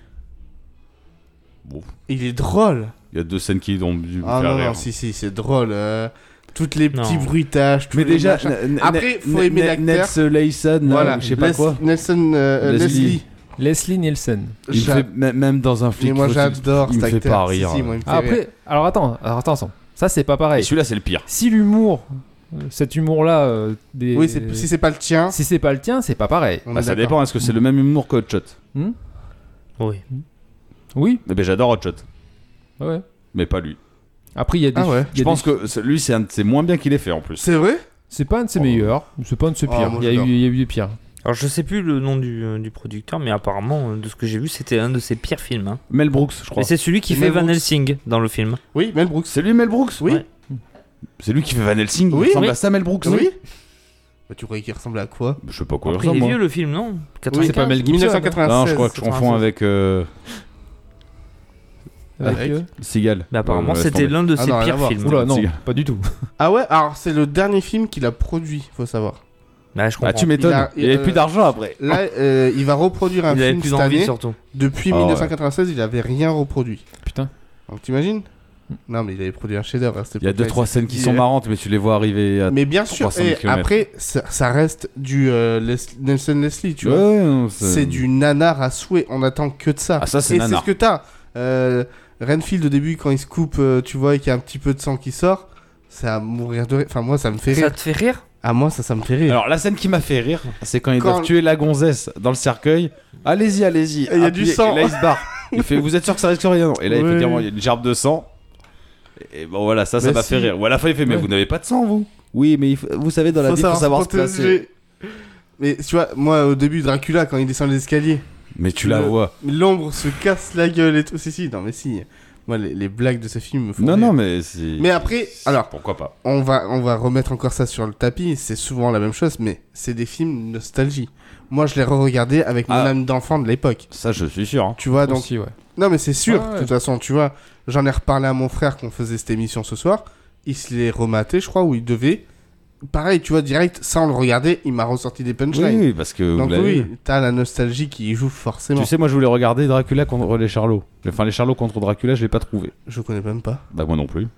Bon.
Il est drôle.
Il y a deux scènes qui ont dû me
Ah
faire
non,
rire.
non, si, si, c'est drôle. euh, Toutes les
Non.
petits bruitages, tous
Mais
les
déjà,
machins. Après, faut aimer l'acteur.
Nels Leyson, voilà, euh, je sais pas
Les-
quoi.
Nelson euh, euh,
Leslie.
Leslie.
Leslie Nielsen.
Il me
J'a-
fait, m- même dans un flic.
Mais moi
faut-
j'adore
il
cet
me fait
acteur.
pas rire.
Si, si, moi, il me fait
Ah,
rire.
après, alors attends, alors attends, attends. ça c'est pas
Et
pareil.
Celui-là, c'est le pire.
Si l'humour, euh, cet humour-là, euh, des...
Oui, c'est- si c'est pas le tien,
si c'est pas le tien, c'est pas pareil.
on
Bah,
est
ça
d'accord.
dépend, est-ce que c'est le même humour que Hot Shot
Oui.
Oui,
Eh ben, j'adore Hot Shot,
ouais.
mais pas lui.
Après, il y a des.
Ah ouais.
il y
Je
a
pense
des-
que c'est- lui, c'est un de ses moins bien qu'il ait fait en plus.
C'est vrai
C'est pas un de ses
Oh.
meilleurs, c'est pas un de ses
Ah,
pires.
moi,
Il y, a
j'adore.
eu- il y a eu des pires.
Alors, je sais plus le nom du, euh, du producteur, mais apparemment, euh, de ce que j'ai vu, c'était un de ses pires films. hein.
Mel Brooks, je
Et
crois.
c'est celui qui
Et
fait
Mel
Van
Brooks.
Helsing dans le film.
Oui, Mel Brooks.
C'est lui, Mel Brooks
Oui.
Ouais.
C'est lui qui fait Van Helsing Il
Oui,
ressemble
oui.
à ça, Mel Brooks
Oui. Bah, tu croyais qu'il ressemblait à quoi
Je sais pas quoi il
Après, il
ressemble.
est
moi.
vieux le film, non
Oui,
95.
pas Mel Gibson, hein.
1996.
Non, je crois que je confonds avec euh, Ah,
Avec,
Avec-
euh,
Seagal.
Bah,
Mais Bah, apparemment,
Ouais, ouais,
c'était
laisse tomber.
l'un de
Ah
ses
non, rien à
pires
voir.
films.
Oula, non,
Si.
pas du tout.
Ah ouais, alors c'est le dernier film qu'il a produit, faut savoir.
Bah, je
Ah,
comprends.
tu m'étonnes.
Il a-
Il, y avait
euh,
plus d'argent après.
Là, euh, il va reproduire un
il avait
film
plus
cette
envie,
année.
surtout.
Depuis
Ah ouais.
1996, il avait rien reproduit.
Putain.
Donc t'imagines Non, mais il avait produit un chef-d'œuvre. hein, à cette
Hmm. Il y a deux
époque-là,
trois
c'est-
scènes qui
il-
sont marrantes, mais tu les vois arriver. À...
Mais bien sûr,
300
et
kilomètres.
après, ça, ça reste du euh, Les- Nelson Leslie, tu vois.
Ouais, non,
C'est du nanar à souhait, on attend que de ça.
Ah, ça, c'est
et c'est
nanar.
ce que t'as. Euh, Renfield, au début, quand il se coupe, euh, tu vois, et qu'il y a un petit peu de sang qui sort, c'est à mourir de rire. Enfin, moi, ça me fait
Ça
rire.
te fait rire
À moi, ça, ça me fait rire.
Alors la scène qui m'a fait rire, c'est quand ils
Quand-
doivent tuer la gonzesse dans le cercueil. Allez-y, allez-y.
Et il y a du
appuyez-
sang.
Et là il se barre. Il fait, vous êtes sûr que ça risque rien non Et là il
Ouais.
fait clairement, il y a une gerbe de sang. Et bon voilà, ça, ça
Mais
m'a
si.
fait rire. Ou à la fin il fait, mais
Ouais.
vous n'avez pas de sang vous Oui, mais il faut- vous savez dans la
Faut
vie faut savoir se placer.
protéger. Mais tu vois, moi, au début, Dracula, quand il descend les escaliers,
Mais tu la
Le-
vois.
l'ombre se casse la gueule et tout. Si, si, non, mais si. Moi, les, les blagues de ce film me font
Non
rire.
non mais c'est.
Mais après, alors,
pourquoi pas
on va, on va remettre encore ça sur le tapis, c'est souvent la même chose, mais c'est des films nostalgie. Moi, je les re-regardais avec mon
Ah.
âme d'enfant de l'époque.
Ça je suis sûr. hein.
Tu vois, donc.
Aussi, ouais.
Non, mais c'est sûr,
Ah ouais.
de toute façon, tu vois. J'en ai reparlé à mon frère qu'on faisait cette émission ce soir. Il se les rematait, je crois, ou il devait. Pareil, tu vois, direct, sans le regarder, il m'a ressorti des
Oui,
punchlines.
oui, parce que vous
donc,
l'avez vu.
oui, t'as la nostalgie qui y joue forcément.
Tu sais, moi je voulais regarder Dracula contre les Charlots. Enfin, les Charlots contre Dracula, je l'ai pas trouvé.
Je connais même pas.
Bah, moi non plus.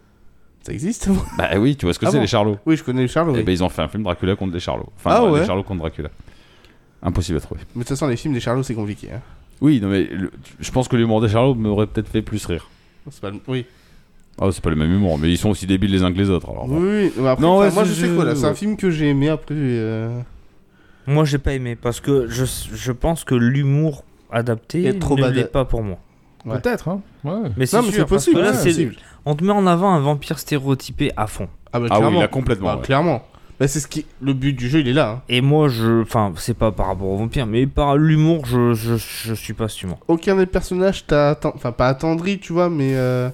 Ça existe
Bah oui, tu vois ce que
Ah
c'est
bon
les Charlots
Oui, je connais Charles, oui.
Et ben ils ont fait un film Dracula contre les Charlots. Enfin,
Ah
ouais,
ouais
les Charlots contre Dracula. Impossible à trouver.
Mais de toute façon, les films des Charlots, c'est compliqué. hein.
Oui, non mais le- je pense que l'humour des Charlots m'aurait peut-être fait plus rire.
C'est pas le- Oui.
Ah, c'est pas le même humour, mais ils sont aussi débiles les uns que les autres. Alors, bon.
Oui, oui, mais après,
Non,
enfin,
ouais,
moi je
c'est-
sais
je-
quoi là, c'est un
ouais.
film que j'ai aimé après. euh,
Moi, j'ai pas aimé parce que je, je pense que l'humour adapté
Est trop
ne
bad.
l'est pas pour moi.
Ouais.
Peut-être, hein. Ouais.
Mais c'est
mais
sûr,
c'est
parce
possible,
que là,
ouais,
c'est-
possible.
on te met en avant un vampire stéréotypé à fond.
Ah bah
Ah oui,
clairement.
là complètement.
Bah,
ouais.
clairement. Bah, c'est ce qui. Le but du jeu, il est là. hein.
Et moi, je. Enfin, c'est pas par rapport au vampire, mais par l'humour, je, je, je suis pas sûr.
Aucun des personnages t'a. atten- Enfin, pas attendri, tu vois, mais. euh,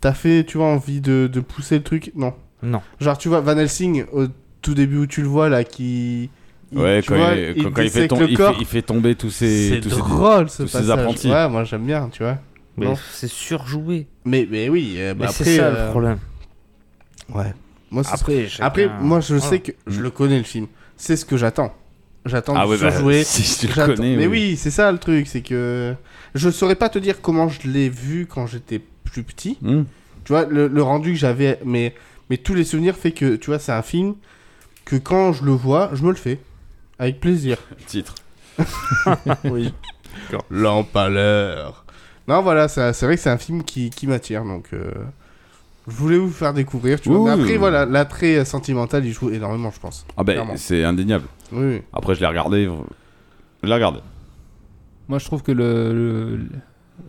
T'as fait, tu vois, envie de, de pousser le truc Non.
Non.
Genre, tu vois, Van Helsing, au tout début où tu le vois là, qui. il-
Ouais,
tu
quand,
vois,
il, quand- quand il fait
dissèque
tom-
le
il fait-
corps.
il fait tomber tous ces.
C'est
tous ces-
drôle ce
tous ces
passage.
apprentis.
Ouais, moi j'aime bien, tu vois.
Mais
Non.
c'est surjoué.
Mais, mais oui, euh, bah,
Mais
après.
c'est ça
euh,
le problème.
Ouais. Moi, c'est ce
Après,
Après,
chacun-
moi, je
voilà.
sais que je le connais le film. C'est ce que j'attends. J'attends
Ah
de
ouais, bah,
surjouer.
si tu le
J'attends-
connais.
Mais oui, c'est ça le truc, c'est que je saurais pas te dire comment je l'ai vu quand j'étais plus petit.
Hmm.
Tu vois, le, le rendu que j'avais, mais mais tous les souvenirs fait que tu vois, c'est un film que quand je le vois, je me le fais avec plaisir.
Titre.
oui. L'empaleur. Non, voilà, ça- c'est vrai que c'est un film qui, qui m'attire, donc euh, je voulais vous faire découvrir. Tu vois,
Oui,
mais
oui,
après,
oui.
voilà, l'attrait euh, sentimental, il joue énormément, je pense.
Ah, ben
Clairement.
c'est indéniable.
Oui, oui.
Après, je l'ai regardé. Je l'ai regardé.
Moi, je trouve que le, le-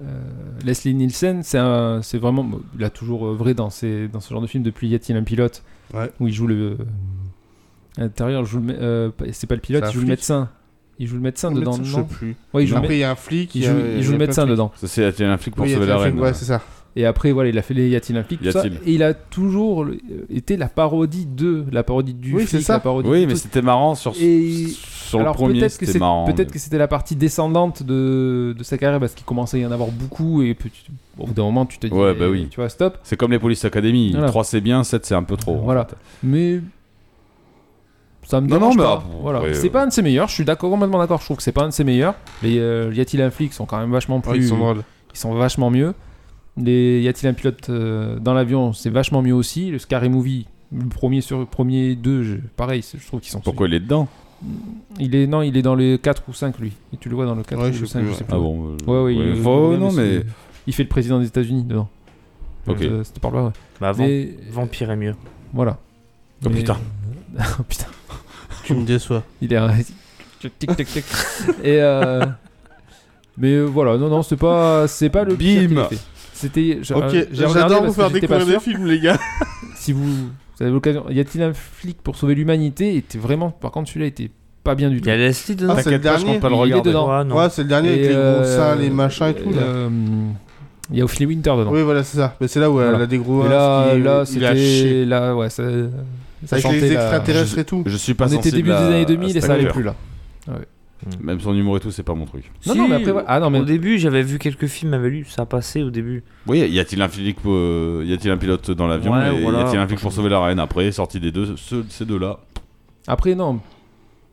euh, Leslie Nielsen, c'est un- c'est vraiment, bon, il a toujours euh, vrai dans, ces, dans ce genre de film depuis Y a-t-il un pilote
Ouais.
Où il joue le. euh, À l'intérieur, il joue le mé- euh, pas- c'est pas le pilote,
C'est un
il joue le
flic.
médecin. Il joue le médecin
Le
dedans,
médecin,
non
Je sais plus.
Ouais, il joue, le mé-
Après, il y a un flic.
il
y a-
joue-
y a
il joue
plein
le
de
médecin
flics.
dedans.
Ça, c'est un flic pour
Oui, il y a
sauver la
plein de
reine.
flics, Ouais, c'est ça.
Et après, voilà, il a fait les Y a-t-il un flic, tout
Y
ça.
a-t-il
Et il a toujours euh, été la parodie de, la parodie du
Oui,
flic,
c'est ça.
la parodie
Oui,
de
mais
tout.
c'était marrant sur,
Et-
sur le
Alors,
premier,
peut-être que
c'était
c'est-
marrant.
Peut-être
mais-
que c'était la partie descendante de, de sa carrière parce qu'il commençait à y en avoir beaucoup et puis tu- au bout d'un moment tu te dis,
Ouais,
eh,
bah oui.
tu vois, stop.
C'est comme les Police Academy.
Voilà.
3 c'est bien, 7 c'est un peu trop. Oh, en
Voilà.
fait.
Mais ça me
Non,
dérange
non, mais
pas.
après,
voilà.
ouais, euh,
c'est
ouais.
pas un de ses meilleurs. Je suis d'accord, complètement d'accord. Je trouve que c'est pas un de ses meilleurs. Les euh, y a-t-il un flic sont quand même vachement plus.
Ouais, ils sont drôles.
ils sont vachement mieux. Les Y a-t-il un pilote euh, dans l'avion C'est vachement mieux aussi. Le Scary Movie, le premier sur le premier deux, je- pareil, c'est- je trouve qu'ils sont.
Pourquoi il est dedans
Il est non, il est dans les 4 ou 5 lui. Et tu le vois dans le 4
Ouais,
ou
je sais
5,
plus,
je
ouais.
sais plus.
Ah bon euh,
Ouais, ouais, il-
faut-
ouais,
non, mais.
c'est- Il fait le président des États-Unis dedans.
Ok.
Euh, C'était par là, ouais.
Bah, avant,
Mais-
Vampire est mieux.
Voilà.
Oh, putain.
Oh, putain.
Tu me déçois.
Il est. Tic, tic, tic, tic. Et. euh, Mais euh, voilà, non, non, c'est pas, c'est pas le pire qu'il
Bim.
ait fait. C'était. j'ai-
Ok,
j'ai regardé
j'adore vous
parce que
faire
j'étais pas
découvrir des
sûr.
films, les gars.
si vous, vous avez l'occasion, y a-t-il un flic pour sauver l'humanité était vraiment, par contre, celui-là était pas bien du
Il
tout.
y a Leslie dedans.
Ah, c'est le
T'inquiète pas, je
dernier.
compte pas le
Il est
regarder.
dedans.
Ouais, non.
Ouais, c'est le dernier
Et,
avec les gros
euh,
seins, les machins et tout. là.
euh, Il y a Ophélie Winter dedans.
Oui, voilà, c'est ça. Mais c'est là où
Voilà.
elle a des gros.
Et
seins,
là,
ce qui-
là,
il a chié.
c'était, là, ouais, ça, ça
Avec
chantait.
les
là.
extraterrestres et tout.
Je suis pas
On était
sensible
début
à-
des années
à
2000 et
cette
ça allait
acteur.
plus là.
Même son humour et tout, c'est pas mon truc.
Non,
Si,
non, mais après, voilà. ah non, mais
Au début, j'avais vu quelques films avec lui, ça passait au début.
Oui, y a-t-il un, flic, euh, y a-t-il un pilote dans l'avion
Ouais,
et
voilà.
Y a-t-il un flic pour sauver la reine Après, sorti des deux, ce- ces deux-là.
après non.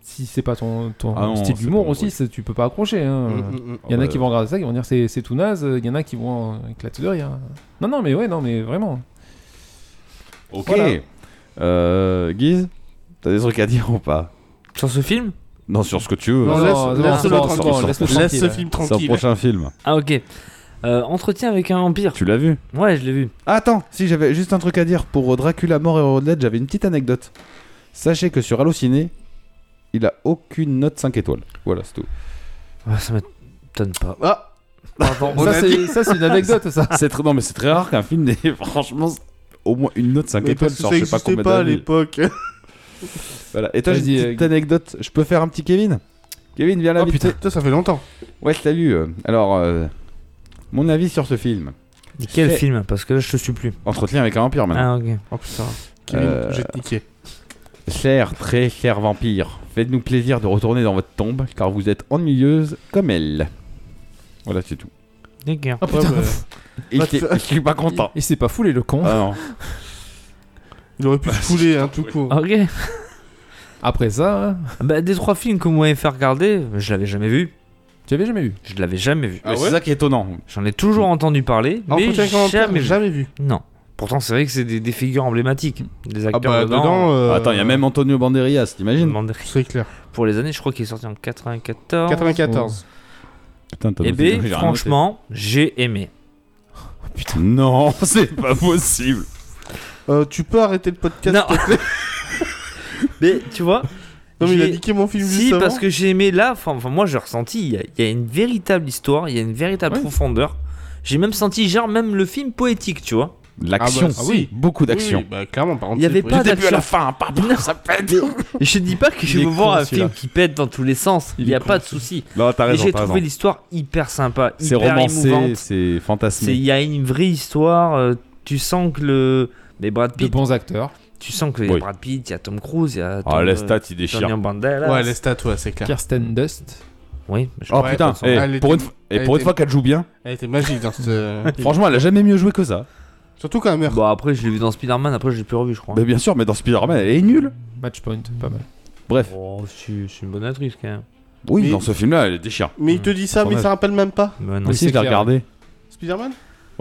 Si c'est pas ton, ton
Ah non,
style
c'est
d'humour
pas mon
aussi,
truc.
c'est- tu peux pas accrocher. Hein.
Mm, mm, mm.
Il y en a
Ah bah,
qui vont regarder ça, qui vont dire c'est c'est tout naze. Il y en a qui vont euh, éclater de rire. Non, non, mais ouais, non, mais vraiment.
Ok.
Voilà.
Euh, Guise, t'as des trucs à dire ou pas
Sur ce film
Non, sur ce que tu veux.
Non,
vas-y.
laisse-
non,
laisse-le
non,
tranquille.
non, laisse-le
Laisse
tranquille,
ce
ouais.
film
C'est un
tranquille.
prochain film.
Ah, ok. Euh, entretien avec un vampire.
Tu l'as vu
Ouais, je l'ai vu.
Ah, Attends, si j'avais juste un truc à dire pour Dracula mort et Rodelette, j'avais une petite anecdote. Sachez que sur Allociné, il a aucune note 5 étoiles. Voilà, c'est tout.
Ah, ça m'étonne pas.
Ah Pardon, on
Ça,
a
c'est-
dit.
Ça, c'est une anecdote, ça.
c'est très- non, mais c'est très rare qu'un film n'ait franchement au moins une note 5
Mais
étoiles
parce que
sur
ça
je sais pas
existait
combien
pas à
d'années.
l'époque.
Voilà. Et toi, j'ai
Vas-y,
une
euh,
petite anecdote. Je peux faire un petit Kevin Kevin, viens là
Oh putain, toi, ça fait longtemps.
Ouais, salut. euh, Alors, euh, mon avis sur ce film.
Mais quel
Fait-
film Parce que là, je te suis plus.
Entretien avec un vampire maintenant.
Ah, ok.
Oh putain. Kevin,
Euh,
je vais te niquer. Ah.
Cher, très cher vampire, faites-nous plaisir de retourner dans votre tombe car vous êtes ennuyeuse comme elle. Voilà, c'est tout.
D'accord.
Ah, putain.
Ouais, bah,
Et
Bah,
j'étais-
tu-
je suis pas content.
Et c'est pas foulé le con.
Ah non.
Il aurait pu se fouler, hein, tout court.
Ah, Ok.
Après ça, hein,
Bah, des trois films que vous m'avez fait regarder, je l'avais jamais vu.
tu avais jamais vu.
Je l'avais jamais vu.
Mais c'est ça qui est étonnant.
J'en ai toujours entendu parler,
Ah,
mais
Entretien avec un vampire,
jamais
j'ai
vu.
jamais vu.
Non. Pourtant, c'est vrai que c'est des, des figures emblématiques. Des
Ah
acteurs
bah
dedans.
dedans. euh,
Attends, il y a même Antonio Banderas,
je me
t'imagines
demande-
C'est clair.
Pour les années, je crois qu'il est sorti en 94.
94.
Putain,
Eh
t'as
Et
noté-
ben,
j'ai rien
franchement, j'ai aimé.
noté. Non, c'est pas possible.
Euh, tu peux arrêter le podcast
Non. mais tu vois,
Non, mais il a
j'ai-
niqué mon film
si
juste avant.
parce que j'ai aimé là. Enfin, enfin, moi, j'ai ressenti. Il y a- il y, a une véritable histoire. Il y a une véritable
Ouais.
profondeur. J'ai même senti genre même le film poétique, tu vois.
L'action,
Ah bah, oui.
beaucoup d'action.
Oui, oui, bah, clairement, par contre,
Il y avait
c'est-
pas
Du début à la
d'action.
fin, pam, pam,
Non.
ça pète.
Et Je dis pas que je
Il est
veux voir
con,
un
celui-là.
film qui pète dans tous les sens. Il
Il
n'y
est
a
con,
pas de souci.
Ah, Non, t'as
Mais
raison,
j'ai
t'as
trouvé
raison.
l'histoire hyper sympa,
C'est
hyper
romancé,
émouvante.
c'est
C'est-
fantasmé.
Il y a une vraie histoire. euh, tu sens que le les Brad
De
Pitt.
bons acteurs.
Tu sens que y a
Oui.
Brad Pitt, il y a Tom Cruise, il y a Tom,
Ah,
euh,
les stats, il déchire.
Antonio Banderas.
Ouais, les stats, ouais, c'est clair.
Kirsten Dust.
Oui. mais je-
Oh
Ouais,
putain,
elle
eh,
était-
pour une, f- et
elle
pour une
était-
fois qu'elle joue bien,
Elle était magique dans ce.
franchement, elle a jamais mieux joué que ça.
Surtout quand elle meurt.
Bon après, je l'ai vu dans Spider-Man. Après, je l'ai plus revu, je crois.
Mais bien sûr, mais dans Spider-Man, elle est nulle.
Matchpoint, pas mal.
Bref,
Oh, c'est c'est une bonne actrice quand même.
oui,
Mais-
dans ce film-là, elle déchire.
Mais il te dit ça, mais
Tournage.
ça rappelle même pas.
Mais non.
Moi
Oui,
aussi,
c'est
je l'ai
clair.
regardé.
Spider-Man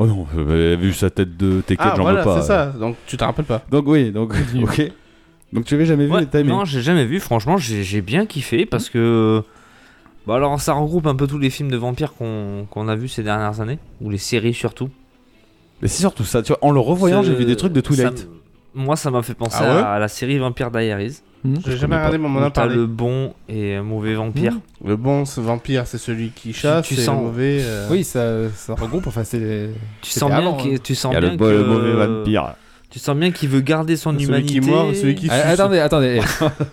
Oh non, euh, vu sa tête de TK,
Ah,
j'en
voilà,
veux pas.
c'est ça. Donc tu te rappelles pas.
Donc oui, donc
Continue.
ok. Donc tu l'avais jamais vu,
Ouais,
et t'as aimé.
non, j'ai jamais vu. Franchement, j'ai j'ai bien kiffé parce que. Bah alors, ça regroupe un peu tous les films de vampires qu'on qu'on a vus ces dernières années, ou les séries surtout.
Mais c'est surtout ça, tu vois, en le revoyant,
C'est-
j'ai vu des trucs de
ça
Twilight.
m- Moi, ça m'a fait penser
Ah ouais
à la série Vampire Diaries.
J'ai jamais regardé, mais on m'en a
Où T'as
parlé.
le
Le...
bon et euh, mauvais vampire.
bon ce vampire, c'est celui qui chasse,
tu
et
sens-
le mauvais. euh,
Oui, ça, ça regroupe. Enfin, c'est.
Tu
C'était
sens bien
avant,
que-
hein.
tu sens
Il y a
bien
le, bon,
que-
le mauvais vampire.
Tu sens bien qu'il veut garder son
Celui qui
humanité.
mord et celui qui
Ah,
suce.
attendez, attendez.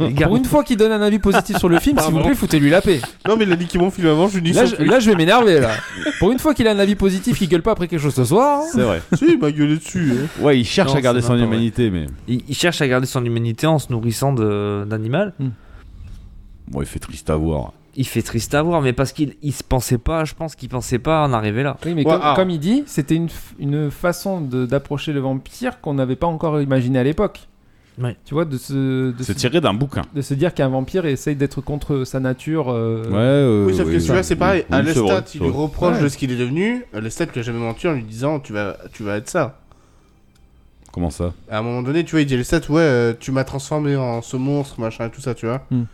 Il garde-
Pour une fois qu'il donne un avis positif sur le film, s'il vous plaît, foutez-lui la paix.
Non, mais il a dit qu'il m'en film avant, je lui dis
Là,
ça.
je, là, je vais m'énerver là. Pour une fois qu'il a un avis positif, qu'il gueule pas après quelque chose ce soir.
C'est vrai.
Si, il m'a gueulé dessus. hein.
Ouais, il cherche
Non,
à garder
ça va
son
pas,
humanité, mais
Il, il cherche à garder son humanité en se nourrissant de- d'animal.
bon, il fait triste à voir.
Il fait triste à voir, mais parce qu'il il se pensait pas, je pense qu'il pensait pas en arriver là.
Oui, mais
Ouais,
comme,
ah.
comme il dit, c'était une, f- une façon de- d'approcher le vampire qu'on n'avait pas encore imaginé à l'époque.
Ouais.
Tu vois, de se, de, se,
C'est tiré d'un bouquin.
de se dire qu'un vampire essaye d'être contre sa nature. euh,
Ouais, euh,
Oui, sauf que celui-là, c'est pareil.
oui,
à
c'est vrai,
Lestat,
c'est
il lui
vrai.
reproche
Ouais.
de ce qu'il est devenu. Euh, Lestat lui a jamais menti en lui disant tu vas, tu vas être ça.
Comment ça
À un moment donné, tu vois, il dit à Lestat ouais, euh, tu m'as transformé en ce monstre, machin et tout ça, tu vois.
Hmm.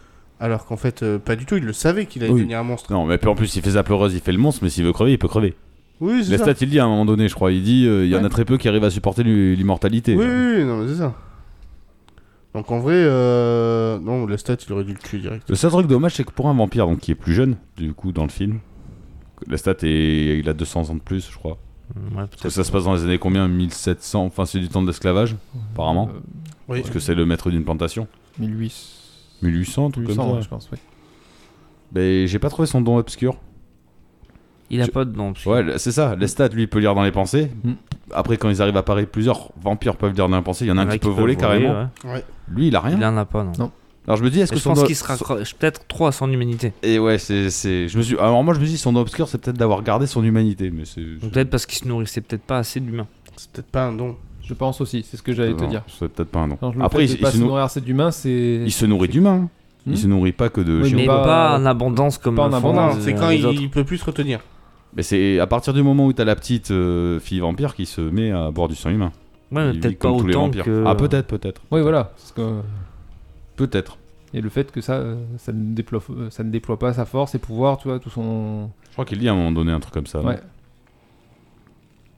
Alors qu'en fait, euh, pas du tout, il le savait qu'il allait
Oui.
devenir un monstre.
Non, mais puis en plus, il fait sa pleureuse, il fait le monstre, mais s'il veut crever, il peut crever.
Oui, c'est ça.
Lestat, il dit à un moment donné, je crois, il dit, euh, il y en a
Ouais.
très peu qui arrivent à supporter l'i- l'immortalité.
Oui, oui, oui, non, mais c'est ça. Donc en vrai, euh... non, Lestat, il aurait dû le tuer direct.
Le seul truc dommage, c'est que pour un vampire, donc qui est plus jeune, du coup, dans le film, Lestat, est... il a 200 ans de plus, je crois.
Ouais,
Parce que ça se passe dans les années combien 1700, enfin, c'est du temps de l'esclavage, apparemment.
euh,
Oui.
Parce que c'est le maître d'une plantation.
1800,
1800, tout comme ça.
ouais, hein, je pense. ouais.
Mais j'ai pas trouvé son don obscur.
Il a
Je-
pas de nom. parce que-
Ouais, le- c'est ça. Lestat, lui, peut lire dans les pensées.
Mm.
Après, quand ils arrivent à Paris, plusieurs vampires peuvent lire dans les pensées. Il y en a un
Ouais,
qui peut
peut
voler carrément.
ouais.
Lui, il a rien.
Il en a pas, non.
Non.
Alors, je me dis, est-ce
Et
que
je
son
pense
don-
qu'il se raccroche peut-être trop à son humanité.
Et ouais, c'est, c'est- Je me suis... Alors, moi, je me dis, son don obscur, c'est peut-être d'avoir gardé son humanité. Mais c'est.
Donc Peut-être parce qu'il se nourrissait peut-être pas assez d'humains.
C'est peut-être pas un don.
Je pense aussi, c'est ce que j'allais te
Non,
dire.
C'est peut-être pas un don.
Non, le
Après,
fait de
il, il
pas
se
se
nou-
nourrir assez d'humains, c'est.
il se nourrit d'humains. hein.
Hmm.
Il se nourrit pas que de
Oui,
chiens.
Mais
mais...
pas-
pas en abondance comme
pas en
le font,
abondance,
Non,
euh,
c'est quand
les
il...
autres.
il peut plus se retenir.
c'est à partir du moment où t'as la petite euh, fille vampire qui se met à boire du sang humain.
Ouais, mais
Il vit
peut-être pas
comme tous les
autant
vampires.
que.
Ah, peut-être, peut-être.
Oui, voilà. parce que-
Peut-être.
Et le fait que ça, euh, ça ne déploie, euh, ça ne déploie pas sa force et pouvoir, tu vois, tout son.
Je crois qu'il dit à un moment donné un truc comme ça. non
Ouais.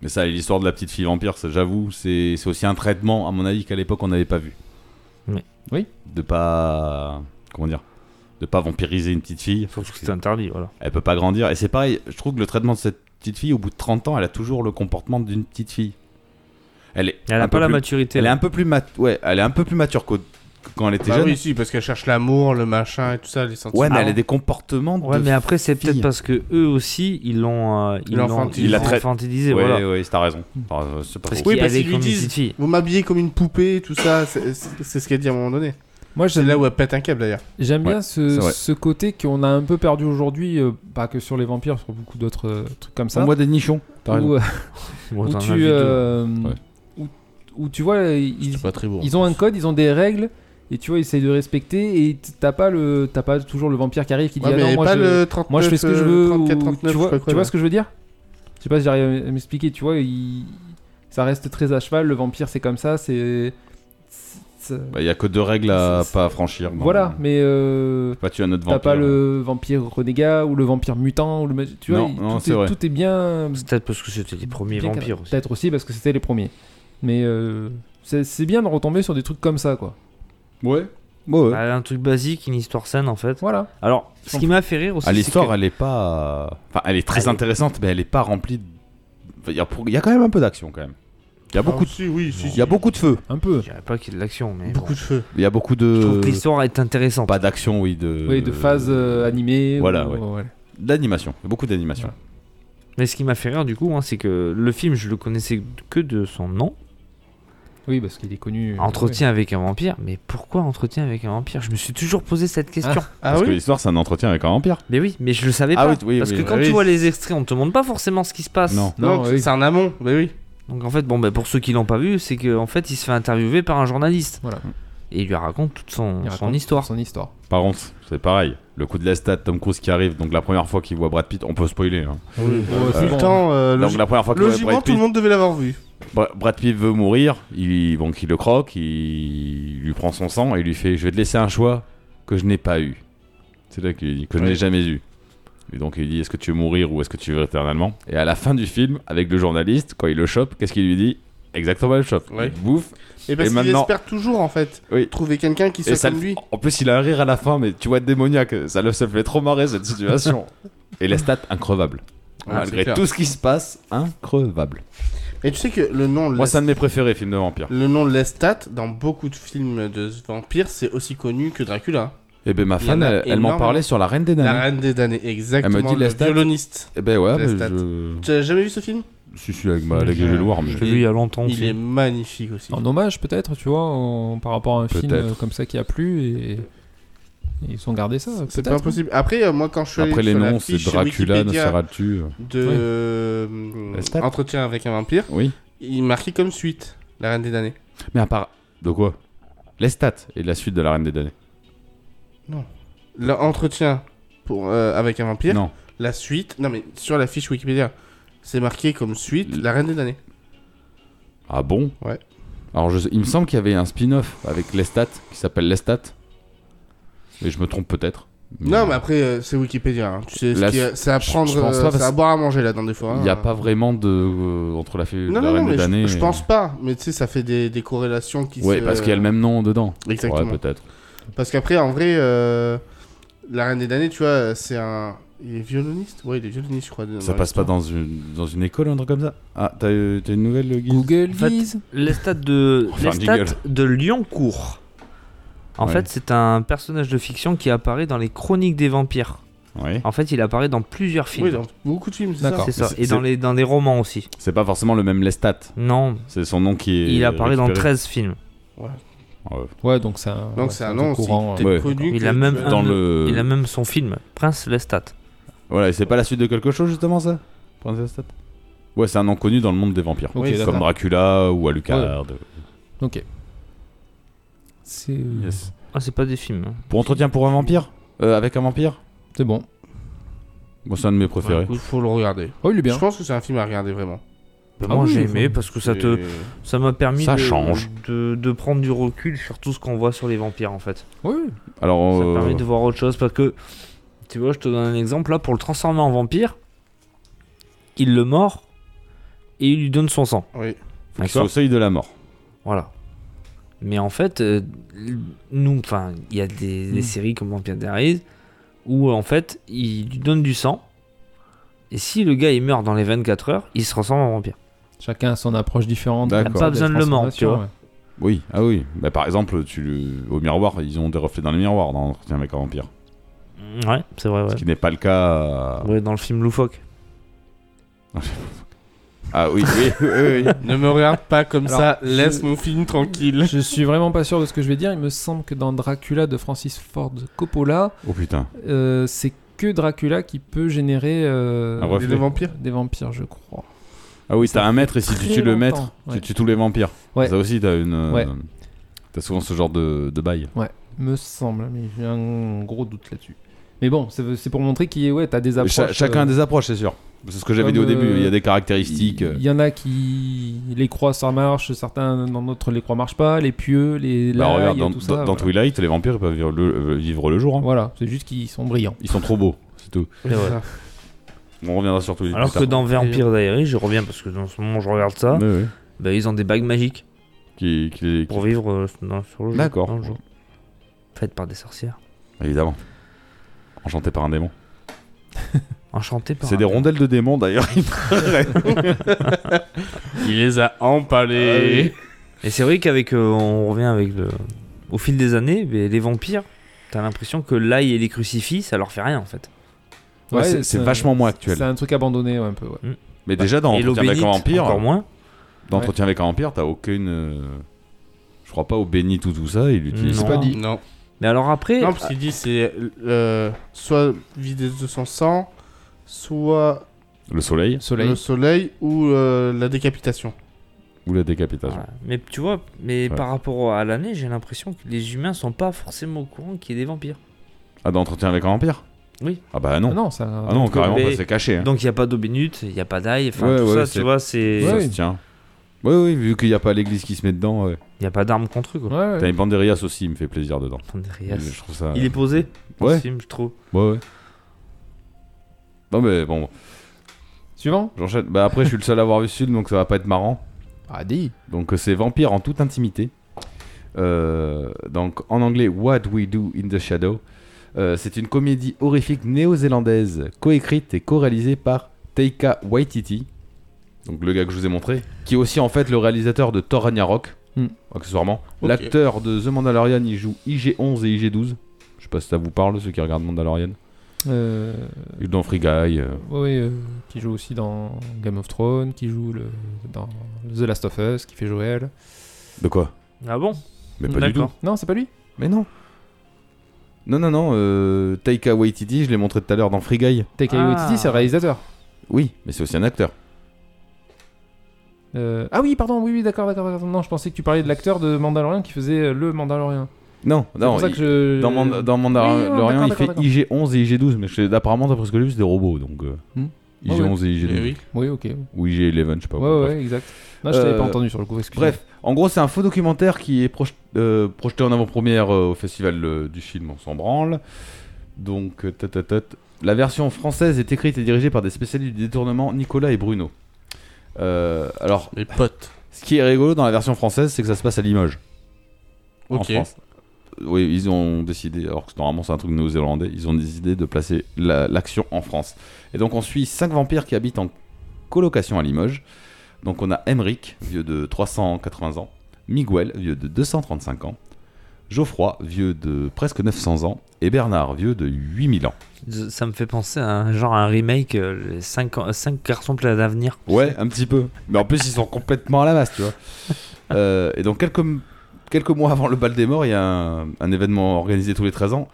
Mais ça, l'histoire de la petite fille vampire, ça, j'avoue, c'est c'est aussi un traitement, à mon avis, qu'à l'époque, on n'avait pas vu.
Oui.
Oui.
De pas. Comment dire De pas vampiriser une petite fille.
Surtout que c'est interdit, voilà.
Elle peut pas grandir. Et c'est pareil, je trouve que le traitement de cette petite fille, au bout de 30 ans, elle a toujours le comportement d'une petite fille. Elle est.
Elle
un
a
peu
pas la
plus-
maturité.
Elle est
là.
un peu plus mat... ouais, elle est un peu plus mature qu'au- que quand elle était
Bah
jeune.
oui, si, parce qu'elle cherche l'amour, le machin et tout ça, les sentiments.
Ouais, mais
Ah
elle a
ouais.
des comportements
Ouais,
de.
mais après, c'est
fille.
peut-être parce que eux aussi, ils l'ont. euh, ils l'ont
L'infantilisé.
ils l'ont
Il la traite.
infantilisé,
ouais,
voilà.
ouais, t'as raison. Enfin, c'est pas
Parce
faux.
Oui,
qu'il
parce
avait
qu'ils lui
comme une
disent-
petite fille.
Vous m'habillez comme une poupée, tout ça, c'est c'est- c'est ce qu'elle dit à un moment donné.
Moi,
C'est là où elle pète un câble d'ailleurs.
J'aime
Ouais,
bien
c'est
ce,
vrai.
ce côté qu'on a un peu perdu aujourd'hui, euh, pas que sur les vampires, sur beaucoup d'autres euh, trucs comme ça.
On voit des nichons.
où,
T'as raison.
euh,
Bon,
où
t'en as vu
tu,
deux.
euh,
Ouais.
où, où tu vois, ils,
très beau.
ils ont un code, ils ont des règles, et tu vois, ils essayent de respecter, et t- t'as pas, le, t'as pas toujours le vampire qui arrive qui
Ouais,
dit
mais
ah non, moi,
pas
je,
le 39,
moi je fais ce que je
euh,
veux. ou-
34, 39,
tu vois,
je sais pas quoi,
tu vois
là.
ce que je veux dire Je sais pas si j'arrive à m'expliquer, tu vois, il- ça reste très à cheval, le vampire c'est comme ça, c'est. c'est-
Bah, y a que deux règles à
C'est- c'est-
pas franchir. dans-
Voilà, mais. euh,
Faut Pas tuer un autre
T'as
vampire. euh.
pas le vampire renégat ou le vampire mutant ou le magi- tu vois
Non,
il-
non, c'est
tout,
vrai.
est, tout est bien
C'est peut-être parce que c'était les premiers
bien
vampires
cadré.
aussi.
peut-être aussi parce que c'était les premiers mais euh, c'est c'est bien de retomber sur des trucs comme ça quoi
Ouais. Ouais, ouais.
Bah, un truc basique, une histoire saine en fait.
voilà
Alors, ce qui m'a fait rire aussi.
Ah,
c'est
L'histoire,
que-
elle est pas. Enfin, elle est très
Elle est-
intéressante, mais elle est pas remplie. Il y, a pour- y a quand même un peu d'action quand même. Il y a beaucoup.
Ah, si, oui, si,
Il
si.
y a beaucoup de feu.
un peu
Je dirais pas qu'il y ait de l'action, mais.
beaucoup
bon.
de feu.
Il y a beaucoup
Je
de.
trouve que l'histoire est intéressante.
Pas d'action, oui, de.
oui de phases euh, animées
voilà,
ou-
ouais.
voilà.
D'animation. Il y a beaucoup d'animation.
Mais ce qui m'a fait rire du coup, hein, c'est que le film, je le connaissais que de son nom,
oui parce qu'il est
Mmh,
connu euh,
Entretien avec un vampire. Mais pourquoi Entretien avec un vampire Je me suis toujours posé cette question.
Ah
Parce que
oui
l'histoire, c'est un entretien avec un vampire.
Mais oui, mais je le savais
Ah
pas.
oui, oui,
parce
oui,
que
oui,
quand
oui.
tu vois les extraits, on te montre pas forcément ce qui se passe.
Non.
non,
Non,
oui.
c'est un amont, bah oui.
Donc en fait, bon, bah, pour ceux qui l'ont pas vu, c'est qu'en fait, il se fait interviewer par un journaliste.
Voilà.
Et il lui raconte toute son,
Il
son
raconte
histoire.
son histoire
Par contre, c'est pareil. Le coup de l'estat, Tom Cruise qui arrive. Donc la première fois qu'il voit Brad Pitt, on peut spoiler. hein.
Ouais, c'est
Vu
bon.
le temps, euh,
Donc
logi-
la première fois qu'il voit
logiquement,
Brad
tout le
Pitt,
monde devait l'avoir vu.
Bra- Brad Pitt veut mourir, il, donc il le croque, il lui prend son sang et il lui fait Je vais te laisser un choix que je n'ai pas eu. C'est là qu'il lui dit Que je n'ai jamais eu. Et donc il dit Est-ce que tu veux mourir ou est-ce que tu veux éternellement Et à la fin du film, avec le journaliste, quand il le chope, qu'est-ce qu'il lui dit exactement la même chose.
Ouais.
Il te bouffe.
Et parce
Et
qu'il
maintenant-
espère toujours, en fait,
Oui.
trouver quelqu'un qui
Et
soit
ça
comme
le-
lui.
En plus, il a un rire à la fin, mais tu vois, démoniaque. Ça le ça me fait trop marrer cette situation. et les stats increvables.
Ouais, c'est
Malgré
clair.
tout ce qui se passe, increvable.
Et tu sais que le nom,
Moi,
Lestat-
c'est un de mes préférés, film de vampire.
le nom Lestat, dans beaucoup de films de vampires, c'est aussi connu que Dracula.
Et ben ma
Il y en
fan,
a
elle, elle m'en
énormément.
parlait sur La Reine
Ah
des
La
Nains.
Reine des damnés, exactement.
dit
le
Lestat.
violoniste.
Et ben ouais,
Les
mais
stats.
je.
Tu as jamais vu ce film
Si, si, avec ma avec le voir, mais.
Je l'ai vu il y a longtemps.
Il est magnifique aussi.
En hommage peut-être, tu vois, en- par rapport à un film
Peut-être.
euh, comme ça qui a plu et, et ils ont gardé ça.
C'est
peut-être,
pas
hein.
impossible. Après, euh, moi, quand je suis allé
Après les
sur la
noms, c'est
fiche
Dracula,
Wikipédia
Nosferatu. euh,
de
Oui.
euh,
Lestat.
Entretien avec un vampire,
Oui.
il marquait comme suite La Reine des damnés.
Mais à part. De quoi Les stats et la suite de La Reine des Damnés.
L'entretien pour euh, avec un vampire,
Non.
la suite. Non, mais sur la fiche Wikipédia, c'est marqué comme suite
L-
La Reine des damnés.
Ah bon
Ouais.
Alors, je sais- il me semble qu'il y avait un spin-off avec les stats qui s'appelle Les stats. Et je me trompe peut-être.
Non, mais après, euh, c'est Wikipédia. hein. Tu sais, ce
La
qui est-
su-
c'est à
je- je
prendre,
pense
euh,
pas,
c'est à
parce-
boire à manger là dans des fois.
Il n'y a
hein.
pas vraiment de. euh, entre la, fée, la
Non, non, non,
Reine des
mais
Damnés.
je, je
et-
pense pas. Mais tu sais, ça fait des, des corrélations qui
Ouais,
se- euh,
parce qu'il y a le même nom dedans.
Exactement.
Ouais, peut-être.
Parce qu'après, en vrai, euh, La Reine des Damnés, tu vois, c'est un. Il est violoniste Ouais, il est violoniste, je crois. dans
Ça passe pas
l'histoire.
dans une, dans une école, un truc comme ça Ah, t'as euh, t'as une nouvelle, euh, Guy
Google
En fait,
Viz.
Les stats de,
Enfin,
les stats
jingle.
de Lyoncourt. En
Ouais.
fait, c'est un personnage de fiction qui apparaît dans les Chroniques des vampires.
Ouais.
En fait, il apparaît dans plusieurs films.
Oui, dans beaucoup de films, c'est ça.
D'accord.
C'est ça.
Mais c'est-
Et dans
c'est-
les, dans les romans aussi.
C'est pas forcément le même Lestat.
Non,
C'est son nom qui est.
il apparaît dans
récupéré.
13 films.
Ouais, donc c'est un,
Donc
ouais,
c'est
c'est
un nom aussi
courant.
peut-être
euh,
Ouais.
connu.
Il
que
a
tu
même
as-
un-
Dans
dans
le.
Euh, Il a même son film, Prince Lestat.
Voilà, et c'est pas la suite de quelque chose justement ça Prince Lestat Ouais, c'est un nom connu dans le monde des vampires.
Ok,
Oui,
Comme
d'accord.
Dracula ou Alucard.
Ok. C'est euh,
Yes.
Ah, c'est pas des films. hein.
Pour entretien pour un vampire Euh, Avec un vampire
c'est bon.
Moi, c'est un de mes
Ouais,
préférés.
écoute, faut le regarder.
Oh, il est bien.
Je pense que c'est un film à regarder vraiment.
Bah,
Ah
moi,
oui,
j'ai
il faut-
aimé parce que ça te,
Et-
ça m'a permis
Ça
de,
change.
De, de prendre du recul sur tout ce qu'on voit sur les vampires en fait.
Oui.
Alors,
Ça
euh,
permet de voir autre chose parce que tu vois, je te donne un exemple là pour le transformer en vampire, il le mord et il lui donne son sang.
Oui.
faut qu'il soit au seuil de la mort.
Voilà. Mais en fait, euh, nous, enfin, il y a des,
Mm.
des séries comme Vampire Diaries où euh, en fait, il lui donne du sang. Et si le gars il meurt dans les 24 heures, il se transforme en vampire.
Chacun a son approche différente.
D'accord.
de
Pas
la
besoin de le mordre, tu vois.
transformation,
Oui, ah oui. Bah, par exemple, tu le- au miroir, ils ont des reflets dans les miroirs dans entretien avec un vampire.
Ouais, c'est vrai,
Ce
ouais.
qui n'est pas le cas. euh,
Ouais, dans le film Loufoque.
Ah oui, oui, oui, oui.
ne me regarde pas comme
Alors,
ça,
je-
laisse mon film
ouais.
tranquille.
Je suis vraiment pas sûr de ce que je vais dire. Il me semble que dans Dracula de Francis Ford Coppola,
Oh putain.
euh, c'est que Dracula qui peut générer euh,
Un reflet.
Les deux vampires
des vampires, je crois.
Ah oui, t'as un maître et si tu
très
tues le
longtemps,
maître,
ouais.
tu tues tous les vampires.
Ouais.
Ça aussi, t'as une. euh,
Ouais.
T'as souvent ce genre de, de bail.
Me semble, mais j'ai un gros doute là-dessus. Mais bon, c'est c'est pour montrer qu'il y a- ouais, t'as des
Mais
approches.
cha- chacun a
euh,
des approches, c'est sûr. C'est ce que j'avais dit au
Comme,
début.
euh,
Il y a des caractéristiques. euh,
Il y en a qui les croix ça marche, certains dans d'autres les croix marchent pas, les pieux, les
Bah,
laïcs,
regarde, dans,
tout
dans-
ça.
dans
voilà,
Twilight, les vampires ils peuvent vivre le, euh, vivre le jour. hein.
Voilà, c'est juste qu'ils sont brillants.
Ils sont trop beaux, c'est tout.
Ça.
On reviendra sur Twilight.
Alors
plus
que
tard.
dans Vampire
euh,
Diaries, je reviens parce que dans ce moment je regarde ça,
Ouais, ouais.
bah, ils ont des bagues magiques
Qui, qui- qui-
pour vivre euh, dans, sur le jeu.
D'accord.
dans le jeu. Faites par des sorcières.
Évidemment. Enchanté par un démon.
Enchantées par.
C'est
un-
des rondelles de démons d'ailleurs.
Il les a empalés.
Et c'est vrai qu'avec. euh, on revient avec le. Au fil des années, mais les vampires, t'as l'impression que l'ail et les crucifix, ça leur fait rien en fait.
Ouais, c'est- c'est vachement moins actuel.
C'est un truc abandonné ouais, un peu. Ouais.
Mais déjà dans
et l'eau
Entretien avec un
bénite,
vampire,
encore moins.
dans Entretien avec un vampire, t'as aucune. euh, Je crois pas au béni tout tout ça. Il utilise
Non.
pas.
dit.
Non.
Mais alors après.
Non, parce qu'il dit c'est euh, soit vider de son sang, soit
Le soleil
Soleil.
le soleil ou euh, la décapitation.
ou la décapitation.
Voilà. Mais tu vois, mais
Ouais.
par rapport à l'année, j'ai l'impression que les humains sont pas forcément au courant qu'il y ait des vampires.
Ah, dans Entretien avec un vampire
Oui.
Ah bah non.
Ah non, ça.
Ah non,
Donc,
carrément,
mais-
bah, c'est caché. hein.
Donc il n'y a pas d'eau bénite, il n'y a pas d'ail, enfin
Ouais,
tout
ouais,
ça,
c'est-
tu vois, c'est.
Ça
Ouais.
se tient. Oui, oui, vu qu'il n'y a pas l'église qui se met dedans. ouais.
Il n'y a pas d'armes contre eux, quoi.
Ouais, ouais.
T'as une Banderias aussi, il me fait plaisir dedans.
Attendez, Rias.
Je trouve ça.
Il est posé dans
Ouais.
ce film, je trouve.
Ouais, ouais. Non, mais bon,
Suivant
j'enchaîne. Bah, après, je suis le seul à avoir vu ce film, donc ça va pas être marrant.
Ah, dis.
Donc euh, c'est Vampire en toute intimité. Euh, donc en anglais What We Do in the Shadow. Euh, c'est une comédie horrifique néo-zélandaise, coécrite et co-réalisée par Taika Waititi, donc le gars que je vous ai montré, qui est aussi en fait le réalisateur de Thor Ragnarok,
Hmm.
accessoirement.
Ok.
L'acteur de The Mandalorian, il joue IG-11 et IG-12. Je sais pas si ça vous parle, ceux qui regardent Mandalorian.
Euh,
Il est dans Free Guy. euh,
oui, euh, qui joue aussi dans Game of Thrones, qui joue le, dans The Last of Us, qui fait Joël.
De quoi
Ah bon
Mais pas du tout.
D'accord.
Non, c'est pas lui
Mais non. Non, non, non. euh, Taika Waititi, je l'ai montré tout à l'heure dans Free Guy.
Taika
Ah.
Waititi, c'est le réalisateur.
Oui, mais c'est aussi un acteur.
Euh, ah oui, pardon, oui, oui, d'accord, d'accord, d'accord. Non, je pensais que tu parlais de l'acteur de Mandalorian qui faisait euh, le Mandalorian.
Non,
C'est
non.
pour ça
il-
que je...
Dans, Mand- dans
Oui, non,
Mandalorian,
d'accord,
il fait
d'accord,
IG-11 et IG-12, mais je sais- apparemment, d'après ce que j'ai vu, c'est des robots, donc... euh,
Hmm. Ah ouais.
IG-11 et
Eh
IG-12.
oui.
Oui, ok.
Ou IG-11, je sais pas.
Ouais,
quoi, bref.
ouais, exact. Non, je t'avais
Euh,
pas entendu sur le coup, excuse-moi.
Bref, en gros, c'est un faux documentaire qui est proj- euh, projeté en avant-première euh, au festival euh, du film, on s'en branle. Donc, euh, ta, ta, ta, ta. la version française est écrite et dirigée par des spécialistes du détournement Nicolas et Bruno. Euh, alors,
Mes potes.
ce qui est rigolo dans la version française, c'est que ça se passe à Limoges, en
Ok.
France. Euh, Oui, ils ont décidé, alors que normalement c'est un truc néo-zélandais, ils ont décidé de placer la- l'action en France. Et donc on suit cinq vampires qui habitent en colocation à Limoges. Donc on a Emric, vieux de 380 ans, Miguel, vieux de 235 ans, Geoffroy, vieux de presque 900 ans, et Bernard, vieux de 8000 ans.
Z- Ça me fait penser à un genre un remake, euh, 5, garçons pleins d'avenir.
Ouais, un petit peu. Mais en plus, ils sont complètement à la masse, tu vois. Euh, et donc, quelques, quelques mois avant le bal des morts, il y a un, un événement organisé tous les 13 ans.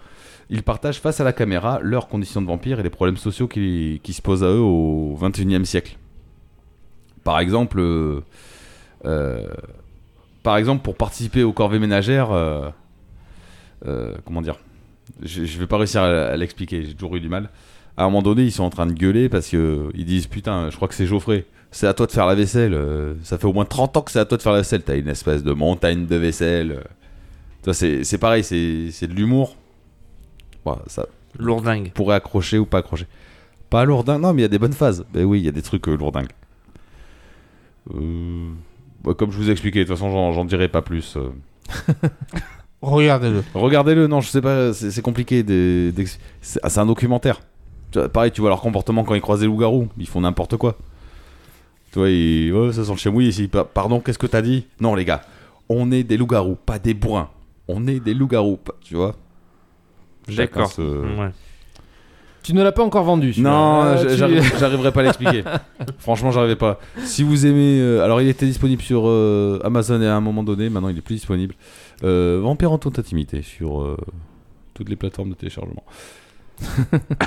Ils partagent face à la caméra leurs conditions de vampires et les problèmes sociaux qui, qui se posent à eux au 21 e siècle. Par exemple, euh, euh, par exemple, pour participer aux corvées ménagères, euh, euh, comment dire je, je vais pas réussir à, à l'expliquer, j'ai toujours eu du mal. À un moment donné, ils sont en train de gueuler parce que ils disent Putain, je crois que c'est Geoffrey, c'est à toi de faire la vaisselle. euh, Ça fait au moins 30 ans que c'est à toi de faire la vaisselle. T'as une espèce de montagne de vaisselle. euh. Toi, c'est c'est pareil, c'est c'est de l'humour. Bon, ça
Lourdingue.
pourrait accrocher ou pas accrocher. Pas lourdin, non, mais il y a des bonnes phases. Ben oui, il y a des trucs euh, lourdingues. Euh, bah, comme je vous ai expliqué, de toute façon, j'en- j'en dirai pas plus. euh.
Regardez-le.
Regardez-le, non, je sais pas, c'est c'est compliqué. des- d'ex- C'est ah, c'est un documentaire. Tu vois, Pareil, tu vois leur comportement quand ils croisent des loups-garous, ils font n'importe quoi. Tu vois, ils, ouais, ça sent le chemouille ici. Pa- Pardon, qu'est-ce que t'as dit Non, les gars, on est des loups-garous, pas des bourrins. On est des loups-garous, pas- tu vois. Chacun
D'accord. Mmh.
se-
Ouais.
Tu ne l'as pas encore vendu. celui-là.
Non,
Ah,
je-
tu-
j'arrive- j'arriverai pas à l'expliquer. Franchement, j'arrivais pas. Si vous aimez, euh, alors il était disponible sur euh, Amazon à un moment donné. Maintenant, il est plus disponible. Euh, Vampire en toute intimité sur euh, toutes les plateformes de téléchargement.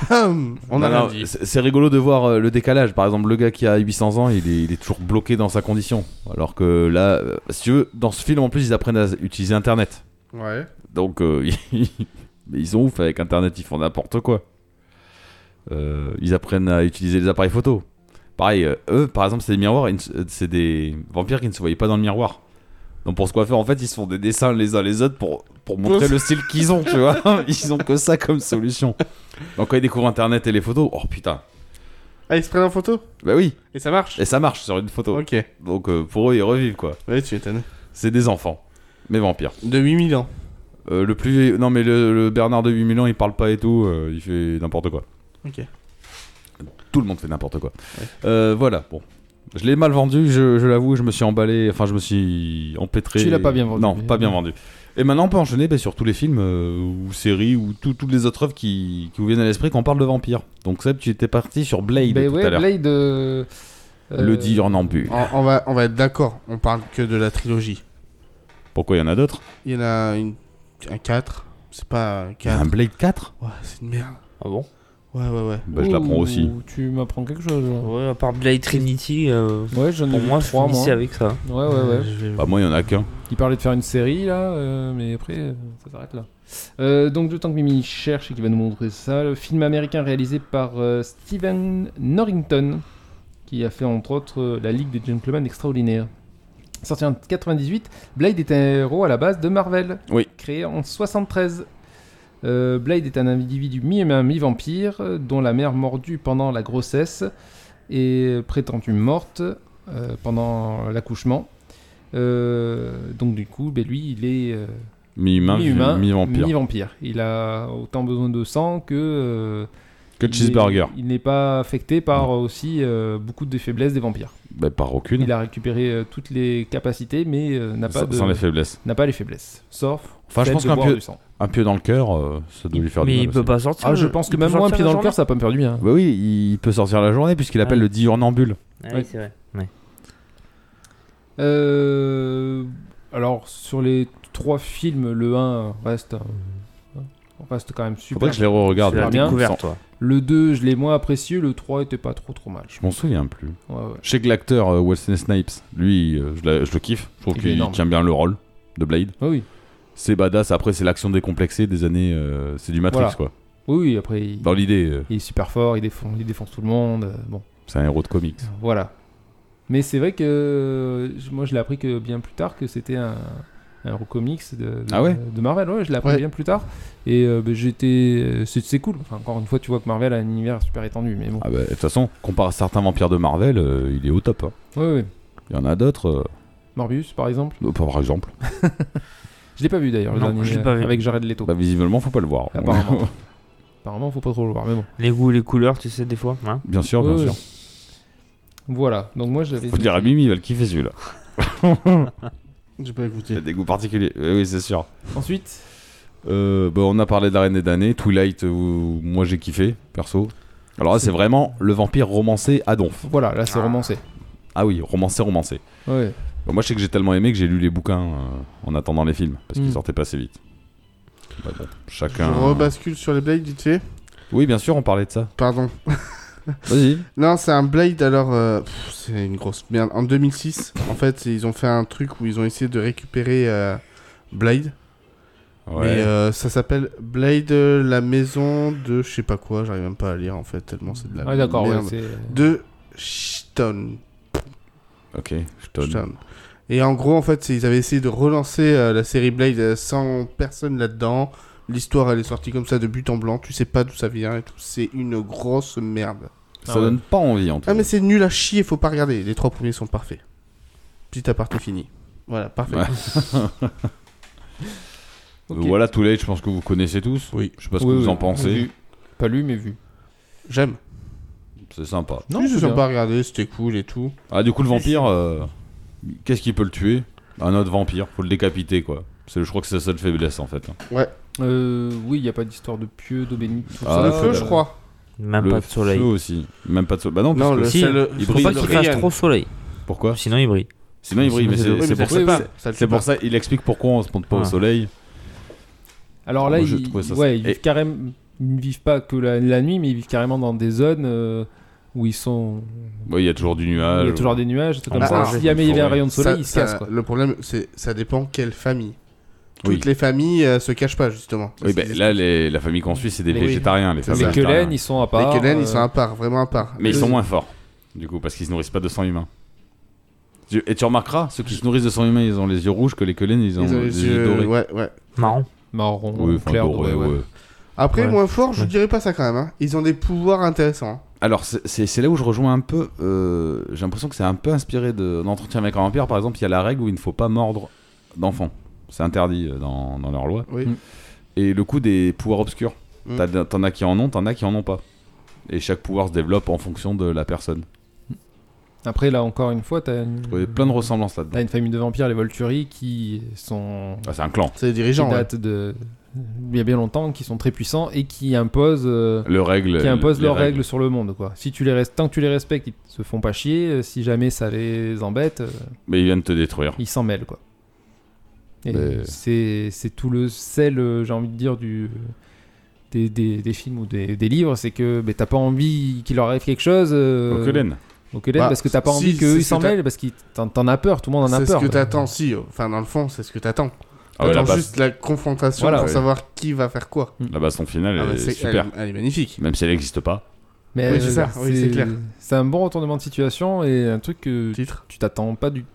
Ahem, On a
Non,
rien
non,
dit.
c'est c'est rigolo de voir euh, le décalage. Par exemple, le gars qui a 800 ans, il est, il est toujours bloqué dans sa condition. Alors que là, euh, si tu veux, dans ce film en plus, ils apprennent à utiliser Internet.
Ouais.
Donc, euh, mais ils sont ouf avec Internet, ils font n'importe quoi. Euh, ils apprennent à utiliser les appareils photo. Pareil, euh, eux, par exemple, c'est des miroirs, ils ne se- euh, c'est des vampires qui ne se voyaient pas dans le miroir. Donc pour se coiffer, en fait, ils se font des dessins les uns les autres pour, pour montrer le style qu'ils ont, tu vois. Ils ont que ça comme solution. Donc quand ils découvrent Internet et les photos, oh putain.
Ah, ils se prennent en photo
Bah oui,
Et ça marche
et ça marche sur une photo.
Ok.
Donc euh, pour eux, ils revivent quoi.
Ouais, tu étonnes.
C'est des enfants, mais vampires.
De 8000 ans.
Euh, le plus vieux- Non, mais le, le Bernard de 8000 ans, il parle pas et tout, euh, il fait n'importe quoi.
Ok.
Tout le monde fait n'importe quoi. Euh, voilà, bon. Je l'ai mal vendu, je, je l'avoue, je me suis emballé, enfin je me suis empêtré.
Tu l'as pas bien vendu.
Non, pas bien vendu. Et maintenant on peut enchaîner bah, sur tous les films euh, ou séries ou tout- toutes les autres œuvres qui, qui vous viennent à l'esprit quand on parle de vampires. Donc Seb, tu étais parti sur Blade
Ben
tout
ouais,
à l'heure.
Blade. euh,
Le
euh,
Diurnambule.
On, on va, on va être d'accord, on parle que de la trilogie.
Pourquoi il y en a d'autres
Il y en a une, un 4. C'est pas un
Il y a
4.
un Blade 4
Ouais, c'est une merde.
Ah bon
Ouais, ouais, ouais.
bah, Je l'apprends
ouh,
aussi.
Tu m'apprends quelque chose. là.
Ouais, à part Blade Trinity, euh,
Ouais, j'en ai
pour
vu
moi, je
Mmh, trois, moi.
finissais avec ça.
Ouais, ouais, ouais.
Je-
Bah moi il y en a qu'un.
Il parlait de faire une série là, euh, mais après euh, ça s'arrête là. Euh, donc le temps que Mimi cherche et qu'il va nous montrer ça, le film américain réalisé par euh, Steven Norrington, qui a fait entre autres euh, La Ligue des Gentlemen Extraordinaires. Sorti en 98, Blade est un héros à la base de Marvel.
Oui.
Créé en 73. Euh, Blade est un individu mi-humain, mi-vampire, euh, dont la mère mordue pendant la grossesse est prétendue morte euh, pendant l'accouchement. Euh, donc du coup, ben, lui, il est euh,
Mi-humain,
mi-humain,
mi-vampire.
mi-vampire. Il a autant besoin de sang que... euh,
Que
il
cheeseburger.
n'est- Il n'est pas affecté par euh, aussi euh, beaucoup des faiblesses des vampires.
Bah, par aucune.
Il a récupéré euh, toutes les capacités, mais euh, n'a pas,
Sans,
de-
sans les faiblesses.
n'a pas les faiblesses. Sauf
Enfin, je
celle
pense
de
qu'un
boire
pieu-
du sang.
Un pieu dans le cœur, euh, ça doit lui faire du
Mais
mal
il peut
aussi.
pas sortir.
Ah,
le-
je pense que
il peut
même moi, un
sortir
pied
la
dans le cœur, ça va pas me faire du bien.
Bah oui, il peut sortir la journée puisqu'il appelle
Ouais.
le diurnambule.
journée Ah oui, c'est vrai. Ouais.
Euh, alors, sur les trois films, le 1 reste, euh, reste quand même super.
Faudrait que je les re-regarde.
Tu l'as
Super bien.
découvert,
Ah, bah, Sans-
toi.
Le 2, je l'ai moins apprécié. Le 3 était pas trop trop mal.
Je m'en souviens plus.
Ouais, ouais.
Je sais que l'acteur euh, Wesley Snipes, lui, euh, je, la- je le kiffe. Je trouve
Il est
qu'il
énorme.
tient bien le rôle de Blade.
Ah oui.
C'est badass. Après, c'est l'action décomplexée des années. euh, c'est du Matrix,
Voilà.
quoi.
oui, oui, après, il,
Dans l'idée, euh,
il est super fort, il défonce, il défonce tout le monde. euh, Bon,
c'est un héros de comics.
voilà. Mais c'est vrai que euh, je- moi, je l'ai appris que bien plus tard que c'était un, un héros comics de, de,
Ah ouais
de Marvel. Ouais, je l'ai appris
Ouais.
bien plus tard. Et euh, ben, j'étais. C'est c'est cool. Enfin, encore une fois, tu vois que Marvel a un univers super étendu. Mais bon.
Ah bah, de toute façon, comparé à certains vampires de Marvel, euh, il est au top. hein.
Ouais, ouais.
Il y en a d'autres, euh,
Morbius, par exemple.
euh, par exemple.
Je l'ai pas vu d'ailleurs, le
Non,
dernier.
je l'ai pas
euh,
vu.
Avec Jared Leto.
Bah, visiblement, faut pas le voir.
Apparemment. Apparemment, faut pas trop le voir. Mais bon.
Les goûts, les couleurs, tu sais, des fois. hein.
bien sûr, bien
Ouais,
sûr.
ouais. Voilà. Donc moi, j'avais.
Faut dire à Mimi, il va le kiffer celui-là.
J'ai pas
Il a
écouté.
des goûts particuliers. Euh, oui, c'est sûr.
Ensuite.
Euh, bah, on a parlé d'Arène et d'années. Twilight, euh, moi j'ai kiffé, perso. Alors là, c'est vraiment le vampire romancé à donf.
Voilà, là c'est romancé.
Ah oui, romancé, romancé.
Ouais.
Bah, moi, je sais que j'ai tellement aimé que j'ai lu les bouquins euh, en attendant les films, parce qu'ils
Mm.
sortaient pas assez vite. Bah, bon,
Je
chacun.
rebascule sur les Blades, vite fait.
Oui, bien sûr, on parlait de ça.
Pardon.
Vas-y.
Non, c'est un Blade, alors... euh, pff, c'est une grosse merde. En 2006, en fait, ils ont fait un truc où ils ont essayé de récupérer euh, Blade. Mais
Ouais.
euh, ça s'appelle Blade, euh, la maison de je sais pas quoi, j'arrive même pas à lire en fait, tellement c'est de la
Ah,
Ouais, Ah, d'accord, ouais,
merde.
c'est.
de Shton.
Ok, je te donne.
Shton. Et en gros, en fait, c'est- ils avaient essayé de relancer euh, la série Blade euh, sans personne là-dedans. L'histoire, elle est sortie comme ça de but en blanc, tu sais pas d'où ça vient et tout. C'est une grosse merde.
Ça
Ah ouais.
donne pas envie en tout
Ah,
cas.
mais c'est nul à chier, faut pas regarder. Les trois premiers sont parfaits. Petit aparté fini. Voilà, parfait.
Ouais.
Ok.
Donc Euh, Voilà, Twilight, je pense que vous connaissez tous.
Oui.
Je sais pas ce
Oui,
que vous
oui.
en pensez.
Vu. Pas lu, mais vu.
J'aime.
C'est sympa.
Non,
Ils se
c'est
sont
bien.
pas regardés, c'était cool et tout.
Ah, du coup, le vampire, euh, qu'est-ce qui peut le tuer Un autre vampire, faut le décapiter quoi. C'est, je crois que c'est sa seule faiblesse en fait. hein.
Euh, oui, il y a pas d'histoire de pieux, d'obéni. tout
Ah,
ça.
le feu, je crois.
Même
le
pas de soleil.
feu aussi. Même pas de soleil. Bah non, parce
Non,
que
le,
si,
c'est le-
il
Faut
brille.
pas
le
qu'il fasse
Ryan.
trop soleil.
pourquoi
Sinon, il brille.
Sinon il brille, mais c'est,
Sinon,
c'est
Oui,
pour
mais ça
ça.
le fait
Oui,
pas, ça le
C'est
fait
pour
pas.
ça, il explique pourquoi on se monte pas au
Ah.
soleil.
Alors là,
Moi, je
ils,
trouvais ça-
ouais, ils
Et-
vivent carrément. Ils ne vivent pas que la, la nuit, mais ils vivent carrément dans des zones euh, où ils sont.
Bon, il y a toujours du nuage.
il y a toujours des nuages, tout comme
Ah,
ça.
ah,
Si jamais il y avait un
forêt.
rayon de soleil,
Ça-
ils se
ça-
cassent. Quoi.
Le problème, c'est ça dépend quelle famille.
Oui.
Toutes les familles euh, se cachent pas justement.
Oui, bah, là, les- la famille qu'on suit, c'est des
Les-
végétariens. Les,
C'est
fameux
ça.
Les
végétariens.
Kellen, ils sont à
les
part.
Kellen,
euh,
ils sont à part, vraiment à part.
Mais ils sont
Eux,
moins forts, du coup, parce qu'ils se nourrissent pas de sang humain. Tu- Et tu remarqueras, ceux qui se nourrissent de sang humain, ils ont les yeux rouges, que les Kellen, ils
ils
ont,
ont les yeux-
dorés.
ouais, ouais.
Marron.
Marron,
Oui, enfin,
clair,
dorés,
doré, ouais.
ouais.
Après,
Ouais.
moins fort, je
Ouais.
dirais pas ça quand même. hein. Ils ont des pouvoirs intéressants. hein.
Alors, c'est- c'est c'est là où je rejoins un peu. euh, J'ai l'impression que c'est un peu inspiré de- d'entretien avec un vampire. Par exemple, il y a la règle où il ne faut pas mordre d'enfants. C'est interdit euh, dans, dans leur loi.
Oui.
Mm.
Et le coup des pouvoirs obscurs.
Mm.
T'as- T'en as qui en ont, t'en as qui en ont pas. Et chaque pouvoir se développe en fonction de la personne.
Mm.
Après, là, encore une fois, t'as une...
Il y a plein de ressemblances là-dedans.
t'as une famille de vampires, les Volturi, qui sont
Ah, c'est un clan.
C'est les
qui
dirigeants. ouais.
datent de il y a bien longtemps, qui sont très puissants et qui imposent, euh,
Le règle.
qui imposent
les
leurs règles. sur le monde. Quoi. Si tu les restes, tant que tu les respectes, ils se font pas chier. euh, Si jamais ça les embête, euh,
Mais ils viennent te détruire.
ils s'en mêlent. Quoi. Et
Mais-
c'est, c'est tout le sel, euh, j'ai envie de dire, du, des, des- des films ou des, des livres, c'est que ben, t'as pas envie qu'il leur arrive quelque chose euh,
Au Kellen.
au Kellen,
Bah,
parce que t'as pas
si,
envie
c'est
qu'eux
ce
ils s'en
que t'as-
mêlent, parce que t'en, t'en as peur, tout le monde en a
C'est ce
peur.
que
quoi.
t'attends, si. euh, Enfin, dans le fond, c'est ce que t'attends.
Ah ouais, la,
t'attends
base,
juste la confrontation
Voilà,
pour
ouais.
savoir qui va faire quoi.
la baston finale
Ah bah,
est
c'est-
super.
Elle, elle est magnifique.
Même si elle n'existe pas.
Mais euh,
Oui, c'est ça, oui, c'est clair.
c'est un bon retournement de situation et un truc que
Titre
tu t'attends pas du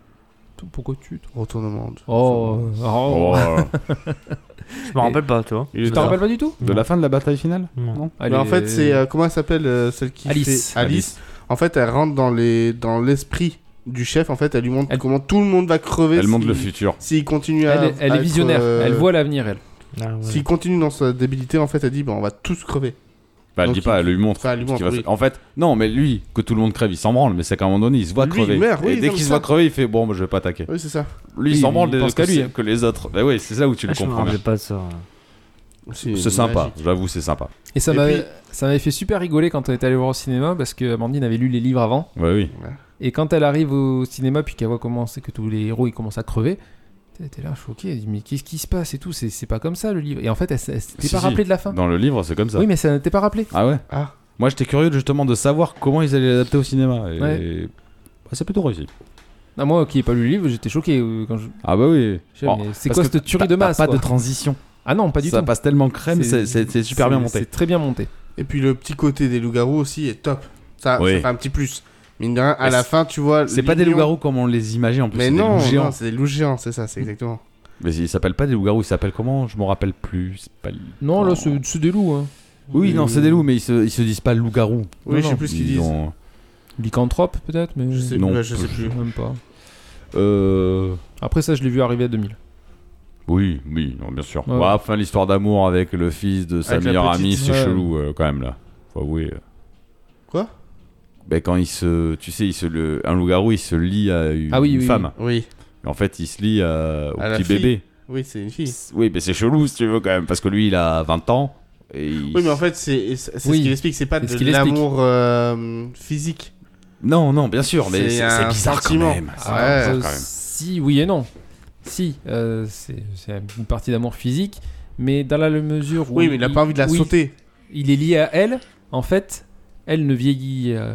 tout. Pourquoi tu te-
Retournement. de-
Oh, oh.
Oh.
Je me rappelle pas, tu vois.
Tu t'en rappelles pas du tout
De la fin de la bataille finale
Non.
Mais Bah, en fait, euh, c'est. euh, comment elle s'appelle euh, celle qui
Alice.
fait Alice. En fait, elle rentre dans les dans l'esprit du chef, en fait, elle lui montre
Elle-
comment tout le monde va crever.
Elle montre
s'il-
le futur.
S'il continue à.
Elle, est- elle
à
est
être,
visionnaire,
euh,
elle voit l'avenir, elle.
Ah, ouais.
S'il continue dans sa débilité, en fait, elle dit bah, on va tous crever.
Bah, elle
Donc,
dit pas, elle lui montre.
Enfin, elle lui
ce qui
montre,
va
oui.
se- En fait, non, mais lui, que tout le monde crève, il s'en branle, mais c'est qu'à un moment donné, il se voit
Lui, il
crever.
meurt, oui,
et dès
non,
qu'il se
ça-
voit crever, il fait Bon, bah, je vais pas attaquer.
Oui, c'est ça.
Lui, il
Oui,
s'en
il
branle de
pense
ce
qu'à
que,
lui,
c'est-
hein.
que les autres. Bah, oui, c'est là où tu
Ah,
le
je me
comprends.
rappelais pas de ça.
C'est sympa,
magique.
j'avoue, c'est sympa.
Et ça
Et
m'avait
puis-
ça m'avait fait super rigoler quand on était allé voir au cinéma parce que Amandine avait lu les livres avant.
Ouais, oui.
Et quand elle arrive au cinéma puis qu'elle voit comment c'est que tous les héros ils commencent à crever, t'es t'es là choqué. Elle dit mais qu'est-ce qui se passe et tout C'est c'est pas comme ça le livre. Et en fait elle, s- elle s'était
Si,
pas
si.
rappelée de la fin.
Dans le livre, c'est comme ça.
Oui mais ça n'était pas rappelé.
Ah ouais
Ah.
Moi, j'étais curieux justement de savoir comment ils allaient l'adapter au cinéma. Et...
Ouais.
Bah, c'est plutôt réussi.
Non, Ah, moi qui n'ai pas lu le livre j'étais choqué euh, quand je.
Ah bah oui.
je sais, mais C'est quoi cette tuerie de masse
Pas de
quoi
transition.
Ah non pas du
Ça
tout.
passe tellement crème, c'est-
C'est-
c'est c'est super bien
C'est-
monté.
C'est très bien monté.
Et puis le petit côté des loups-garous aussi est top. Ça,
Oui.
ça fait un petit plus. Mine de rien, à
Mais
la
c'est-
fin, tu vois.
C'est pas des
l'union-
loups-garous comme on les imagine en plus.
Mais
c'est des
non,
loups géants.
non, c'est des loups géants, c'est ça, c'est exactement.
Mais ils s'appellent pas des loups-garous, ils s'appellent comment Je m'en rappelle plus. c'est Pas...
Non là c'est c'est des loups. Hein.
Oui, non, c'est des loups, mais ils se, ils se disent pas loups-garous.
Oui, je sais plus ce qu'ils disent.
ont-
Lycanthrope peut-être mais
Je sais,
Non,
plus, là, je sais plus.
même pas.
Euh...
Après ça je l'ai vu arriver à 2000.
Oui, oui, non, bien sûr.
Ouais.
Ouais, enfin, l'histoire d'amour avec le fils de sa
Avec la
meilleure
petite,
amie, c'est
ouais.
chelou euh, quand même là. Faut avouer. euh.
Quoi
Ben, quand il se. Tu sais, il se le, un loup-garou, il se lie à une,
Ah oui,
une
oui,
femme.
Oui,
En fait, il se lie à- au
À la
petit
fille.
bébé.
oui, c'est une fille.
Oui, mais c'est chelou si tu veux quand même, parce que lui, il a 20 ans. Et il-
Oui, mais en fait, c'est c'est
Oui.
ce qu'il explique, c'est pas
C'est ce
de
qu'il explique.
l'amour euh, physique.
Non, non, bien sûr, mais
C'est
c'est
un
c'est bizarre quand
sentiment.
même. C'est
Ah
bizarre
Euh,
quand même.
Si, oui et non. Si, euh, c'est c'est une partie d'amour physique, mais dans la mesure où.
Oui, mais il a pas envie de la
où il-
sauter.
Il est lié à elle, en fait, elle ne vieillit euh,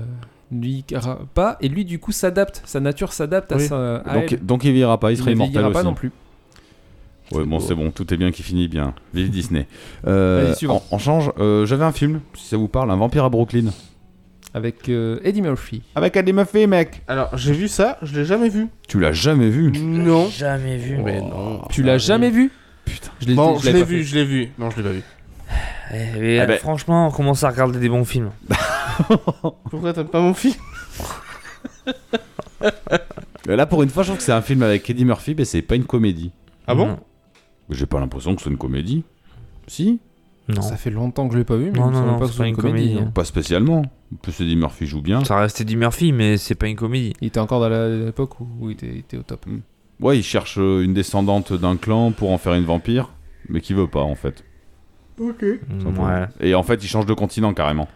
ne vieillit pas, et lui, du coup, s'adapte. Sa nature s'adapte à,
Oui.
sa, à
Donc,
elle.
donc il vivra pas, il serait
ne
immortel
vieillira
aussi.
pas non plus.
Ouais, bon,
beau.
c'est bon, tout est bien qui finit bien. Vive Disney. Euh,
Allez, suivant.
on, on change. euh, J'avais un film, si ça vous parle, Un vampire à Brooklyn.
Avec euh, Eddie Murphy.
Avec Eddie Murphy, mec.
Alors, j'ai vu ça, je l'ai jamais vu.
Tu l'as jamais vu
Non.
Jamais vu.
Mais non.
tu
Ah,
l'as jamais vu Putain. Je l'ai
Bon,
je
je
l'avais
l'ai
pas fait.
vu, je l'ai vu. Non, je l'ai pas vu.
Eh, mais,
Ah ben-
Franchement, on commence à regarder des bons films.
Pourquoi t'aimes pas mon film
Euh, Là, pour une fois, je trouve que c'est un film avec Eddie Murphy, mais c'est pas une comédie.
Ah bon
Non.
Mais J'ai pas l'impression que c'est une comédie. Si
Non.
Ça fait longtemps que je l'ai pas vu, mais
Non,
je ne
non,
savais
non,
pas que
c'est pas
c'était une
une
comédie.
comédie,
hein.
Pas spécialement. En plus, Eddie Murphy joue bien.
Ça reste Eddie Murphy, mais c'est pas une comédie.
hein. Il était encore dans la- l'époque où, où il, était, il était au top.
Ouais, il cherche euh, une descendante d'un clan pour en faire une vampire, mais qui veut pas en fait.
Ouais.
Et en fait, il change de continent carrément.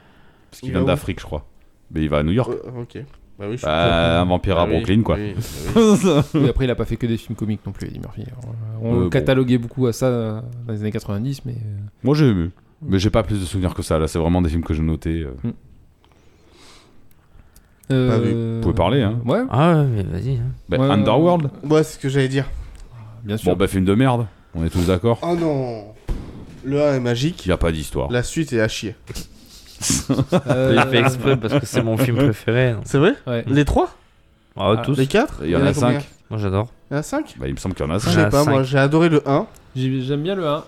Parce qu'il
Il
vient
va où
d'Afrique, je crois. Mais il va à New York.
Euh, Ok. Bah oui, je suis
Bah, un vampire
Bah
à
oui,
Brooklyn, quoi.
oui, bah oui.
Oui, après, il a pas fait que des films comiques non plus, Eddie Murphy. On, on
Euh,
le
bon.
cataloguait beaucoup à ça euh, dans les années 90, mais. euh,
Moi j'ai aimé, mais j'ai pas plus de souvenirs que ça. Là, c'est vraiment des films que j'ai notés. euh.
Pas vu.
euh,
Vous pouvez parler, hein.
Ouais,
Ah ouais, mais vas-y. hein.
Bah,
Ouais.
Underworld
Ouais, c'est ce que j'allais dire.
bien sûr.
Bon, bah, film de merde, on est tous d'accord.
Oh non Le 1 est magique,
Qu'il n'y a pas d'histoire.
la suite est à chier.
bah,
Euh,
J'ai fait exprès parce que c'est mon film préféré. donc.
C'est vrai
ouais.
Les 3
Ah,
Ah,
tous.
Les 4
Il y en a
combien
5.
Moi j'adore.
Il y en a 5
Bah, il me semble qu'il y en a
Je
5.
Il y en
sais
a
pas,
cinq.
moi j'ai adoré le 1.
J'ai- J'aime bien le 1.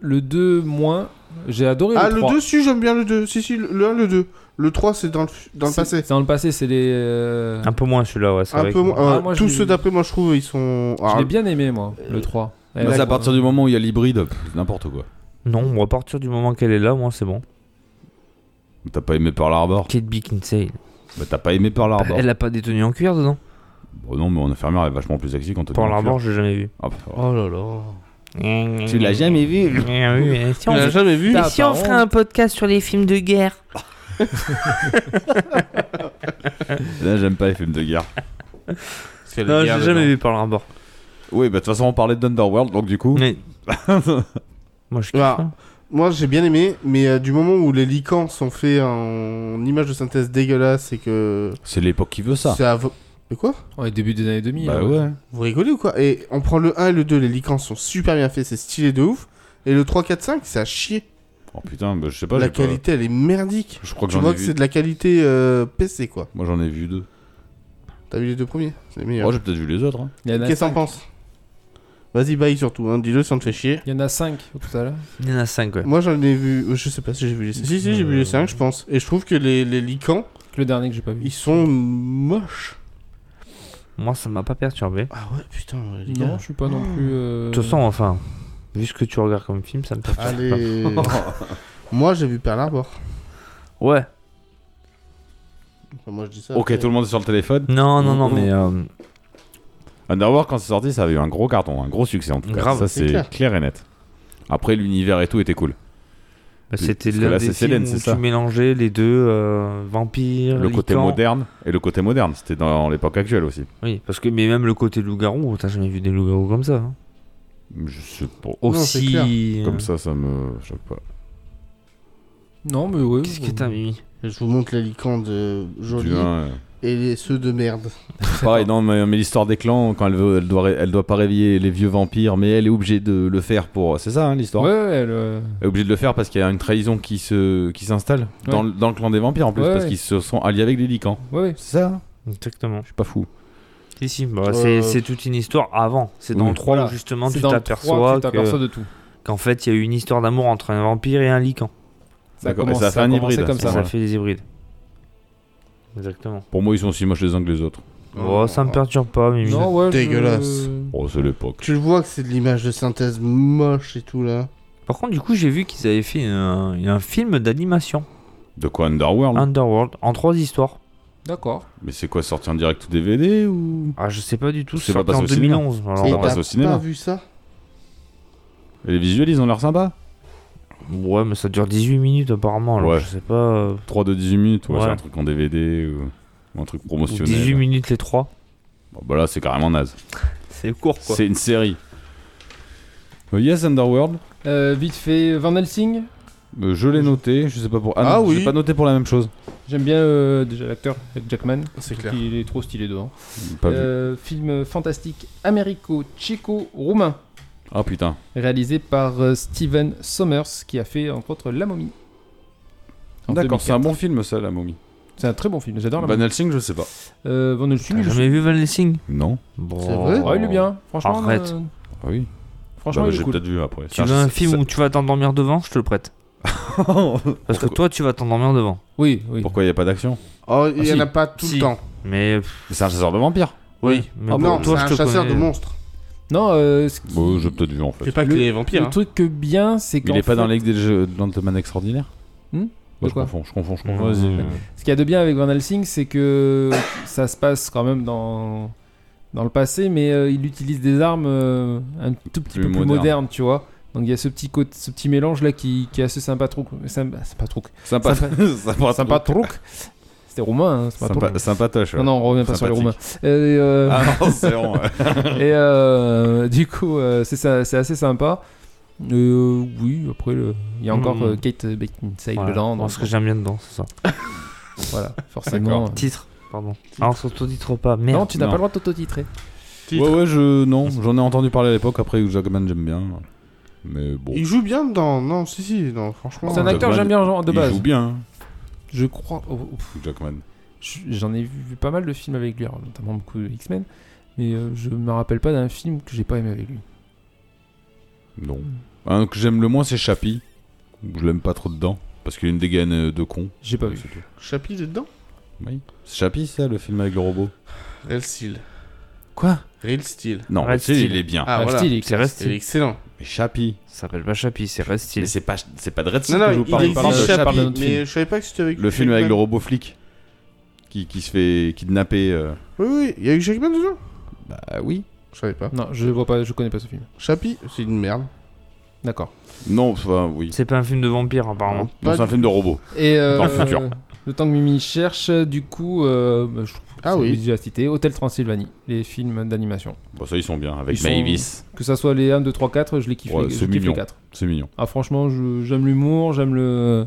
Le 2, moins. J'ai adoré
Ah,
le
le
3.
2, si, j'aime bien le 2. Si, si, le le 1, le 2. Le 3, c'est dans le, f- dans le
C'est-
passé.
C'est dans le passé, c'est les. euh,
Ah.
Un peu moins celui-là, ouais, c'est
Un
vrai.
peu
que-
moins. euh,
Ah, moi, je
tous
l'ai-
ceux d'après, moi, je trouve, ils sont.
Je
Ah,
l'ai bien aimé, moi, le 3.
Bah, c'est à partir du moment où il y a l'hybride, pff, c'est n'importe quoi.
Non, moi, à partir du moment qu'elle est là, moi c'est bon.
T'as pas aimé Pearl Harbor
Kate Beckinsale.
Bah, t'as pas aimé Pearl Harbor.
Elle a pas des tenues en cuir dedans
Bon, non, mais on infirmière est vachement plus sexy quand on
Pearl Harbor, j'ai jamais vu.
Oh là là.
Tu l'as jamais vu Ah Si
Tu l'as jamais vu
T'as pas honte.
podcast sur les films de guerre
Là, j'aime pas les films de guerre.
Ah,
Non, j'ai jamais vu Pearl Harbor.
Oui, bah, de toute façon, on parlait d'Underworld, donc du coup.
Mais- Moi je kiffe.
Bah,
hein.
Moi, j'ai bien aimé, mais euh, du moment où les licans sont faits en image de synthèse dégueulasse et que.
C'est l'époque qui veut ça.
C'est à vo- Mais quoi
Ouais, début des années 2000.
Bah,
hein.
ouais.
Vous rigolez ou quoi Et on prend le 1 et le 2, les licans sont super bien faits, c'est stylé de ouf. Et le 3, 4, 5, c'est à chier.
Oh putain, bah, je sais pas.
la
j'ai pas-
qualité, elle est merdique.
Je crois que
Tu
j'en
vois
ai
que c'est
vu.
de la qualité euh, PC, quoi.
Moi, j'en ai vu deux.
T'as vu les deux premiers C'est les meilleurs.
Moi, j'ai peut-être vu les autres. hein.
Il y en a,
Qu'est-ce que t'en penses Vas-y, baille surtout, hein. dis-le sans te faire chier.
il y en a 5 tout à l'heure.
Il y en a 5, ouais.
Moi, j'en ai vu. Je sais pas si j'ai vu les 5. Si, si, j'ai vu les 5, je pense. Et je trouve que les, les licans,
Le dernier que j'ai pas vu.
ils sont moches.
Moi, ça m'a pas perturbé.
Ah ouais, putain, les gars.
Non, je suis pas non
Hmm.
plus. euh,
De toute façon, enfin, vu ce que tu regardes comme film, ça me perturbe.
Allez. moi, j'ai vu Pearl Harbor.
pas. Ouais.
Enfin, moi, je dis ça.
Ok, tout le monde est sur le téléphone.
Non, non, non, mais euh,
Underworld, quand c'est sorti, ça avait eu un gros carton, un gros succès en tout cas.
Grave,
ça,
c'est
c'est clair.
clair.
et net. Après, l'univers et tout était cool.
bah, c'était
parce que là,
l'un des
c'est
films
Célène,
où
c'est
tu
ça.
mélangeais les deux euh, vampires,
Le côté
lycans.
moderne et le côté moderne. C'était dans l'époque actuelle aussi.
Oui, parce que mais même le côté loup-garou, oh, t'as jamais vu des loups-garous comme ça. hein.
Je sais pas.
c'est clair.
Aussi. euh,
Comme ça, ça me choque pas.
Non, mais oui.
Qu'est-ce que t'as mis
Je vous montre les licans de Jolie
Du un, euh,
et les, ceux de merde.
Pareil, non, mais, mais l'histoire des clans, quand elle veut, elle doit, ré- elle doit pas réveiller les vieux vampires, mais elle est obligée de le faire pour. C'est ça, hein,
Ouais,
l'histoire.
ouais, elle, euh,
Elle est obligée de le faire parce qu'il y a une trahison qui se, qui s'installe dans,
Ouais.
le- dans le clan des vampires en plus,
Ouais,
parce
ouais.
qu'ils se sont alliés avec les lycans.
ouais, ouais.
C'est ça. hein
Exactement.
Je suis pas fou.
Si, si, bah, c'est-
Euh,
c'est toute une histoire avant. C'est dans
oui.
le 3
Voilà.
où justement
C'est
tu
dans le trois que
t'aperçois
tu t'aperçois
que-
de tout.
qu'en fait il y a eu une histoire d'amour entre un vampire et un lycan.
Ça a
D'accord. Et
commencé-
ça fait
a
un
commencé
hybride,
comme
à
Ça,
ça.
ça
voilà.
fait des hybrides. Exactement.
Pour moi, ils sont aussi moches les uns que les autres.
Oh, ça me perturbe pas, mais
Non, ouais. je-
Dégueulasse.
Oh, c'est l'époque.
Tu le vois que c'est de l'image de synthèse moche et tout là.
Par contre, du coup, j'ai vu qu'ils avaient fait un, un film d'animation,
De quoi Underworld
Underworld, en trois histoires.
D'accord.
Mais c'est quoi sorti en direct ou DVD ou
Ah, je sais pas du tout,
C'est
c'est
pas
sorti en
passé au cinéma.
2011. alors,
et
Ah, on
t'as
bah,
passe au cinéma.
pas vu ça
Et les visuels, ils ont l'air sympas.
ouais, mais ça dure 18 minutes apparemment, alors
Ouais.
je sais pas. euh,
3 de 18 minutes, ouais,
Ouais.
c'est un truc en DVD ou, ou un truc promotionnel.
18 minutes les trois.
Bon, bah là, c'est carrément naze.
C'est court quoi.
C'est une série. Euh, yes, Underworld.
Euh, vite fait, Van Helsing.
Euh, je l'ai noté, je sais pas pour. Ah,
Ah
non, je
oui.
l'ai pas noté pour la même chose.
J'aime bien euh, déjà l'acteur, Hugh Jackman.
C'est clair.
Il est trop stylé dedans.
Pas vu.
Euh, film fantastique américo-tchéco-roumain.
Ah putain.
réalisé par euh, Steven Sommers qui a fait entre autres La Momie. En
D'accord,
2004.
c'est un bon film ça, la momie.
C'est un très bon film, j'adore La
Van
Momie.
Helsing, je sais pas.
Euh, Van Helsing,
T'as
je-
jamais vu Van Helsing
Non.
C'est vrai
Ouais, il est bien, franchement.
Arrête.
euh,
Ah oui.
franchement,
Bah,
il est
j'ai
cool.
peut-être vu après.
Tu veux un film où tu vas t'endormir devant, je te le prête. Parce que toi, tu vas t'endormir devant.
Oui, oui.
Pourquoi il y a pas d'action
Oh, il y
si.
en a pas tout
Si.
le temps.
Mais pff,
C'est un chasseur de vampires.
oui, mais
Ah
bon,
non,
toi,
c'est
je
un
te
chasseur
connais.
de monstres.
Non, euh, ce qui-
Bon, Bah, j'ai peut-être vu en fait.
pas
que les
vampires.
le truc que bien, c'est
Mais
qu'en
Mmh. hein. il est pas
fait,
dans les des jeux d'Ant-Man extraordinaire
Hmm
Ouais,
De
je
quoi
confonds, je confonds, je
Non,
confonds. Vas-y.
euh,
Ce qu'il y a de bien avec Van Helsing, c'est que ça se passe quand même dans, dans le passé, mais euh, il utilise des armes euh, un tout petit
Plus
peu plus
moderne.
modernes, tu vois. Donc il y a ce petit, côté- ce petit mélange là qui, qui est assez sympa, trop, sympa, sympa, trop,
Sympa. Sympa.
Sympa truc. C'était roumain, hein, c'est pas
Sympa,
truc.
sympatoche. ouais.
Non, non, on revient pas sur les
Sympathique.
roumains. Et, euh,
Ah non, c'est bon. ouais.
et, euh, du coup, euh, c'est ça- c'est assez sympa. Euh, oui, après, le- il y a encore
Hmm.
euh, Kate Beckinsale
voilà.
dedans.
Moi,
donc,
ce que j'aime bien dedans, c'est ça.
voilà, forcément.
Titre, pardon. Alors, surtout, titre pas. Merde.
Non, tu n'as
Non.
pas le droit de t'auto-titrer.
Ouais, ouais, je. Non, j'en ai entendu parler à l'époque. Après, Hugh Jackman, j'aime bien. Mais bon.
Il joue bien dedans. Non, si, si, non, franchement.
C'est un
Hugh
acteur que j'aime bien genre, de
il
base.
joue bien, hein,
Je crois. oh, oh,
Hugh Jackman.
je- J'en ai vu pas mal de films avec lui, alors, notamment beaucoup de X-Men. Mais euh, je me rappelle pas d'un film que j'ai pas aimé avec lui.
Non. Un que j'aime le moins, c'est Chappie. Je l'aime pas trop dedans. Parce qu'il a une dégaine euh, de con.
J'ai pas vu.
C'est tout.
euh, Chapi, il est dedans
Oui. C'est Chappie, ça, le film avec le robot
Real Steel.
Quoi
Real Steel.
Non,
Red
tu sais, il
Steel.
est bien.
Ah,
Ah,
voilà.
stylé,
C'est
Il est
resté.
excellent.
Mais Chappie.
Ça s'appelle pas Chapi, c'est resté.
Mais c'est pas, c'est pas de Red
Non,
Steel
non,
que je vous parle.
il
je parle de
existe
Chappie.
Chapi,
Chapi.
mais je savais pas que c'était avec
Le film avec le
Jackman.
robot flic qui, qui se fait kidnapper. euh.
Oui, oui, il y a eu Jackman dedans
Bah oui.
Je savais pas.
Non, je vois pas, je connais pas ce film.
Chapi, c'est une merde.
D'accord.
Non, enfin oui.
C'est pas un film de vampire, apparemment.
Non,
Pas
c'est un film de robot.
Et euh,
Dans le futur.
euh, le temps que Mimi cherche, du coup, euh, bah, je trouve que
Ah
c'est
oui.
déjà cité, Hôtel Transylvanie, les films d'animation.
Bon, ça, ils sont bien. Avec
Ils sont-
Mavis.
Que ça soit les 1, 2, 3, 4, je les kiffe,
Ouais,
les- je
c'est
kiffe les
mignon.
4.
C'est mignon.
Ah franchement, je- j'aime l'humour, j'aime le...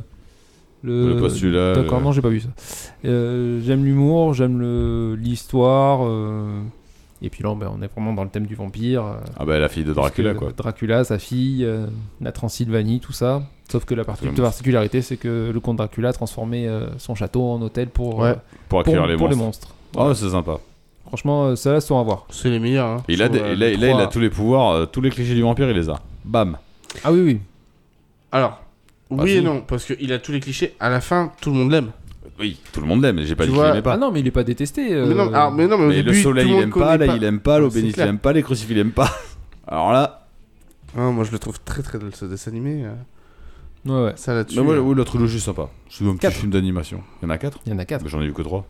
Euh,
Le postulat.
D'accord,
le-
non, j'ai pas vu ça. Euh, j'aime l'humour, j'aime le- l'histoire. euh, Et puis là, ben, on est vraiment dans le thème du vampire. euh,
Ah bah la fille de Dracula,
parce que
quoi.
Dracula, sa fille, euh, la Transylvanie, tout ça. Sauf que la parti-
Absolument.
particularité, c'est que le comte Dracula a transformé euh, son château en hôtel pour,
Ouais.
euh,
Pour
pour,
accueillir les
pour
monstres.
les monstres.
Oh, c'est sympa.
Franchement, euh, ça là, sont à voir.
C'est les meilleurs. Hein.
Et là,
Sur,
des-
euh,
et là,
les
et là, il a
trois-
tous les pouvoirs, euh, tous les clichés du vampire, il les a. Bam.
Ah oui, oui.
Alors, oui
Vas-y. Bah,
et non, parce qu'il a tous les clichés. À la fin, tout le monde l'aime.
Oui, tout le monde l'aime, j'ai pas
Tu
dit que
vois-
je l'aimais pas.
Ah non, mais il est pas détesté.
Mais, non,
euh,
alors, mais non, mais au
Mais
début,
le soleil
tout
il
le monde
aime
connaît
pas, l'ail il aime pas,
Ah,
l'obéniste
c'est
il
clair.
aime pas, les crucifix il aime pas. Alors là,
Ah, moi, je le trouve très très drôle ce dessin animé. euh,
Ouais, ouais.
Ça là-dessus.
mais
euh.
ouais, ouais, la trilogie est sympa. C'est un petit
Quatre.
film d'animation. Il y en a quatre
Il y en a 4.
Bah, J'en ai vu que trois.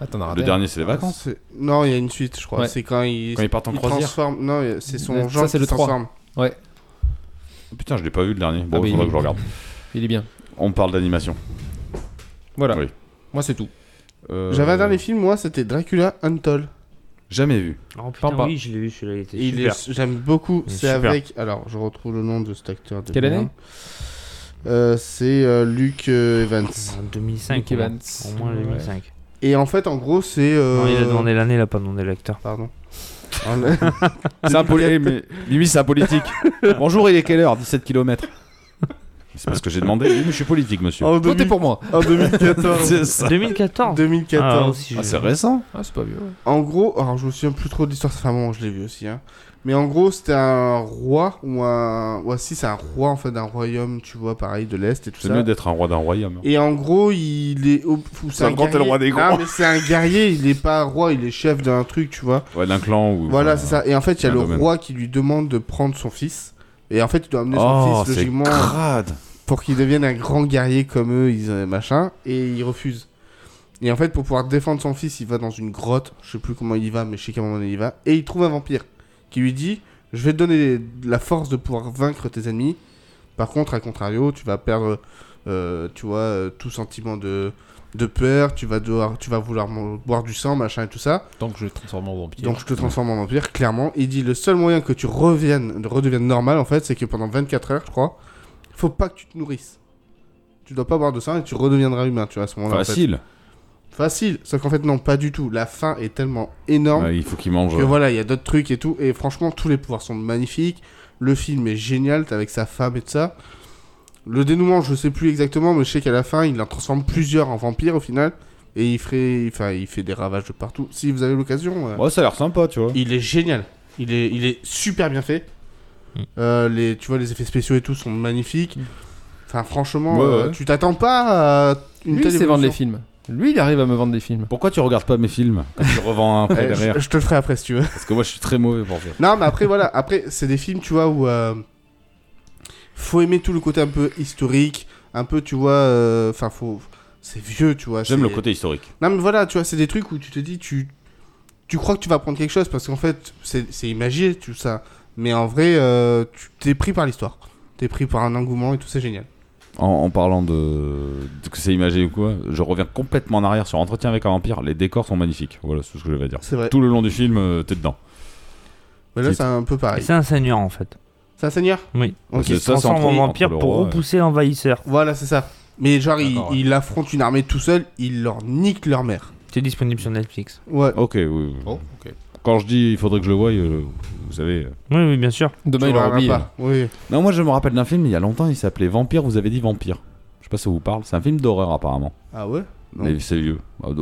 Ah, t'en as raté.
Le dernier c'est les vacances.
C'est- Non, il y a une suite, je crois.
Ouais.
C'est quand il,
Quand ils partent en
il
croisière.
transforme. Non, il- c'est son
Ça,
genre qui
c'est le
se
trois.
transforme.
Oh, Putain, je l'ai pas vu le dernier.
Ah,
Bon,
mais
il faudra
il-
que je regarde.
Il est bien.
On parle d'animation.
Voilà.
Oui.
Moi, c'est tout.
Euh,
J'avais un dernier film, moi, c'était Dracula Untold.
Jamais vu.
Oh putain,
Sympa.
oui, je l'ai vu celui-là, il était
Et il
super.
est- J'aime beaucoup.
Il est
C'est
super.
avec. Alors, je retrouve le nom de cet acteur. De
Quelle
merde.
année
Euh, C'est euh, Luke euh, Evans.
En 2005.
Nick
au moins.
Evans.
Au moins
Ouais.
2005.
Et en fait, en gros, c'est. euh,
Non, il a demandé l'année, il a pas demandé l'acteur.
Pardon.
C'est un poli- eh, mais Lui, c'est un politique. Bonjour, il est quelle heure 17 km. C'est parce que j'ai demandé. Oui, mais je suis politique, monsieur.
en,
Votez
2000
pour moi.
en 2014.
C'est ça.
2014 Ah,
2014.
aussi,
Ah,
je-
c'est récent.
Ah, c'est pas vieux. ouais.
En gros, alors je me souviens plus trop de l'histoire, ça fait un moment que je l'ai vu aussi. hein. Mais en gros, c'était un roi ou un. Ouais, si, c'est un roi en fait d'un royaume, tu vois, pareil, de l'Est et tout
C'est
ça.
mieux d'être un roi d'un royaume.
Et en gros, il est. au- ou
C'est un grand, t'es le
guerrier.
roi des
Non,
grands.
mais c'est un guerrier, il est pas roi, il est chef d'un truc, tu vois.
Ouais, d'un clan ou.
Voilà, c'est ça. Et en fait, il y a
un
le
domaine.
roi qui lui demande de prendre son fils. Et en fait, il doit amener son
Oh,
fils,
c'est
logiquement. euh,
crade.
pour qu'il devienne un grand guerrier comme eux, ils, euh, machin, et il refuse. Et en fait, pour pouvoir défendre son fils, il va dans une grotte, je sais plus comment il y va, mais je sais qu'à un moment donné, il y va, et il trouve un vampire qui lui dit Je vais te donner la force de pouvoir vaincre tes ennemis, par contre, à contrario, tu vas perdre, euh, tu vois, euh, tout sentiment de, de peur, tu vas, devoir, tu vas vouloir mo- boire du sang, machin et tout ça.
Tant que je le transforme en vampire.
Donc je te transforme en vampire, clairement. Il dit le seul moyen que tu reviennes, redeviennes normal, en fait, c'est que pendant 24 heures, je crois, faut pas que tu te nourrisses. Tu dois pas boire de sang et tu redeviendras humain, tu vois, à ce moment-là. en fait.
Facile.
Facile. Sauf qu'en fait, non, pas du tout. La faim est tellement énorme
Ouais, il faut qu'il mange. euh.
que voilà, il y a d'autres trucs et tout. Et franchement, tous les pouvoirs sont magnifiques. Le film est génial, t'es avec sa femme et tout ça. Le dénouement, je sais plus exactement, mais je sais qu'à la fin, il en transforme plusieurs en vampires au final. Et il, ferait... enfin, il fait des ravages de partout. Si vous avez l'occasion. euh,
Ouais, ça a l'air sympa, tu vois.
il est génial. Il est, il est super bien fait.
Mm.
Euh, les, tu vois, les effets spéciaux et tout sont magnifiques. Enfin, franchement,
Ouais,
euh,
ouais.
tu t'attends pas à euh, une
Lui,
telle
il sait vendre les
évolution.
films. Lui, il arrive à me vendre des films.
Pourquoi tu regardes pas mes films quand tu revends un après
Eh,
derrière
je, je te le ferai après si tu veux.
Parce que moi, je suis très mauvais pour ça.
non, mais après, voilà. Après, c'est des films, tu vois, où euh, faut aimer tout le côté un peu historique. Un peu, tu vois, euh, enfin, faut. C'est vieux, tu vois.
J'aime le
c'est-
côté historique.
Non, mais voilà, tu vois, c'est des trucs où tu te dis, tu, tu crois que tu vas prendre quelque chose parce qu'en fait, c'est c'est imagé, tout ça. Mais en vrai, euh, tu t'es pris par l'histoire. T'es pris par un engouement et tout, c'est génial.
En, en parlant de... de que c'est imagé ou quoi, je reviens complètement en arrière sur Entretien avec un vampire. Les décors sont magnifiques. Voilà, c'est ce que je vais dire.
C'est vrai.
Tout le long du film, euh, t'es dedans.
Mais là,
C'est-
c'est un peu
Et
pareil.
C'est un seigneur en fait.
C'est un seigneur
Oui.
Ok.
C'est
Il se
ça, c'est
transforme
entre-
en vampire
entre le
pour
roi,
repousser l'envahisseur.
Voilà, c'est ça. Mais genre, il,
D'accord, ouais.
il affronte une armée tout seul, il leur nique leur mère.
C'est disponible sur Netflix.
Ouais.
Ok, oui, oui.
Oh,
Bon, ok.
Quand je dis il faudrait que je le voie, euh, vous savez. euh.
Oui, oui, bien sûr.
Demain,
Tu
il aura
verras
oublié.
pas. Oui.
Non, moi je me rappelle d'un film il y a longtemps, il s'appelait Vampire, vous avez dit Vampire. Je sais pas si ça vous parle, c'est un film d'horreur apparemment.
Ah ouais Non.
Mais c'est vieux.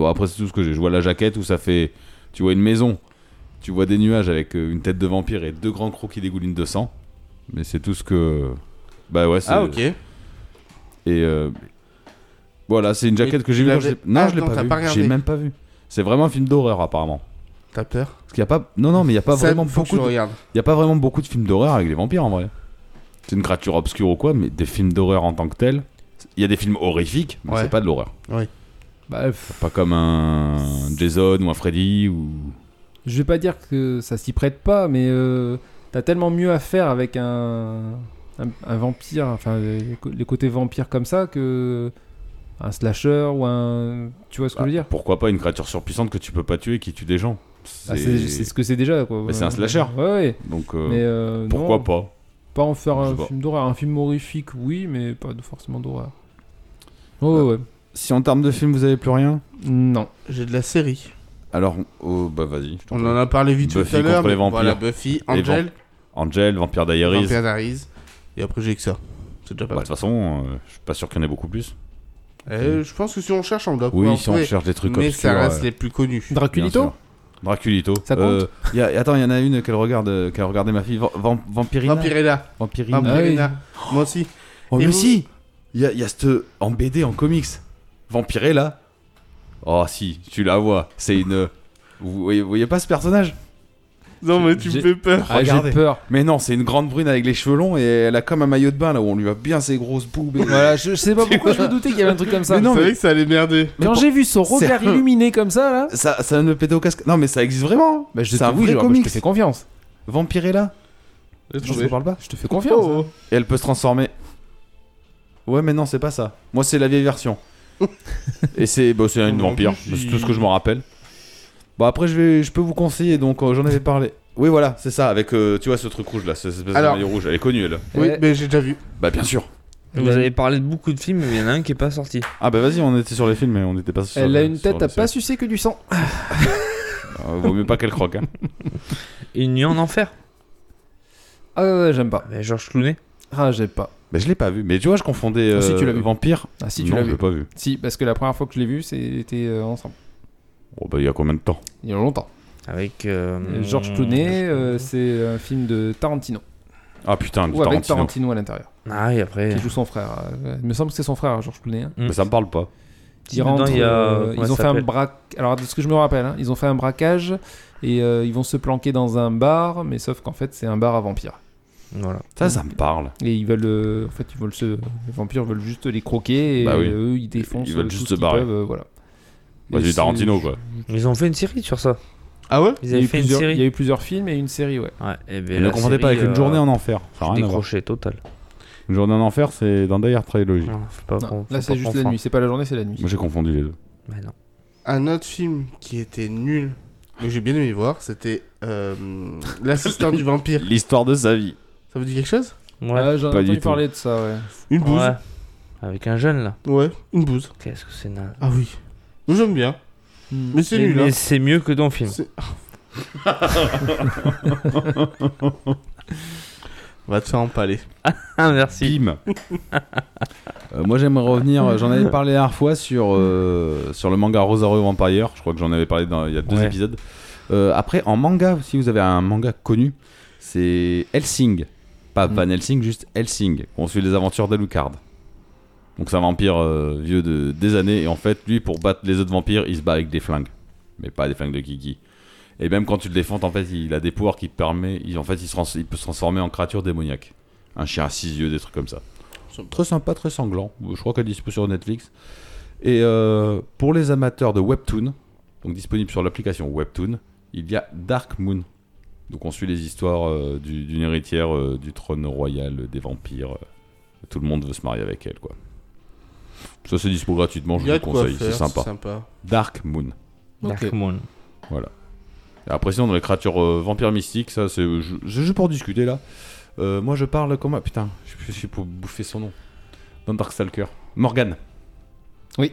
Après, c'est tout ce que j'ai. Je vois la jaquette où ça fait. Tu vois une maison, tu vois des nuages avec euh, une tête de vampire et deux grands crocs qui dégoulinent de sang. Mais c'est tout ce que. Bah ouais, c'est.
Ah, ok.
Et euh, voilà, c'est une jaquette
Mais
que j'ai
tu
vue. quand je l'ai-
l'avais-
Non,
Ah,
je l'ai
non,
pas
t'as
vue.
pas regardé.
J'ai même pas vu. C'est vraiment un film d'horreur apparemment.
T'as peur
Parce qu'il y a pas. Non, non, mais il y a pas
Ça,
vraiment
faut
beaucoup.
que tu
de-
le regardes.
Il y a pas vraiment beaucoup de films d'horreur avec les vampires en vrai. C'est une créature obscure ou quoi, mais des films d'horreur en tant que tels. Il y a des films horrifiques, mais
Ouais.
c'est pas de l'horreur.
Bah, pff,
Pas comme un Jason ou un Freddy ou.
je vais pas dire que ça s'y prête pas, mais euh, t'as tellement mieux à faire avec un, un, un vampire, enfin, les, les côtés vampires comme ça, que un slasher ou un. Tu vois ce que je veux dire
Pourquoi pas une créature surpuissante que tu peux pas tuer qui tue des gens
Ah, C'est c'est ce que c'est déjà, quoi.
Mais c'est un slasher.
Ouais, ouais.
Donc euh,
Mais euh,
pourquoi
non,
pas
Pas en faire
Je
un
sais pas.
film d'horreur. Un film horrifique, oui, mais pas de- forcément d'horreur. Ouais, ouais, ouais.
Si en termes de films vous avez plus rien,
Non.
J'ai de la série.
alors oh, bah vas-y. je t'en
On
prie.
en a parlé vite fait
Buffy
tout à l'heure.
contre les
mais Voilà,
vampires.
Buffy,
Les
Angel,
Angel, Vampire Diaries.
Vampire Diaries. Et après, j'ai que ça. C'est déjà
Bah,
pas
De
mal.
toute façon, euh, je suis pas sûr qu'il y en ait beaucoup plus.
Euh, je pense que si on cherche, on doit pouvoir
Oui,
en
si on
trouver.
cherche des trucs
Mais
obscurs.
ça reste
euh,
les plus connus.
Draculito
Bien sûr. Draculito.
Ça compte
Euh, y a- Attends, il y en a une qu'elle regarde, euh, qu'elle regardait ma fille. Va- Vam- Vampirina.
Ah.
Vampirella.
Vampirina.
Vampirella. Moi aussi.
Oh,
Et
mais
vous-
euh, si Il y a, il y a cette. En BD, en comics. Vampirella. Oh si, tu la vois. C'est une. euh, Vous voyez, vous voyez pas ce personnage
Non, mais tu me
J'ai-
fais peur.
Ah, j'ai
Regardez.
peur.
Mais non, c'est une grande brune avec les cheveux longs et elle a comme un maillot de bain là où on lui voit bien ses grosses boubes. et-
Voilà, je, je sais pas pourquoi je me doutais qu'il y avait un truc comme ça.
Mais non, vrai que ça allait merder.
Quand j'ai vu son regard
Sérieux
illuminé comme ça, là,
ça, ça me pétait au casque. Non, mais ça existe vraiment.
bah, je
C'est un
oui,
vrai
genre,
comics.
je te fais confiance.
Vampirella.
J'ai
Je
trouvé.
ne parle pas.
Je te fais confiance.
Oh.
hein.
Et elle peut se transformer. Ouais, mais non, c'est pas ça. Moi, c'est la vieille version. et c'est bah, c'est une
En
vampire.
plus,
C'est
il-
tout ce que je m'en rappelle. Bon, Bah, après, je, vais, je peux vous conseiller. Donc, euh, j'en avais parlé. Oui, voilà, c'est ça. Avec, euh, tu vois, ce truc rouge là. Cette espèce
Alors-
de maillot rouge. Elle est connue, elle.
Oui,
Eh,
mais j'ai déjà vu.
Bah, bien sûr.
Vous avez parlé de beaucoup de films, mais il y en a un qui est pas sorti.
Ah, bah, vas-y, on était sur les films, mais on n'était pas sur
Elle a
les-
une
sur
tête
les
à pas
séries.
sucer que du sang.
Euh, vaut mieux pas qu'elle croque. hein.
Une nuit en enfer.
Ah, ouais, ouais, j'aime pas.
Avec Georges Clooney.
Ah, j'aime pas.
Bah, je l'ai pas vu. Mais tu vois, je confondais
Ah, si,
euh,
tu l'as vu.
vampire.
Ah, si, tu
non,
l'as
je
vu.
l'ai pas vu.
Si, parce que la première fois que je l'ai vu, c'était euh, ensemble.
Oh, bah, il y a combien de temps
Il y a longtemps.
Avec. euh,
Georges Clooney, euh, c'est un film de Tarantino.
Ah, putain, du
Ou avec
Tarantino.
Tarantino à l'intérieur.
Ah, et après.
Qui joue son frère. euh, Il me semble que c'est son frère, Georges Clooney. hein.
Mais ça me parle pas.
Ils rentrent,
Dedans, il y a,
euh,
comment
ils
ça
ont fait un
s'appelle
braque. Alors de ce que je me rappelle, hein, ils ont fait un braquage et euh, ils vont se planquer dans un bar, mais sauf qu'en fait c'est un bar à vampires.
Voilà.
Ça, ça me parle.
Et ils veulent, euh, en fait, ils veulent se, les vampires veulent juste les croquer et
Bah oui.
euh, eux ils défoncent.
Ils veulent
euh, tout
juste
ce
se
qu'ils
barrer.
peuvent, euh, voilà. Et
Vas-y,
Bah, c'est-
Tarantino, quoi.
Ils ont fait une série sur ça.
Ah ouais
Il
Ils
y, a
avaient
eu
fait une
plusieurs- il y
série.
a eu plusieurs films et une série, ouais.
Ouais, et ben,
Et ne
la
confondez pas
série,
avec une
euh,
journée en enfer. Ça a rien à voir.
Décroché total.
Une journée en enfer, c'est dans Die Hard Trilogy.
Non, faut pas
Non,
qu'on-
là
faut
c'est
pas
juste la
confondre.
nuit, c'est pas la journée, c'est la nuit.
Moi j'ai confondu les deux.
Mais non.
Un autre film qui était nul, mais j'ai bien aimé voir, c'était euh, L'assistant du vampire.
L'histoire de sa vie.
Ça vous dit quelque chose
Ouais.
Ah, J'en ai
pas du
entendu
tout.
parler de ça, ouais.
Une bouse.
Ouais. Avec un jeune là.
Ouais, une bouse.
Qu'est-ce que c'est naze.
Ah oui. Moi, J'aime bien. Mais c'est
Mais-
nul.
mais
hein.
c'est mieux que dans le film.
C'est- Va te faire empaler.
Ah merci.
Pim. Euh, moi j'aimerais revenir, euh, j'en avais parlé la dernière fois sur, euh, sur le manga Rosario Vampire, je crois que j'en avais parlé dans, il y a deux
Ouais.
épisodes. Euh, après en manga, si vous avez un manga connu, c'est Helsing.
Mm.
Pas Van Helsing, juste Helsing. On suit les aventures d'Alucard. Donc c'est un vampire euh, vieux de des années et en fait lui pour battre les autres vampires il se bat avec des flingues. Mais pas des flingues de Kiki. Et même quand tu le défends en fait il a des pouvoirs qui te permet, il, en fait il, se trans- il peut se transformer en créature démoniaque. Un chien à six yeux, des trucs comme ça. Très sympa, très sanglant. Je crois qu'elle est dispo sur Netflix. Et euh, pour les amateurs de Webtoon, donc disponible sur l'application Webtoon, il y a Dark Moon. Donc on suit les histoires euh, du- d'une héritière euh, du trône royal euh, des vampires. euh, tout le monde veut se marier avec elle, quoi. Ça c'est dispo gratuitement, je
Il y
vous
a
le
de quoi
conseille, c'est
faire,
sympa. Dark Moon.
Dark
Ok.
Moon.
Et Après sinon dans les créatures euh, vampires mystiques, ça c'est euh, je- c'est juste pour discuter là. Euh, moi je parle comment Putain, je je suis pour bouffer son nom. Dans Darkstalker. Morgan.
Oui.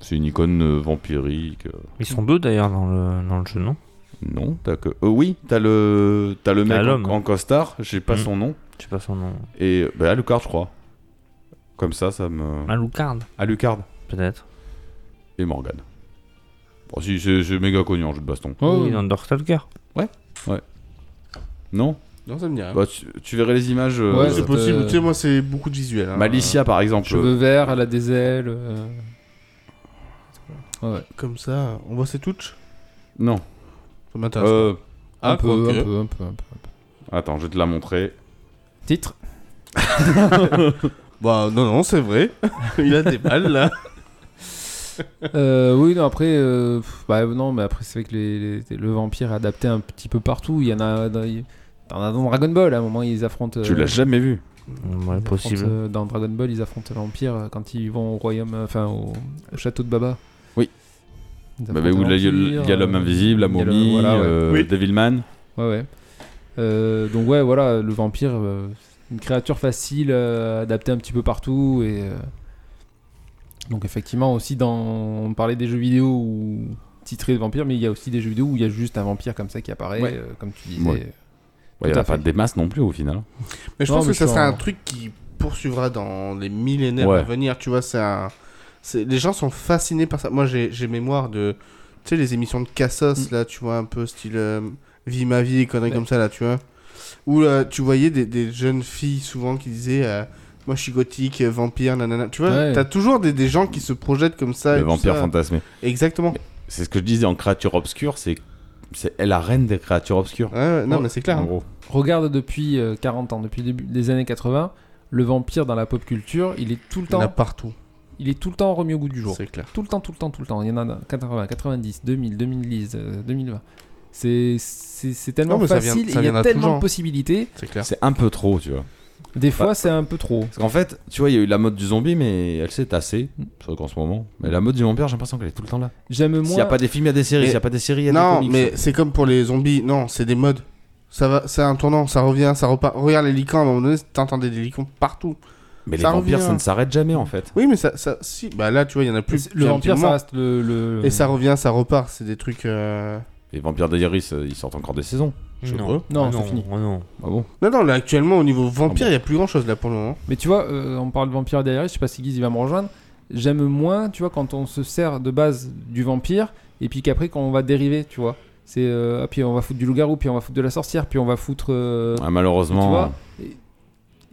C'est une icône euh, vampirique. euh,
Ils sont deux d'ailleurs dans le, dans le jeu, non
Non, t'as que. euh, oui, t'as le. T'as le mec
T'as
en,
l'homme.
en costard, j'ai pas
Mhm.
son nom.
Je sais pas son nom.
Et. euh, Bah Alucard je crois. Comme ça, ça me.
Alucard,
Alucard
peut-être.
et Morgan. Bon si c'est c'est méga connu en jeu de baston.
Oh,
Oui, dans Darkstalker.
Non
Non, ça me dit rien.
Bah, tu, tu verrais les images. euh,
Ouais,
c'est
euh,
possible.
euh,
Tu sais, moi, c'est beaucoup de visuel. hein.
Malicia par exemple.
cheveux verts, elle a des ailes. euh. Ouais,
Comme ça, on voit ses touches
Non.
Ça m'intéresse.
Euh,
Ah,
un, peu,
quoi, ok.
un peu, un peu, un peu.
Attends, je vais te la montrer.
Titre
Bah, non, non, c'est vrai. Il a des balles, là.
Euh, oui, non, après, euh, pff, bah, non, mais après, c'est vrai que les- les- le vampire est adapté un petit peu partout. Il y en a dans, il- t'en as dans Dragon Ball, à un moment, ils affrontent.
Tu
euh,
l'as jamais vu.
Ouais,
ils affrontent,
possible.
euh, dans Dragon Ball, ils affrontent l'Empire euh, quand ils vont au royaume, euh, enfin, au, au château de Baba.
Oui.
Ils
Bah,
affrontent
où il y a-
l'Empire,
il y a l'homme
euh,
invisible, la
il y a le-
momie,
voilà, ouais.
euh,
Oui.
Devilman.
Ouais, ouais. Euh, donc, ouais, voilà, le vampire, euh, c'est une créature facile, euh, adaptée un petit peu partout. Et, euh, Donc, effectivement, aussi, dans... on parlait des jeux vidéo où... titrés de vampire, mais il y a aussi des jeux vidéo où il y a juste un vampire comme ça qui apparaît,
Ouais.
euh, comme tu disais.
Ouais. Ouais, il
Tout
n'y en
à
a pas
fait.
des masses non plus au final. hein.
Mais je
Non,
pense
mais
que ça
je suis
sera
en-
un truc qui poursuivra dans les millénaires
Ouais.
à venir. Tu vois, c'est un. c'est- Les gens sont fascinés par ça. Moi, j'ai j'ai mémoire de. Tu sais, les émissions de Cassos, là, tu vois, un peu style euh, Vie ma vie, et conneries
Ouais.
comme ça, là, tu vois. Où là, tu voyais des, des jeunes filles souvent qui disaient euh, moi je suis gothique, euh, vampire, nanana. Tu vois,
Ouais.
t'as toujours des, des gens qui se projettent comme ça. et
Le
tout
vampire
ça.
fantasmé.
Exactement.
C'est ce que je disais en créature obscure, c'est c'est elle la reine des créatures obscures.
Ouais, ouais, non, mais c'est clair.
En
hein.
gros.
Regarde depuis euh, 40 ans, depuis le début des années 80, le vampire dans la pop culture, il est tout le
Il y en a
temps,
partout.
il est tout le temps remis au goût du jour.
C'est clair.
Tout le temps, tout le temps, tout le temps. Il y en a dans 80, 90, 2000, 2010, euh, 2020. C'est c'est c'est tellement
Non, mais ça vient-
facile,
ça
et il y
vient
a
à tout
tellement
genre. Bah,
de possibilités.
C'est clair.
C'est un peu trop, tu vois.
Des fois, c'est un peu trop.
Parce qu'en fait, tu vois, il y a eu la mode du zombie, mais elle s'est tassée. C'est vrai qu'en ce moment. Mais la mode du vampire, j'ai l'impression qu'elle est tout le temps là.
J'aime
S'il n'y a
moins.
pas des films, il y a des séries.
Mais-
S'il n'y a pas des séries, il y a des
Non,
comics.
mais c'est comme pour les zombies. Non, c'est des modes. Ça va, c'est un tournant, ça revient, ça repart. Regarde les licans, à un moment donné, t'entendais des licans partout.
Mais les
ça
vampires,
revient.
ça
hein.
ne s'arrête jamais en fait.
Oui, mais ça, ça, si, bah là, tu vois, il y en a plus.
Le
depuis un
vampire,
petit
ça
moment.
reste euh, le. le-
Et ça revient, ça repart. C'est des trucs. euh,
Les vampires d'Airis, ils sortent encore des saisons.
Non,
euh, Non,
Ah
c'est fini.
ah non.
Ah bon
Non, non, là, actuellement, au niveau vampire, il y a plus grand chose là pour le moment.
Mais tu vois, euh, on parle de vampire derrière, je sais pas si Guiz il va me rejoindre. J'aime moins, tu vois, quand on se sert de base du vampire et puis qu'après quand on va dériver, tu vois. C'est euh, ah, puis on va foutre du loup-garou, puis on va foutre de la sorcière, puis on va foutre. euh,
Ah,
Tu
Malheureusement.
vois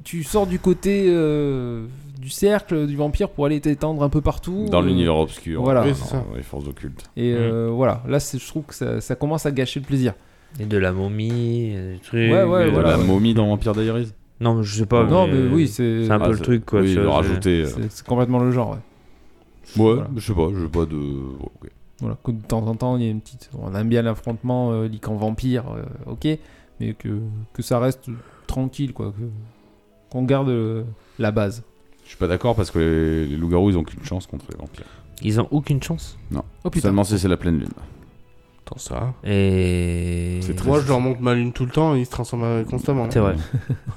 Tu sors du côté euh, du cercle du vampire pour aller t'étendre un peu partout.
Dans
euh,
l'univers obscur.
voilà.
Oui,
Non,
c'est ça.
non, les forces occultes.
Et euh, voilà, là c'est- je trouve que ça, ça commence à gâcher le plaisir.
Et de la momie, euh, des trucs.
Ouais,
Et
ouais, voilà,
la
ouais.
momie dans Vampire Diaries.
Non, mais euh, je sais pas.
non, mais oui, c'est
C'est un
Ah,
peu le
ça-
truc, quoi.
oui,
tu
de
vois,
rajouter. euh,
c'est- c'est complètement le genre. ouais.
Ouais,
Voilà.
je sais pas, je sais pas de. bon, ok.
Voilà, que de temps en temps, il y a une petite. On aime bien l'affrontement euh, lican vampire, euh, ok, mais que, que ça reste tranquille, quoi. que- Qu'on garde euh, la base.
Je suis pas d'accord parce que les, les loups-garous, ils ont qu'une chance contre les vampires.
Ils ont aucune chance.
Oh putain,
Seulement si c'est la pleine lune.
Attends, ça.
Et.
C'est très
Moi, je leur monte ma lune tout le temps et ils se transforment euh, constamment.
C'est vrai.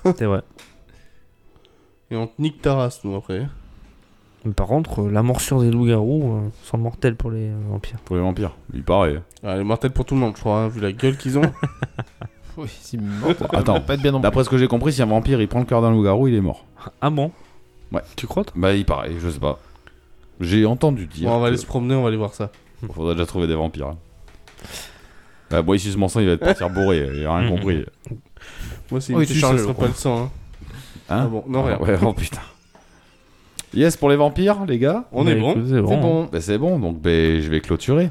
c'est vrai.
Et on te nique ta race, nous, après.
Mais par contre, euh, la morsure des loups-garous euh, sont mortelles pour les euh, vampires.
Pour les vampires, il paraît.
Ah, elle est mortelle pour tout le monde, je crois, hein, vu la gueule qu'ils ont.
oui, c'est mort, quoi.
Attends.
pas de bien non plus.
D'après ce que j'ai compris, si un vampire il prend le cœur d'un loup-garou, il est mort.
Ah bon
Ouais.
Tu crois toi
Bah, il paraît, je sais pas. J'ai entendu dire.
bon, on va
que-
aller se promener, on va aller voir ça.
Faudra déjà trouver des vampires. hein. Bah, Boissus Manson, il va te partir bourré, il a rien
Mhm.
compris.
Moi, c'est
Oui,
une
tu
petite chance,
changes,
je serai
je
pas le sang. Hein.
Hein
ah bon, non, rien.
Ouais, oh putain. Yes, pour les vampires, les gars.
On est
Bah,
bon.
écoute, C'est
C'est
bon.
bon.
Bah, c'est bon, donc ben, je vais clôturer.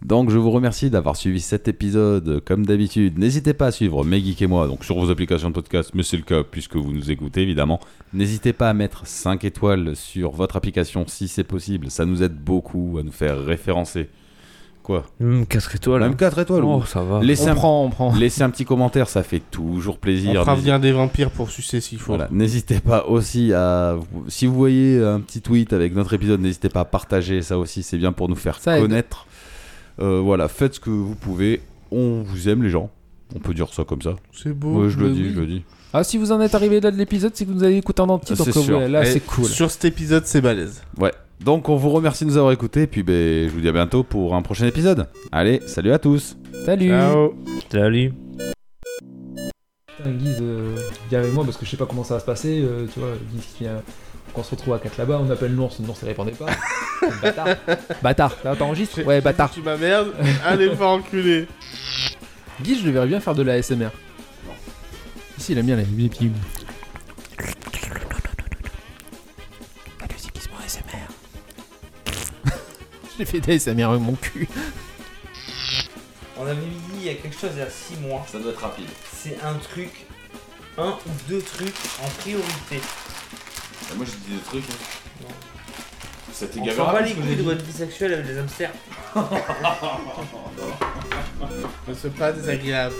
Donc je vous remercie d'avoir suivi cet épisode. Comme d'habitude, n'hésitez pas à suivre Mes Geeks et moi donc sur vos applications de podcast, mais c'est le cas puisque vous nous écoutez évidemment. N'hésitez pas à mettre 5 étoiles sur votre application si c'est possible, ça nous aide beaucoup à nous faire référencer. Quoi
Hum, Casque étoile.
Même 4 étoiles
Oh,
ou-
ça va.
Laissez
On
un,
prend, on prend.
laissez un petit commentaire, ça fait toujours
On
plaisir.
fera
N'hésitez-
venir des vampires pour sucer s'il faut.
voilà, n'hésitez pas aussi à. Si vous voyez un petit tweet avec notre épisode, n'hésitez pas à partager. Ça aussi, c'est bien pour nous faire
Ça aide.
connaître. Euh, voilà, faites ce que vous pouvez. On vous aime, les gens. On peut dire ça comme ça.
C'est beau.
Ouais, je le
bah
dis,
oui.
je le dis.
Ah, si vous en êtes arrivé là de l'épisode, c'est que vous avez écouté en entier.
Ah,
Donc,
c'est
euh,
sûr.
ouais, là,
Eh,
c'est cool.
Sur cet épisode, c'est balèze.
Ouais. Donc, on vous remercie de nous avoir écoutés. Puis, ben, je vous dis à bientôt pour un prochain épisode. Allez, salut à tous.
Salut.
Ah
Salut.
Putain, Guise, euh, viens avec moi parce que je sais pas comment ça va se passer. euh, tu vois, Guise qui vient. Qu'on se retrouve à 4 là-bas, on appelle l'ours, l'ours il répondait pas. bâtard. Bâtard. Là, T'enregistres Ouais, bâtard.
Tu m'emmerdes, allez pas enculer.
Guise, je le verrais bien faire de la SMR. Si, il aime bien la les petits- Ah, le c'est qui se prend ASMR. J'ai fait des ASMR avec mon cul.
On avait dit il y a quelque chose il y a 6 mois.
Ça doit être rapide.
C'est un truc, un ou deux trucs en priorité.
Moi, j'ai dit des trucs. hein. C'était
On s'en bat les couilles de votre vie sexuelle avec les hamsters.
Mais c'est pas désagréable.